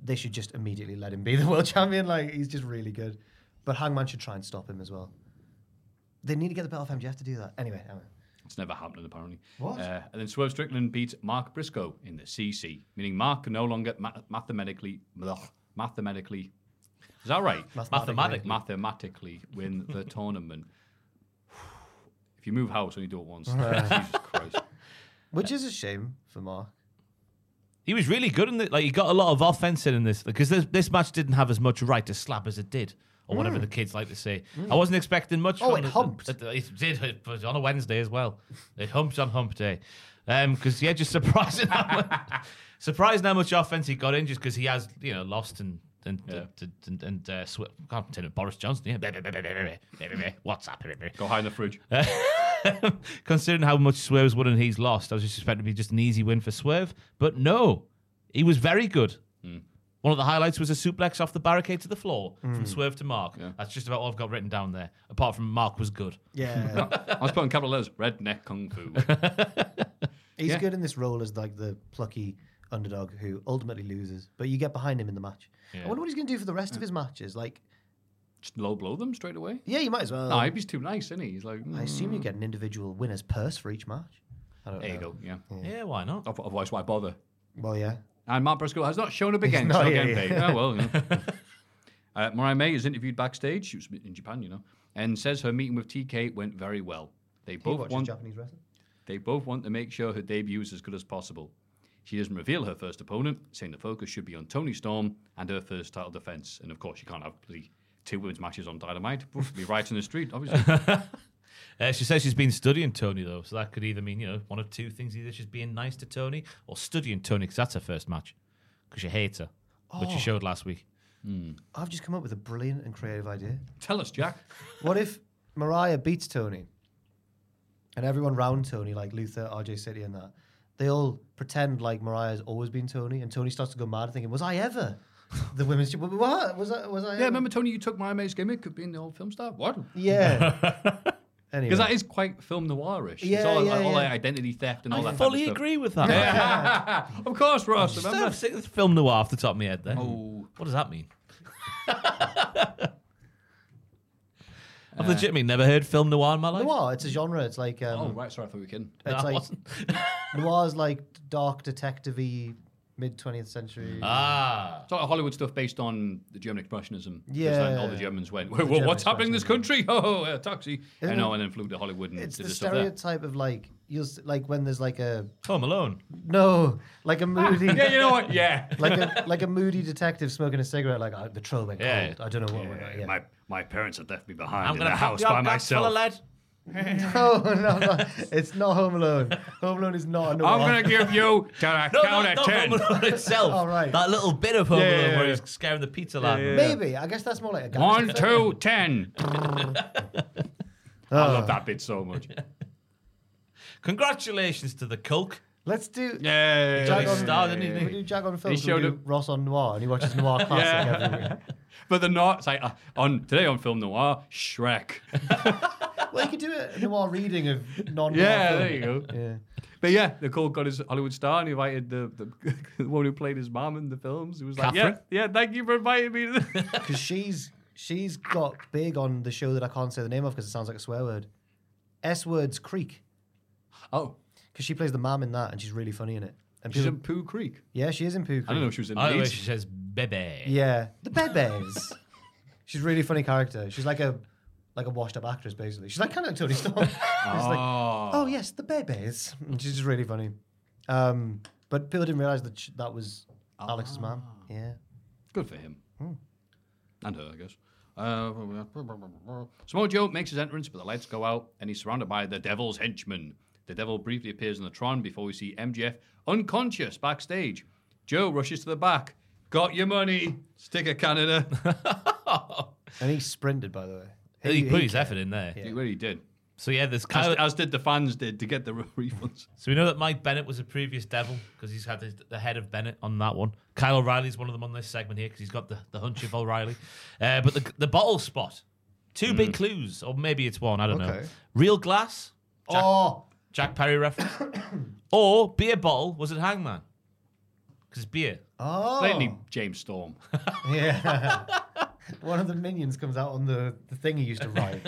S4: they should just immediately let him be the World Champion. Like he's just really good, but Hangman should try and stop him as well. They need to get the belt off MJF to do that. Anyway, anyway.
S3: It's never happening, apparently.
S4: What?
S3: Uh, and then Swerve Strickland beats Mark Briscoe in the CC, meaning Mark can no longer ma- mathematically. blah, mathematically. Is that right?
S5: Mathematically.
S3: Mathematically win the tournament. If you move house and you do it once,
S4: Right.
S3: Jesus Christ.
S4: Which is a shame for Mark.
S5: He was really good in it. Like he got a lot of offense in in this because this, this match didn't have as much right to slap as it did, or whatever
S4: Mm.
S5: the kids like to say.
S4: Mm.
S5: I wasn't expecting much.
S4: Oh,
S5: from
S4: it
S5: the-
S4: humped.
S5: It, it did, it was on a Wednesday as well. It humped on Hump Day, because yeah, just surprising how much, surprising how much offense he got in, just because he has you know lost and. And and, and, and uh, sw- can't tell it, Boris Johnson. Yeah, blah, blah, blah, blah, blah, blah, blah, blah, WhatsApp. blah, blah.
S3: Go hide in the fridge.
S5: Considering how much Swerve's won and he's lost, I was just expecting to be just an easy win for Swerve. But no, he was very good.
S3: Hmm.
S5: One of the highlights was a suplex off the barricade to the floor from
S3: Mm.
S5: Swerve to Mark. That's just about all I've got written down there, apart from Mark was good.
S4: Yeah.
S3: I was putting capital letters, redneck kung fu.
S4: He's good in this role as like the plucky underdog who ultimately loses, but you get behind him in the match.
S3: Yeah.
S4: I wonder what he's going to do for the rest of his matches. Like,
S3: Just low blow them straight away.
S4: yeah, you might as well.
S3: no, he's too nice, isn't he? He's like,
S4: Um, I assume you
S3: "Mm."
S4: get an individual winner's purse for each match. I don't
S3: There you
S4: know.
S3: go. Yeah.
S5: Yeah, why not?
S3: Oth- Otherwise, why bother?
S4: Well, yeah.
S3: And Matt Briscoe has not shown up
S4: He's
S3: again.
S4: not
S3: so
S4: here yet.
S3: again, paid. Oh well. you know. uh, Mariah May is interviewed backstage. She was in Japan, you know, and says her meeting with TK went very well. They both
S4: watches
S3: want
S4: Japanese wrestling.
S3: they both want to make sure her debut is as good as possible. She doesn't reveal her first opponent, saying the focus should be on Tony Storm and her first title defense. And of course, you can't have the two women's matches on Dynamite. Be right in the street, obviously.
S5: Uh, she says she's been studying Tony though, so that could either mean you know one of two things: either she's being nice to Tony or studying Tony because that's her first match because she hates her, which
S4: Oh.
S5: she showed last week.
S4: I've just come up with a brilliant and creative idea.
S3: Tell us, Jack.
S4: What if Mariah beats Tony and everyone round Tony, like Luther, RJ City, and that, they all pretend like Mariah's always been Tony, and Tony starts to go mad thinking, Was I ever the women's champ- What? Was I, was I
S3: Yeah,
S4: ever?
S3: remember Tony? You took Mariah May's gimmick of being the old film star. What?
S4: Yeah. anyway.
S3: Because that is quite film noirish.
S4: Yeah,
S3: it's all,
S4: yeah,
S3: all
S4: yeah.
S3: that identity theft and all
S5: I
S3: that.
S5: fully
S3: type of stuff.
S5: agree with that.
S3: Yeah. of course, Ross.
S5: Just
S3: remember?
S5: don't stick with film noir off the top of my head. Then
S3: Oh.
S5: what does that mean? I've legitimately never heard film noir in my life.
S4: Noir, it's a genre. It's like. Um,
S3: Oh right, sorry, I thought we were kidding.
S5: No, I
S4: It's like
S5: wasn't.
S4: noir's like dark detective y mid twentieth century.
S5: Ah,
S3: It's all like Hollywood stuff based on the German expressionism. 'cause then all the
S4: Yeah.
S3: Germans went,
S4: The
S3: "Whoa,
S4: German
S3: what's happening in this country? Oh, uh, taxi!"
S4: Isn't
S3: and,
S4: it-
S3: oh, and then flew to Hollywood and
S4: it's
S3: did
S4: the
S3: the stuff there.
S4: stereotype of like you'll s- like when there's like a
S5: Home Alone.
S4: no like a moody
S3: Ah, yeah, you know what? Yeah.
S4: like a like a moody detective smoking a cigarette like oh, the troll went
S5: Yeah.
S4: cold. I don't know what went on. Yeah.
S3: My my parents had left me behind
S5: I'm
S3: in
S5: gonna
S3: the
S5: pop
S3: house
S5: your
S3: by
S5: back full of
S3: myself.
S5: lead.
S4: No, no, no, it's not Home Alone. Home Alone is not a noir.
S3: I'm gonna give you to the
S5: No,
S3: count
S5: no,
S3: of
S5: not
S3: ten.
S5: Home Alone itself.
S4: All right.
S5: That little bit of Home
S3: Yeah,
S5: Alone
S3: yeah,
S5: where
S3: yeah.
S5: he's scaring the pizza lad.
S4: Maybe I guess that's more like a gangster
S3: One,
S4: film.
S3: two, ten. I
S4: Oh.
S3: love that bit so much.
S5: Congratulations to the Coke.
S4: Let's do.
S3: Yeah.
S5: Johnny
S4: Jack on,
S5: Star, didn't he?
S4: we do Jack on film.
S3: He showed
S4: we do
S3: up-
S4: Ross on Noir, and he watches Noir classic every week.
S3: But the not it's like uh, on today on film noir Shrek.
S4: Well, you could do a noir reading of non.
S3: Yeah, there you go.
S4: Yeah.
S3: But yeah, the call got his Hollywood star and he invited the, the, the one who played his mom in the films. He was like,
S5: Catherine?
S3: yeah, yeah, thank you for inviting me. To the-"
S4: because she's she's got big on the show that I can't say the name of because it sounds like a swear word. S words Creek
S3: oh,
S4: because she plays the mom in that and she's really funny in it. And
S3: she's
S4: people-
S3: in Pooh Creek.
S4: yeah, she is in Pooh Creek.
S3: I don't know if she was in
S5: By the way,
S3: Leeds.
S5: she says bebe.
S4: Yeah, the Bebes. she's a really funny character. She's like a like a washed up actress basically. She's like kind of Tony Storm. she's like, oh yes, the Bebes. And she's just really funny. Um, but people didn't realize that sh- that was Alex's mom. Yeah.
S3: Good for him. And her, I guess. Uh, Samoa Joe makes his entrance, but the lights go out, and he's surrounded by the devil's henchmen. The devil briefly appears in the Tron before we see MGF unconscious backstage. Joe rushes to the back. Got your money, sticker Canada.
S4: And he sprinted by the way.
S5: He put his
S4: ca-
S5: effort in there.
S3: He really did.
S5: So yeah, there's kind
S3: As,
S5: of
S3: as did the fans did to get the refunds.
S5: So we know that Mike Bennett was a previous devil because he's had his, the head of Bennett on that one. Kyle O'Reilly's one of them on this segment here because he's got the, the hunch of O'Reilly. Uh, but the, the bottle spot, two big clues, or maybe it's one, I don't know.
S4: Okay.
S5: Real glass, Jack,
S4: Oh.
S5: Jack Perry reference, or beer bottle, was it Hangman? Because beer.
S4: Oh.
S3: Lately, James Storm.
S4: Yeah. One of the minions comes out on the, the thing he used to ride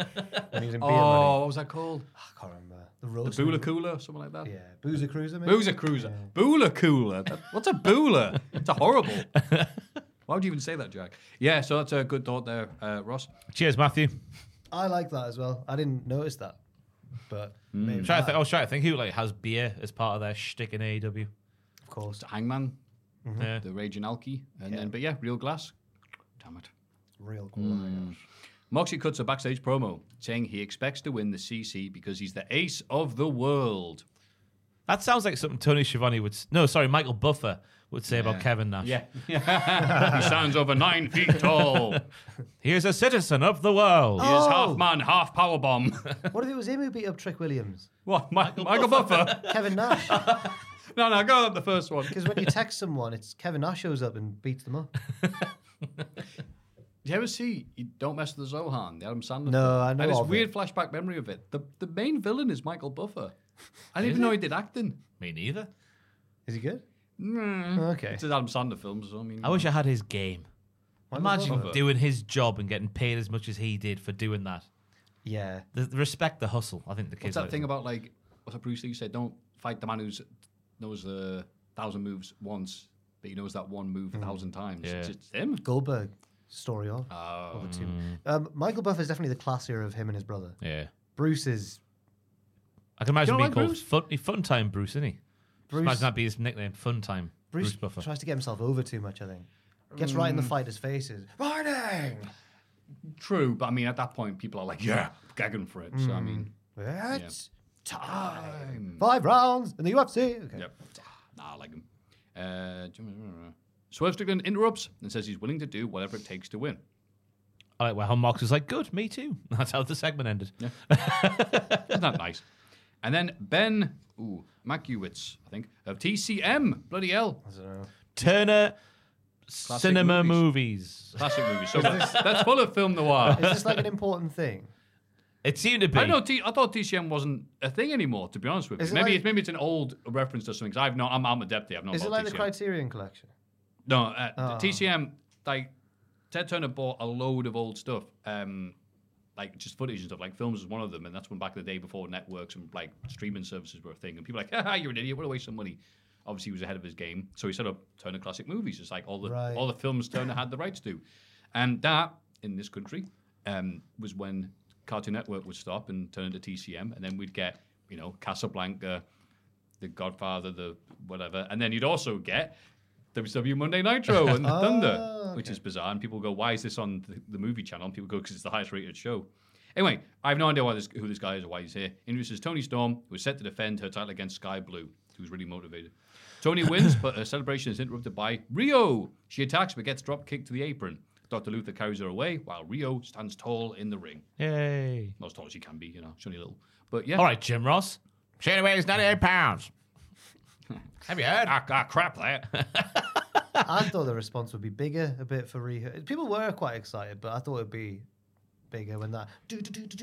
S4: when he was in beer
S3: Oh,
S4: money.
S3: what was that called?
S4: I can't remember. The
S3: The
S4: road.
S3: Bula Cooler, something like that.
S4: Yeah. Boozer Cruiser, maybe?
S3: Boozer Cruiser. Bula Cooler. That- What's a Bula? It's a horrible. Why would you even say that, Jack? Yeah, so that's a good thought there, uh, Ross.
S5: Cheers, Matthew.
S4: I like that as well. I didn't notice that, but maybe
S5: I'm trying to
S4: that,
S5: think, I was trying to think who like has beer as part of their shtick in AEW.
S4: of course.
S3: Hangman,
S4: Mhm.
S5: Yeah.
S3: the Raging Alki, and then, but yeah, Real Glass. Damn it.
S4: Real cool.
S3: Mm. Moxie cuts a backstage promo saying he expects to win the CC because he's the ace of the world.
S5: That sounds like something Tony Schiavone would. s- No, sorry, Michael Buffer would say about Kevin Nash.
S3: Yeah. he stands over nine feet tall. He is
S5: He is a citizen of the world.
S3: half man, half power bomb.
S4: What if it was him who beat up Trick Williams?
S3: What? Mi- Michael, Buffer?
S4: Kevin Nash.
S3: no, no, go up the first one.
S4: Because when you text someone, it's Kevin Nash shows up and beats them up.
S3: Did you ever see you Don't Mess with the Zohan, the Adam Sandler?
S4: No,
S3: film?
S4: I know
S3: have this
S4: of
S3: weird flashback memory of it. The, the main villain is Michael Buffer. I didn't even know he did acting.
S5: Me neither.
S4: Is he good?
S5: Hmm.
S4: Okay.
S3: It's an Adam Sandler film, so I mean.
S5: I wish I had his game.
S4: Michael
S5: Imagine
S4: Buffer.
S5: doing his job and getting paid as much as he did for doing that.
S4: Yeah.
S5: The, the respect the hustle. I think the
S3: What's
S5: kids.
S3: that thing about like what's that Bruce Lee said? Don't fight the man who knows the thousand moves once, but he knows that one move
S4: Mm-hmm.
S3: a thousand times.
S5: Yeah.
S3: It's just him.
S4: Goldberg story of.
S3: Oh,
S4: of the two. Um, Michael Buffer is definitely the classier of him and his brother.
S5: Yeah.
S4: Bruce is
S5: I can imagine
S3: You don't
S5: being
S3: like
S5: called
S3: Bruce?
S5: Fun, Fun Time Bruce, isn't he?
S4: Bruce-
S5: Imagine that be his nickname, Fun Time Bruce,
S4: Bruce,
S5: Buffer. Hmm.
S4: tries to get himself over too much. I think gets right in the fighters' faces. Morning.
S3: true. But I mean, at that point, people are like, yeah, gagging for it.
S4: Mm.
S3: So I mean,
S4: It's
S3: time.
S4: five rounds in the UFC. Okay.
S3: Yep. Nah, I like him. Uh, Swerve Strickland interrupts and says he's willing to do whatever it takes to win.
S5: I like where how Marks was like, good, me too. That's how the segment ended.
S3: Isn't that nice? And then Ben, ooh, Makiewicz, I think, of TCM. Bloody hell.
S5: Turner
S3: Classic
S5: Cinema movies.
S3: Classic movie. So that's full of film noir.
S4: Is this like an important thing?
S5: It seemed to be.
S3: I know. T- I thought TCM wasn't a thing anymore. To be honest with you,
S4: Is it
S3: maybe
S4: like-
S3: it's maybe it's an old reference to something. i I've not. I'm out of depth here. I've not.
S4: Is it
S3: about
S4: like the
S3: TCM.
S4: Criterion Collection?
S3: No, uh, TCM. Like Ted Turner bought a load of old stuff, um, like just footage and stuff. Like films was one of them, and that's when back in the day before networks and like streaming services were a thing. And people were like, "Haha, you're an idiot. What a waste of money." Obviously, he was ahead of his game, so he set up Turner Classic Movies. It's like all the
S4: Right.
S3: all the films Turner had the rights to, and that in this country um, was when Cartoon Network would stop and turn into TCM, and then we'd get you know Casablanca the Godfather, the whatever, and then you'd also get WWE E Monday Nitro and the
S5: Ah,
S3: Thunder, which is bizarre. And people go, "Why is this on the, the movie channel?" And people go, "Because it's the highest rated show." Anyway, I have no idea why this, who this guy is or why he's here. Introduces Tony Storm, who is set to defend her title against Sky Blue, who's really motivated. Tony wins, but her celebration is interrupted by Rio. She attacks but gets drop kicked to the apron. Dr. Luther carries her away while Rio stands tall in the ring.
S5: Yay.
S3: Not as tall as she can be, you know, she's only little. But yeah.
S5: All right, Jim Ross. Shane weighs 98 pounds. Have you heard?
S3: Ah, ah, crap, that.
S4: I thought the response would be bigger a bit for Riho. People were quite excited, but I thought it'd be bigger when that.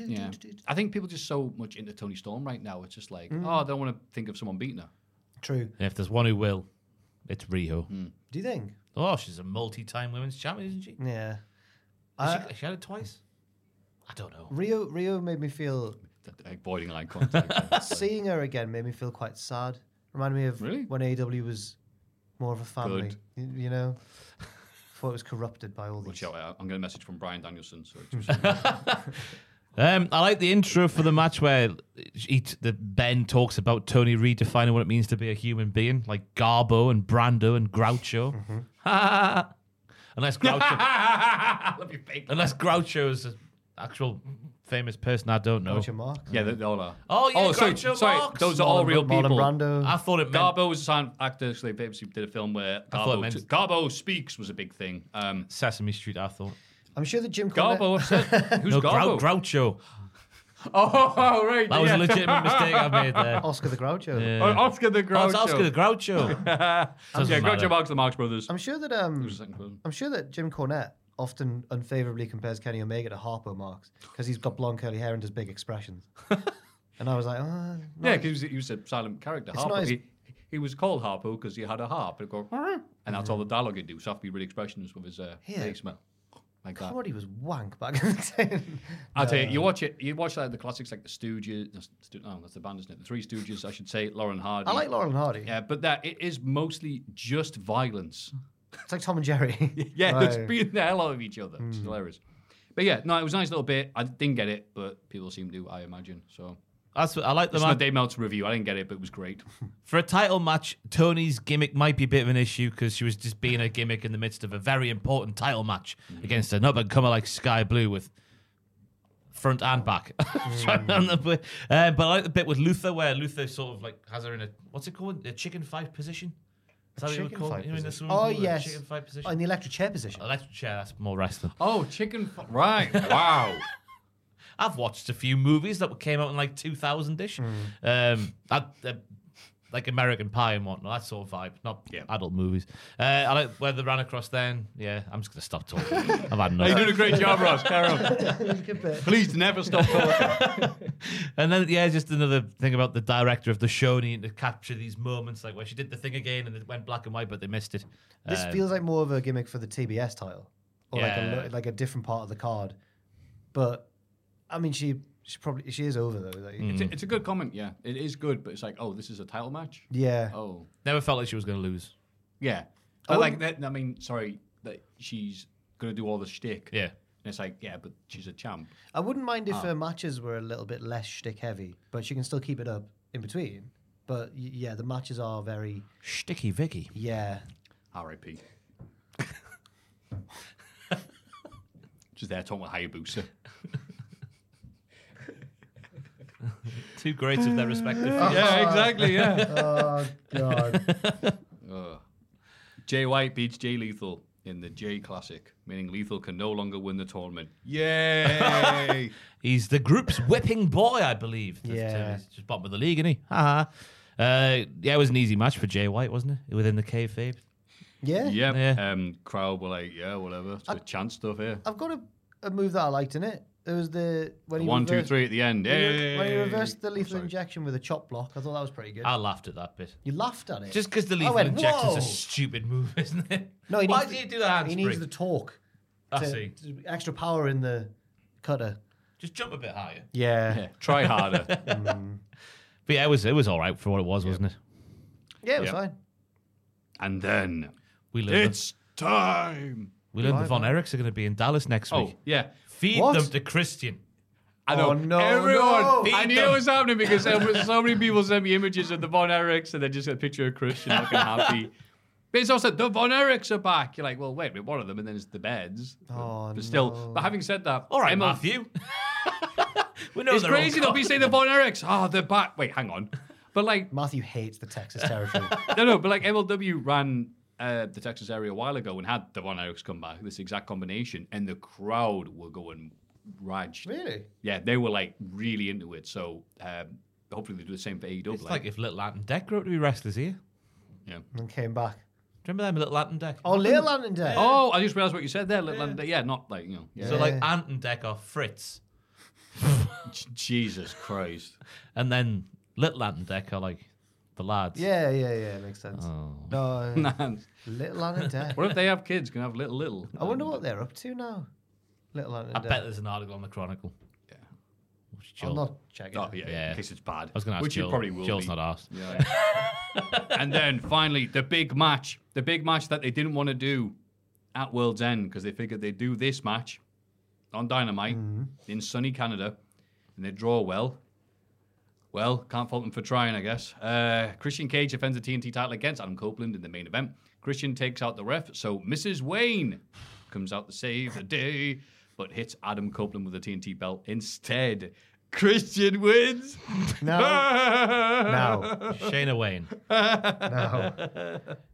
S3: Yeah. I think people just so much into Tony Storm right now. It's just like,
S5: Mm.
S3: oh, I don't want to think of someone beating her.
S4: True.
S5: And if there's one who will, it's Riho.
S4: Do you think?
S5: Oh, she's a multi-time women's champion, isn't she?
S4: Yeah.
S5: Has
S4: Uh,
S5: she, has she had it twice? I don't know.
S4: Rio Rio made me feel
S3: Avoiding eye contact.
S4: seeing her again made me feel quite sad. Reminded me of
S3: Really?
S4: when AEW was more of a family.
S3: Good.
S4: y- You, know, before it was corrupted by all these.
S3: Watch out! I- I'm getting a message from Brian Danielson. So it's
S5: Um, I like the intro for the match where he, the Ben talks about Tony redefining what it means to be a human being, like Garbo and Brando and Groucho.
S3: Mm-hmm.
S5: unless Groucho,
S3: Let me fake.
S5: unless Groucho is an actual famous person, I don't know.
S4: Watch your mark.
S3: Yeah, they, they all are.
S5: Oh, yeah,
S3: sorry,
S5: Groucho
S3: sorry.
S5: Marx.
S3: Those are all real
S4: Marlon
S3: people. Ah.
S4: Brando.
S5: I thought it meant
S3: Garbo was a sound actor. So they basically did a film where
S5: I thought it
S3: Garbo,
S5: meant-
S3: t- Garbo speaks was a big thing. Um,
S5: Sesame Street. I thought
S4: I'm sure that Jim Cornette.
S3: Garbo, upset- who's
S5: no
S3: Garbo?
S5: Grou- Groucho.
S3: oh, right.
S5: That was a legitimate mistake I made there.
S4: Oscar the Groucho.
S5: Yeah.
S3: Oscar the Groucho.
S5: Oh, it's Oscar the Groucho.
S3: yeah,
S5: Doesn't matter.
S3: Groucho Marx, the Marx Brothers.
S4: I'm sure that um,
S3: Second film.
S4: I'm sure that Jim Cornette often unfavorably compares Kenny Omega to Harpo Marx because he's got blonde curly hair and does big expressions. and I was like, oh,
S3: Yeah, because he was a silent character.
S4: It's
S3: Harpo.
S4: not his-
S3: He, he was called Harpo because he had a harp. It'd go, "Meow," and that's all the dialogue he'd do. So have to be really expressions with his uh,
S4: Yeah.
S3: face smell. Like that.
S4: comedy was wank back in the day.
S3: I tell you, you watch it. You watch like the classics, like the Stooges. no, Sto- No, that's the band, isn't it? The Three Stooges, I should say. Lauren Hardy.
S4: I like Laurel and Hardy.
S3: Yeah, but that it is mostly just violence.
S4: It's like Tom and Jerry.
S3: Yeah,
S4: Right.
S3: they're beating the hell out of each other. It's
S4: Mm.
S3: hilarious. But yeah, no, it was a nice little bit. I didn't get it, but people seem to, I imagine. So
S5: That's what I like the
S3: it's my
S5: match.
S3: Dave Meltzer review. I didn't get it, but it was great.
S5: For a title match, Tony's gimmick might be a bit of an issue because she was just being a gimmick in the midst of a very important title match
S3: Mm-hmm.
S5: against an up and comer like Sky Blue with front and back. Sorry, I'm
S3: Mm.
S5: not- but, uh, but I like the bit with Luther where Luther sort of like has her in a what's it called a chicken fight position. Is that what you would
S4: Chicken
S5: call
S4: fight
S5: it? You know, in the
S4: position.
S5: swimming
S4: Oh
S5: pool, the
S4: yes,
S5: chicken fight position.
S4: Oh, in the electric chair position.
S5: Electric chair. That's more wrestling.
S3: Oh, chicken. F- right. Wow.
S5: I've watched a few movies that came out in like 2000
S3: Hmm.
S5: ish. Um, I, uh, like American Pie and whatnot, that sort of vibe, not adult movies. Uh, I like where they ran across then. Yeah, I'm just going to stop talking. I've had enough.
S3: You're doing a great job, Ross. Carry on. Please never stop talking.
S5: And then, yeah, just another thing about the director of the show needing to capture these moments, like where she did the thing again and it went black and white, but they missed it.
S4: This
S5: Um,
S4: feels like more of a gimmick for the TBS title, or like a,
S5: Yeah.
S4: lo- like a different part of the card. But I mean, she she probably she is over though. Like,
S5: Mm.
S3: It's, a, it's a good comment, yeah. It is good, but it's like, oh, this is a title match?
S4: Yeah.
S3: Oh.
S5: Never felt like she was going to lose.
S3: Yeah.
S5: I
S3: I like that. I mean, sorry, that she's going to do all the shtick.
S5: Yeah.
S3: And it's like, yeah, but she's a champ.
S4: I wouldn't mind if
S3: Ah.
S4: her matches were a little bit less shtick heavy, but she can still keep it up in between. But y- yeah, the matches are very
S5: shticky Vicky.
S4: Yeah,
S3: R.I.P. She's there talking with Hayabusa.
S5: Two greats of their respective
S3: Yeah,
S5: fields.
S3: exactly, yeah.
S4: Oh, God.
S3: Ugh. Jay White beats Jay Lethal in the Jay Classic, meaning Lethal can no longer win the tournament. Yay!
S5: He's the group's whipping boy, I believe. The-
S3: Yeah.
S5: He's just bottom of the league, isn't he? Ha ha. Uh, yeah, it was an easy match for Jay White, wasn't it? Within the kayfabe.
S4: yeah.
S3: Yep. Um, crowd were like, yeah, whatever. It's a chance stuff here.
S4: I've got a, a move that I liked in it. It was the when he
S3: One, two,
S4: reversed-
S3: three at the end.
S4: When he, when he
S3: Hey!
S4: reversed the lethal injection with a chop block, I thought that was pretty good.
S5: I laughed at that bit.
S4: you laughed at it
S5: Just because the
S4: I
S5: lethal
S4: went,
S5: injection's
S4: "Whoa!"
S5: a stupid move, isn't it?
S4: No, he
S5: Why
S4: needs
S5: do
S4: the-
S5: you do that
S4: He
S5: handspring?
S4: needs the torque.
S5: I
S4: to-
S5: see.
S4: to- extra power in the cutter.
S5: Just jump a bit higher.
S4: Yeah. Yeah,
S3: try harder.
S5: but yeah, it was it was all right for what it was, wasn't it?
S4: Yeah, it was
S5: Yeah.
S4: fine.
S3: And then
S5: we learned
S3: it's time.
S5: we learned the Von Erichs are going to be in Dallas next
S3: Oh,
S5: week.
S3: yeah.
S5: Feed
S3: What?
S5: them to Christian.
S3: I know.
S5: Oh, no,
S3: Everyone.
S5: no.
S3: I
S5: Feed
S3: knew
S5: them.
S3: it was happening because there was so many people sent me images of the Von Erichs and then just a picture of Christian looking happy. But it's also the Von Erichs are back. You're like, well, wait, wait, one of them, and then it's the beds.
S4: Oh,
S3: But still, but having said that,
S5: All right,
S3: Emma-
S5: Matthew. we know
S3: it's
S5: they're all
S3: crazy
S5: gone.
S3: they'll be saying the Von Erichs. Oh, they're back. Wait, hang on. But like,
S4: Matthew hates the Texas territory.
S3: no, no, but like MLW ran uh, the Texas area a while ago and had the Von Erichs come back, this exact combination, and the crowd were going raj.
S4: Really?
S3: Yeah, they were like really into it. So um, hopefully they do the same for AEW.
S5: It's like if Little Ant and Deck grew up to be wrestlers here.
S3: Yeah.
S4: and came back.
S5: Remember them, Little Ant and Deck?
S4: Oh, Little Ant and Deck.
S3: Oh, I just realized what you said there. Little yeah. yeah, not like, you know. Yeah.
S5: So like Ant and Deck are Fritz,
S3: Jesus Christ.
S5: and then Little Ant and Deck are like the lads.
S4: Yeah, yeah, yeah. Makes sense.
S5: Oh.
S4: No. uh,
S3: Nah.
S4: Little Ant and Deck.
S3: What if they have kids? Can have little, little. um,
S4: I wonder what they're up to now. Little Ant and
S5: I
S4: Deck.
S5: bet there's an article on the Chronicle. Yeah.
S4: I'm not checking.
S3: Oh, yeah, yeah. In case it's bad. I
S5: was gonna ask
S3: Which you
S5: Jill.
S3: probably will.
S5: Jill's
S3: be.
S5: not asked.
S3: Yeah. and then finally, the big match. The big match that they didn't want to do at World's End because they figured they'd do this match on Dynamite in sunny Canada and they draw well. Well, can't fault them for trying, I guess. Uh, Christian Cage defends the TNT title against Adam Copeland in the main event. Christian takes out the ref, so Mrs. Wayne comes out to save the day, but hits Adam Copeland with the TNT belt instead. Christian wins.
S4: No. No.
S5: Shayna Wayne.
S4: No.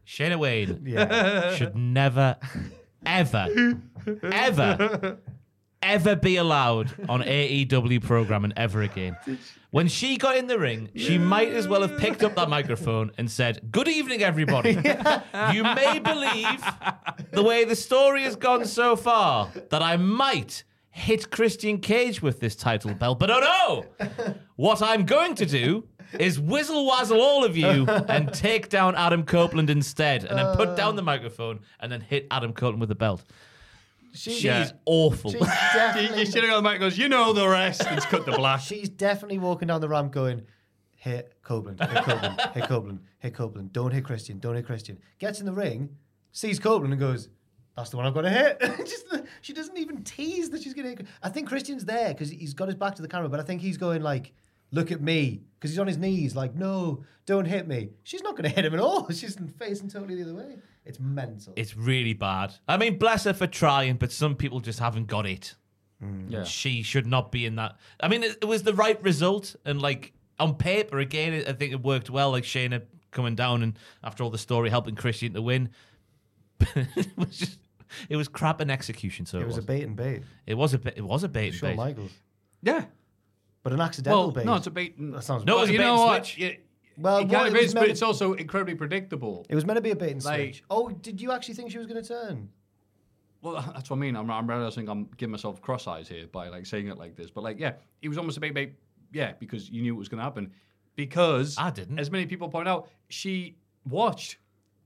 S5: Shayna Wayne
S4: Yeah.
S5: should never, ever, ever, ever be allowed on E AEW programming ever again. When she got in the ring, she might as well have picked up that microphone and said, Good evening, everybody. You may believe the way the story has gone so far that I might hit Christian Cage with this title belt, but oh no! What I'm going to do is whizzle wazzle all of you and take down Adam Copeland instead, and then put
S3: Uh.
S5: down the microphone and then hit Adam Copeland with the belt.
S4: She's,
S5: She's awful.
S4: she's definitely.
S3: Shitting on the mic goes, you know the rest. It's cut the black.
S4: she's definitely walking down the ramp going. Hit Copeland, hit Copeland, hit Copeland, hit Copeland. Don't hit Christian, don't hit Christian. Gets in the ring, sees Copeland and goes, "That's the one I've got to hit." Just the- she doesn't even tease that she's gonna. hit. I think Christian's there because he's got his back to the camera, but I think he's going like, "Look at me," because he's on his knees, like, "No, don't hit me." She's not gonna hit him at all. She's facing totally the other way. It's mental.
S5: It's really bad. I mean, bless her for trying, but some people just haven't got it.
S3: Mm.
S4: Yeah.
S5: She should not be in that. I mean, it, it was the right result, and like on paper, again, it, I think it worked well. Like Shayna coming down, and after all the story, helping Christian to win. it was just, it was crap in execution. So it,
S4: It was a bait and bait.
S5: It was a bit. It was a bait and
S4: Shawn
S5: bait.
S4: Michaels.
S3: Yeah,
S4: but an accidental
S3: well,
S4: bait.
S3: no, it's a bait. and-
S4: That sounds
S3: Well,
S4: bad.
S3: you know what? It,
S4: Well,
S3: it
S4: what
S3: kind
S4: it was
S3: of Uh, is, but
S4: meant-
S3: it's also incredibly predictable.
S4: It was meant to be a bait and
S3: Like-
S4: switch. Oh, did you actually think she was gonna turn?
S3: Well, that's what I mean. I'm, I'm realizing I'm giving myself cross eyes here by like saying it like this. But like, yeah, it was almost a big, big, yeah, because you knew it was going to happen. Because I didn't. As many people point out, she watched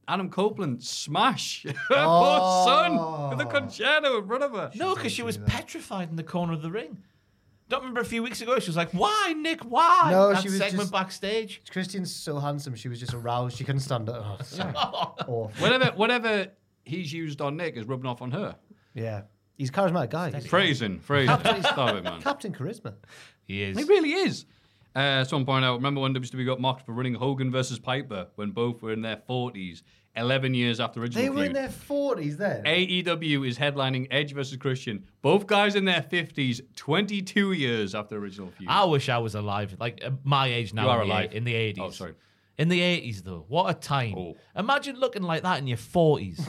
S3: Adam Copeland smash her
S5: Oh.
S3: poor son with a concerto in front of her.
S5: No, because she was petrified in the corner of the ring. Don't remember a few weeks ago she was like, "Why, Nick? Why?"
S4: No,
S5: that
S4: she was
S5: segment
S4: just-
S5: backstage.
S4: Christian's so handsome. She was just aroused. She couldn't stand it. Oh, sorry. Awful.
S3: whatever, whatever he's used on Nick is rubbing off on her.
S4: Yeah. He's a charismatic guy. He's-
S3: Phrasing, phrasing.
S4: Captain-
S3: Stop it, man.
S4: Captain Charisma.
S5: He is.
S3: He really is. Uh, someone point out, remember when WWE got mocked for running Hogan versus Piper when both were in their 40s, 11 years after original
S4: They were in
S3: feud?
S4: their 40s then.
S3: AEW is headlining Edge versus Christian. Both guys in their 50s, 22 years after original feud.
S5: I wish I was alive, like at my age now.
S3: You are
S5: in the
S3: alive.
S5: eight- in the eighties.
S3: Oh, sorry. Oh.
S5: In the eighties, though, what a time! Imagine looking like that in your forties.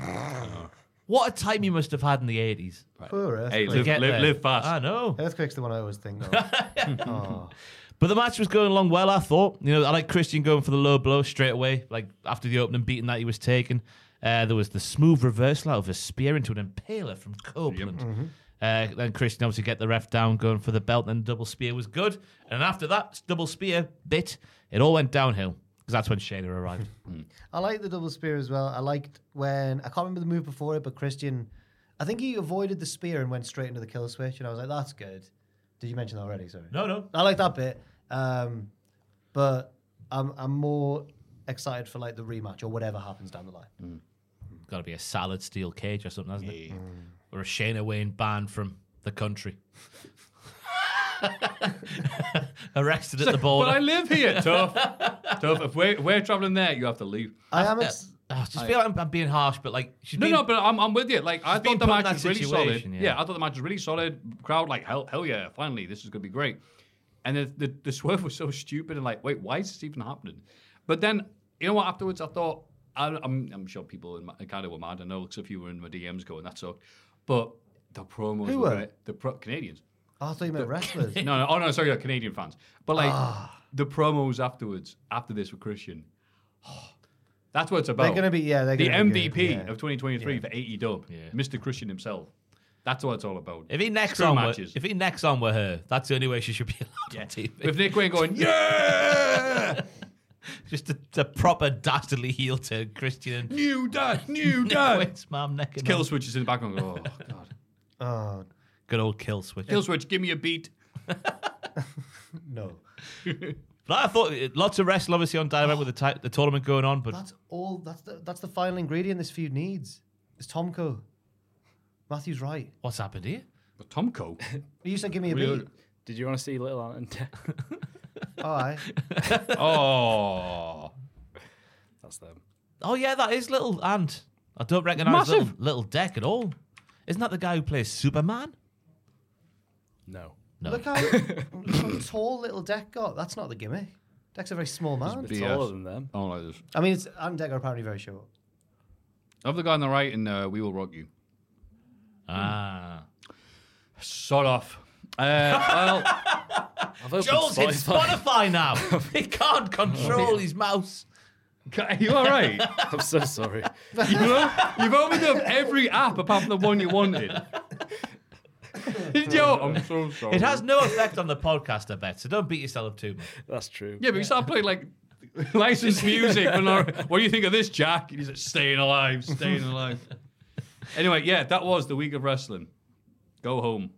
S5: what a time you must have had in the eighties.
S4: Poor Earth.
S5: To get there. I know.
S4: Earthquake's the one I always think of. oh.
S5: But the match was going along well, I thought. You know, I like Christian going for the low blow straight away, like after the opening beating that he was taking. Uh, there was the smooth reversal out of a spear into an impaler from Copeland. Uh, then Christian obviously get the ref down, going for the belt, and double spear was good. And after that double spear bit, it all went downhill because that's when Shayna arrived.
S4: I like the double spear as well. I liked when, I can't remember the move before it, but Christian, I think he avoided the spear and went straight into the kill switch. And I was like, that's good. Did you mention that already? Sorry.
S5: No, no.
S4: I like that bit. Um, but I'm, I'm more excited for like the rematch or whatever happens down the line.
S5: Got to be a solid steel cage or something, hasn't it? Or a Shayna Wayne banned from the country. Arrested at the border.
S3: But I live here. Tough. Tough. If we're, we're traveling there, you have to leave.
S4: I am.
S5: Ex- just feel like I'm, I'm being harsh, but like she's
S3: no,
S5: been-
S3: no, but I'm, I'm with you. Like I
S5: been
S3: thought the
S5: put in
S3: match
S5: that
S3: was really solid.
S5: situation,
S3: Yeah.
S5: yeah.
S3: I thought the match was really solid. Crowd like hell, hell yeah! Finally, this is gonna be great. And the, the the swerve was so stupid and like, wait, why is this even happening? But then you know what? Afterwards, I thought I, I'm I'm sure people in my, kind of were mad. I know because a few were in my DMs going that sucked, but the promos
S4: Who
S3: were
S4: were?
S3: great. the pro- Canadians.
S4: Oh, I thought you meant wrestlers.
S3: No, no, oh no, sorry, yeah, Canadian fans. But like the promos afterwards, after this with Christian, that's what it's about.
S4: gonna be- yeah, they're
S3: the
S4: gonna be
S3: MVP
S4: good, yeah.
S3: of 2023 for AE Dub, Mr. Christian himself. That's what it's all about.
S5: If he necks
S3: Screw
S5: on were,
S3: matches.
S5: if he necks on were her, that's the only way she should be allowed on TV.
S3: With Nick Wayne going, yeah,
S5: just a, a proper dastardly heel to Christian. and
S3: new dad, new
S5: Nick
S3: dad.
S5: Wayne's mom necking
S3: Kill
S5: on.
S3: switch is in the background. Oh god,
S4: Oh,
S5: Good old kill switch.
S3: kill switch, give me a beat.
S4: no.
S5: But I thought eh, lots of wrestling obviously on Dynamite with the, ti- the tournament going on, but
S4: That's all. That's the, that's the final ingredient this feud needs. It's Tomko. Matthew's right.
S5: what's happened here?
S3: But Tomko,
S4: He used to give me a
S6: Really?
S4: beat.
S6: Did you want to see Little Ant and Deck?
S4: All right.
S3: oh,
S6: That's them.
S5: Oh yeah, that is little and I don't recognise
S3: Massive.
S5: little, little Deck at all. Isn't that the guy who plays Superman?
S6: No.
S5: No.
S4: Look how, look how tall little Deck got. That's not the gimmick. Deck's a very small man.
S6: It's taller than them.
S3: I don't like this.
S4: I mean, it's and Deck are apparently very short.
S3: Of the guy on the right, and uh, we will rock you. Hmm.
S5: ah,
S3: Sod off. Uh, well,
S6: I've opened
S5: Joel's hit Spotify now. he can't control his mouse.
S3: are you all right?
S6: I'm so sorry.
S3: You know, you've opened up every app apart from the one you wanted. Yo, I'm so sorry.
S5: It has no effect on the podcast, I bet. So don't beat yourself up too much.
S6: That's true.
S3: Yeah, but you start playing like licensed music. But not, what do you think of this, Jack? And he's like, staying alive, staying alive. anyway, yeah, that was the week of wrestling. Go home.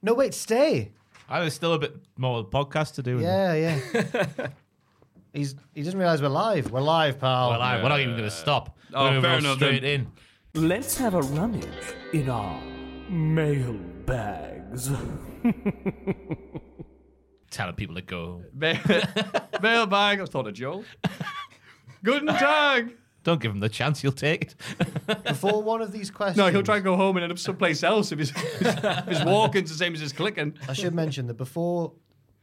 S4: No, wait, stay.
S5: I was still a bit more podcast to do.
S4: Yeah, yeah. He's he doesn't realize we're live. We're live, pal.
S5: We're live. We're not even going to stop. We're gonna roll straight in.
S2: Let's have a rummage in our mail bags.
S5: Telling people to go.
S3: Mailbag. I thought of Joel. Good tag.
S5: Don't give him the chance. He'll take it.
S4: Before one of these questions,
S3: No, he'll try and go home and end up someplace else if his, if his walking's the same as his clicking.
S4: I should mention that before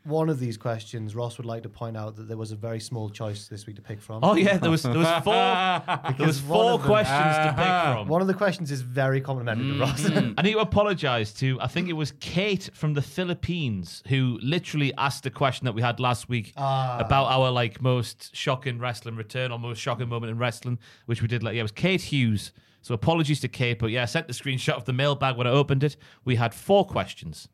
S4: one of these questions, Ross would like to point out that there was a very small choice this week to pick from.
S5: Oh yeah, there was there was four there was
S4: Because one
S5: four
S4: of them-
S5: questions to pick from.
S4: One of the questions is very complimentary
S3: Mm.
S4: to Ross.
S5: I need to apologise to I think it was Kate from the Philippines who literally asked the question that we had last week
S4: Ah.
S5: about our like most shocking wrestling return or most shocking moment in wrestling, which we did like yeah, it was Kate Hughes. So apologies to Kate, but yeah, I sent the screenshot of the mailbag when I opened it. We had four questions.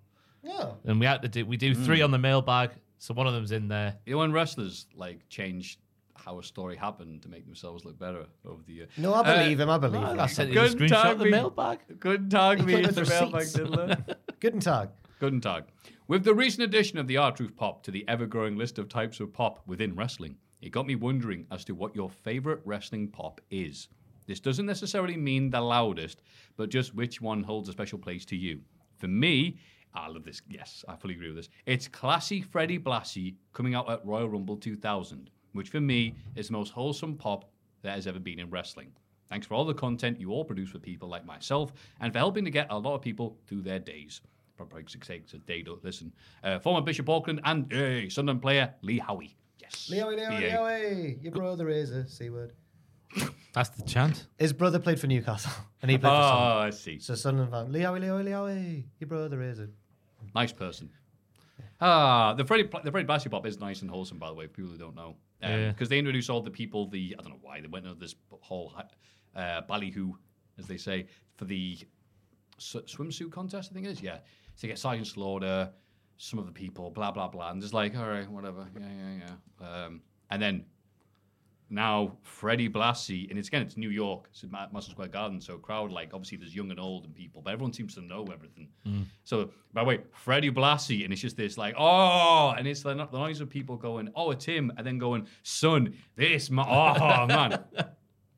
S4: Yeah.
S5: And we had to do we do three on the mailbag, so one of them's in there.
S3: You know when wrestlers like change how a story happened to make themselves look better over the year.
S4: No, I believe him. I believe
S3: Oh,
S5: I
S4: him.
S5: sent you a screenshot of the mailbag.
S3: Good tag me.
S4: came
S3: It's
S4: with
S3: the mailbag
S4: receipts.
S3: diddler.
S4: Good tag.
S3: Guten Tag. With the recent addition of the R Truth Pop to the ever growing list of types of pop within wrestling, it got me wondering as to what your favorite wrestling pop is. This doesn't necessarily mean the loudest, but just which one holds a special place to you. For me, I love this. Yes, I fully agree with this. It's classy Freddie Blassie coming out at Royal Rumble 2000, which for me is the most wholesome pop there has ever been in wrestling. Thanks for all the content you all produce for people like myself and for helping to get a lot of people through their days. For Brexit sake, so they don't listen. Uh, former Bishop Auckland and uh, Sunderland player Lee Howie. Yes.
S4: Leo, Leo,
S3: BA.
S4: Leo, your brother is a C word.
S5: That's the chant.
S4: His brother played for Newcastle, and he
S3: Oh,
S4: played for Sunderland.
S3: I see.
S4: So Sunderland fan, Leo, Leo, Leo, your brother is a.
S3: Nice person. Ah, the Freddie the Freddie Blassie pop is nice and wholesome, by the way. For people who don't know, because
S5: Yeah.
S3: they introduce all the people. The I don't know why they went into this whole uh, ballyhoo, as they say, for the s- swimsuit contest. I think it is. Yeah, so they get Sergeant Slaughter, some of the people, blah blah blah, and just like all right, whatever, yeah yeah yeah. Um, and then now Freddie Blassie, and it's again it's New York, it's at Ma- Madison Square Garden, so crowd like obviously there's young and old and people, but everyone seems to know everything. So by the way, Freddie Blassie, and it's just this like oh, and it's the, no- the noise of people going oh it's him, and then going son this ma- oh man.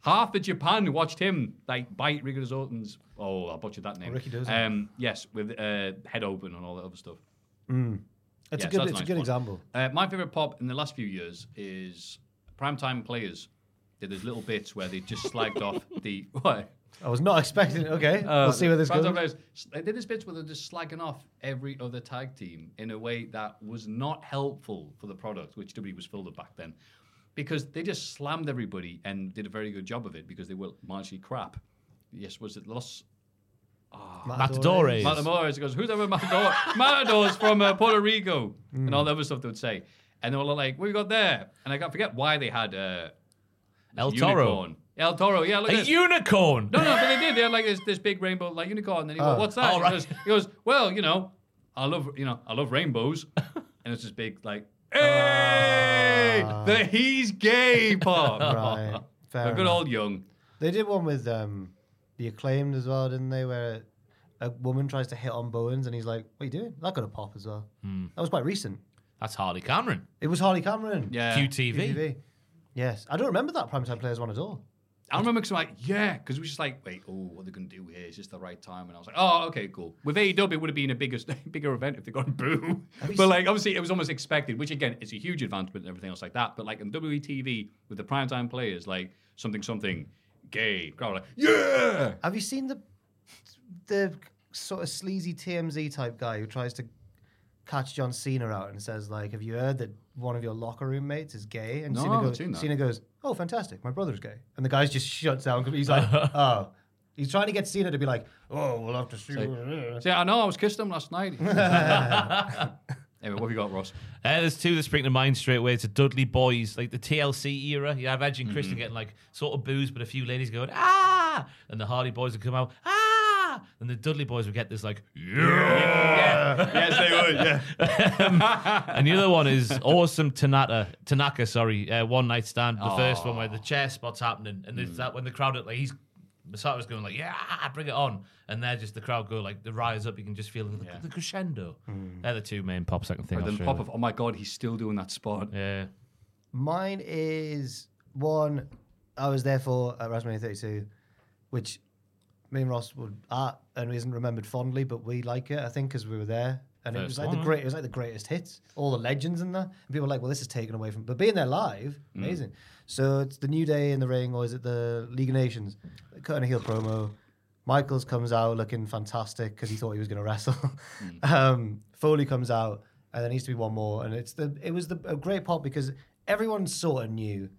S3: Half of Japan watched him like bite Rigorous Orton's. Oh, I butchered that name.
S4: Ricky Dozer.
S3: Um, yes, with uh, head open and all that other stuff.
S4: It's
S3: Yeah,
S4: a
S3: so
S4: good,
S3: that's
S4: it's
S3: nice
S4: a good
S3: one.
S4: example.
S3: Uh, my favorite pop in the last few years is primetime players. Did those little bits where they just slagged off the what?
S4: I was not expecting. Okay,
S3: Uh,
S4: we'll see where this
S3: primetime
S4: goes.
S3: Players, they did this bits where they're just slagging off every other tag team in a way that was not helpful for the product, which WWE was filled with back then, because they just slammed everybody and did a very good job of it because they were marginally crap. Yes, was it loss?
S5: Matadores.
S3: Matadores. It goes, who's ever Matador? Matadors from uh, Puerto Rico and all the other stuff they would say. And they were all like, what you got there? And I can't forget why they had uh,
S5: El Toro.
S3: unicorn. El Toro, yeah, look
S5: A
S3: at this.
S5: unicorn.
S3: No, no, but they did. They had like this, this big rainbow like unicorn. And then he
S4: Oh.
S3: goes, "What's that?"
S5: Oh,
S3: He
S5: right.
S3: goes- he goes, "Well, you know, I love you know I love rainbows," and it's this big like, "Hey, the he's gay pop."
S4: Right, fair
S3: a good
S4: enough.
S3: old young.
S4: They did one with um, the acclaimed as well, didn't they? Where a woman tries to hit on Bowens, and he's like, "What are you doing?" That got a pop as well. That was quite recent.
S5: That's Harley Cameron.
S4: It was Harley Cameron.
S3: Yeah,
S5: QTV.
S4: TV. Yes, I don't remember that primetime players one at all.
S3: I remember because I'm like, yeah, because we was just like, wait, oh, what are they going to do here? Is this the right time? And I was like, oh, okay, cool. With AEW, it would have been a bigger, bigger event if they gone boo. But like, obviously, it was almost expected, which again, is a huge advancement and everything else like that. But like in WETV with the primetime players, like something, something, gay, crowd like, yeah.
S4: Have you seen the the sort of sleazy TMZ type guy who tries to catch John Cena out and says like, "Have you heard that one of your locker room mates is gay?" And
S3: No, I
S4: Cena
S3: haven't
S4: goes,
S3: seen that.
S4: Cena goes, "Oh, fantastic! My brother's gay." And the guy just shuts down. He's like, "Oh." He's trying to get Cena to be like, "Oh, we'll have to see."
S3: See, I know I was kissing him last night. anyway, what have you got, Ross?
S5: Uh, there's two that spring to mind straight away. It's a Dudley Boys, like the TLC era. You have Edge and Christian getting like sort of booze, but a few ladies going ah, and the Hardy Boys would come out ah, and the Dudley Boys would get this like yeah.
S3: yes, they would. Yeah.
S5: and the other one is awesome Tanaka, Tanaka, sorry, uh, one night stand. The first one where the chair spot's happening, and it's that when the crowd like he's. Masato's going like, yeah, bring it on, and they're just the crowd go like, the rise up. You can just feel the, the crescendo. They're the two main pops I can think
S3: And
S5: of.
S3: then
S5: straight
S3: pop
S5: away.
S3: of, oh my God, he's still doing that spot.
S5: Yeah.
S4: Mine is one I was there for at WrestleMania 32, which me and Ross were at and isn't remembered fondly, but we like it, I think, because we were there. And it
S5: First
S4: was like
S5: one,
S4: the
S5: huh?
S4: great, it was like the greatest hits, all the legends in there. And people were like, well, this is taken away from, but being there live,
S5: Mm.
S4: amazing. So it's the New Day in the ring, or is it the League of Nations? Cutting a heel promo. Michaels comes out looking fantastic because he thought he was going to wrestle.
S5: Mm.
S4: um, Foley comes out, and there needs to be one more. And it's the it was the a great pop because everyone sort of knew,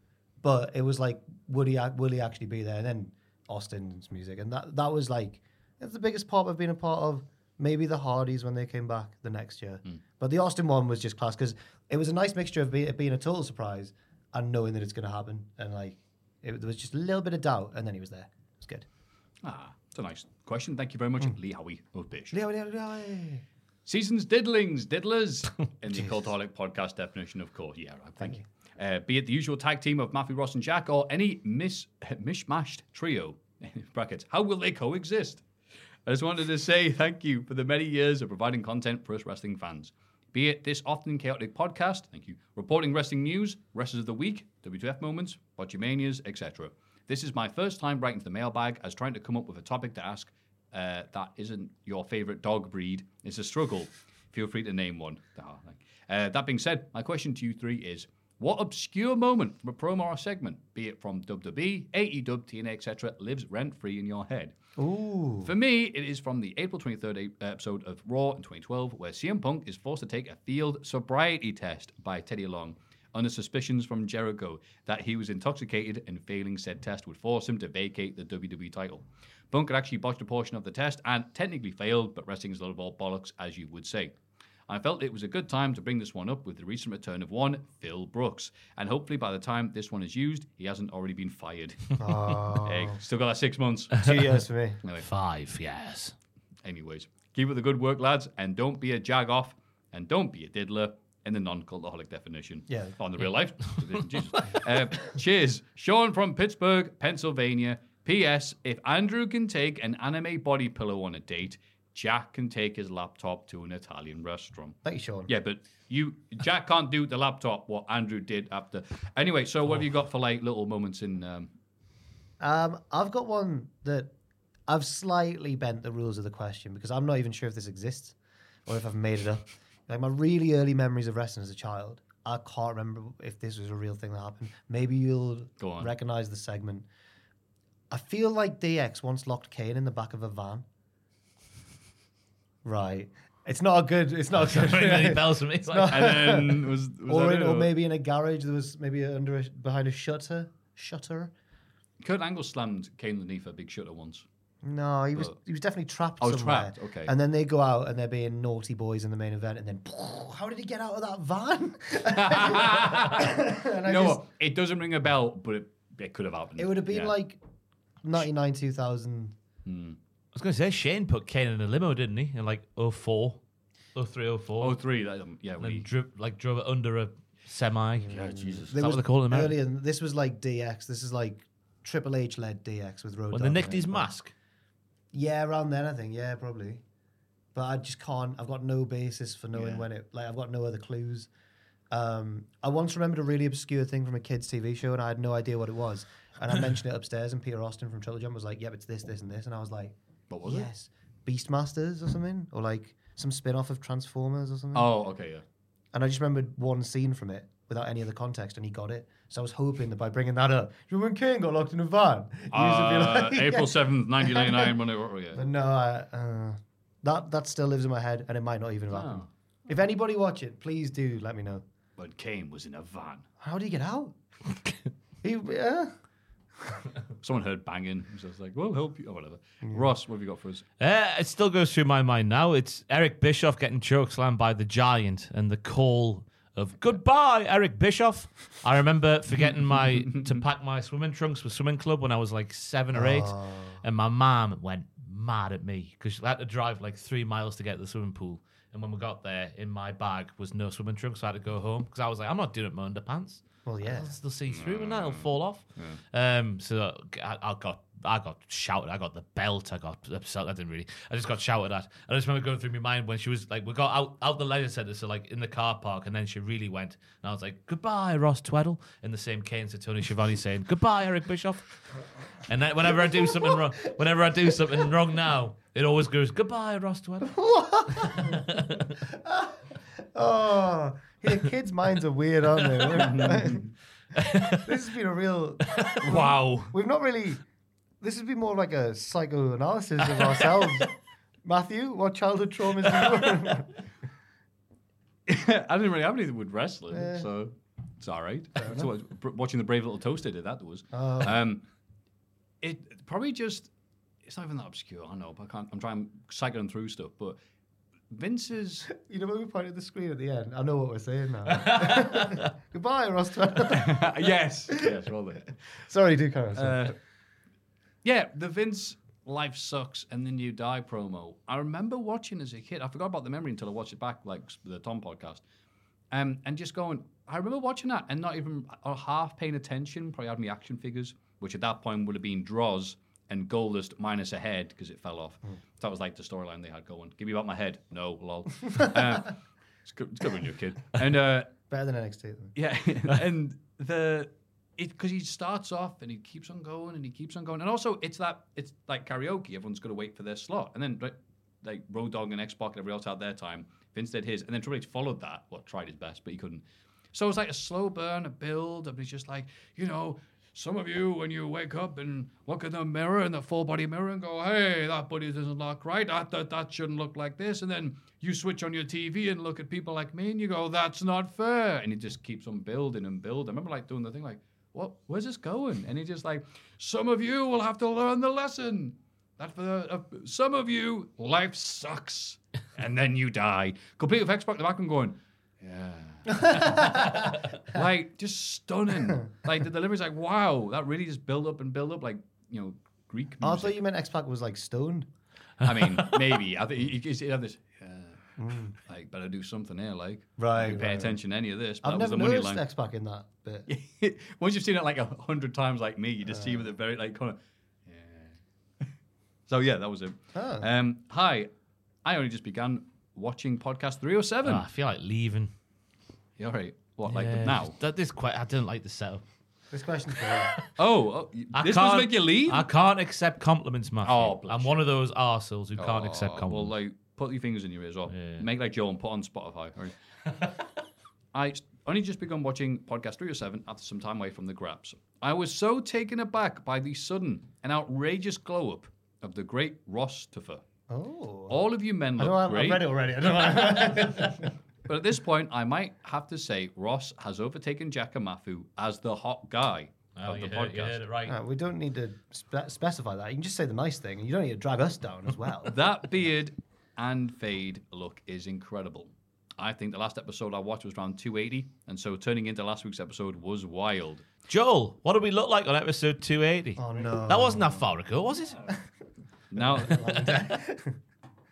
S4: but it was like would he ac- will he actually be there? And then Austin's music, and that that was like that's the biggest pop I've been a part of. Maybe the Hardys when they came back the next year, but the Austin one was just class because it was a nice mixture of be, it being a total surprise and knowing that it's going to happen, and like it, there was just a little bit of doubt, and then he was there. It was good.
S3: Ah, it's a nice question. Thank you very much, Lee Howie of Bish.
S4: Lee Howie, Lee Howie, Lee Howie.
S3: Seasons diddlings, diddlers, in the cultaholic podcast definition, of course. Yeah, right. Thank you. Uh, be it the usual tag team of Matthew Ross and Jack, or any mis- mishmashed trio. brackets. How will they coexist? I just wanted to say thank you for the many years of providing content for us wrestling fans. Be it this often chaotic podcast, thank you, reporting wrestling news, wrestlers of the week, WTF moments, Botchamanias, etc. This is my first time writing to the mailbag as trying to come up with a topic to ask uh, that isn't your favorite dog breed. It's a struggle. Feel free to name one. Ah, thank- Uh, that being said, my question to you three is what obscure moment from a promo or segment, be it from E, WWE, AEW, TNA, etc., lives rent free in your head?
S4: Ooh.
S3: For me, it is from the April 23rd a- episode of Raw in 2012, where CM Punk is forced to take a field sobriety test by Teddy Long under suspicions from Jericho that he was intoxicated and failing said test would force him to vacate the WWE title. Punk had actually botched a portion of the test and technically failed, but wrestling is a lot of all bollocks, as you would say. I felt it was a good time to bring this one up with the recent return of one, Phil Brooks. And hopefully by the time this one is used, he hasn't already been fired.
S4: Oh.
S3: Eh, still got that six months.
S4: Two years for me.
S3: Anyway. Five, yes. Anyways, keep up the good work, lads, and don't be a jag off, and don't be a diddler in the non cultaholic definition.
S4: Yeah.
S3: On the real life. Jesus. Uh, cheers. Sean from Pittsburgh, Pennsylvania. P.S. If Andrew can take an anime body pillow on a date, Jack can take his laptop to an Italian restaurant.
S4: Thank you, Sean.
S3: Yeah, but you Jack can't do the laptop what Andrew did after. Anyway, so what have you got for like little moments in um,
S4: Um, I've got one that I've slightly bent the rules of the question because I'm not even sure if this exists or if I've made it up. Like my really early memories of wrestling as a child, I can't remember if this was a real thing that happened. Maybe you'll recognize the segment. I feel like DX once locked Kane in the back of a van. Right. It's not a good. It's not a good.
S5: That's not ringing any bells for me.
S4: It's not-
S5: And then was- was
S4: or,
S5: that
S4: in,
S5: it,
S4: or
S5: or-
S4: maybe in a garage there was maybe under a, behind a shutter. Shutter.
S3: Kurt Angle slammed Kane underneath a big shutter once.
S4: No, he was
S3: But-
S4: he was definitely trapped
S3: Oh,
S4: somewhere.
S3: trapped, okay.
S4: And then they go out and they're being naughty boys in the main event, and then how did he get out of that van? And I
S3: you know
S4: just-
S3: what? It doesn't ring a bell, but it, it could have happened.
S4: it would have been
S3: Yeah.
S4: like ninety nine two thousand.
S5: I was going to say Shane put Kane in a limo, didn't he? In like 04, 03, 04.
S3: 03, that, um, yeah.
S5: And then dri- like drove it under a semi.
S3: Yeah, Jesus.
S5: Is that what they call it in America?
S4: earlier. This was like DX. This is like Triple H led DX with Road.
S5: When
S4: Dogg
S5: they
S4: in
S5: nicked
S4: it.
S5: his mask.
S4: Yeah, around then I think. Yeah, probably. But I just can't. I've got no basis for knowing when it. Like I've got no other clues. Um, I once remembered a really obscure thing from a kids' TV show, and I had no idea what it was. And I mentioned it upstairs, and Peter Austin from Trilogy was like, "Yep, it's this, this, and this." And I was like,
S3: "What was
S4: yes, it? Yes, Beastmasters or something, or like some spin-off of Transformers or something."
S3: Oh, okay, yeah.
S4: And I just remembered one scene from it without any other context, and he got it. So I was hoping that by bringing that up, do you remember when Kane got locked in a van? He
S3: Uh,
S4: used to be like-
S3: April 7th, 1999, when it, oh, yeah.
S4: but no, I, uh, that that still lives in my head, and it might not even have happened. If anybody watch it, please do let me know.
S3: But Kane was in a van.
S4: How did he get out? he, yeah.
S3: Someone heard banging. So it's like, we'll help you, or whatever. Ross, what have you got for us?
S5: Uh, it still goes through my mind now. It's Eric Bischoff getting chokeslammed by the Giant and the call of goodbye, Eric Bischoff. I remember forgetting my to pack my swimming trunks for swimming club when I was like seven or eight,
S3: Oh.
S5: and my mom went mad at me because I had to drive like three miles to get to the swimming pool. And when we got there, in my bag was no swimming trunks, so I had to go home because I was like, I'm not doing it in my underpants.
S4: Well, yeah,
S3: Mm.
S5: they'll see through and that'll fall off. Um, so I, I got I got shouted. I got the belt. I got upset. I didn't really. I just got shouted at. I just remember going through my mind when she was like, we got out out the leisure centre, so like in the car park, and then she really went, and I was like, goodbye, Ross Tweddle, in the same cadence to Tony Schiavone saying, goodbye, Eric Bischoff. And then whenever I do something wrong, whenever I do something wrong now, it always goes, goodbye, Ross Tweddle.
S4: Oh, yeah, kids' minds are weird, aren't they? this has been a real
S5: wow.
S4: We've not really. This has been more like a psychoanalysis of ourselves. Matthew, what childhood traumas do you
S3: I didn't really have anything with wrestling,
S4: Yeah.
S3: so it's all right. So I- br- watching the Brave Little Toaster did that was.
S4: Oh.
S3: Um, it probably just it's not even that obscure. I know, but I can't. I'm trying cycling through stuff, but Vince's.
S4: You know when we pointed the screen at the end? I know what we're saying now. Goodbye, Ross.
S3: yes, yes, well there.
S4: Sorry, do carry on. sorry.
S3: Uh, yeah, the Vince "Life Sucks" and then you die promo. I remember watching as a kid. I forgot about the memory until I watched it back, like s- the Tom podcast, um, and just going. I remember watching that and not even or half paying attention. Probably had my action figures, which at that point would have been draws and Goldust minus a head because it fell off. That was like the storyline they had going. Give me about my head. No, lol. uh, it's co- it's covering your kid. And uh,
S4: Better than NXT. Then.
S3: yeah, and the it because he starts off and he keeps on going and he keeps on going, and also it's that it's like karaoke. Everyone's got to wait for their slot, and then like, like Road Dogg and Xbox and everybody else had their time. Vince did his, and then Triple H followed that. Well, tried his best, but he couldn't. So it's like a slow burn, a build, and it's just like you know. Some of you, when you wake up and look in the mirror, in the full body mirror, and go, hey, that body doesn't look right. That, that, that shouldn't look like this. And then you switch on your TV and look at people like me and you go, that's not fair. And it just keeps on building and building. I remember like doing the thing like, what, where's this going? And it's just like, some of you will have to learn the lesson. That for the, uh, some of you, life sucks. and then you die. Complete with Xbox in the back and going, like just stunning. like the delivery's like, wow, that really just build up and build up like you know Greek music.
S4: I thought you meant X Pac was like stoned.
S3: I mean, maybe I think you just have this. Yeah, like better do something here. Like
S4: Mm. Right,
S3: you pay
S4: right,
S3: attention to any of this.
S4: I've
S3: But that
S4: never
S3: was the money
S4: noticed
S3: line.
S4: X Pac in that bit.
S3: Once you've seen it like a hundred times, like me, you just see with a very like kind of. yeah. So yeah, that was it.
S4: Oh.
S3: Um, hi, I only just began watching podcast three hundred seven.
S5: Ah, I feel like leaving.
S3: You all right? What like
S5: Yeah,
S3: now?
S5: just- That this quite. I didn't like the setup.
S4: This question's for you.
S3: Oh, oh y-
S5: I
S3: this was
S5: can't-
S3: make you leave.
S5: I can't accept compliments, Matthew.
S3: Oh, bless
S5: I'm one of those arseholes who can't accept
S3: Oh, Well,
S5: compliments.
S3: like, put your fingers in your ears or make like Joe and put on Spotify. Right? I s- only just begun watching Podcast 307 after some time away from the graps. I was so taken aback by the sudden and outrageous glow up of the great Rostifer.
S4: Oh.
S3: All of you men
S4: I
S3: look
S4: know I-
S3: great.
S4: I've read it already. I don't know.
S3: But at this point, I might have to say Ross has overtaken Jakamafu as the hot guy
S5: Oh,
S3: of
S5: you
S3: the
S5: heard-
S3: podcast.
S5: you heard it right.
S4: Alright, we don't need to spe- specify that. You can just say the nice thing, and you don't need to drag us down as well.
S3: That beard and fade look is incredible. I think the last episode I watched was around 280, and so turning into last week's episode was wild.
S5: Joel, what did we look like on episode 280?
S4: oh no.
S5: That wasn't that far ago, was it?
S3: Now,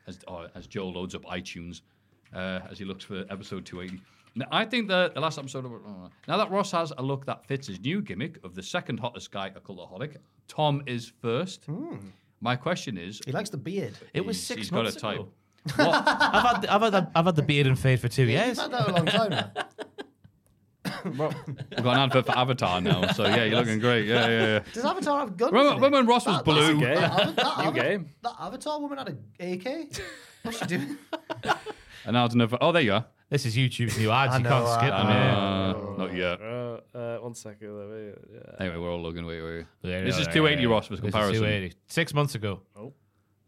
S3: as, oh, as Joe loads up iTunes uh, as he looks for episode 280. Now, I think that the last episode of. uh, Now that Ross has a look that fits his new gimmick of the second hottest guy, a cultaholic, Tom is first. My question is.
S4: He likes the beard.
S5: Hmm. It was
S3: he's-
S5: six
S3: he's
S5: months
S3: got a type.
S5: ago.
S3: What,
S5: I've had the, I've had the, I've had the beard and fade for two years.
S4: He's had that a long time now.
S3: we've got an advert for Avatar now, so yeah, you're looking great. Yeah, yeah, yeah.
S4: Does Avatar have guns?
S3: Remember,
S4: in it?
S3: remember when Ross was
S4: That- that's
S3: blue?
S4: a
S6: Gay.
S4: Ava- that
S6: New
S4: Ava-
S6: game.
S4: That Avatar woman had a AK. What's she doing?
S3: And I don't know. if- Oh, there you are.
S5: This is YouTube's new ads.
S4: I
S5: you
S4: know,
S5: can't skip
S4: I-
S5: them.
S4: Ah.
S3: Uh, not yet.
S6: Uh, uh, one second. Let me, yeah.
S3: Anyway, we're all looking. Wait, wait.
S5: Yeah,
S3: this
S5: yeah,
S3: is
S5: yeah,
S3: 280
S5: yeah.
S3: Ross for
S5: This is
S3: comparison. Oh,
S5: 280. Six months ago.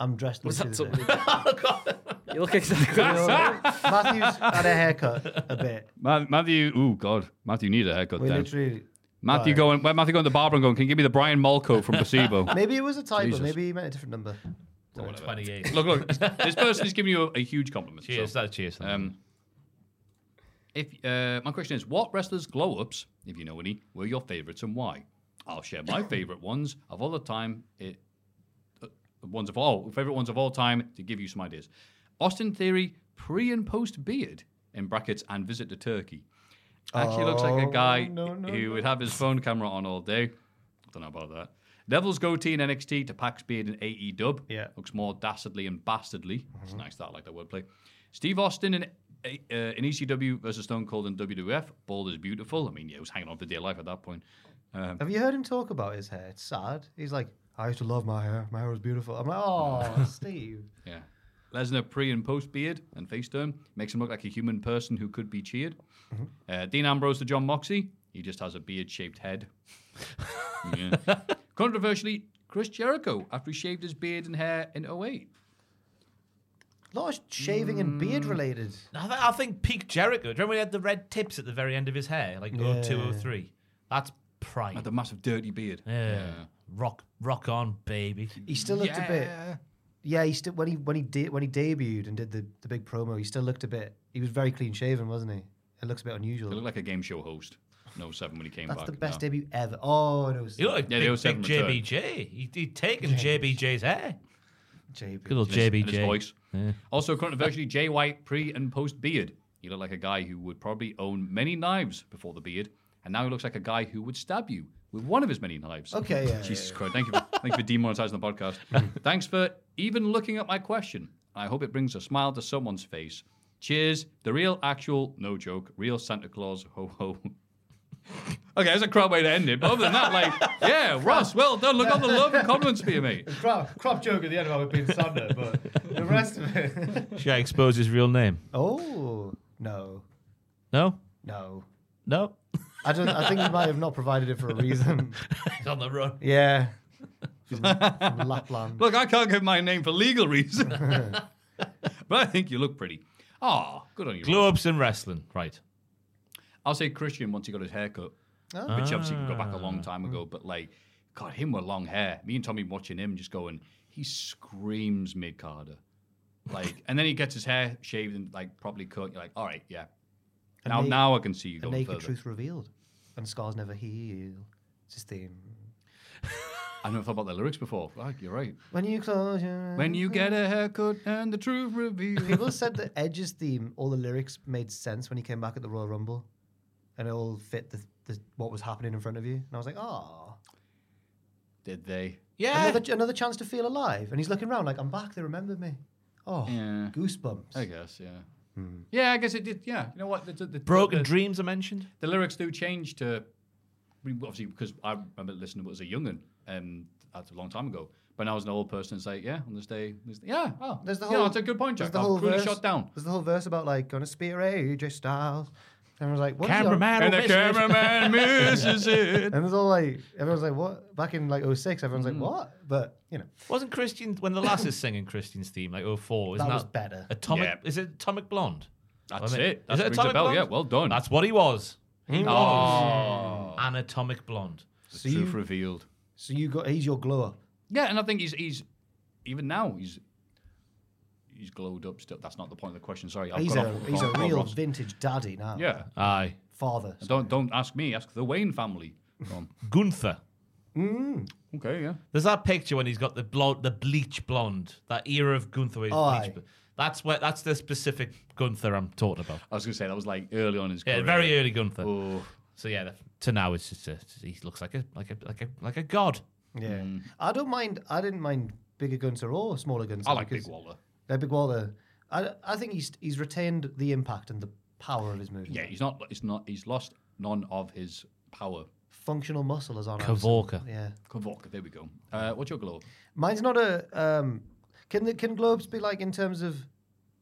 S4: I'm dressed.
S6: Was that
S4: literally the
S6: something? you look exactly.
S4: same. Matthew's had a haircut a bit.
S3: Ma- Matthew, ooh God, Matthew needs a haircut.
S4: We
S3: Then
S4: literally.
S3: Matthew going, well, Matthew going to the barber and going, can you give me the Brian Molko from Placebo?
S4: Maybe it was a typo.
S3: Jesus.
S4: Maybe he meant a different number.
S5: 28.
S3: look, look, this person is giving you a, a huge compliment. so,
S5: cheers. that cheers.
S3: um, if uh, my question is, what wrestlers' glow ups, if you know any, were your favourites and why? I'll share my favourite ones of all the time. It, uh, ones of all favourite ones of all time to give you some ideas. Austin Theory pre and post beard in brackets and visit to Turkey. Actually, looks like a
S4: Oh,
S3: guy
S4: no, no,
S3: who
S4: no.
S3: would have his phone camera on all day. Don't know about that. Neville's goatee in NXT to Pac's beard in AE dub.
S4: Yeah.
S3: Looks more dastardly and bastardly. It's nice that I like that wordplay. Steve Austin in, uh, in ECW versus Stone Cold in WWF. Bald is beautiful. I mean, yeah, he was hanging on for dear life at that point. Um,
S4: Have you heard him talk about his hair? It's sad. He's like, I used to love my hair. My hair was beautiful. I'm like, oh, Steve.
S3: Yeah. Lesnar pre and post beard and face turn makes him look like a human person who could be cheered. Uh, Dean Ambrose to John Moxley. He just has a beard shaped head. Yeah. Controversially, Chris Jericho after he shaved his beard and hair in 08.
S4: A lot of shaving and beard
S3: Mm.
S4: related.
S5: I, th- I think peak Jericho. Do you remember he had the red tips at the very end of his hair, like
S4: Yeah.
S5: oh two oh three? That's prime.
S3: Had the massive dirty beard.
S5: yeah. Uh, rock rock on, baby.
S4: He still looked a
S3: Yeah.
S4: bit. Yeah, he still when he when he de- when he debuted and did the, the big promo, he still looked a bit. He was very clean shaven, wasn't he? It looks a bit unusual.
S3: He looked like a game show host. No seven when he came
S4: That's
S3: back.
S4: the best
S3: no.
S4: debut ever. Oh, no, it was
S5: He looked like
S3: Yeah, the
S5: big,
S3: 07
S5: big
S3: return.
S5: JBJ. He, he'd taken JBJ's hair.
S4: JB.
S5: Good old
S3: And his- and his
S5: JBJ.
S3: voice.
S5: Yeah.
S3: Also, controversially, Jay White pre and post beard. He looked like a guy who would probably own many knives before the beard, and now he looks like a guy who would stab you with one of his many knives.
S4: Okay, yeah,
S3: Jesus
S4: yeah,
S3: Christ! Thank you, for, thank you for demonetizing the podcast. Thanks for even looking at my question. I hope it brings a smile to someone's face. Cheers, the real, actual, no joke, real Santa Claus. Ho ho. Okay, that's a crap way to end it. But other than that, like, yeah, Ross, well done. Look at all the love and compliments for you, mate.
S4: crap, crap joke at the end about it being Sander, but the rest of it.
S5: Should I expose his real name?
S4: Oh no,
S5: No,
S4: no.
S5: no.
S4: I don't. I think he might have not provided it for a reason.
S5: He's on the run.
S4: Yeah, from, from Lapland.
S3: Look, I can't give my name for legal reasons, but I think you look pretty. Ah, good on you.
S5: Glow ups and wrestling, right?
S3: I'll say Christian once he got his haircut,
S4: Ah.
S3: which obviously can go back a long time ago. But like, God, him with long hair. Me and Tommy watching him just going, he screams mid Carter. Like, and then he gets his hair shaved and like properly cut. You're like, all right, yeah.
S4: A
S3: now,
S4: na-
S3: now I can see you
S4: A
S3: going
S4: naked
S3: further.
S4: truth revealed, and scars never heal. It's his theme.
S3: I never thought about the lyrics before. Like, you're right.
S4: When you close your
S3: When you get a haircut and the truth revealed.
S4: People said that Edge's theme, all the lyrics made sense when he came back at the Royal Rumble, and it all fit the, the what was happening in front of you. And I was like, ah,
S3: Did they?
S5: Yeah.
S4: another, another chance to feel alive. And he's looking around like, I'm back. They remembered me. Oh,
S3: Yeah.
S4: goosebumps.
S3: I guess, yeah.
S4: Hmm.
S3: Yeah, I guess it did. Yeah, you know what? The, the, the-
S5: Broken
S3: the-
S5: dreams I mentioned.
S3: the lyrics do change to I mean, obviously because I remember listening to it as a young'un, um, that's a long time ago. But now as an old person, it's like, yeah, on this day, this yeah, oh,
S4: There's the
S3: yeah,
S4: whole.
S3: that's a good point,
S4: there's
S3: Jack.
S4: the
S3: I'm
S4: whole
S3: cruelly
S4: verse-
S3: shot down.
S4: There's the whole verse about like gonna spear AJ Styles. Everyone's like, what? is he on-
S5: Cameraman,
S3: And the cameraman misses it.
S4: And it was all like, everyone's like, what? Back in like 06, everyone's
S3: Mm.
S4: like, what? But you know,
S5: Wasn't Christian when the lass is singing Christian's theme like 04? Isn't
S4: That
S5: that,
S4: was better.
S5: Atomic
S3: Yeah.
S5: is it Atomic Blonde?
S3: That's
S5: I mean,
S3: it.
S5: is
S3: That's
S5: it
S3: rings a
S5: Atomic
S3: bell.
S5: Blonde?
S3: Yeah, well done.
S5: That's what he was. He was an Atomic Blonde.
S3: the truth revealed.
S4: so you got he's your glow up.
S3: Yeah, and I think he's he's even now he's he's glowed up still. That's not the point of the question. Sorry, I've
S4: He's
S3: got
S4: a
S3: off,
S4: he's a
S3: gone- gone
S4: real
S3: Ross.
S4: vintage daddy now.
S3: yeah.
S5: Aye,
S4: father.
S3: Don't don't ask me. Ask the Wayne family. Um,
S5: Gunther.
S3: okay, yeah.
S5: There's that picture when he's got the blonde, the bleach blonde, that era of Gunther. Where he's
S4: Oh, aye.
S5: bleach, bl- that's where that's the specific Gunther I'm talking about.
S3: I was gonna say that was like early on in his
S5: Yeah,
S3: career.
S5: very early Gunther.
S3: Oh.
S5: So yeah, the, to now it's just a, he looks like a like a like a like a god.
S4: Yeah,
S3: Mm.
S4: I don't mind. I didn't mind bigger Gunter or smaller Gunter.
S3: I like
S4: because-
S3: Big Waller.
S4: Yeah, Big Walter. I I think he's he's retained the impact and the power of his movement.
S3: Yeah, he's not. He's not. He's lost none of his power.
S4: functional muscle is on.
S5: Kavorka.
S4: Yeah,
S3: Kavorka, there we go. Uh, what's your glow?
S4: mine's not a. Um, can the can globes be like in terms of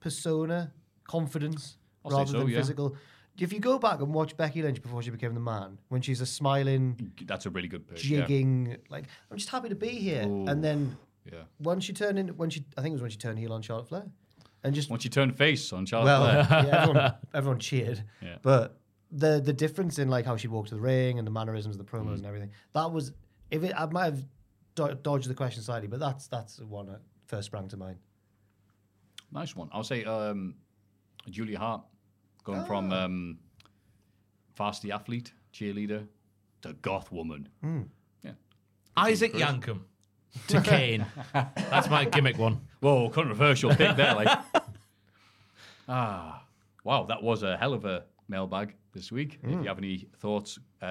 S4: persona, confidence
S3: I'll say
S4: rather
S3: so,
S4: than
S3: yeah.
S4: physical? If you go back and watch Becky Lynch before she became the man, when she's a smiling,
S3: That's a really good pitch.
S4: jigging, like I'm just happy to be here, and then
S3: Yeah. yeah.
S4: when she turned in, when she I think it was when she turned heel on Charlotte Flair, and just
S3: Once you turn face on Charlotte
S4: well,
S3: Flair.
S4: yeah, everyone, everyone cheered.
S3: Yeah.
S4: But the the difference in like how she walked to the ring and the mannerisms, the
S5: Mm.
S4: promos, and everything that was if it I might have do- dodged the question slightly, but that's that's the one that first sprang to mind.
S3: nice one. I'll say um, Julia Hart, going from um, varsity athlete, cheerleader, to goth woman. Yeah.
S5: Isaac Yankum to Kane. That's my gimmick one.
S3: Whoa, controversial pick there. Like, ah, wow, that was a hell of a mailbag. this week. If you have any thoughts uh,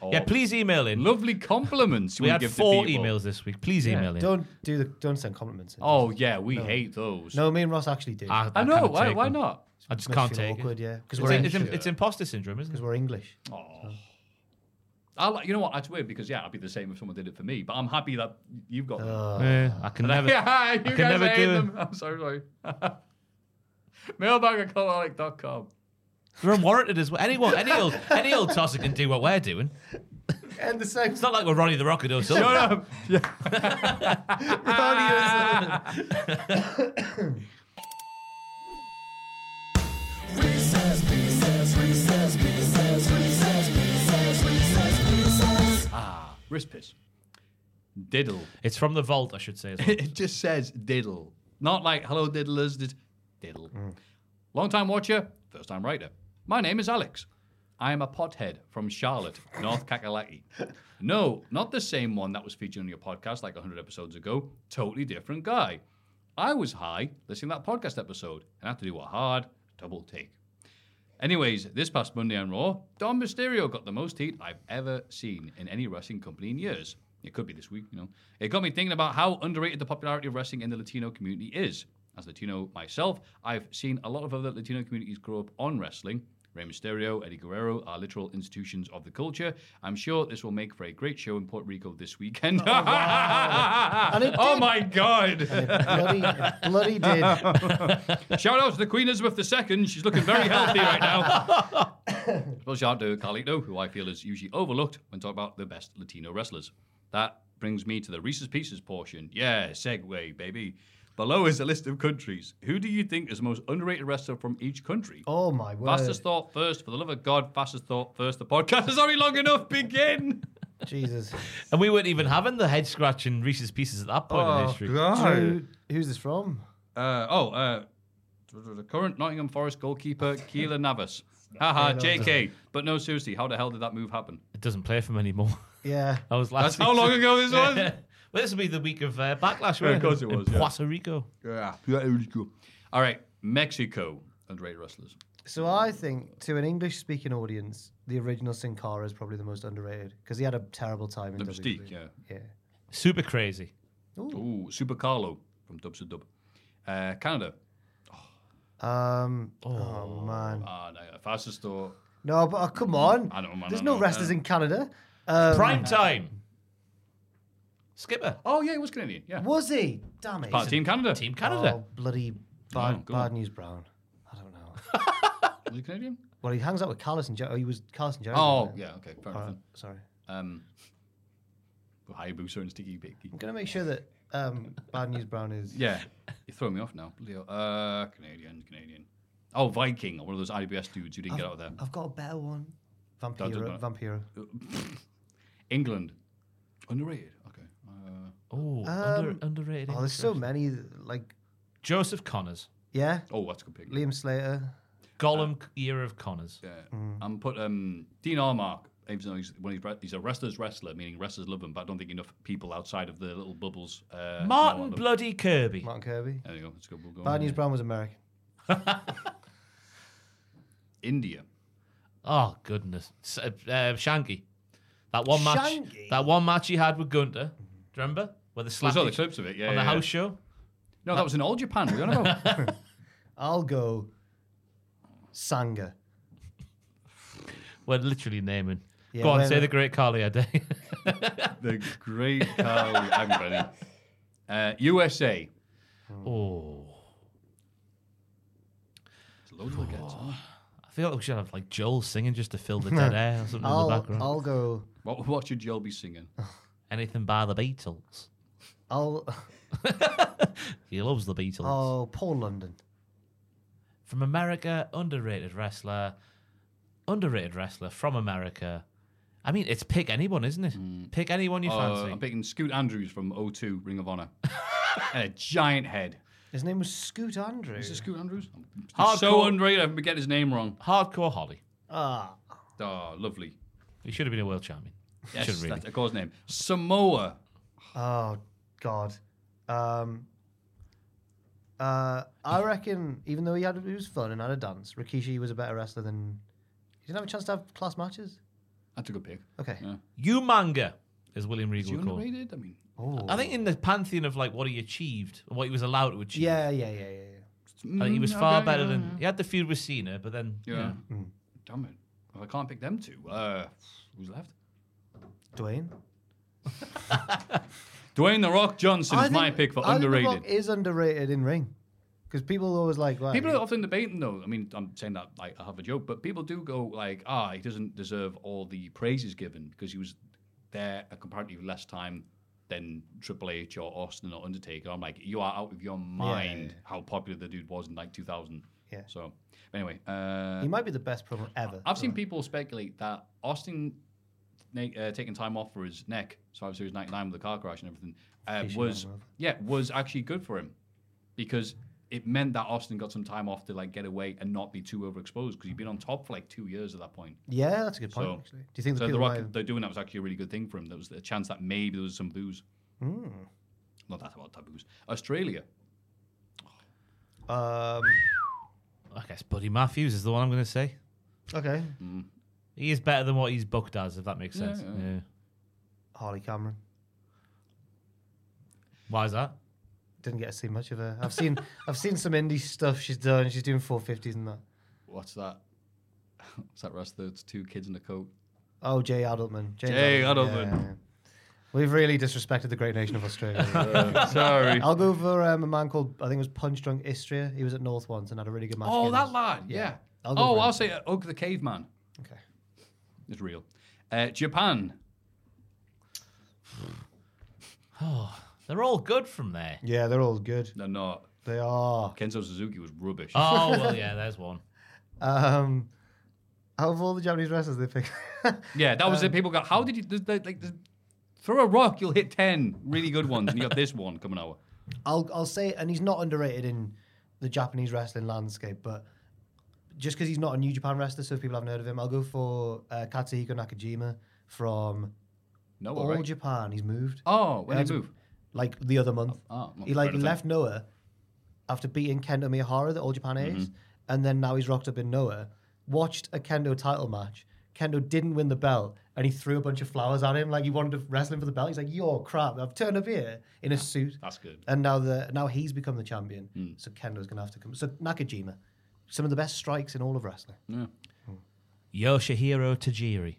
S3: or
S5: Hmm. Yeah, please email in.
S3: lovely compliments,
S5: We
S3: we,
S5: had
S3: give to
S5: four
S3: people.
S5: emails this week. Please
S4: Yeah,
S5: email in.
S4: Don't do the don't send compliments. in.
S3: Oh yeah, we
S4: No.
S3: hate those.
S4: No, me and Ross actually do.
S5: I,
S3: I know. Why? Why not?
S5: I just
S4: Makes
S5: Ah, can't
S4: you
S5: take
S4: awkward,
S5: it.
S4: yeah, 'cause
S5: It's
S4: we're
S5: like-
S4: in-
S5: it's, im- it's Oh. imposter syndrome, isn't it?
S4: because we're English.
S3: I like, you know what? That's weird because yeah, I'd be the same if someone did it for me. But I'm happy that you've got. them.
S5: Yeah, I can never.
S3: yeah, you
S5: I can
S3: guys
S5: never
S3: hate
S5: do
S3: them. I'm so sorry. Mailbag at colonic.com.
S5: We're unwarranted as well. Any, old- any old, any old tosser can do what we're doing.
S4: And the sex.
S5: It's not like we're Ronnie the Rocket or something.
S3: Shut up. Ah, wrist piss. Diddle.
S5: It's from the vault, I should say. As well.
S3: It just says diddle. Not like hello diddlers. Just diddle. Long time watcher, first time writer. My name is Alex. I am a pothead from Charlotte, North Kakalaki. No, not the same one that was featured on your podcast like 100 episodes ago. Totally different guy. I was high listening to that podcast episode and had to do a hard double take. Anyways, this past Monday on Raw, Don Mysterio got the most heat I've ever seen in any wrestling company in years. It could be this week, you know. It got me thinking about how underrated the popularity of wrestling in the Latino community is. As Latino myself, I've seen a lot of other Latino communities grow up on wrestling. Rey Mysterio, Eddie Guerrero are literal institutions of the culture. I'm sure this will make for a great show in Puerto Rico this weekend. Oh,
S4: And it did.
S3: my God!
S4: bloody, bloody did.
S3: Shout out to the Queen Elizabeth II. She's looking very healthy right now. well, shout out to Carlito, who I feel is usually overlooked when talking about the best Latino wrestlers. That brings me to the Reese's Pieces portion. Yeah, segue, baby. Below is a list of countries. Who do you think is the most underrated wrestler from each country?
S4: Oh my word.
S3: Fastest thought first, for the love of God, fastest thought first. The podcast is already long enough. Begin.
S4: Jesus.
S5: and we weren't even having the head scratch and Reese's pieces at that point
S3: Oh,
S5: in history.
S4: Drew, who's this from?
S3: Uh, oh, uh, the current Nottingham Forest goalkeeper, Keelan Navas. Haha, JK. But no, seriously, how the hell did that move happen?
S5: It doesn't play for him anymore.
S4: Yeah.
S5: That was last.
S3: That's how
S5: week's-
S3: long ago this was?
S5: Yeah. Well, this will be the week of uh, backlash.
S3: Yeah,
S5: won't
S3: of course it
S5: In
S3: was, yeah.
S5: Puerto Rico.
S3: Yeah, that was cool. All right, Mexico underrated wrestlers.
S4: So I think to an English speaking audience, the original Sin Cara is probably the most underrated because he had a terrible time in E.
S3: The
S4: WWE.
S3: Mystique, yeah.
S4: Yeah.
S5: Super crazy.
S3: Ooh, Super Carlo from Dubs to Dub. Uh, Canada.
S4: Um. Oh, man.
S3: Ah, no, fastest thought.
S4: No, but oh, come on.
S3: I don't- I
S4: There's
S3: don't
S4: no
S3: know.
S4: wrestlers in Canada. Um,
S5: Prime time. Skipper.
S3: Oh yeah, it was Canadian. Yeah,
S4: Was he? Damn it.
S3: part of Team Canada.
S5: Team Canada.
S4: Oh, bloody bad,
S3: Oh, go
S4: bad
S3: on.
S4: news, Brown. I don't know.
S3: Oh, Was he Canadian?
S4: well, he hangs out with Callis and Jerry. Oh, he was Callis and Jerry.
S3: Oh
S4: wasn't he?
S3: yeah, okay, fair
S4: All
S3: enough.
S4: right, sorry.
S3: then. Um, Hayabusa and Sticky Picky.
S4: I'm gonna make sure that um, Bad News Brown is.
S3: Yeah, you throw me off now. Leo, uh, Canadian, Canadian. Oh, Viking, one of those IBS dudes who didn't get out of there.
S4: I've got a better one. Vampiro.
S3: Don't do
S4: Vampiro.
S3: England, underrated. Okay. Uh,
S5: Oh,
S4: Um,
S5: under, underrated.
S4: Oh, there's
S5: English
S4: so
S5: wrestler.
S4: many. Like,
S5: Joseph Connors.
S4: yeah.
S3: oh, that's a good pick.
S4: Liam Slater.
S5: Gollum era of Connors.
S3: Yeah.
S5: Mm.
S3: And put um, Dean Armark. Even though he's, when he's, re- he's a wrestler's wrestler, meaning wrestlers love him, but I don't think enough people outside of the little bubbles. Uh,
S5: Martin
S3: know about him.
S5: bloody Kirby.
S4: Martin Kirby.
S3: There you go. Let's go. We'll go
S4: Bad
S3: on.
S4: News Brown was American.
S3: India.
S5: Oh goodness, S- uh, uh, Shanky. That one match.
S4: Shanky?
S5: That one match he had with Gunter. Do you remember where they
S3: We
S5: slapped
S3: saw the
S5: each-
S3: clips of it. Yeah.
S5: on
S3: yeah,
S5: the
S3: yeah.
S5: house show?
S3: No, that was in all Japan. We don't know.
S4: I'll go. Sanga.
S5: We're literally naming.
S4: Yeah,
S5: Go on,
S4: wait a
S5: say the
S4: minute.
S5: great Carly Day.
S3: the great Carl. I'm ready. Uh, USA.
S5: oh,
S3: It's loads of guys, huh?
S5: I feel like we should have like Joel singing just to fill the dead air or something in the
S4: I'll,
S5: background.
S4: I'll go.
S3: What, what should Joel be singing?
S5: Anything by the Beatles.
S4: I'll.
S5: He loves the Beatles.
S4: Oh, Paul London.
S5: From America, underrated wrestler, underrated wrestler from America. I mean, it's pick anyone, isn't it?
S3: Mm.
S5: Pick anyone you
S3: Uh,
S5: fancy.
S3: I'm picking Scoot Andrews from O2 Ring of Honor. and a giant head.
S4: His name was Scoot Andrews.
S3: Is it Scoot Andrews? I'm so
S5: Hardcore.
S3: underrated. I forget his name wrong.
S5: Hardcore Holly.
S4: Ah,
S3: Oh, lovely.
S5: He should have been a world champion.
S3: Yes,
S5: should really.
S3: that's of course name. Samoa.
S4: oh God. Um. Uh, I reckon, even though he had, he was fun and had a dance. Rikishi was a better wrestler than didn't have a chance to have class matches.
S3: That's a good pick.
S4: Okay.
S5: You manga is William Regal
S3: you
S5: called.
S3: underrated? I mean,
S5: I think in the pantheon of like what he achieved and what he was allowed to achieve.
S4: Yeah, yeah, yeah, yeah.
S5: I think he was
S3: Mm,
S5: far
S3: okay,
S5: better
S3: yeah,
S5: than
S3: yeah.
S5: he had the feud with Cena, but then
S3: Yeah.
S5: yeah.
S3: Damn it. Well, I can't pick them two. Uh, who's left?
S4: Dwayne.
S3: Dwayne The Rock Johnson
S4: I
S3: is my
S4: think-
S3: pick for
S4: I think The
S3: underrated.
S4: Rock is underrated in ring because people always like right,
S3: People are often debating, though. I mean, I'm saying that like I have a joke, but people do go like, "Ah, he doesn't deserve all the praises given because he was there a comparatively less time than Triple H or Austin or Undertaker." I'm like, you are out of your mind how popular the dude was in like 2000.
S4: Yeah.
S3: So, anyway, uh,
S4: he might be the best promo ever.
S3: I've seen people speculate that Austin na- uh, taking time off for his neck, Survivor Series 99 with the car crash and everything, uh,
S4: Fishing
S3: was
S4: out, love.
S3: yeah was actually good for him because it meant that Austin got some time off to like get away and not be too overexposed because he'd been on top for like two years at that point.
S4: Yeah, that's a good point.
S3: So-
S4: actually, do you think the
S3: so the
S4: people
S3: Rock
S4: might have-
S3: they're doing that was actually a really good thing for him. There was a chance that maybe there was some booze. Not that about taboos. Australia.
S4: Um,
S5: I guess Buddy Matthews is the one I'm going to say.
S4: okay,
S5: He is better than what he's booked as, if that makes
S3: Yeah,
S5: sense.
S3: yeah.
S5: Yeah.
S4: Harley Cameron
S5: Why is that?
S4: didn't get to see much of her. I've seen I've seen some indie stuff she's done. She's doing 450s and that.
S3: What's that? What's that rest? There's two kids in a coat.
S4: Oh, Jay Adelman. James
S3: Jay
S4: yeah,
S3: Adelman.
S4: yeah, yeah. We've really disrespected the great nation of Australia.
S3: Sorry.
S4: I'll go for um, a man called I think it was Punch Drunk Istria. He was at North once and had a really good match.
S3: Oh,
S4: against-
S3: that lad. Yeah.
S4: I'll go
S3: oh,
S4: for him.
S3: I'll say uh, Ugg the Caveman.
S4: Okay.
S3: It's real. Uh, Japan.
S5: They're all good from there.
S4: Yeah, they're all good.
S3: No, not.
S4: They are.
S3: Kenzo Suzuki was rubbish.
S5: Oh well, yeah, there's one.
S4: Um, out of all the Japanese wrestlers they pick,
S3: yeah, that was
S4: um,
S3: it. People got. How did you. There's, there's, like, there's, throw a rock, you'll hit 10 really good ones, and you got this one coming out.
S4: I'll I'll say, and he's not underrated in the Japanese wrestling landscape, but just because he's not a New Japan wrestler, so people haven't heard of him, I'll go for uh, Katsuhiko Nakajima from
S3: No,
S4: All
S3: Oh, all right.
S4: Japan. He's moved.
S3: Oh, when
S4: Yeah,
S3: they
S4: it's a-
S3: move.
S4: like the other month.
S3: Oh, well,
S4: he like
S3: fair enough.
S4: left Noah after beating Kendo Miyahara, the old Japan
S3: Mm-hmm.
S4: ace, and then now he's rocked up in Noah. Watched a Kendo title match. Kendo didn't win the belt, and he threw a bunch of flowers at him like he wanted to wrestle him for the belt. He's like, "You're crap! I've turned up here in a suit."
S3: Ah, That's good. Hmm.
S4: And now the now he's become the champion, so Kendo's gonna have to come. So Nakajima, some of the best strikes in all of wrestling.
S3: Hmm.
S5: Yoshihiro Tajiri.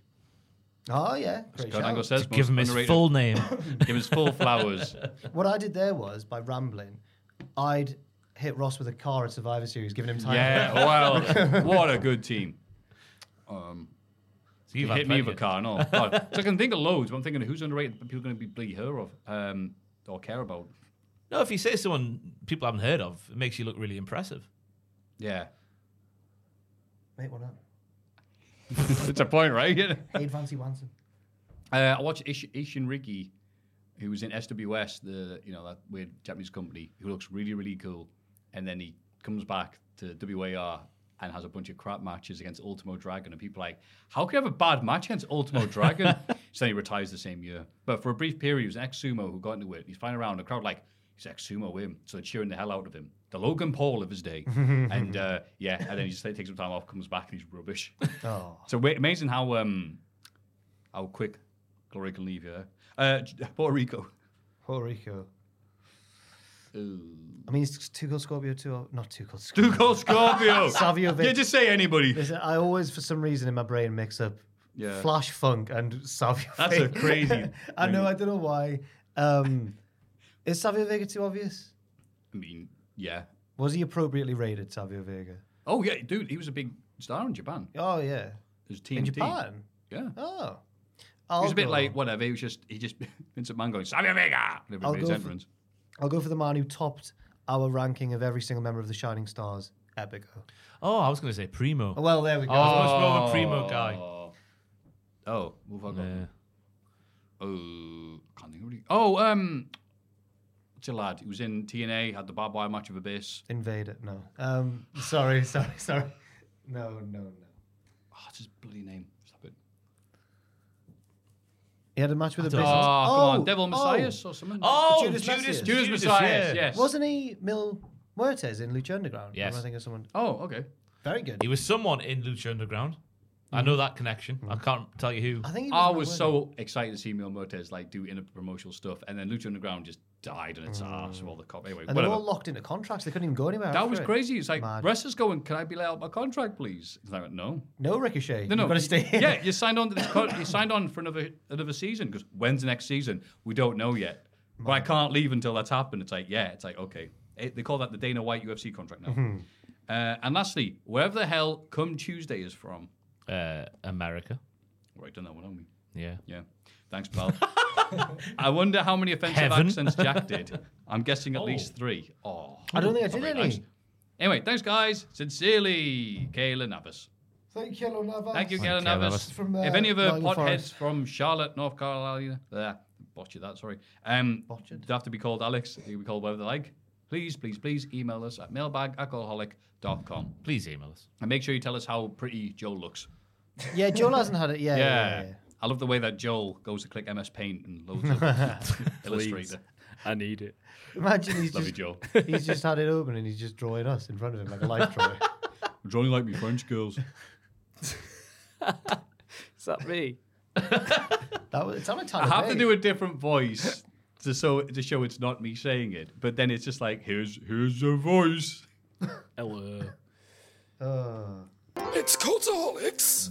S4: Oh yeah, great shout.
S3: Konango says
S5: Give him his
S3: underrated.
S5: full name.
S3: Give him his full flowers.
S4: What I did there was by rambling, I'd hit Ross with a car at Survivor Series, giving him time.
S3: yeah, well, what a good team.
S5: So you've
S3: You
S5: had
S3: hit me with a
S5: plenty.
S3: car, no. God. so I can think of loads, but I'm thinking of who's underrated that people are going to be bleed her of um, or care about.
S5: No, if you say someone people haven't heard of, it makes you look really impressive.
S3: Yeah.
S4: Make one up.
S3: it's a point, right?
S4: Aid Fancy Wanson.
S3: Uh, I watched Ish- Ishin Riki, who was in SWS, the you know that weird Japanese company, who looks really really cool, and then he comes back to WAR and has a bunch of crap matches against Ultimo Dragon, and people are like, how can you have a bad match against Ultimo Dragon? so then he retires the same year, but for a brief period, he was an ex sumo who got into it. He's flying around the crowd like he's ex sumo him, so they're cheering the hell out of him. The Logan Paul of his day, and uh, yeah, and then he just like, takes some time off, comes back, and he's rubbish.
S4: Oh.
S3: So wait, amazing how um how quick Glory can leave here. Uh, J- Puerto Rico.
S4: Puerto Rico.
S3: Ooh.
S4: I mean, it's two called Scorpio, two or not two called Scorpio.
S3: Duco Scorpio.
S4: Savio Vic.
S3: Yeah, just say anybody.
S4: Listen, I always, for some reason, in my brain, mix up
S3: Yeah.
S4: Flash Funk and Savio.
S3: That's
S4: Vega.
S3: a crazy
S4: I know. I don't know why. Um, is Savio Vega too obvious?
S3: I mean, yeah.
S4: Was he appropriately rated, Savio Vega?
S3: Oh yeah, dude, he was a big star in Japan.
S4: Oh yeah,
S3: His TNT.
S4: in Japan.
S3: Yeah.
S4: Oh,
S3: He
S4: I'll
S3: was a bit
S4: go-
S3: like whatever. He was just he just Vincent Mann going Savio Vega. and
S4: I'll
S3: Everybody's
S4: go
S3: entrance.
S4: I'll go for the man who topped our ranking of every single member of the Shining Stars, Epico.
S5: Oh, I was going to say Primo.
S4: Oh, well, there we go.
S5: I was much more of a Primo guy.
S3: Oh, move on.
S5: Yeah.
S3: Oh, can't think of really. Oh, um, what's your lad? He was in TNA, had the barbed wire match of Abyss.
S4: Invader. No. Um, sorry, sorry, sorry. No, no, no.
S3: Oh, what's his bloody name? Stop it.
S4: He had a match with a
S3: Oh,
S4: business.
S3: come on, Devil Messias or something.
S5: Oh,
S4: Judas
S5: Judas,
S4: Messias.
S5: Judas,
S3: Judas Messiah.
S5: yeah.
S3: Yes.
S4: Wasn't he Mil Muertes in Lucha Underground? Or
S5: Yes.
S4: Am I thinking of someone
S3: Oh, okay.
S4: very good?
S5: He was someone in Lucha Underground. I know that connection. I can't tell you who.
S4: I think
S3: I was so excited to see Mil Motes like do inner promotional stuff, and then Lucha Underground just died on its ass with all the cop. Anyway,
S4: And they're
S3: whatever.
S4: all locked into contracts. They couldn't even go anywhere.
S3: that
S4: after
S3: was
S4: it.
S3: crazy. It's like wrestlers going, "Can I be let out my contract, please?" And I went, "No,
S4: No ricochet.
S3: no, no,
S4: You've got to stay. here.
S3: Yeah, you signed on to this. Con- you signed on for another another season because when's the next season? We don't know yet. But I can't leave until that's happened. It's like, yeah, it's like okay. It- they call that the Dana White UFC contract now.
S4: Mm-hmm.
S3: Uh, and lastly, wherever the hell come Tuesday is from.
S5: Uh, America.
S3: Right, done that one, haven't we?
S5: Yeah.
S3: Yeah. Thanks, pal. I wonder how many offensive
S5: Heaven.
S3: accents Jack did. I'm guessing at least three. Oh,
S4: I don't think I did
S3: very
S4: any.
S3: nice. Anyway, thanks, guys. Sincerely, Kayla Navis.
S4: Thank you, Lord Navas.
S3: Thank you,
S5: Thank
S3: Kayla
S5: you, Kayla
S3: Navis.
S5: Navis.
S4: From, uh,
S3: if any of her
S4: Nottingham
S3: potheads
S4: Forest.
S3: from Charlotte, North Carolina, there, botched that, sorry. Um,
S4: Botched?
S3: They have to be called Alex. You can be called whatever they like. Please, please, please email us at mailbagalcoholic.com.
S5: Please email us.
S3: And make sure you tell us how pretty Joel looks.
S4: Yeah, Joel hasn't had it. Yeah, yeah. yeah, yeah.
S3: I love the way that Joel goes to click MS Paint and loads of Illustrator.
S6: I need it.
S4: Imagine he's
S3: Love you,
S4: just
S3: Joel.
S4: he's just had it open and he's just drawing us in front of him like a life drawing.
S3: Drawing like me French girls.
S6: Is that me?
S4: That was it's on a
S3: I have to do a different voice to so to show it's not me saying it. But then it's just like here's here's a voice.
S6: Hello.
S4: Uh,
S12: It's Cultaholics.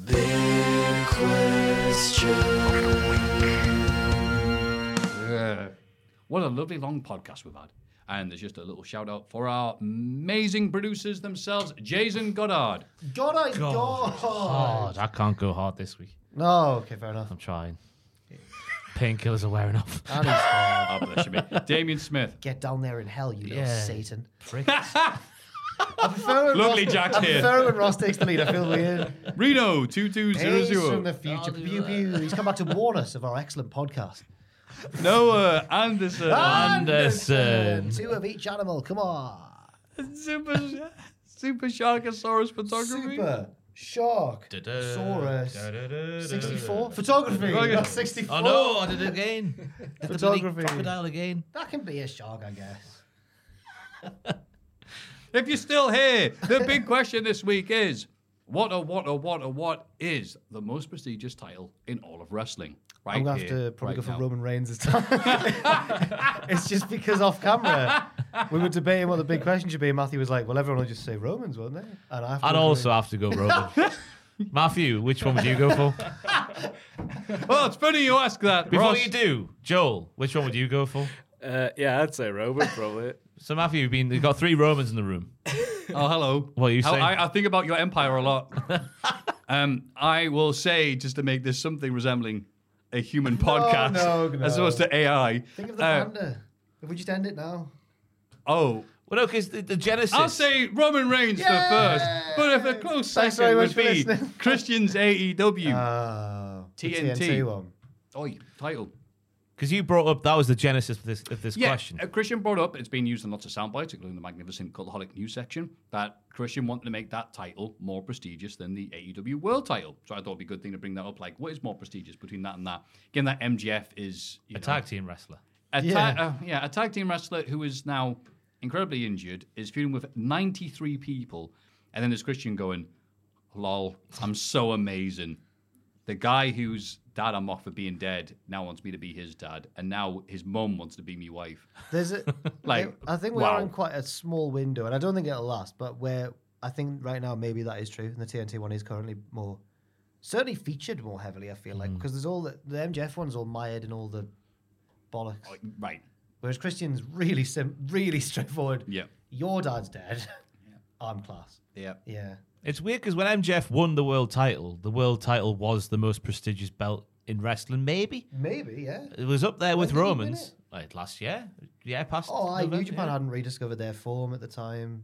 S3: What a lovely long podcast we've had. And there's just a little shout out for our amazing producers themselves, Jason Goddard.
S4: God, I God.
S5: God, Uh, I can't go hard this week.
S4: No, okay, fair enough.
S5: I'm trying. Painkillers are wearing off.
S4: And he's hard.
S3: Ah, bless you, mate. Damien Smith.
S4: Get down there in hell, you little
S5: Yeah.
S4: Satan.
S5: Prick.
S4: I prefer when
S3: Lovely
S4: Ross,
S3: Jack's
S4: I
S3: here.
S4: prefer when Ross takes the lead. I feel weird.
S3: Reno
S4: Days from the
S3: 2200.
S4: future. Pew, pew. He's come back to warn us of our excellent podcast.
S3: Noah Anderson.
S4: Ah!
S5: Anderson.
S4: Um, Two of each animal. Come on.
S3: Super, Super Sharkosaurus Photography.
S4: Super shark. Saurus. 64. Photography. That's 64.
S5: Oh no, I did it again. Did the bloody
S4: Photography.
S5: Crocodile again.
S4: That can be a shark, I guess.
S3: If you're still here, the big question this week is what or what or what or what is the most prestigious title in all of wrestling? Right.
S4: I'm going to have
S3: here,
S4: to probably
S3: right
S4: go for
S3: now.
S4: Roman Reigns this time. it's just because off camera, we were debating what the big question should be. And Matthew was like, well, everyone will just say Romans, won't they? And I have to
S5: I'd
S4: agree.
S5: also have to go Roman. Matthew, which one would you go for?
S3: Well, it's funny you ask that.
S5: Before
S3: Ross.
S5: you do, Joel, which one would you go for?
S6: Uh, yeah, I'd say Roman probably.
S5: So Matthew, you've been you've got three Romans in the room.
S3: Oh, hello.
S5: What are you
S3: I-
S5: saying?
S3: I, I think about your empire a lot. um, I will say, just to make this something resembling a human podcast
S4: no, no.
S3: as opposed to AI.
S4: Think of the
S3: uh,
S4: panda. If we just end it now.
S3: oh,
S5: Well, no, because the, the Genesis.
S3: I'll say Roman Reigns
S4: Yay!
S3: for first, but if a close
S4: Thanks very
S3: second
S4: much
S3: would
S4: for
S3: be
S4: listening.
S3: Christian's E AEW.
S4: Uh, the
S3: TNT.
S4: TNT one.
S3: Oi, title.
S5: Because you brought up that was the genesis of this of this
S3: Yeah,
S5: question.
S3: uh, Christian brought up it's been used in lots of sound bites, including the magnificent cultaholic news section. That Christian wanted to make that title more prestigious than the AEW World title, so I thought it'd be a good thing to bring that up. Like, what is more prestigious between that and that? Again, that MGF is you
S5: A
S3: know,
S5: tag team wrestler.
S3: a ta-
S4: Yeah.
S3: uh, yeah, a tag team wrestler who is now incredibly injured is feuding with 93 people, and then there's Christian going, "Lol, I'm so amazing." The guy whose dad I'm off for being dead now wants me to be his dad, and now his mum wants to be my wife.
S4: There's a
S3: Like,
S4: I think we
S3: wow.
S4: are in quite a small window, and I don't think it'll last. But where I think right now maybe that is true, and the TNT one is currently more certainly featured more heavily. I feel
S3: Mm.
S4: like because there's all the, the MJF one's all mired in all the bollocks,
S3: Right.
S4: whereas Christian's really sim, really straightforward.
S3: Yeah.
S4: your dad's dead. I'm class.
S3: Yeah.
S4: Yeah,
S5: It's weird because when MJF won the world title, the world title was the most prestigious belt in wrestling. Maybe
S4: maybe yeah.
S5: it was up there with
S4: did he win
S5: Romans. Like last year, yeah, past.
S4: Oh, I New
S5: November,
S4: Japan
S5: yeah.
S4: hadn't rediscovered their form at the time.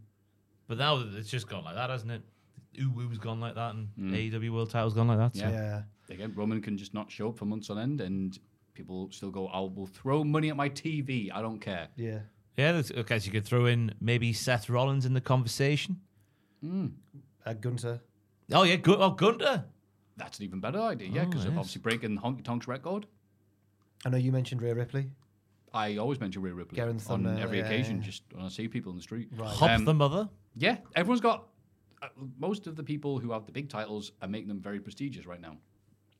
S5: But now it's just gone like that, hasn't it? Uwu's gone like that, and AEW world title's gone like that. So.
S3: Yeah.
S4: Mm. Yeah,
S3: Again, Roman can just not show up for months on end, and people still go, I will throw money at my TV. I don't care.
S4: yeah.
S5: Yeah, that's, okay. So you could throw in maybe Seth Rollins in the conversation.
S4: Uh, Gunter.
S5: Oh yeah, Gun- oh Gunter.
S3: That's an even better idea. Yeah, because of obviously breaking Honky Tonk's record.
S4: I know you mentioned Rhea Ripley.
S3: I always mention Rhea Ripley
S4: Karen
S3: on
S4: Thunder,
S3: every
S4: yeah,
S3: occasion,
S4: yeah.
S5: Um,
S3: just when I see people in the street.
S5: Hop the mother.
S3: Yeah, Um, everyone's got uh, most of the people who have the big titles are making them very prestigious right now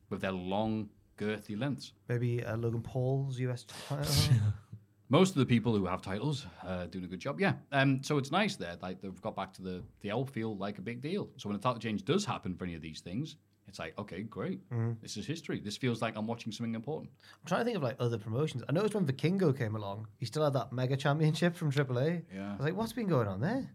S3: with their long, girthy lengths.
S4: Maybe uh, Logan Paul's US title.
S3: Most of the people who have titles uh, doing a good job, yeah. Um, so it's nice there, like they've got back to the the L feel like a big deal. So when a title change does happen for any of these things, it's like okay, great,
S4: Mhm.
S3: this is history. This feels like I'm watching something important.
S4: I'm trying to think of like other promotions. I noticed when Vikingo came along, he still had that mega championship from AAA.
S3: Yeah.
S4: I was like, what's been going on there?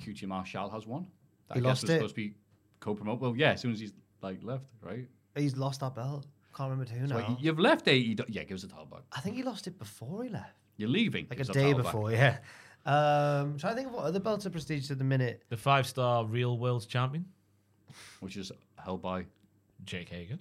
S3: QT Marshall has one. That
S4: He
S3: I guess
S4: lost
S3: was
S4: it.
S3: supposed to be co-promote. Well, yeah, as soon as he's like left, right?
S4: He's lost that belt. Can't remember to who
S3: So,
S4: now.
S3: like, you've left AEW. Yeah, give us a title back.
S4: I think he lost it before he left.
S3: You're leaving.
S4: Like
S3: give us
S4: a
S3: our
S4: day
S3: title back.
S4: before, yeah. Um, trying to think of what other belts are prestigious at the minute.
S5: The five star real world champion,
S3: which is held by
S5: Jake Hager.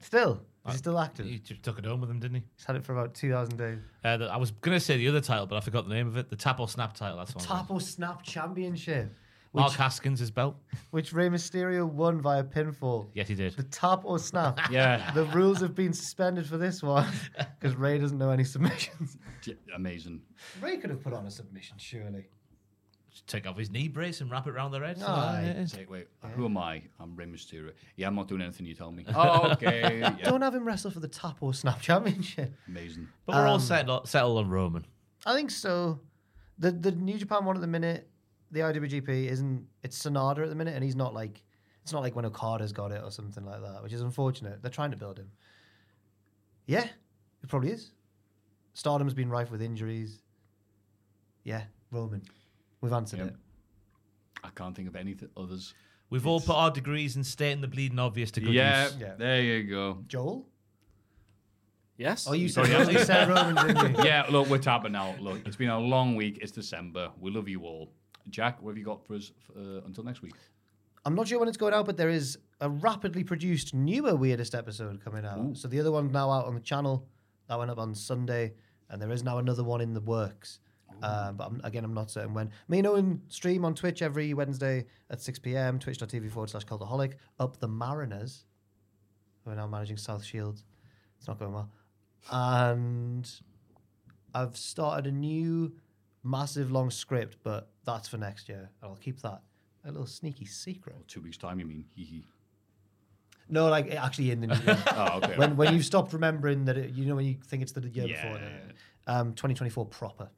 S4: Still, is he still active?
S5: He just took it home with him, didn't he?
S4: He's had it for about 2,000 days.
S5: Uh, the, I was gonna say the other title, but I forgot the name of it. The tap or snap title. That's one.
S4: Tapo Snap Championship, which,
S5: Mark Haskins' his belt.
S4: which Rey Mysterio won via pinfall.
S5: Yes, he did.
S4: The tap or snap.
S3: Yeah.
S4: The rules have been suspended for this one because Ray doesn't know any submissions.
S3: Yeah, amazing.
S4: Ray could have put on a submission, surely.
S5: Just take off his knee brace and wrap it around their head.
S4: Aye.
S3: Say, wait, who am I? I'm Rey Mysterio. Yeah, I'm not doing anything you tell me. oh, okay. yeah.
S4: Don't have him wrestle for the tap or snap championship.
S3: Amazing.
S5: But we're all
S4: Um,
S5: settled, settled on Roman.
S4: I think so. The the New Japan one at the minute, the IWGP isn't. It's Sonada at the minute, and he's not like. It's not like when Okada's got it or something like that, which is unfortunate. They're trying to build him. Yeah, it probably is. Stardom's been rife with injuries. Yeah, Roman. We've answered
S3: Yep.
S4: it.
S3: I can't think of anything others.
S5: We've all put our degrees in stating the bleeding obvious to good
S3: Yeah,
S5: use.
S4: Yeah.
S3: there you go.
S4: Joel?
S6: Yes.
S4: Oh, you
S3: said-
S4: said,
S3: Sorry, you said
S4: Roman, didn't you?
S3: yeah, look, we're tapping out. Look, it's been a long week. It's December. We love you all. Jack, what have you got for us uh, until next week?
S4: I'm not sure when it's going out, but there is a rapidly produced newer weirdest episode coming out. So the other one's now out on the channel. That went up on Sunday, and there is now another one in the works. Um, but I'm, again, I'm not certain when. Me and Owen stream on Twitch every Wednesday at 6 p.m. Twitch.tv forward slash Cultaholic. Up the Mariners, who are now managing South Shields. It's not going well. And I've started a new massive long script, but that's for next year. And I'll keep that a little sneaky secret.
S3: Two weeks' time, you mean? Hee hee.
S4: No, like actually in the new year.
S3: Oh, okay.
S4: when when you've stopped remembering that it, you know when you think it's the year
S3: Yeah,
S4: before.
S3: yeah,
S4: Um, 2024 proper.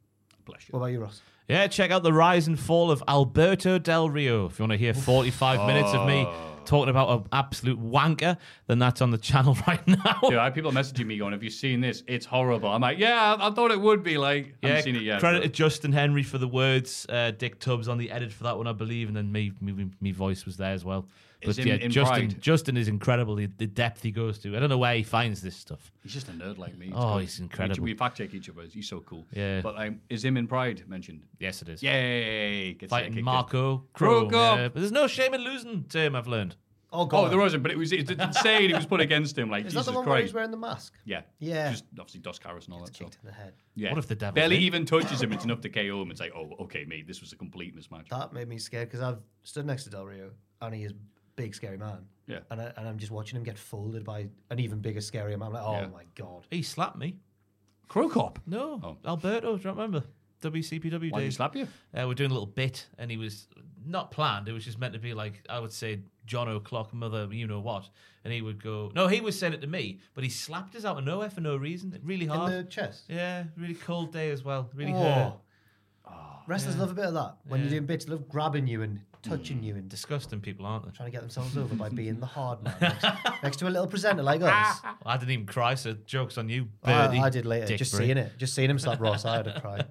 S3: Bless you.
S4: What about you, Ross?
S5: Yeah, check out the rise and fall of Alberto Del Rio. If you want to hear 45 minutes of me talking about an absolute wanker, then that's on the channel right now.
S3: Dude, I have people messaging me going, "Have you seen this? It's horrible." I'm like, "Yeah, I, I thought it would be." Like, I haven't seen it yet.
S5: credit
S3: but-
S5: to Justin Henry for the words. Uh, Dick Tubbs on the edit for that one, I believe, and then me, me, me voice was there as well.
S3: It's
S5: But
S3: in-
S5: yeah,
S3: in
S5: Justin,
S3: pride.
S5: Justin is incredible. The, the depth he goes to. I don't know where he finds this stuff.
S3: He's just a nerd like me. It's
S5: Oh,
S3: good.
S5: he's
S3: We-
S5: incredible.
S3: We fact check each other. He's so cool.
S5: Yeah.
S3: But um, is him in Pride mentioned?
S5: Yes, it is.
S3: Yay! Gets that
S5: Fighting
S3: kicked
S5: Marco
S3: in. Crow
S5: Crow.
S3: Cup.
S5: Yeah, but there's no shame in losing to him. I've learned.
S4: Oh God,
S3: Oh, there wasn't, but it was it did insane. It was put against him. Like
S4: is that
S3: Jesus
S4: the one where he's
S3: Christ.
S4: wearing the mask?
S3: yeah.
S4: Yeah.
S3: Just obviously Dos Caras and all that stuff.
S4: Kicked in the head.
S3: Yeah.
S5: What if the devil
S3: barely
S5: did?
S3: even touches him? It's enough to KO him. It's like, oh, okay, mate, this was a complete mismatch.
S4: That made me scared because I've stood next to Del Rio and he is a big scary man.
S3: Yeah.
S4: And I, and I'm just watching him get folded by an even bigger scarier man. I'm like, oh
S3: Yeah.
S4: my God.
S5: He slapped me.
S3: Crow Cop.
S5: No,
S3: Oh.
S5: Alberto. Do you remember WCPW
S3: Why did he
S5: days?
S3: slap you?
S5: Uh, we're doing a little bit, and he was not planned. It was just meant to be like I would say John O'clock, mother, you know what, and he would go. No, he was saying it to me, but he slapped us out of nowhere for no reason. Really hard.
S4: In the chest.
S5: Yeah, really cold day as well. Really hurt.
S4: Ah. Oh. Wrestlers love a bit of that. When you're doing bits, they love grabbing you and touching you and
S5: Disgusting people, aren't they?
S4: trying to get themselves over by being the hard man next, next to a little presenter like us.
S5: I didn't even cry, so joke's on you,
S4: I,
S5: Birdie.
S4: Ah, I did later.
S5: dick
S4: Just
S5: break.
S4: seeing it, just seeing him slap Ross, I had a cry.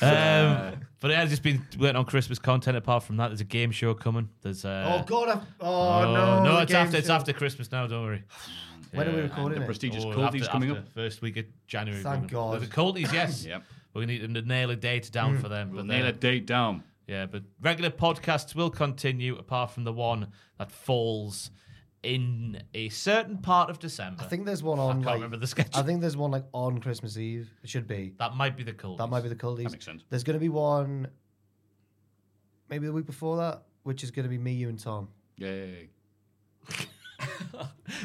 S5: Um, but yeah, I've just been working on Christmas content. Apart from that, there's a game show coming. There's uh,
S4: oh God! I've, oh, no!
S5: no,
S4: the
S5: it's
S4: game
S5: after it's
S4: show.
S5: after Christmas now. Don't worry.
S4: When are we
S5: Yeah.
S4: recording
S3: The
S4: it?
S3: prestigious
S5: Oh,
S3: oh, Colby's
S5: after-
S3: coming
S5: after
S3: up.
S5: First week of January.
S4: Thank
S5: we're-
S4: God. Hmm.
S5: The Colties, yes.
S3: Yep.
S5: We need to nail a date down for them.
S3: We'll
S5: But
S3: nail
S5: uh,
S3: a date down.
S5: Yeah, but regular podcasts will continue apart from the one that falls in a certain part of December.
S4: I think there's one
S5: I
S4: on.
S5: can't
S4: like,
S5: remember the schedule.
S4: I think there's one like on Christmas Eve. It should be.
S5: that might be the Colties.
S4: That might be the Coldies.
S3: That makes sense.
S4: There's going to be one, maybe the week before that, which is going to be me, you, and Tom.
S3: Yay.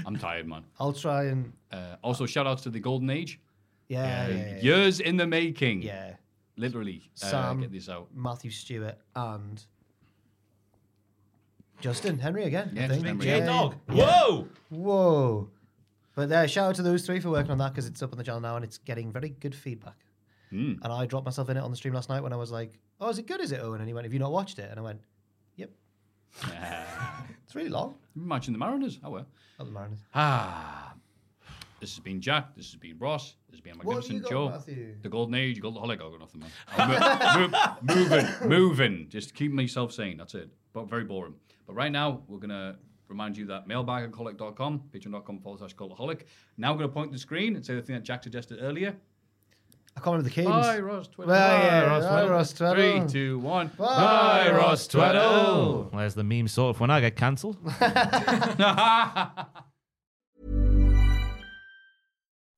S3: I'm tired, man.
S4: I'll try and
S3: Uh, also, shout outs to the Golden Age. Um,
S4: yeah, yeah, yeah, yeah.
S3: Years in the making.
S4: yeah.
S3: Literally. Uh,
S4: Sam.
S3: Get this out.
S4: Matthew Stewart and Justin, Henry again.
S5: Yeah,
S4: I think.
S5: just Henry, yeah. J-Dog.
S4: Whoa! Whoa. But uh, shout out to those three for working on that because it's up on the channel now and it's getting very good feedback. And I dropped myself in it on the stream last night when I was like, oh, is it good? Is it Owen? And he went, have you not watched it? And I went, yep. it's really long.
S3: Imagine the Mariners. Oh well.
S4: Oh, the Mariners.
S3: Ah. This has been Jack. This has been Ross. This has been
S4: What have you
S3: Magnificent
S4: got,
S3: Joe.
S4: Matthew?
S3: The Golden Age, oh, Goldaholic. I got nothing, man. I'm mo- mo- moving, moving. Just keep myself sane. That's it. But very boring. But right now, we're going to remind you that mailbagalcoholic.com, patreon.com forward slash Goldaholic. Now we're going to point to the screen and say the thing that Jack suggested earlier.
S4: I can't remember the cadence.
S3: Bye, Ross Twiddle.
S4: Well, yeah,
S3: Bye, Ross
S4: bye,
S3: Twiddle.
S4: Ross Twiddle.
S3: Three, two, one.
S4: Bye,
S3: Ross
S4: Oh.
S3: Twaddle.
S5: Where's the meme sort of when I get cancelled?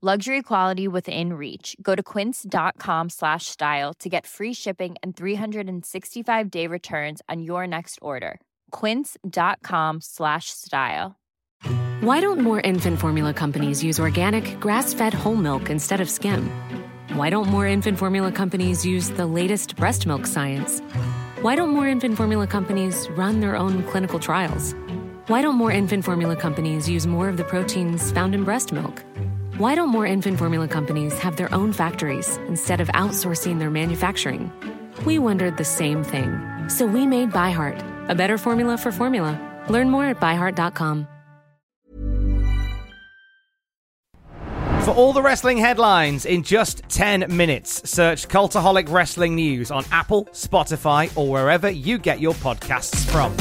S11: Luxury quality within reach. Go to quince.com slash style to get free shipping and 365 day returns on your next order. Quince.com slash style.
S13: Why don't more infant formula companies use organic, grass fed whole milk instead of skim? Why don't more infant formula companies use the latest breast milk science? Why don't more infant formula companies run their own clinical trials? Why don't more infant formula companies use more of the proteins found in breast milk? Why don't more infant formula companies have their own factories instead of outsourcing their manufacturing? We wondered the same thing. So we made ByHeart, a better formula for formula. Learn more at byheart.com.
S14: For all the wrestling headlines in just 10 minutes, search Cultaholic Wrestling News on Apple, Spotify, or wherever you get your podcasts from.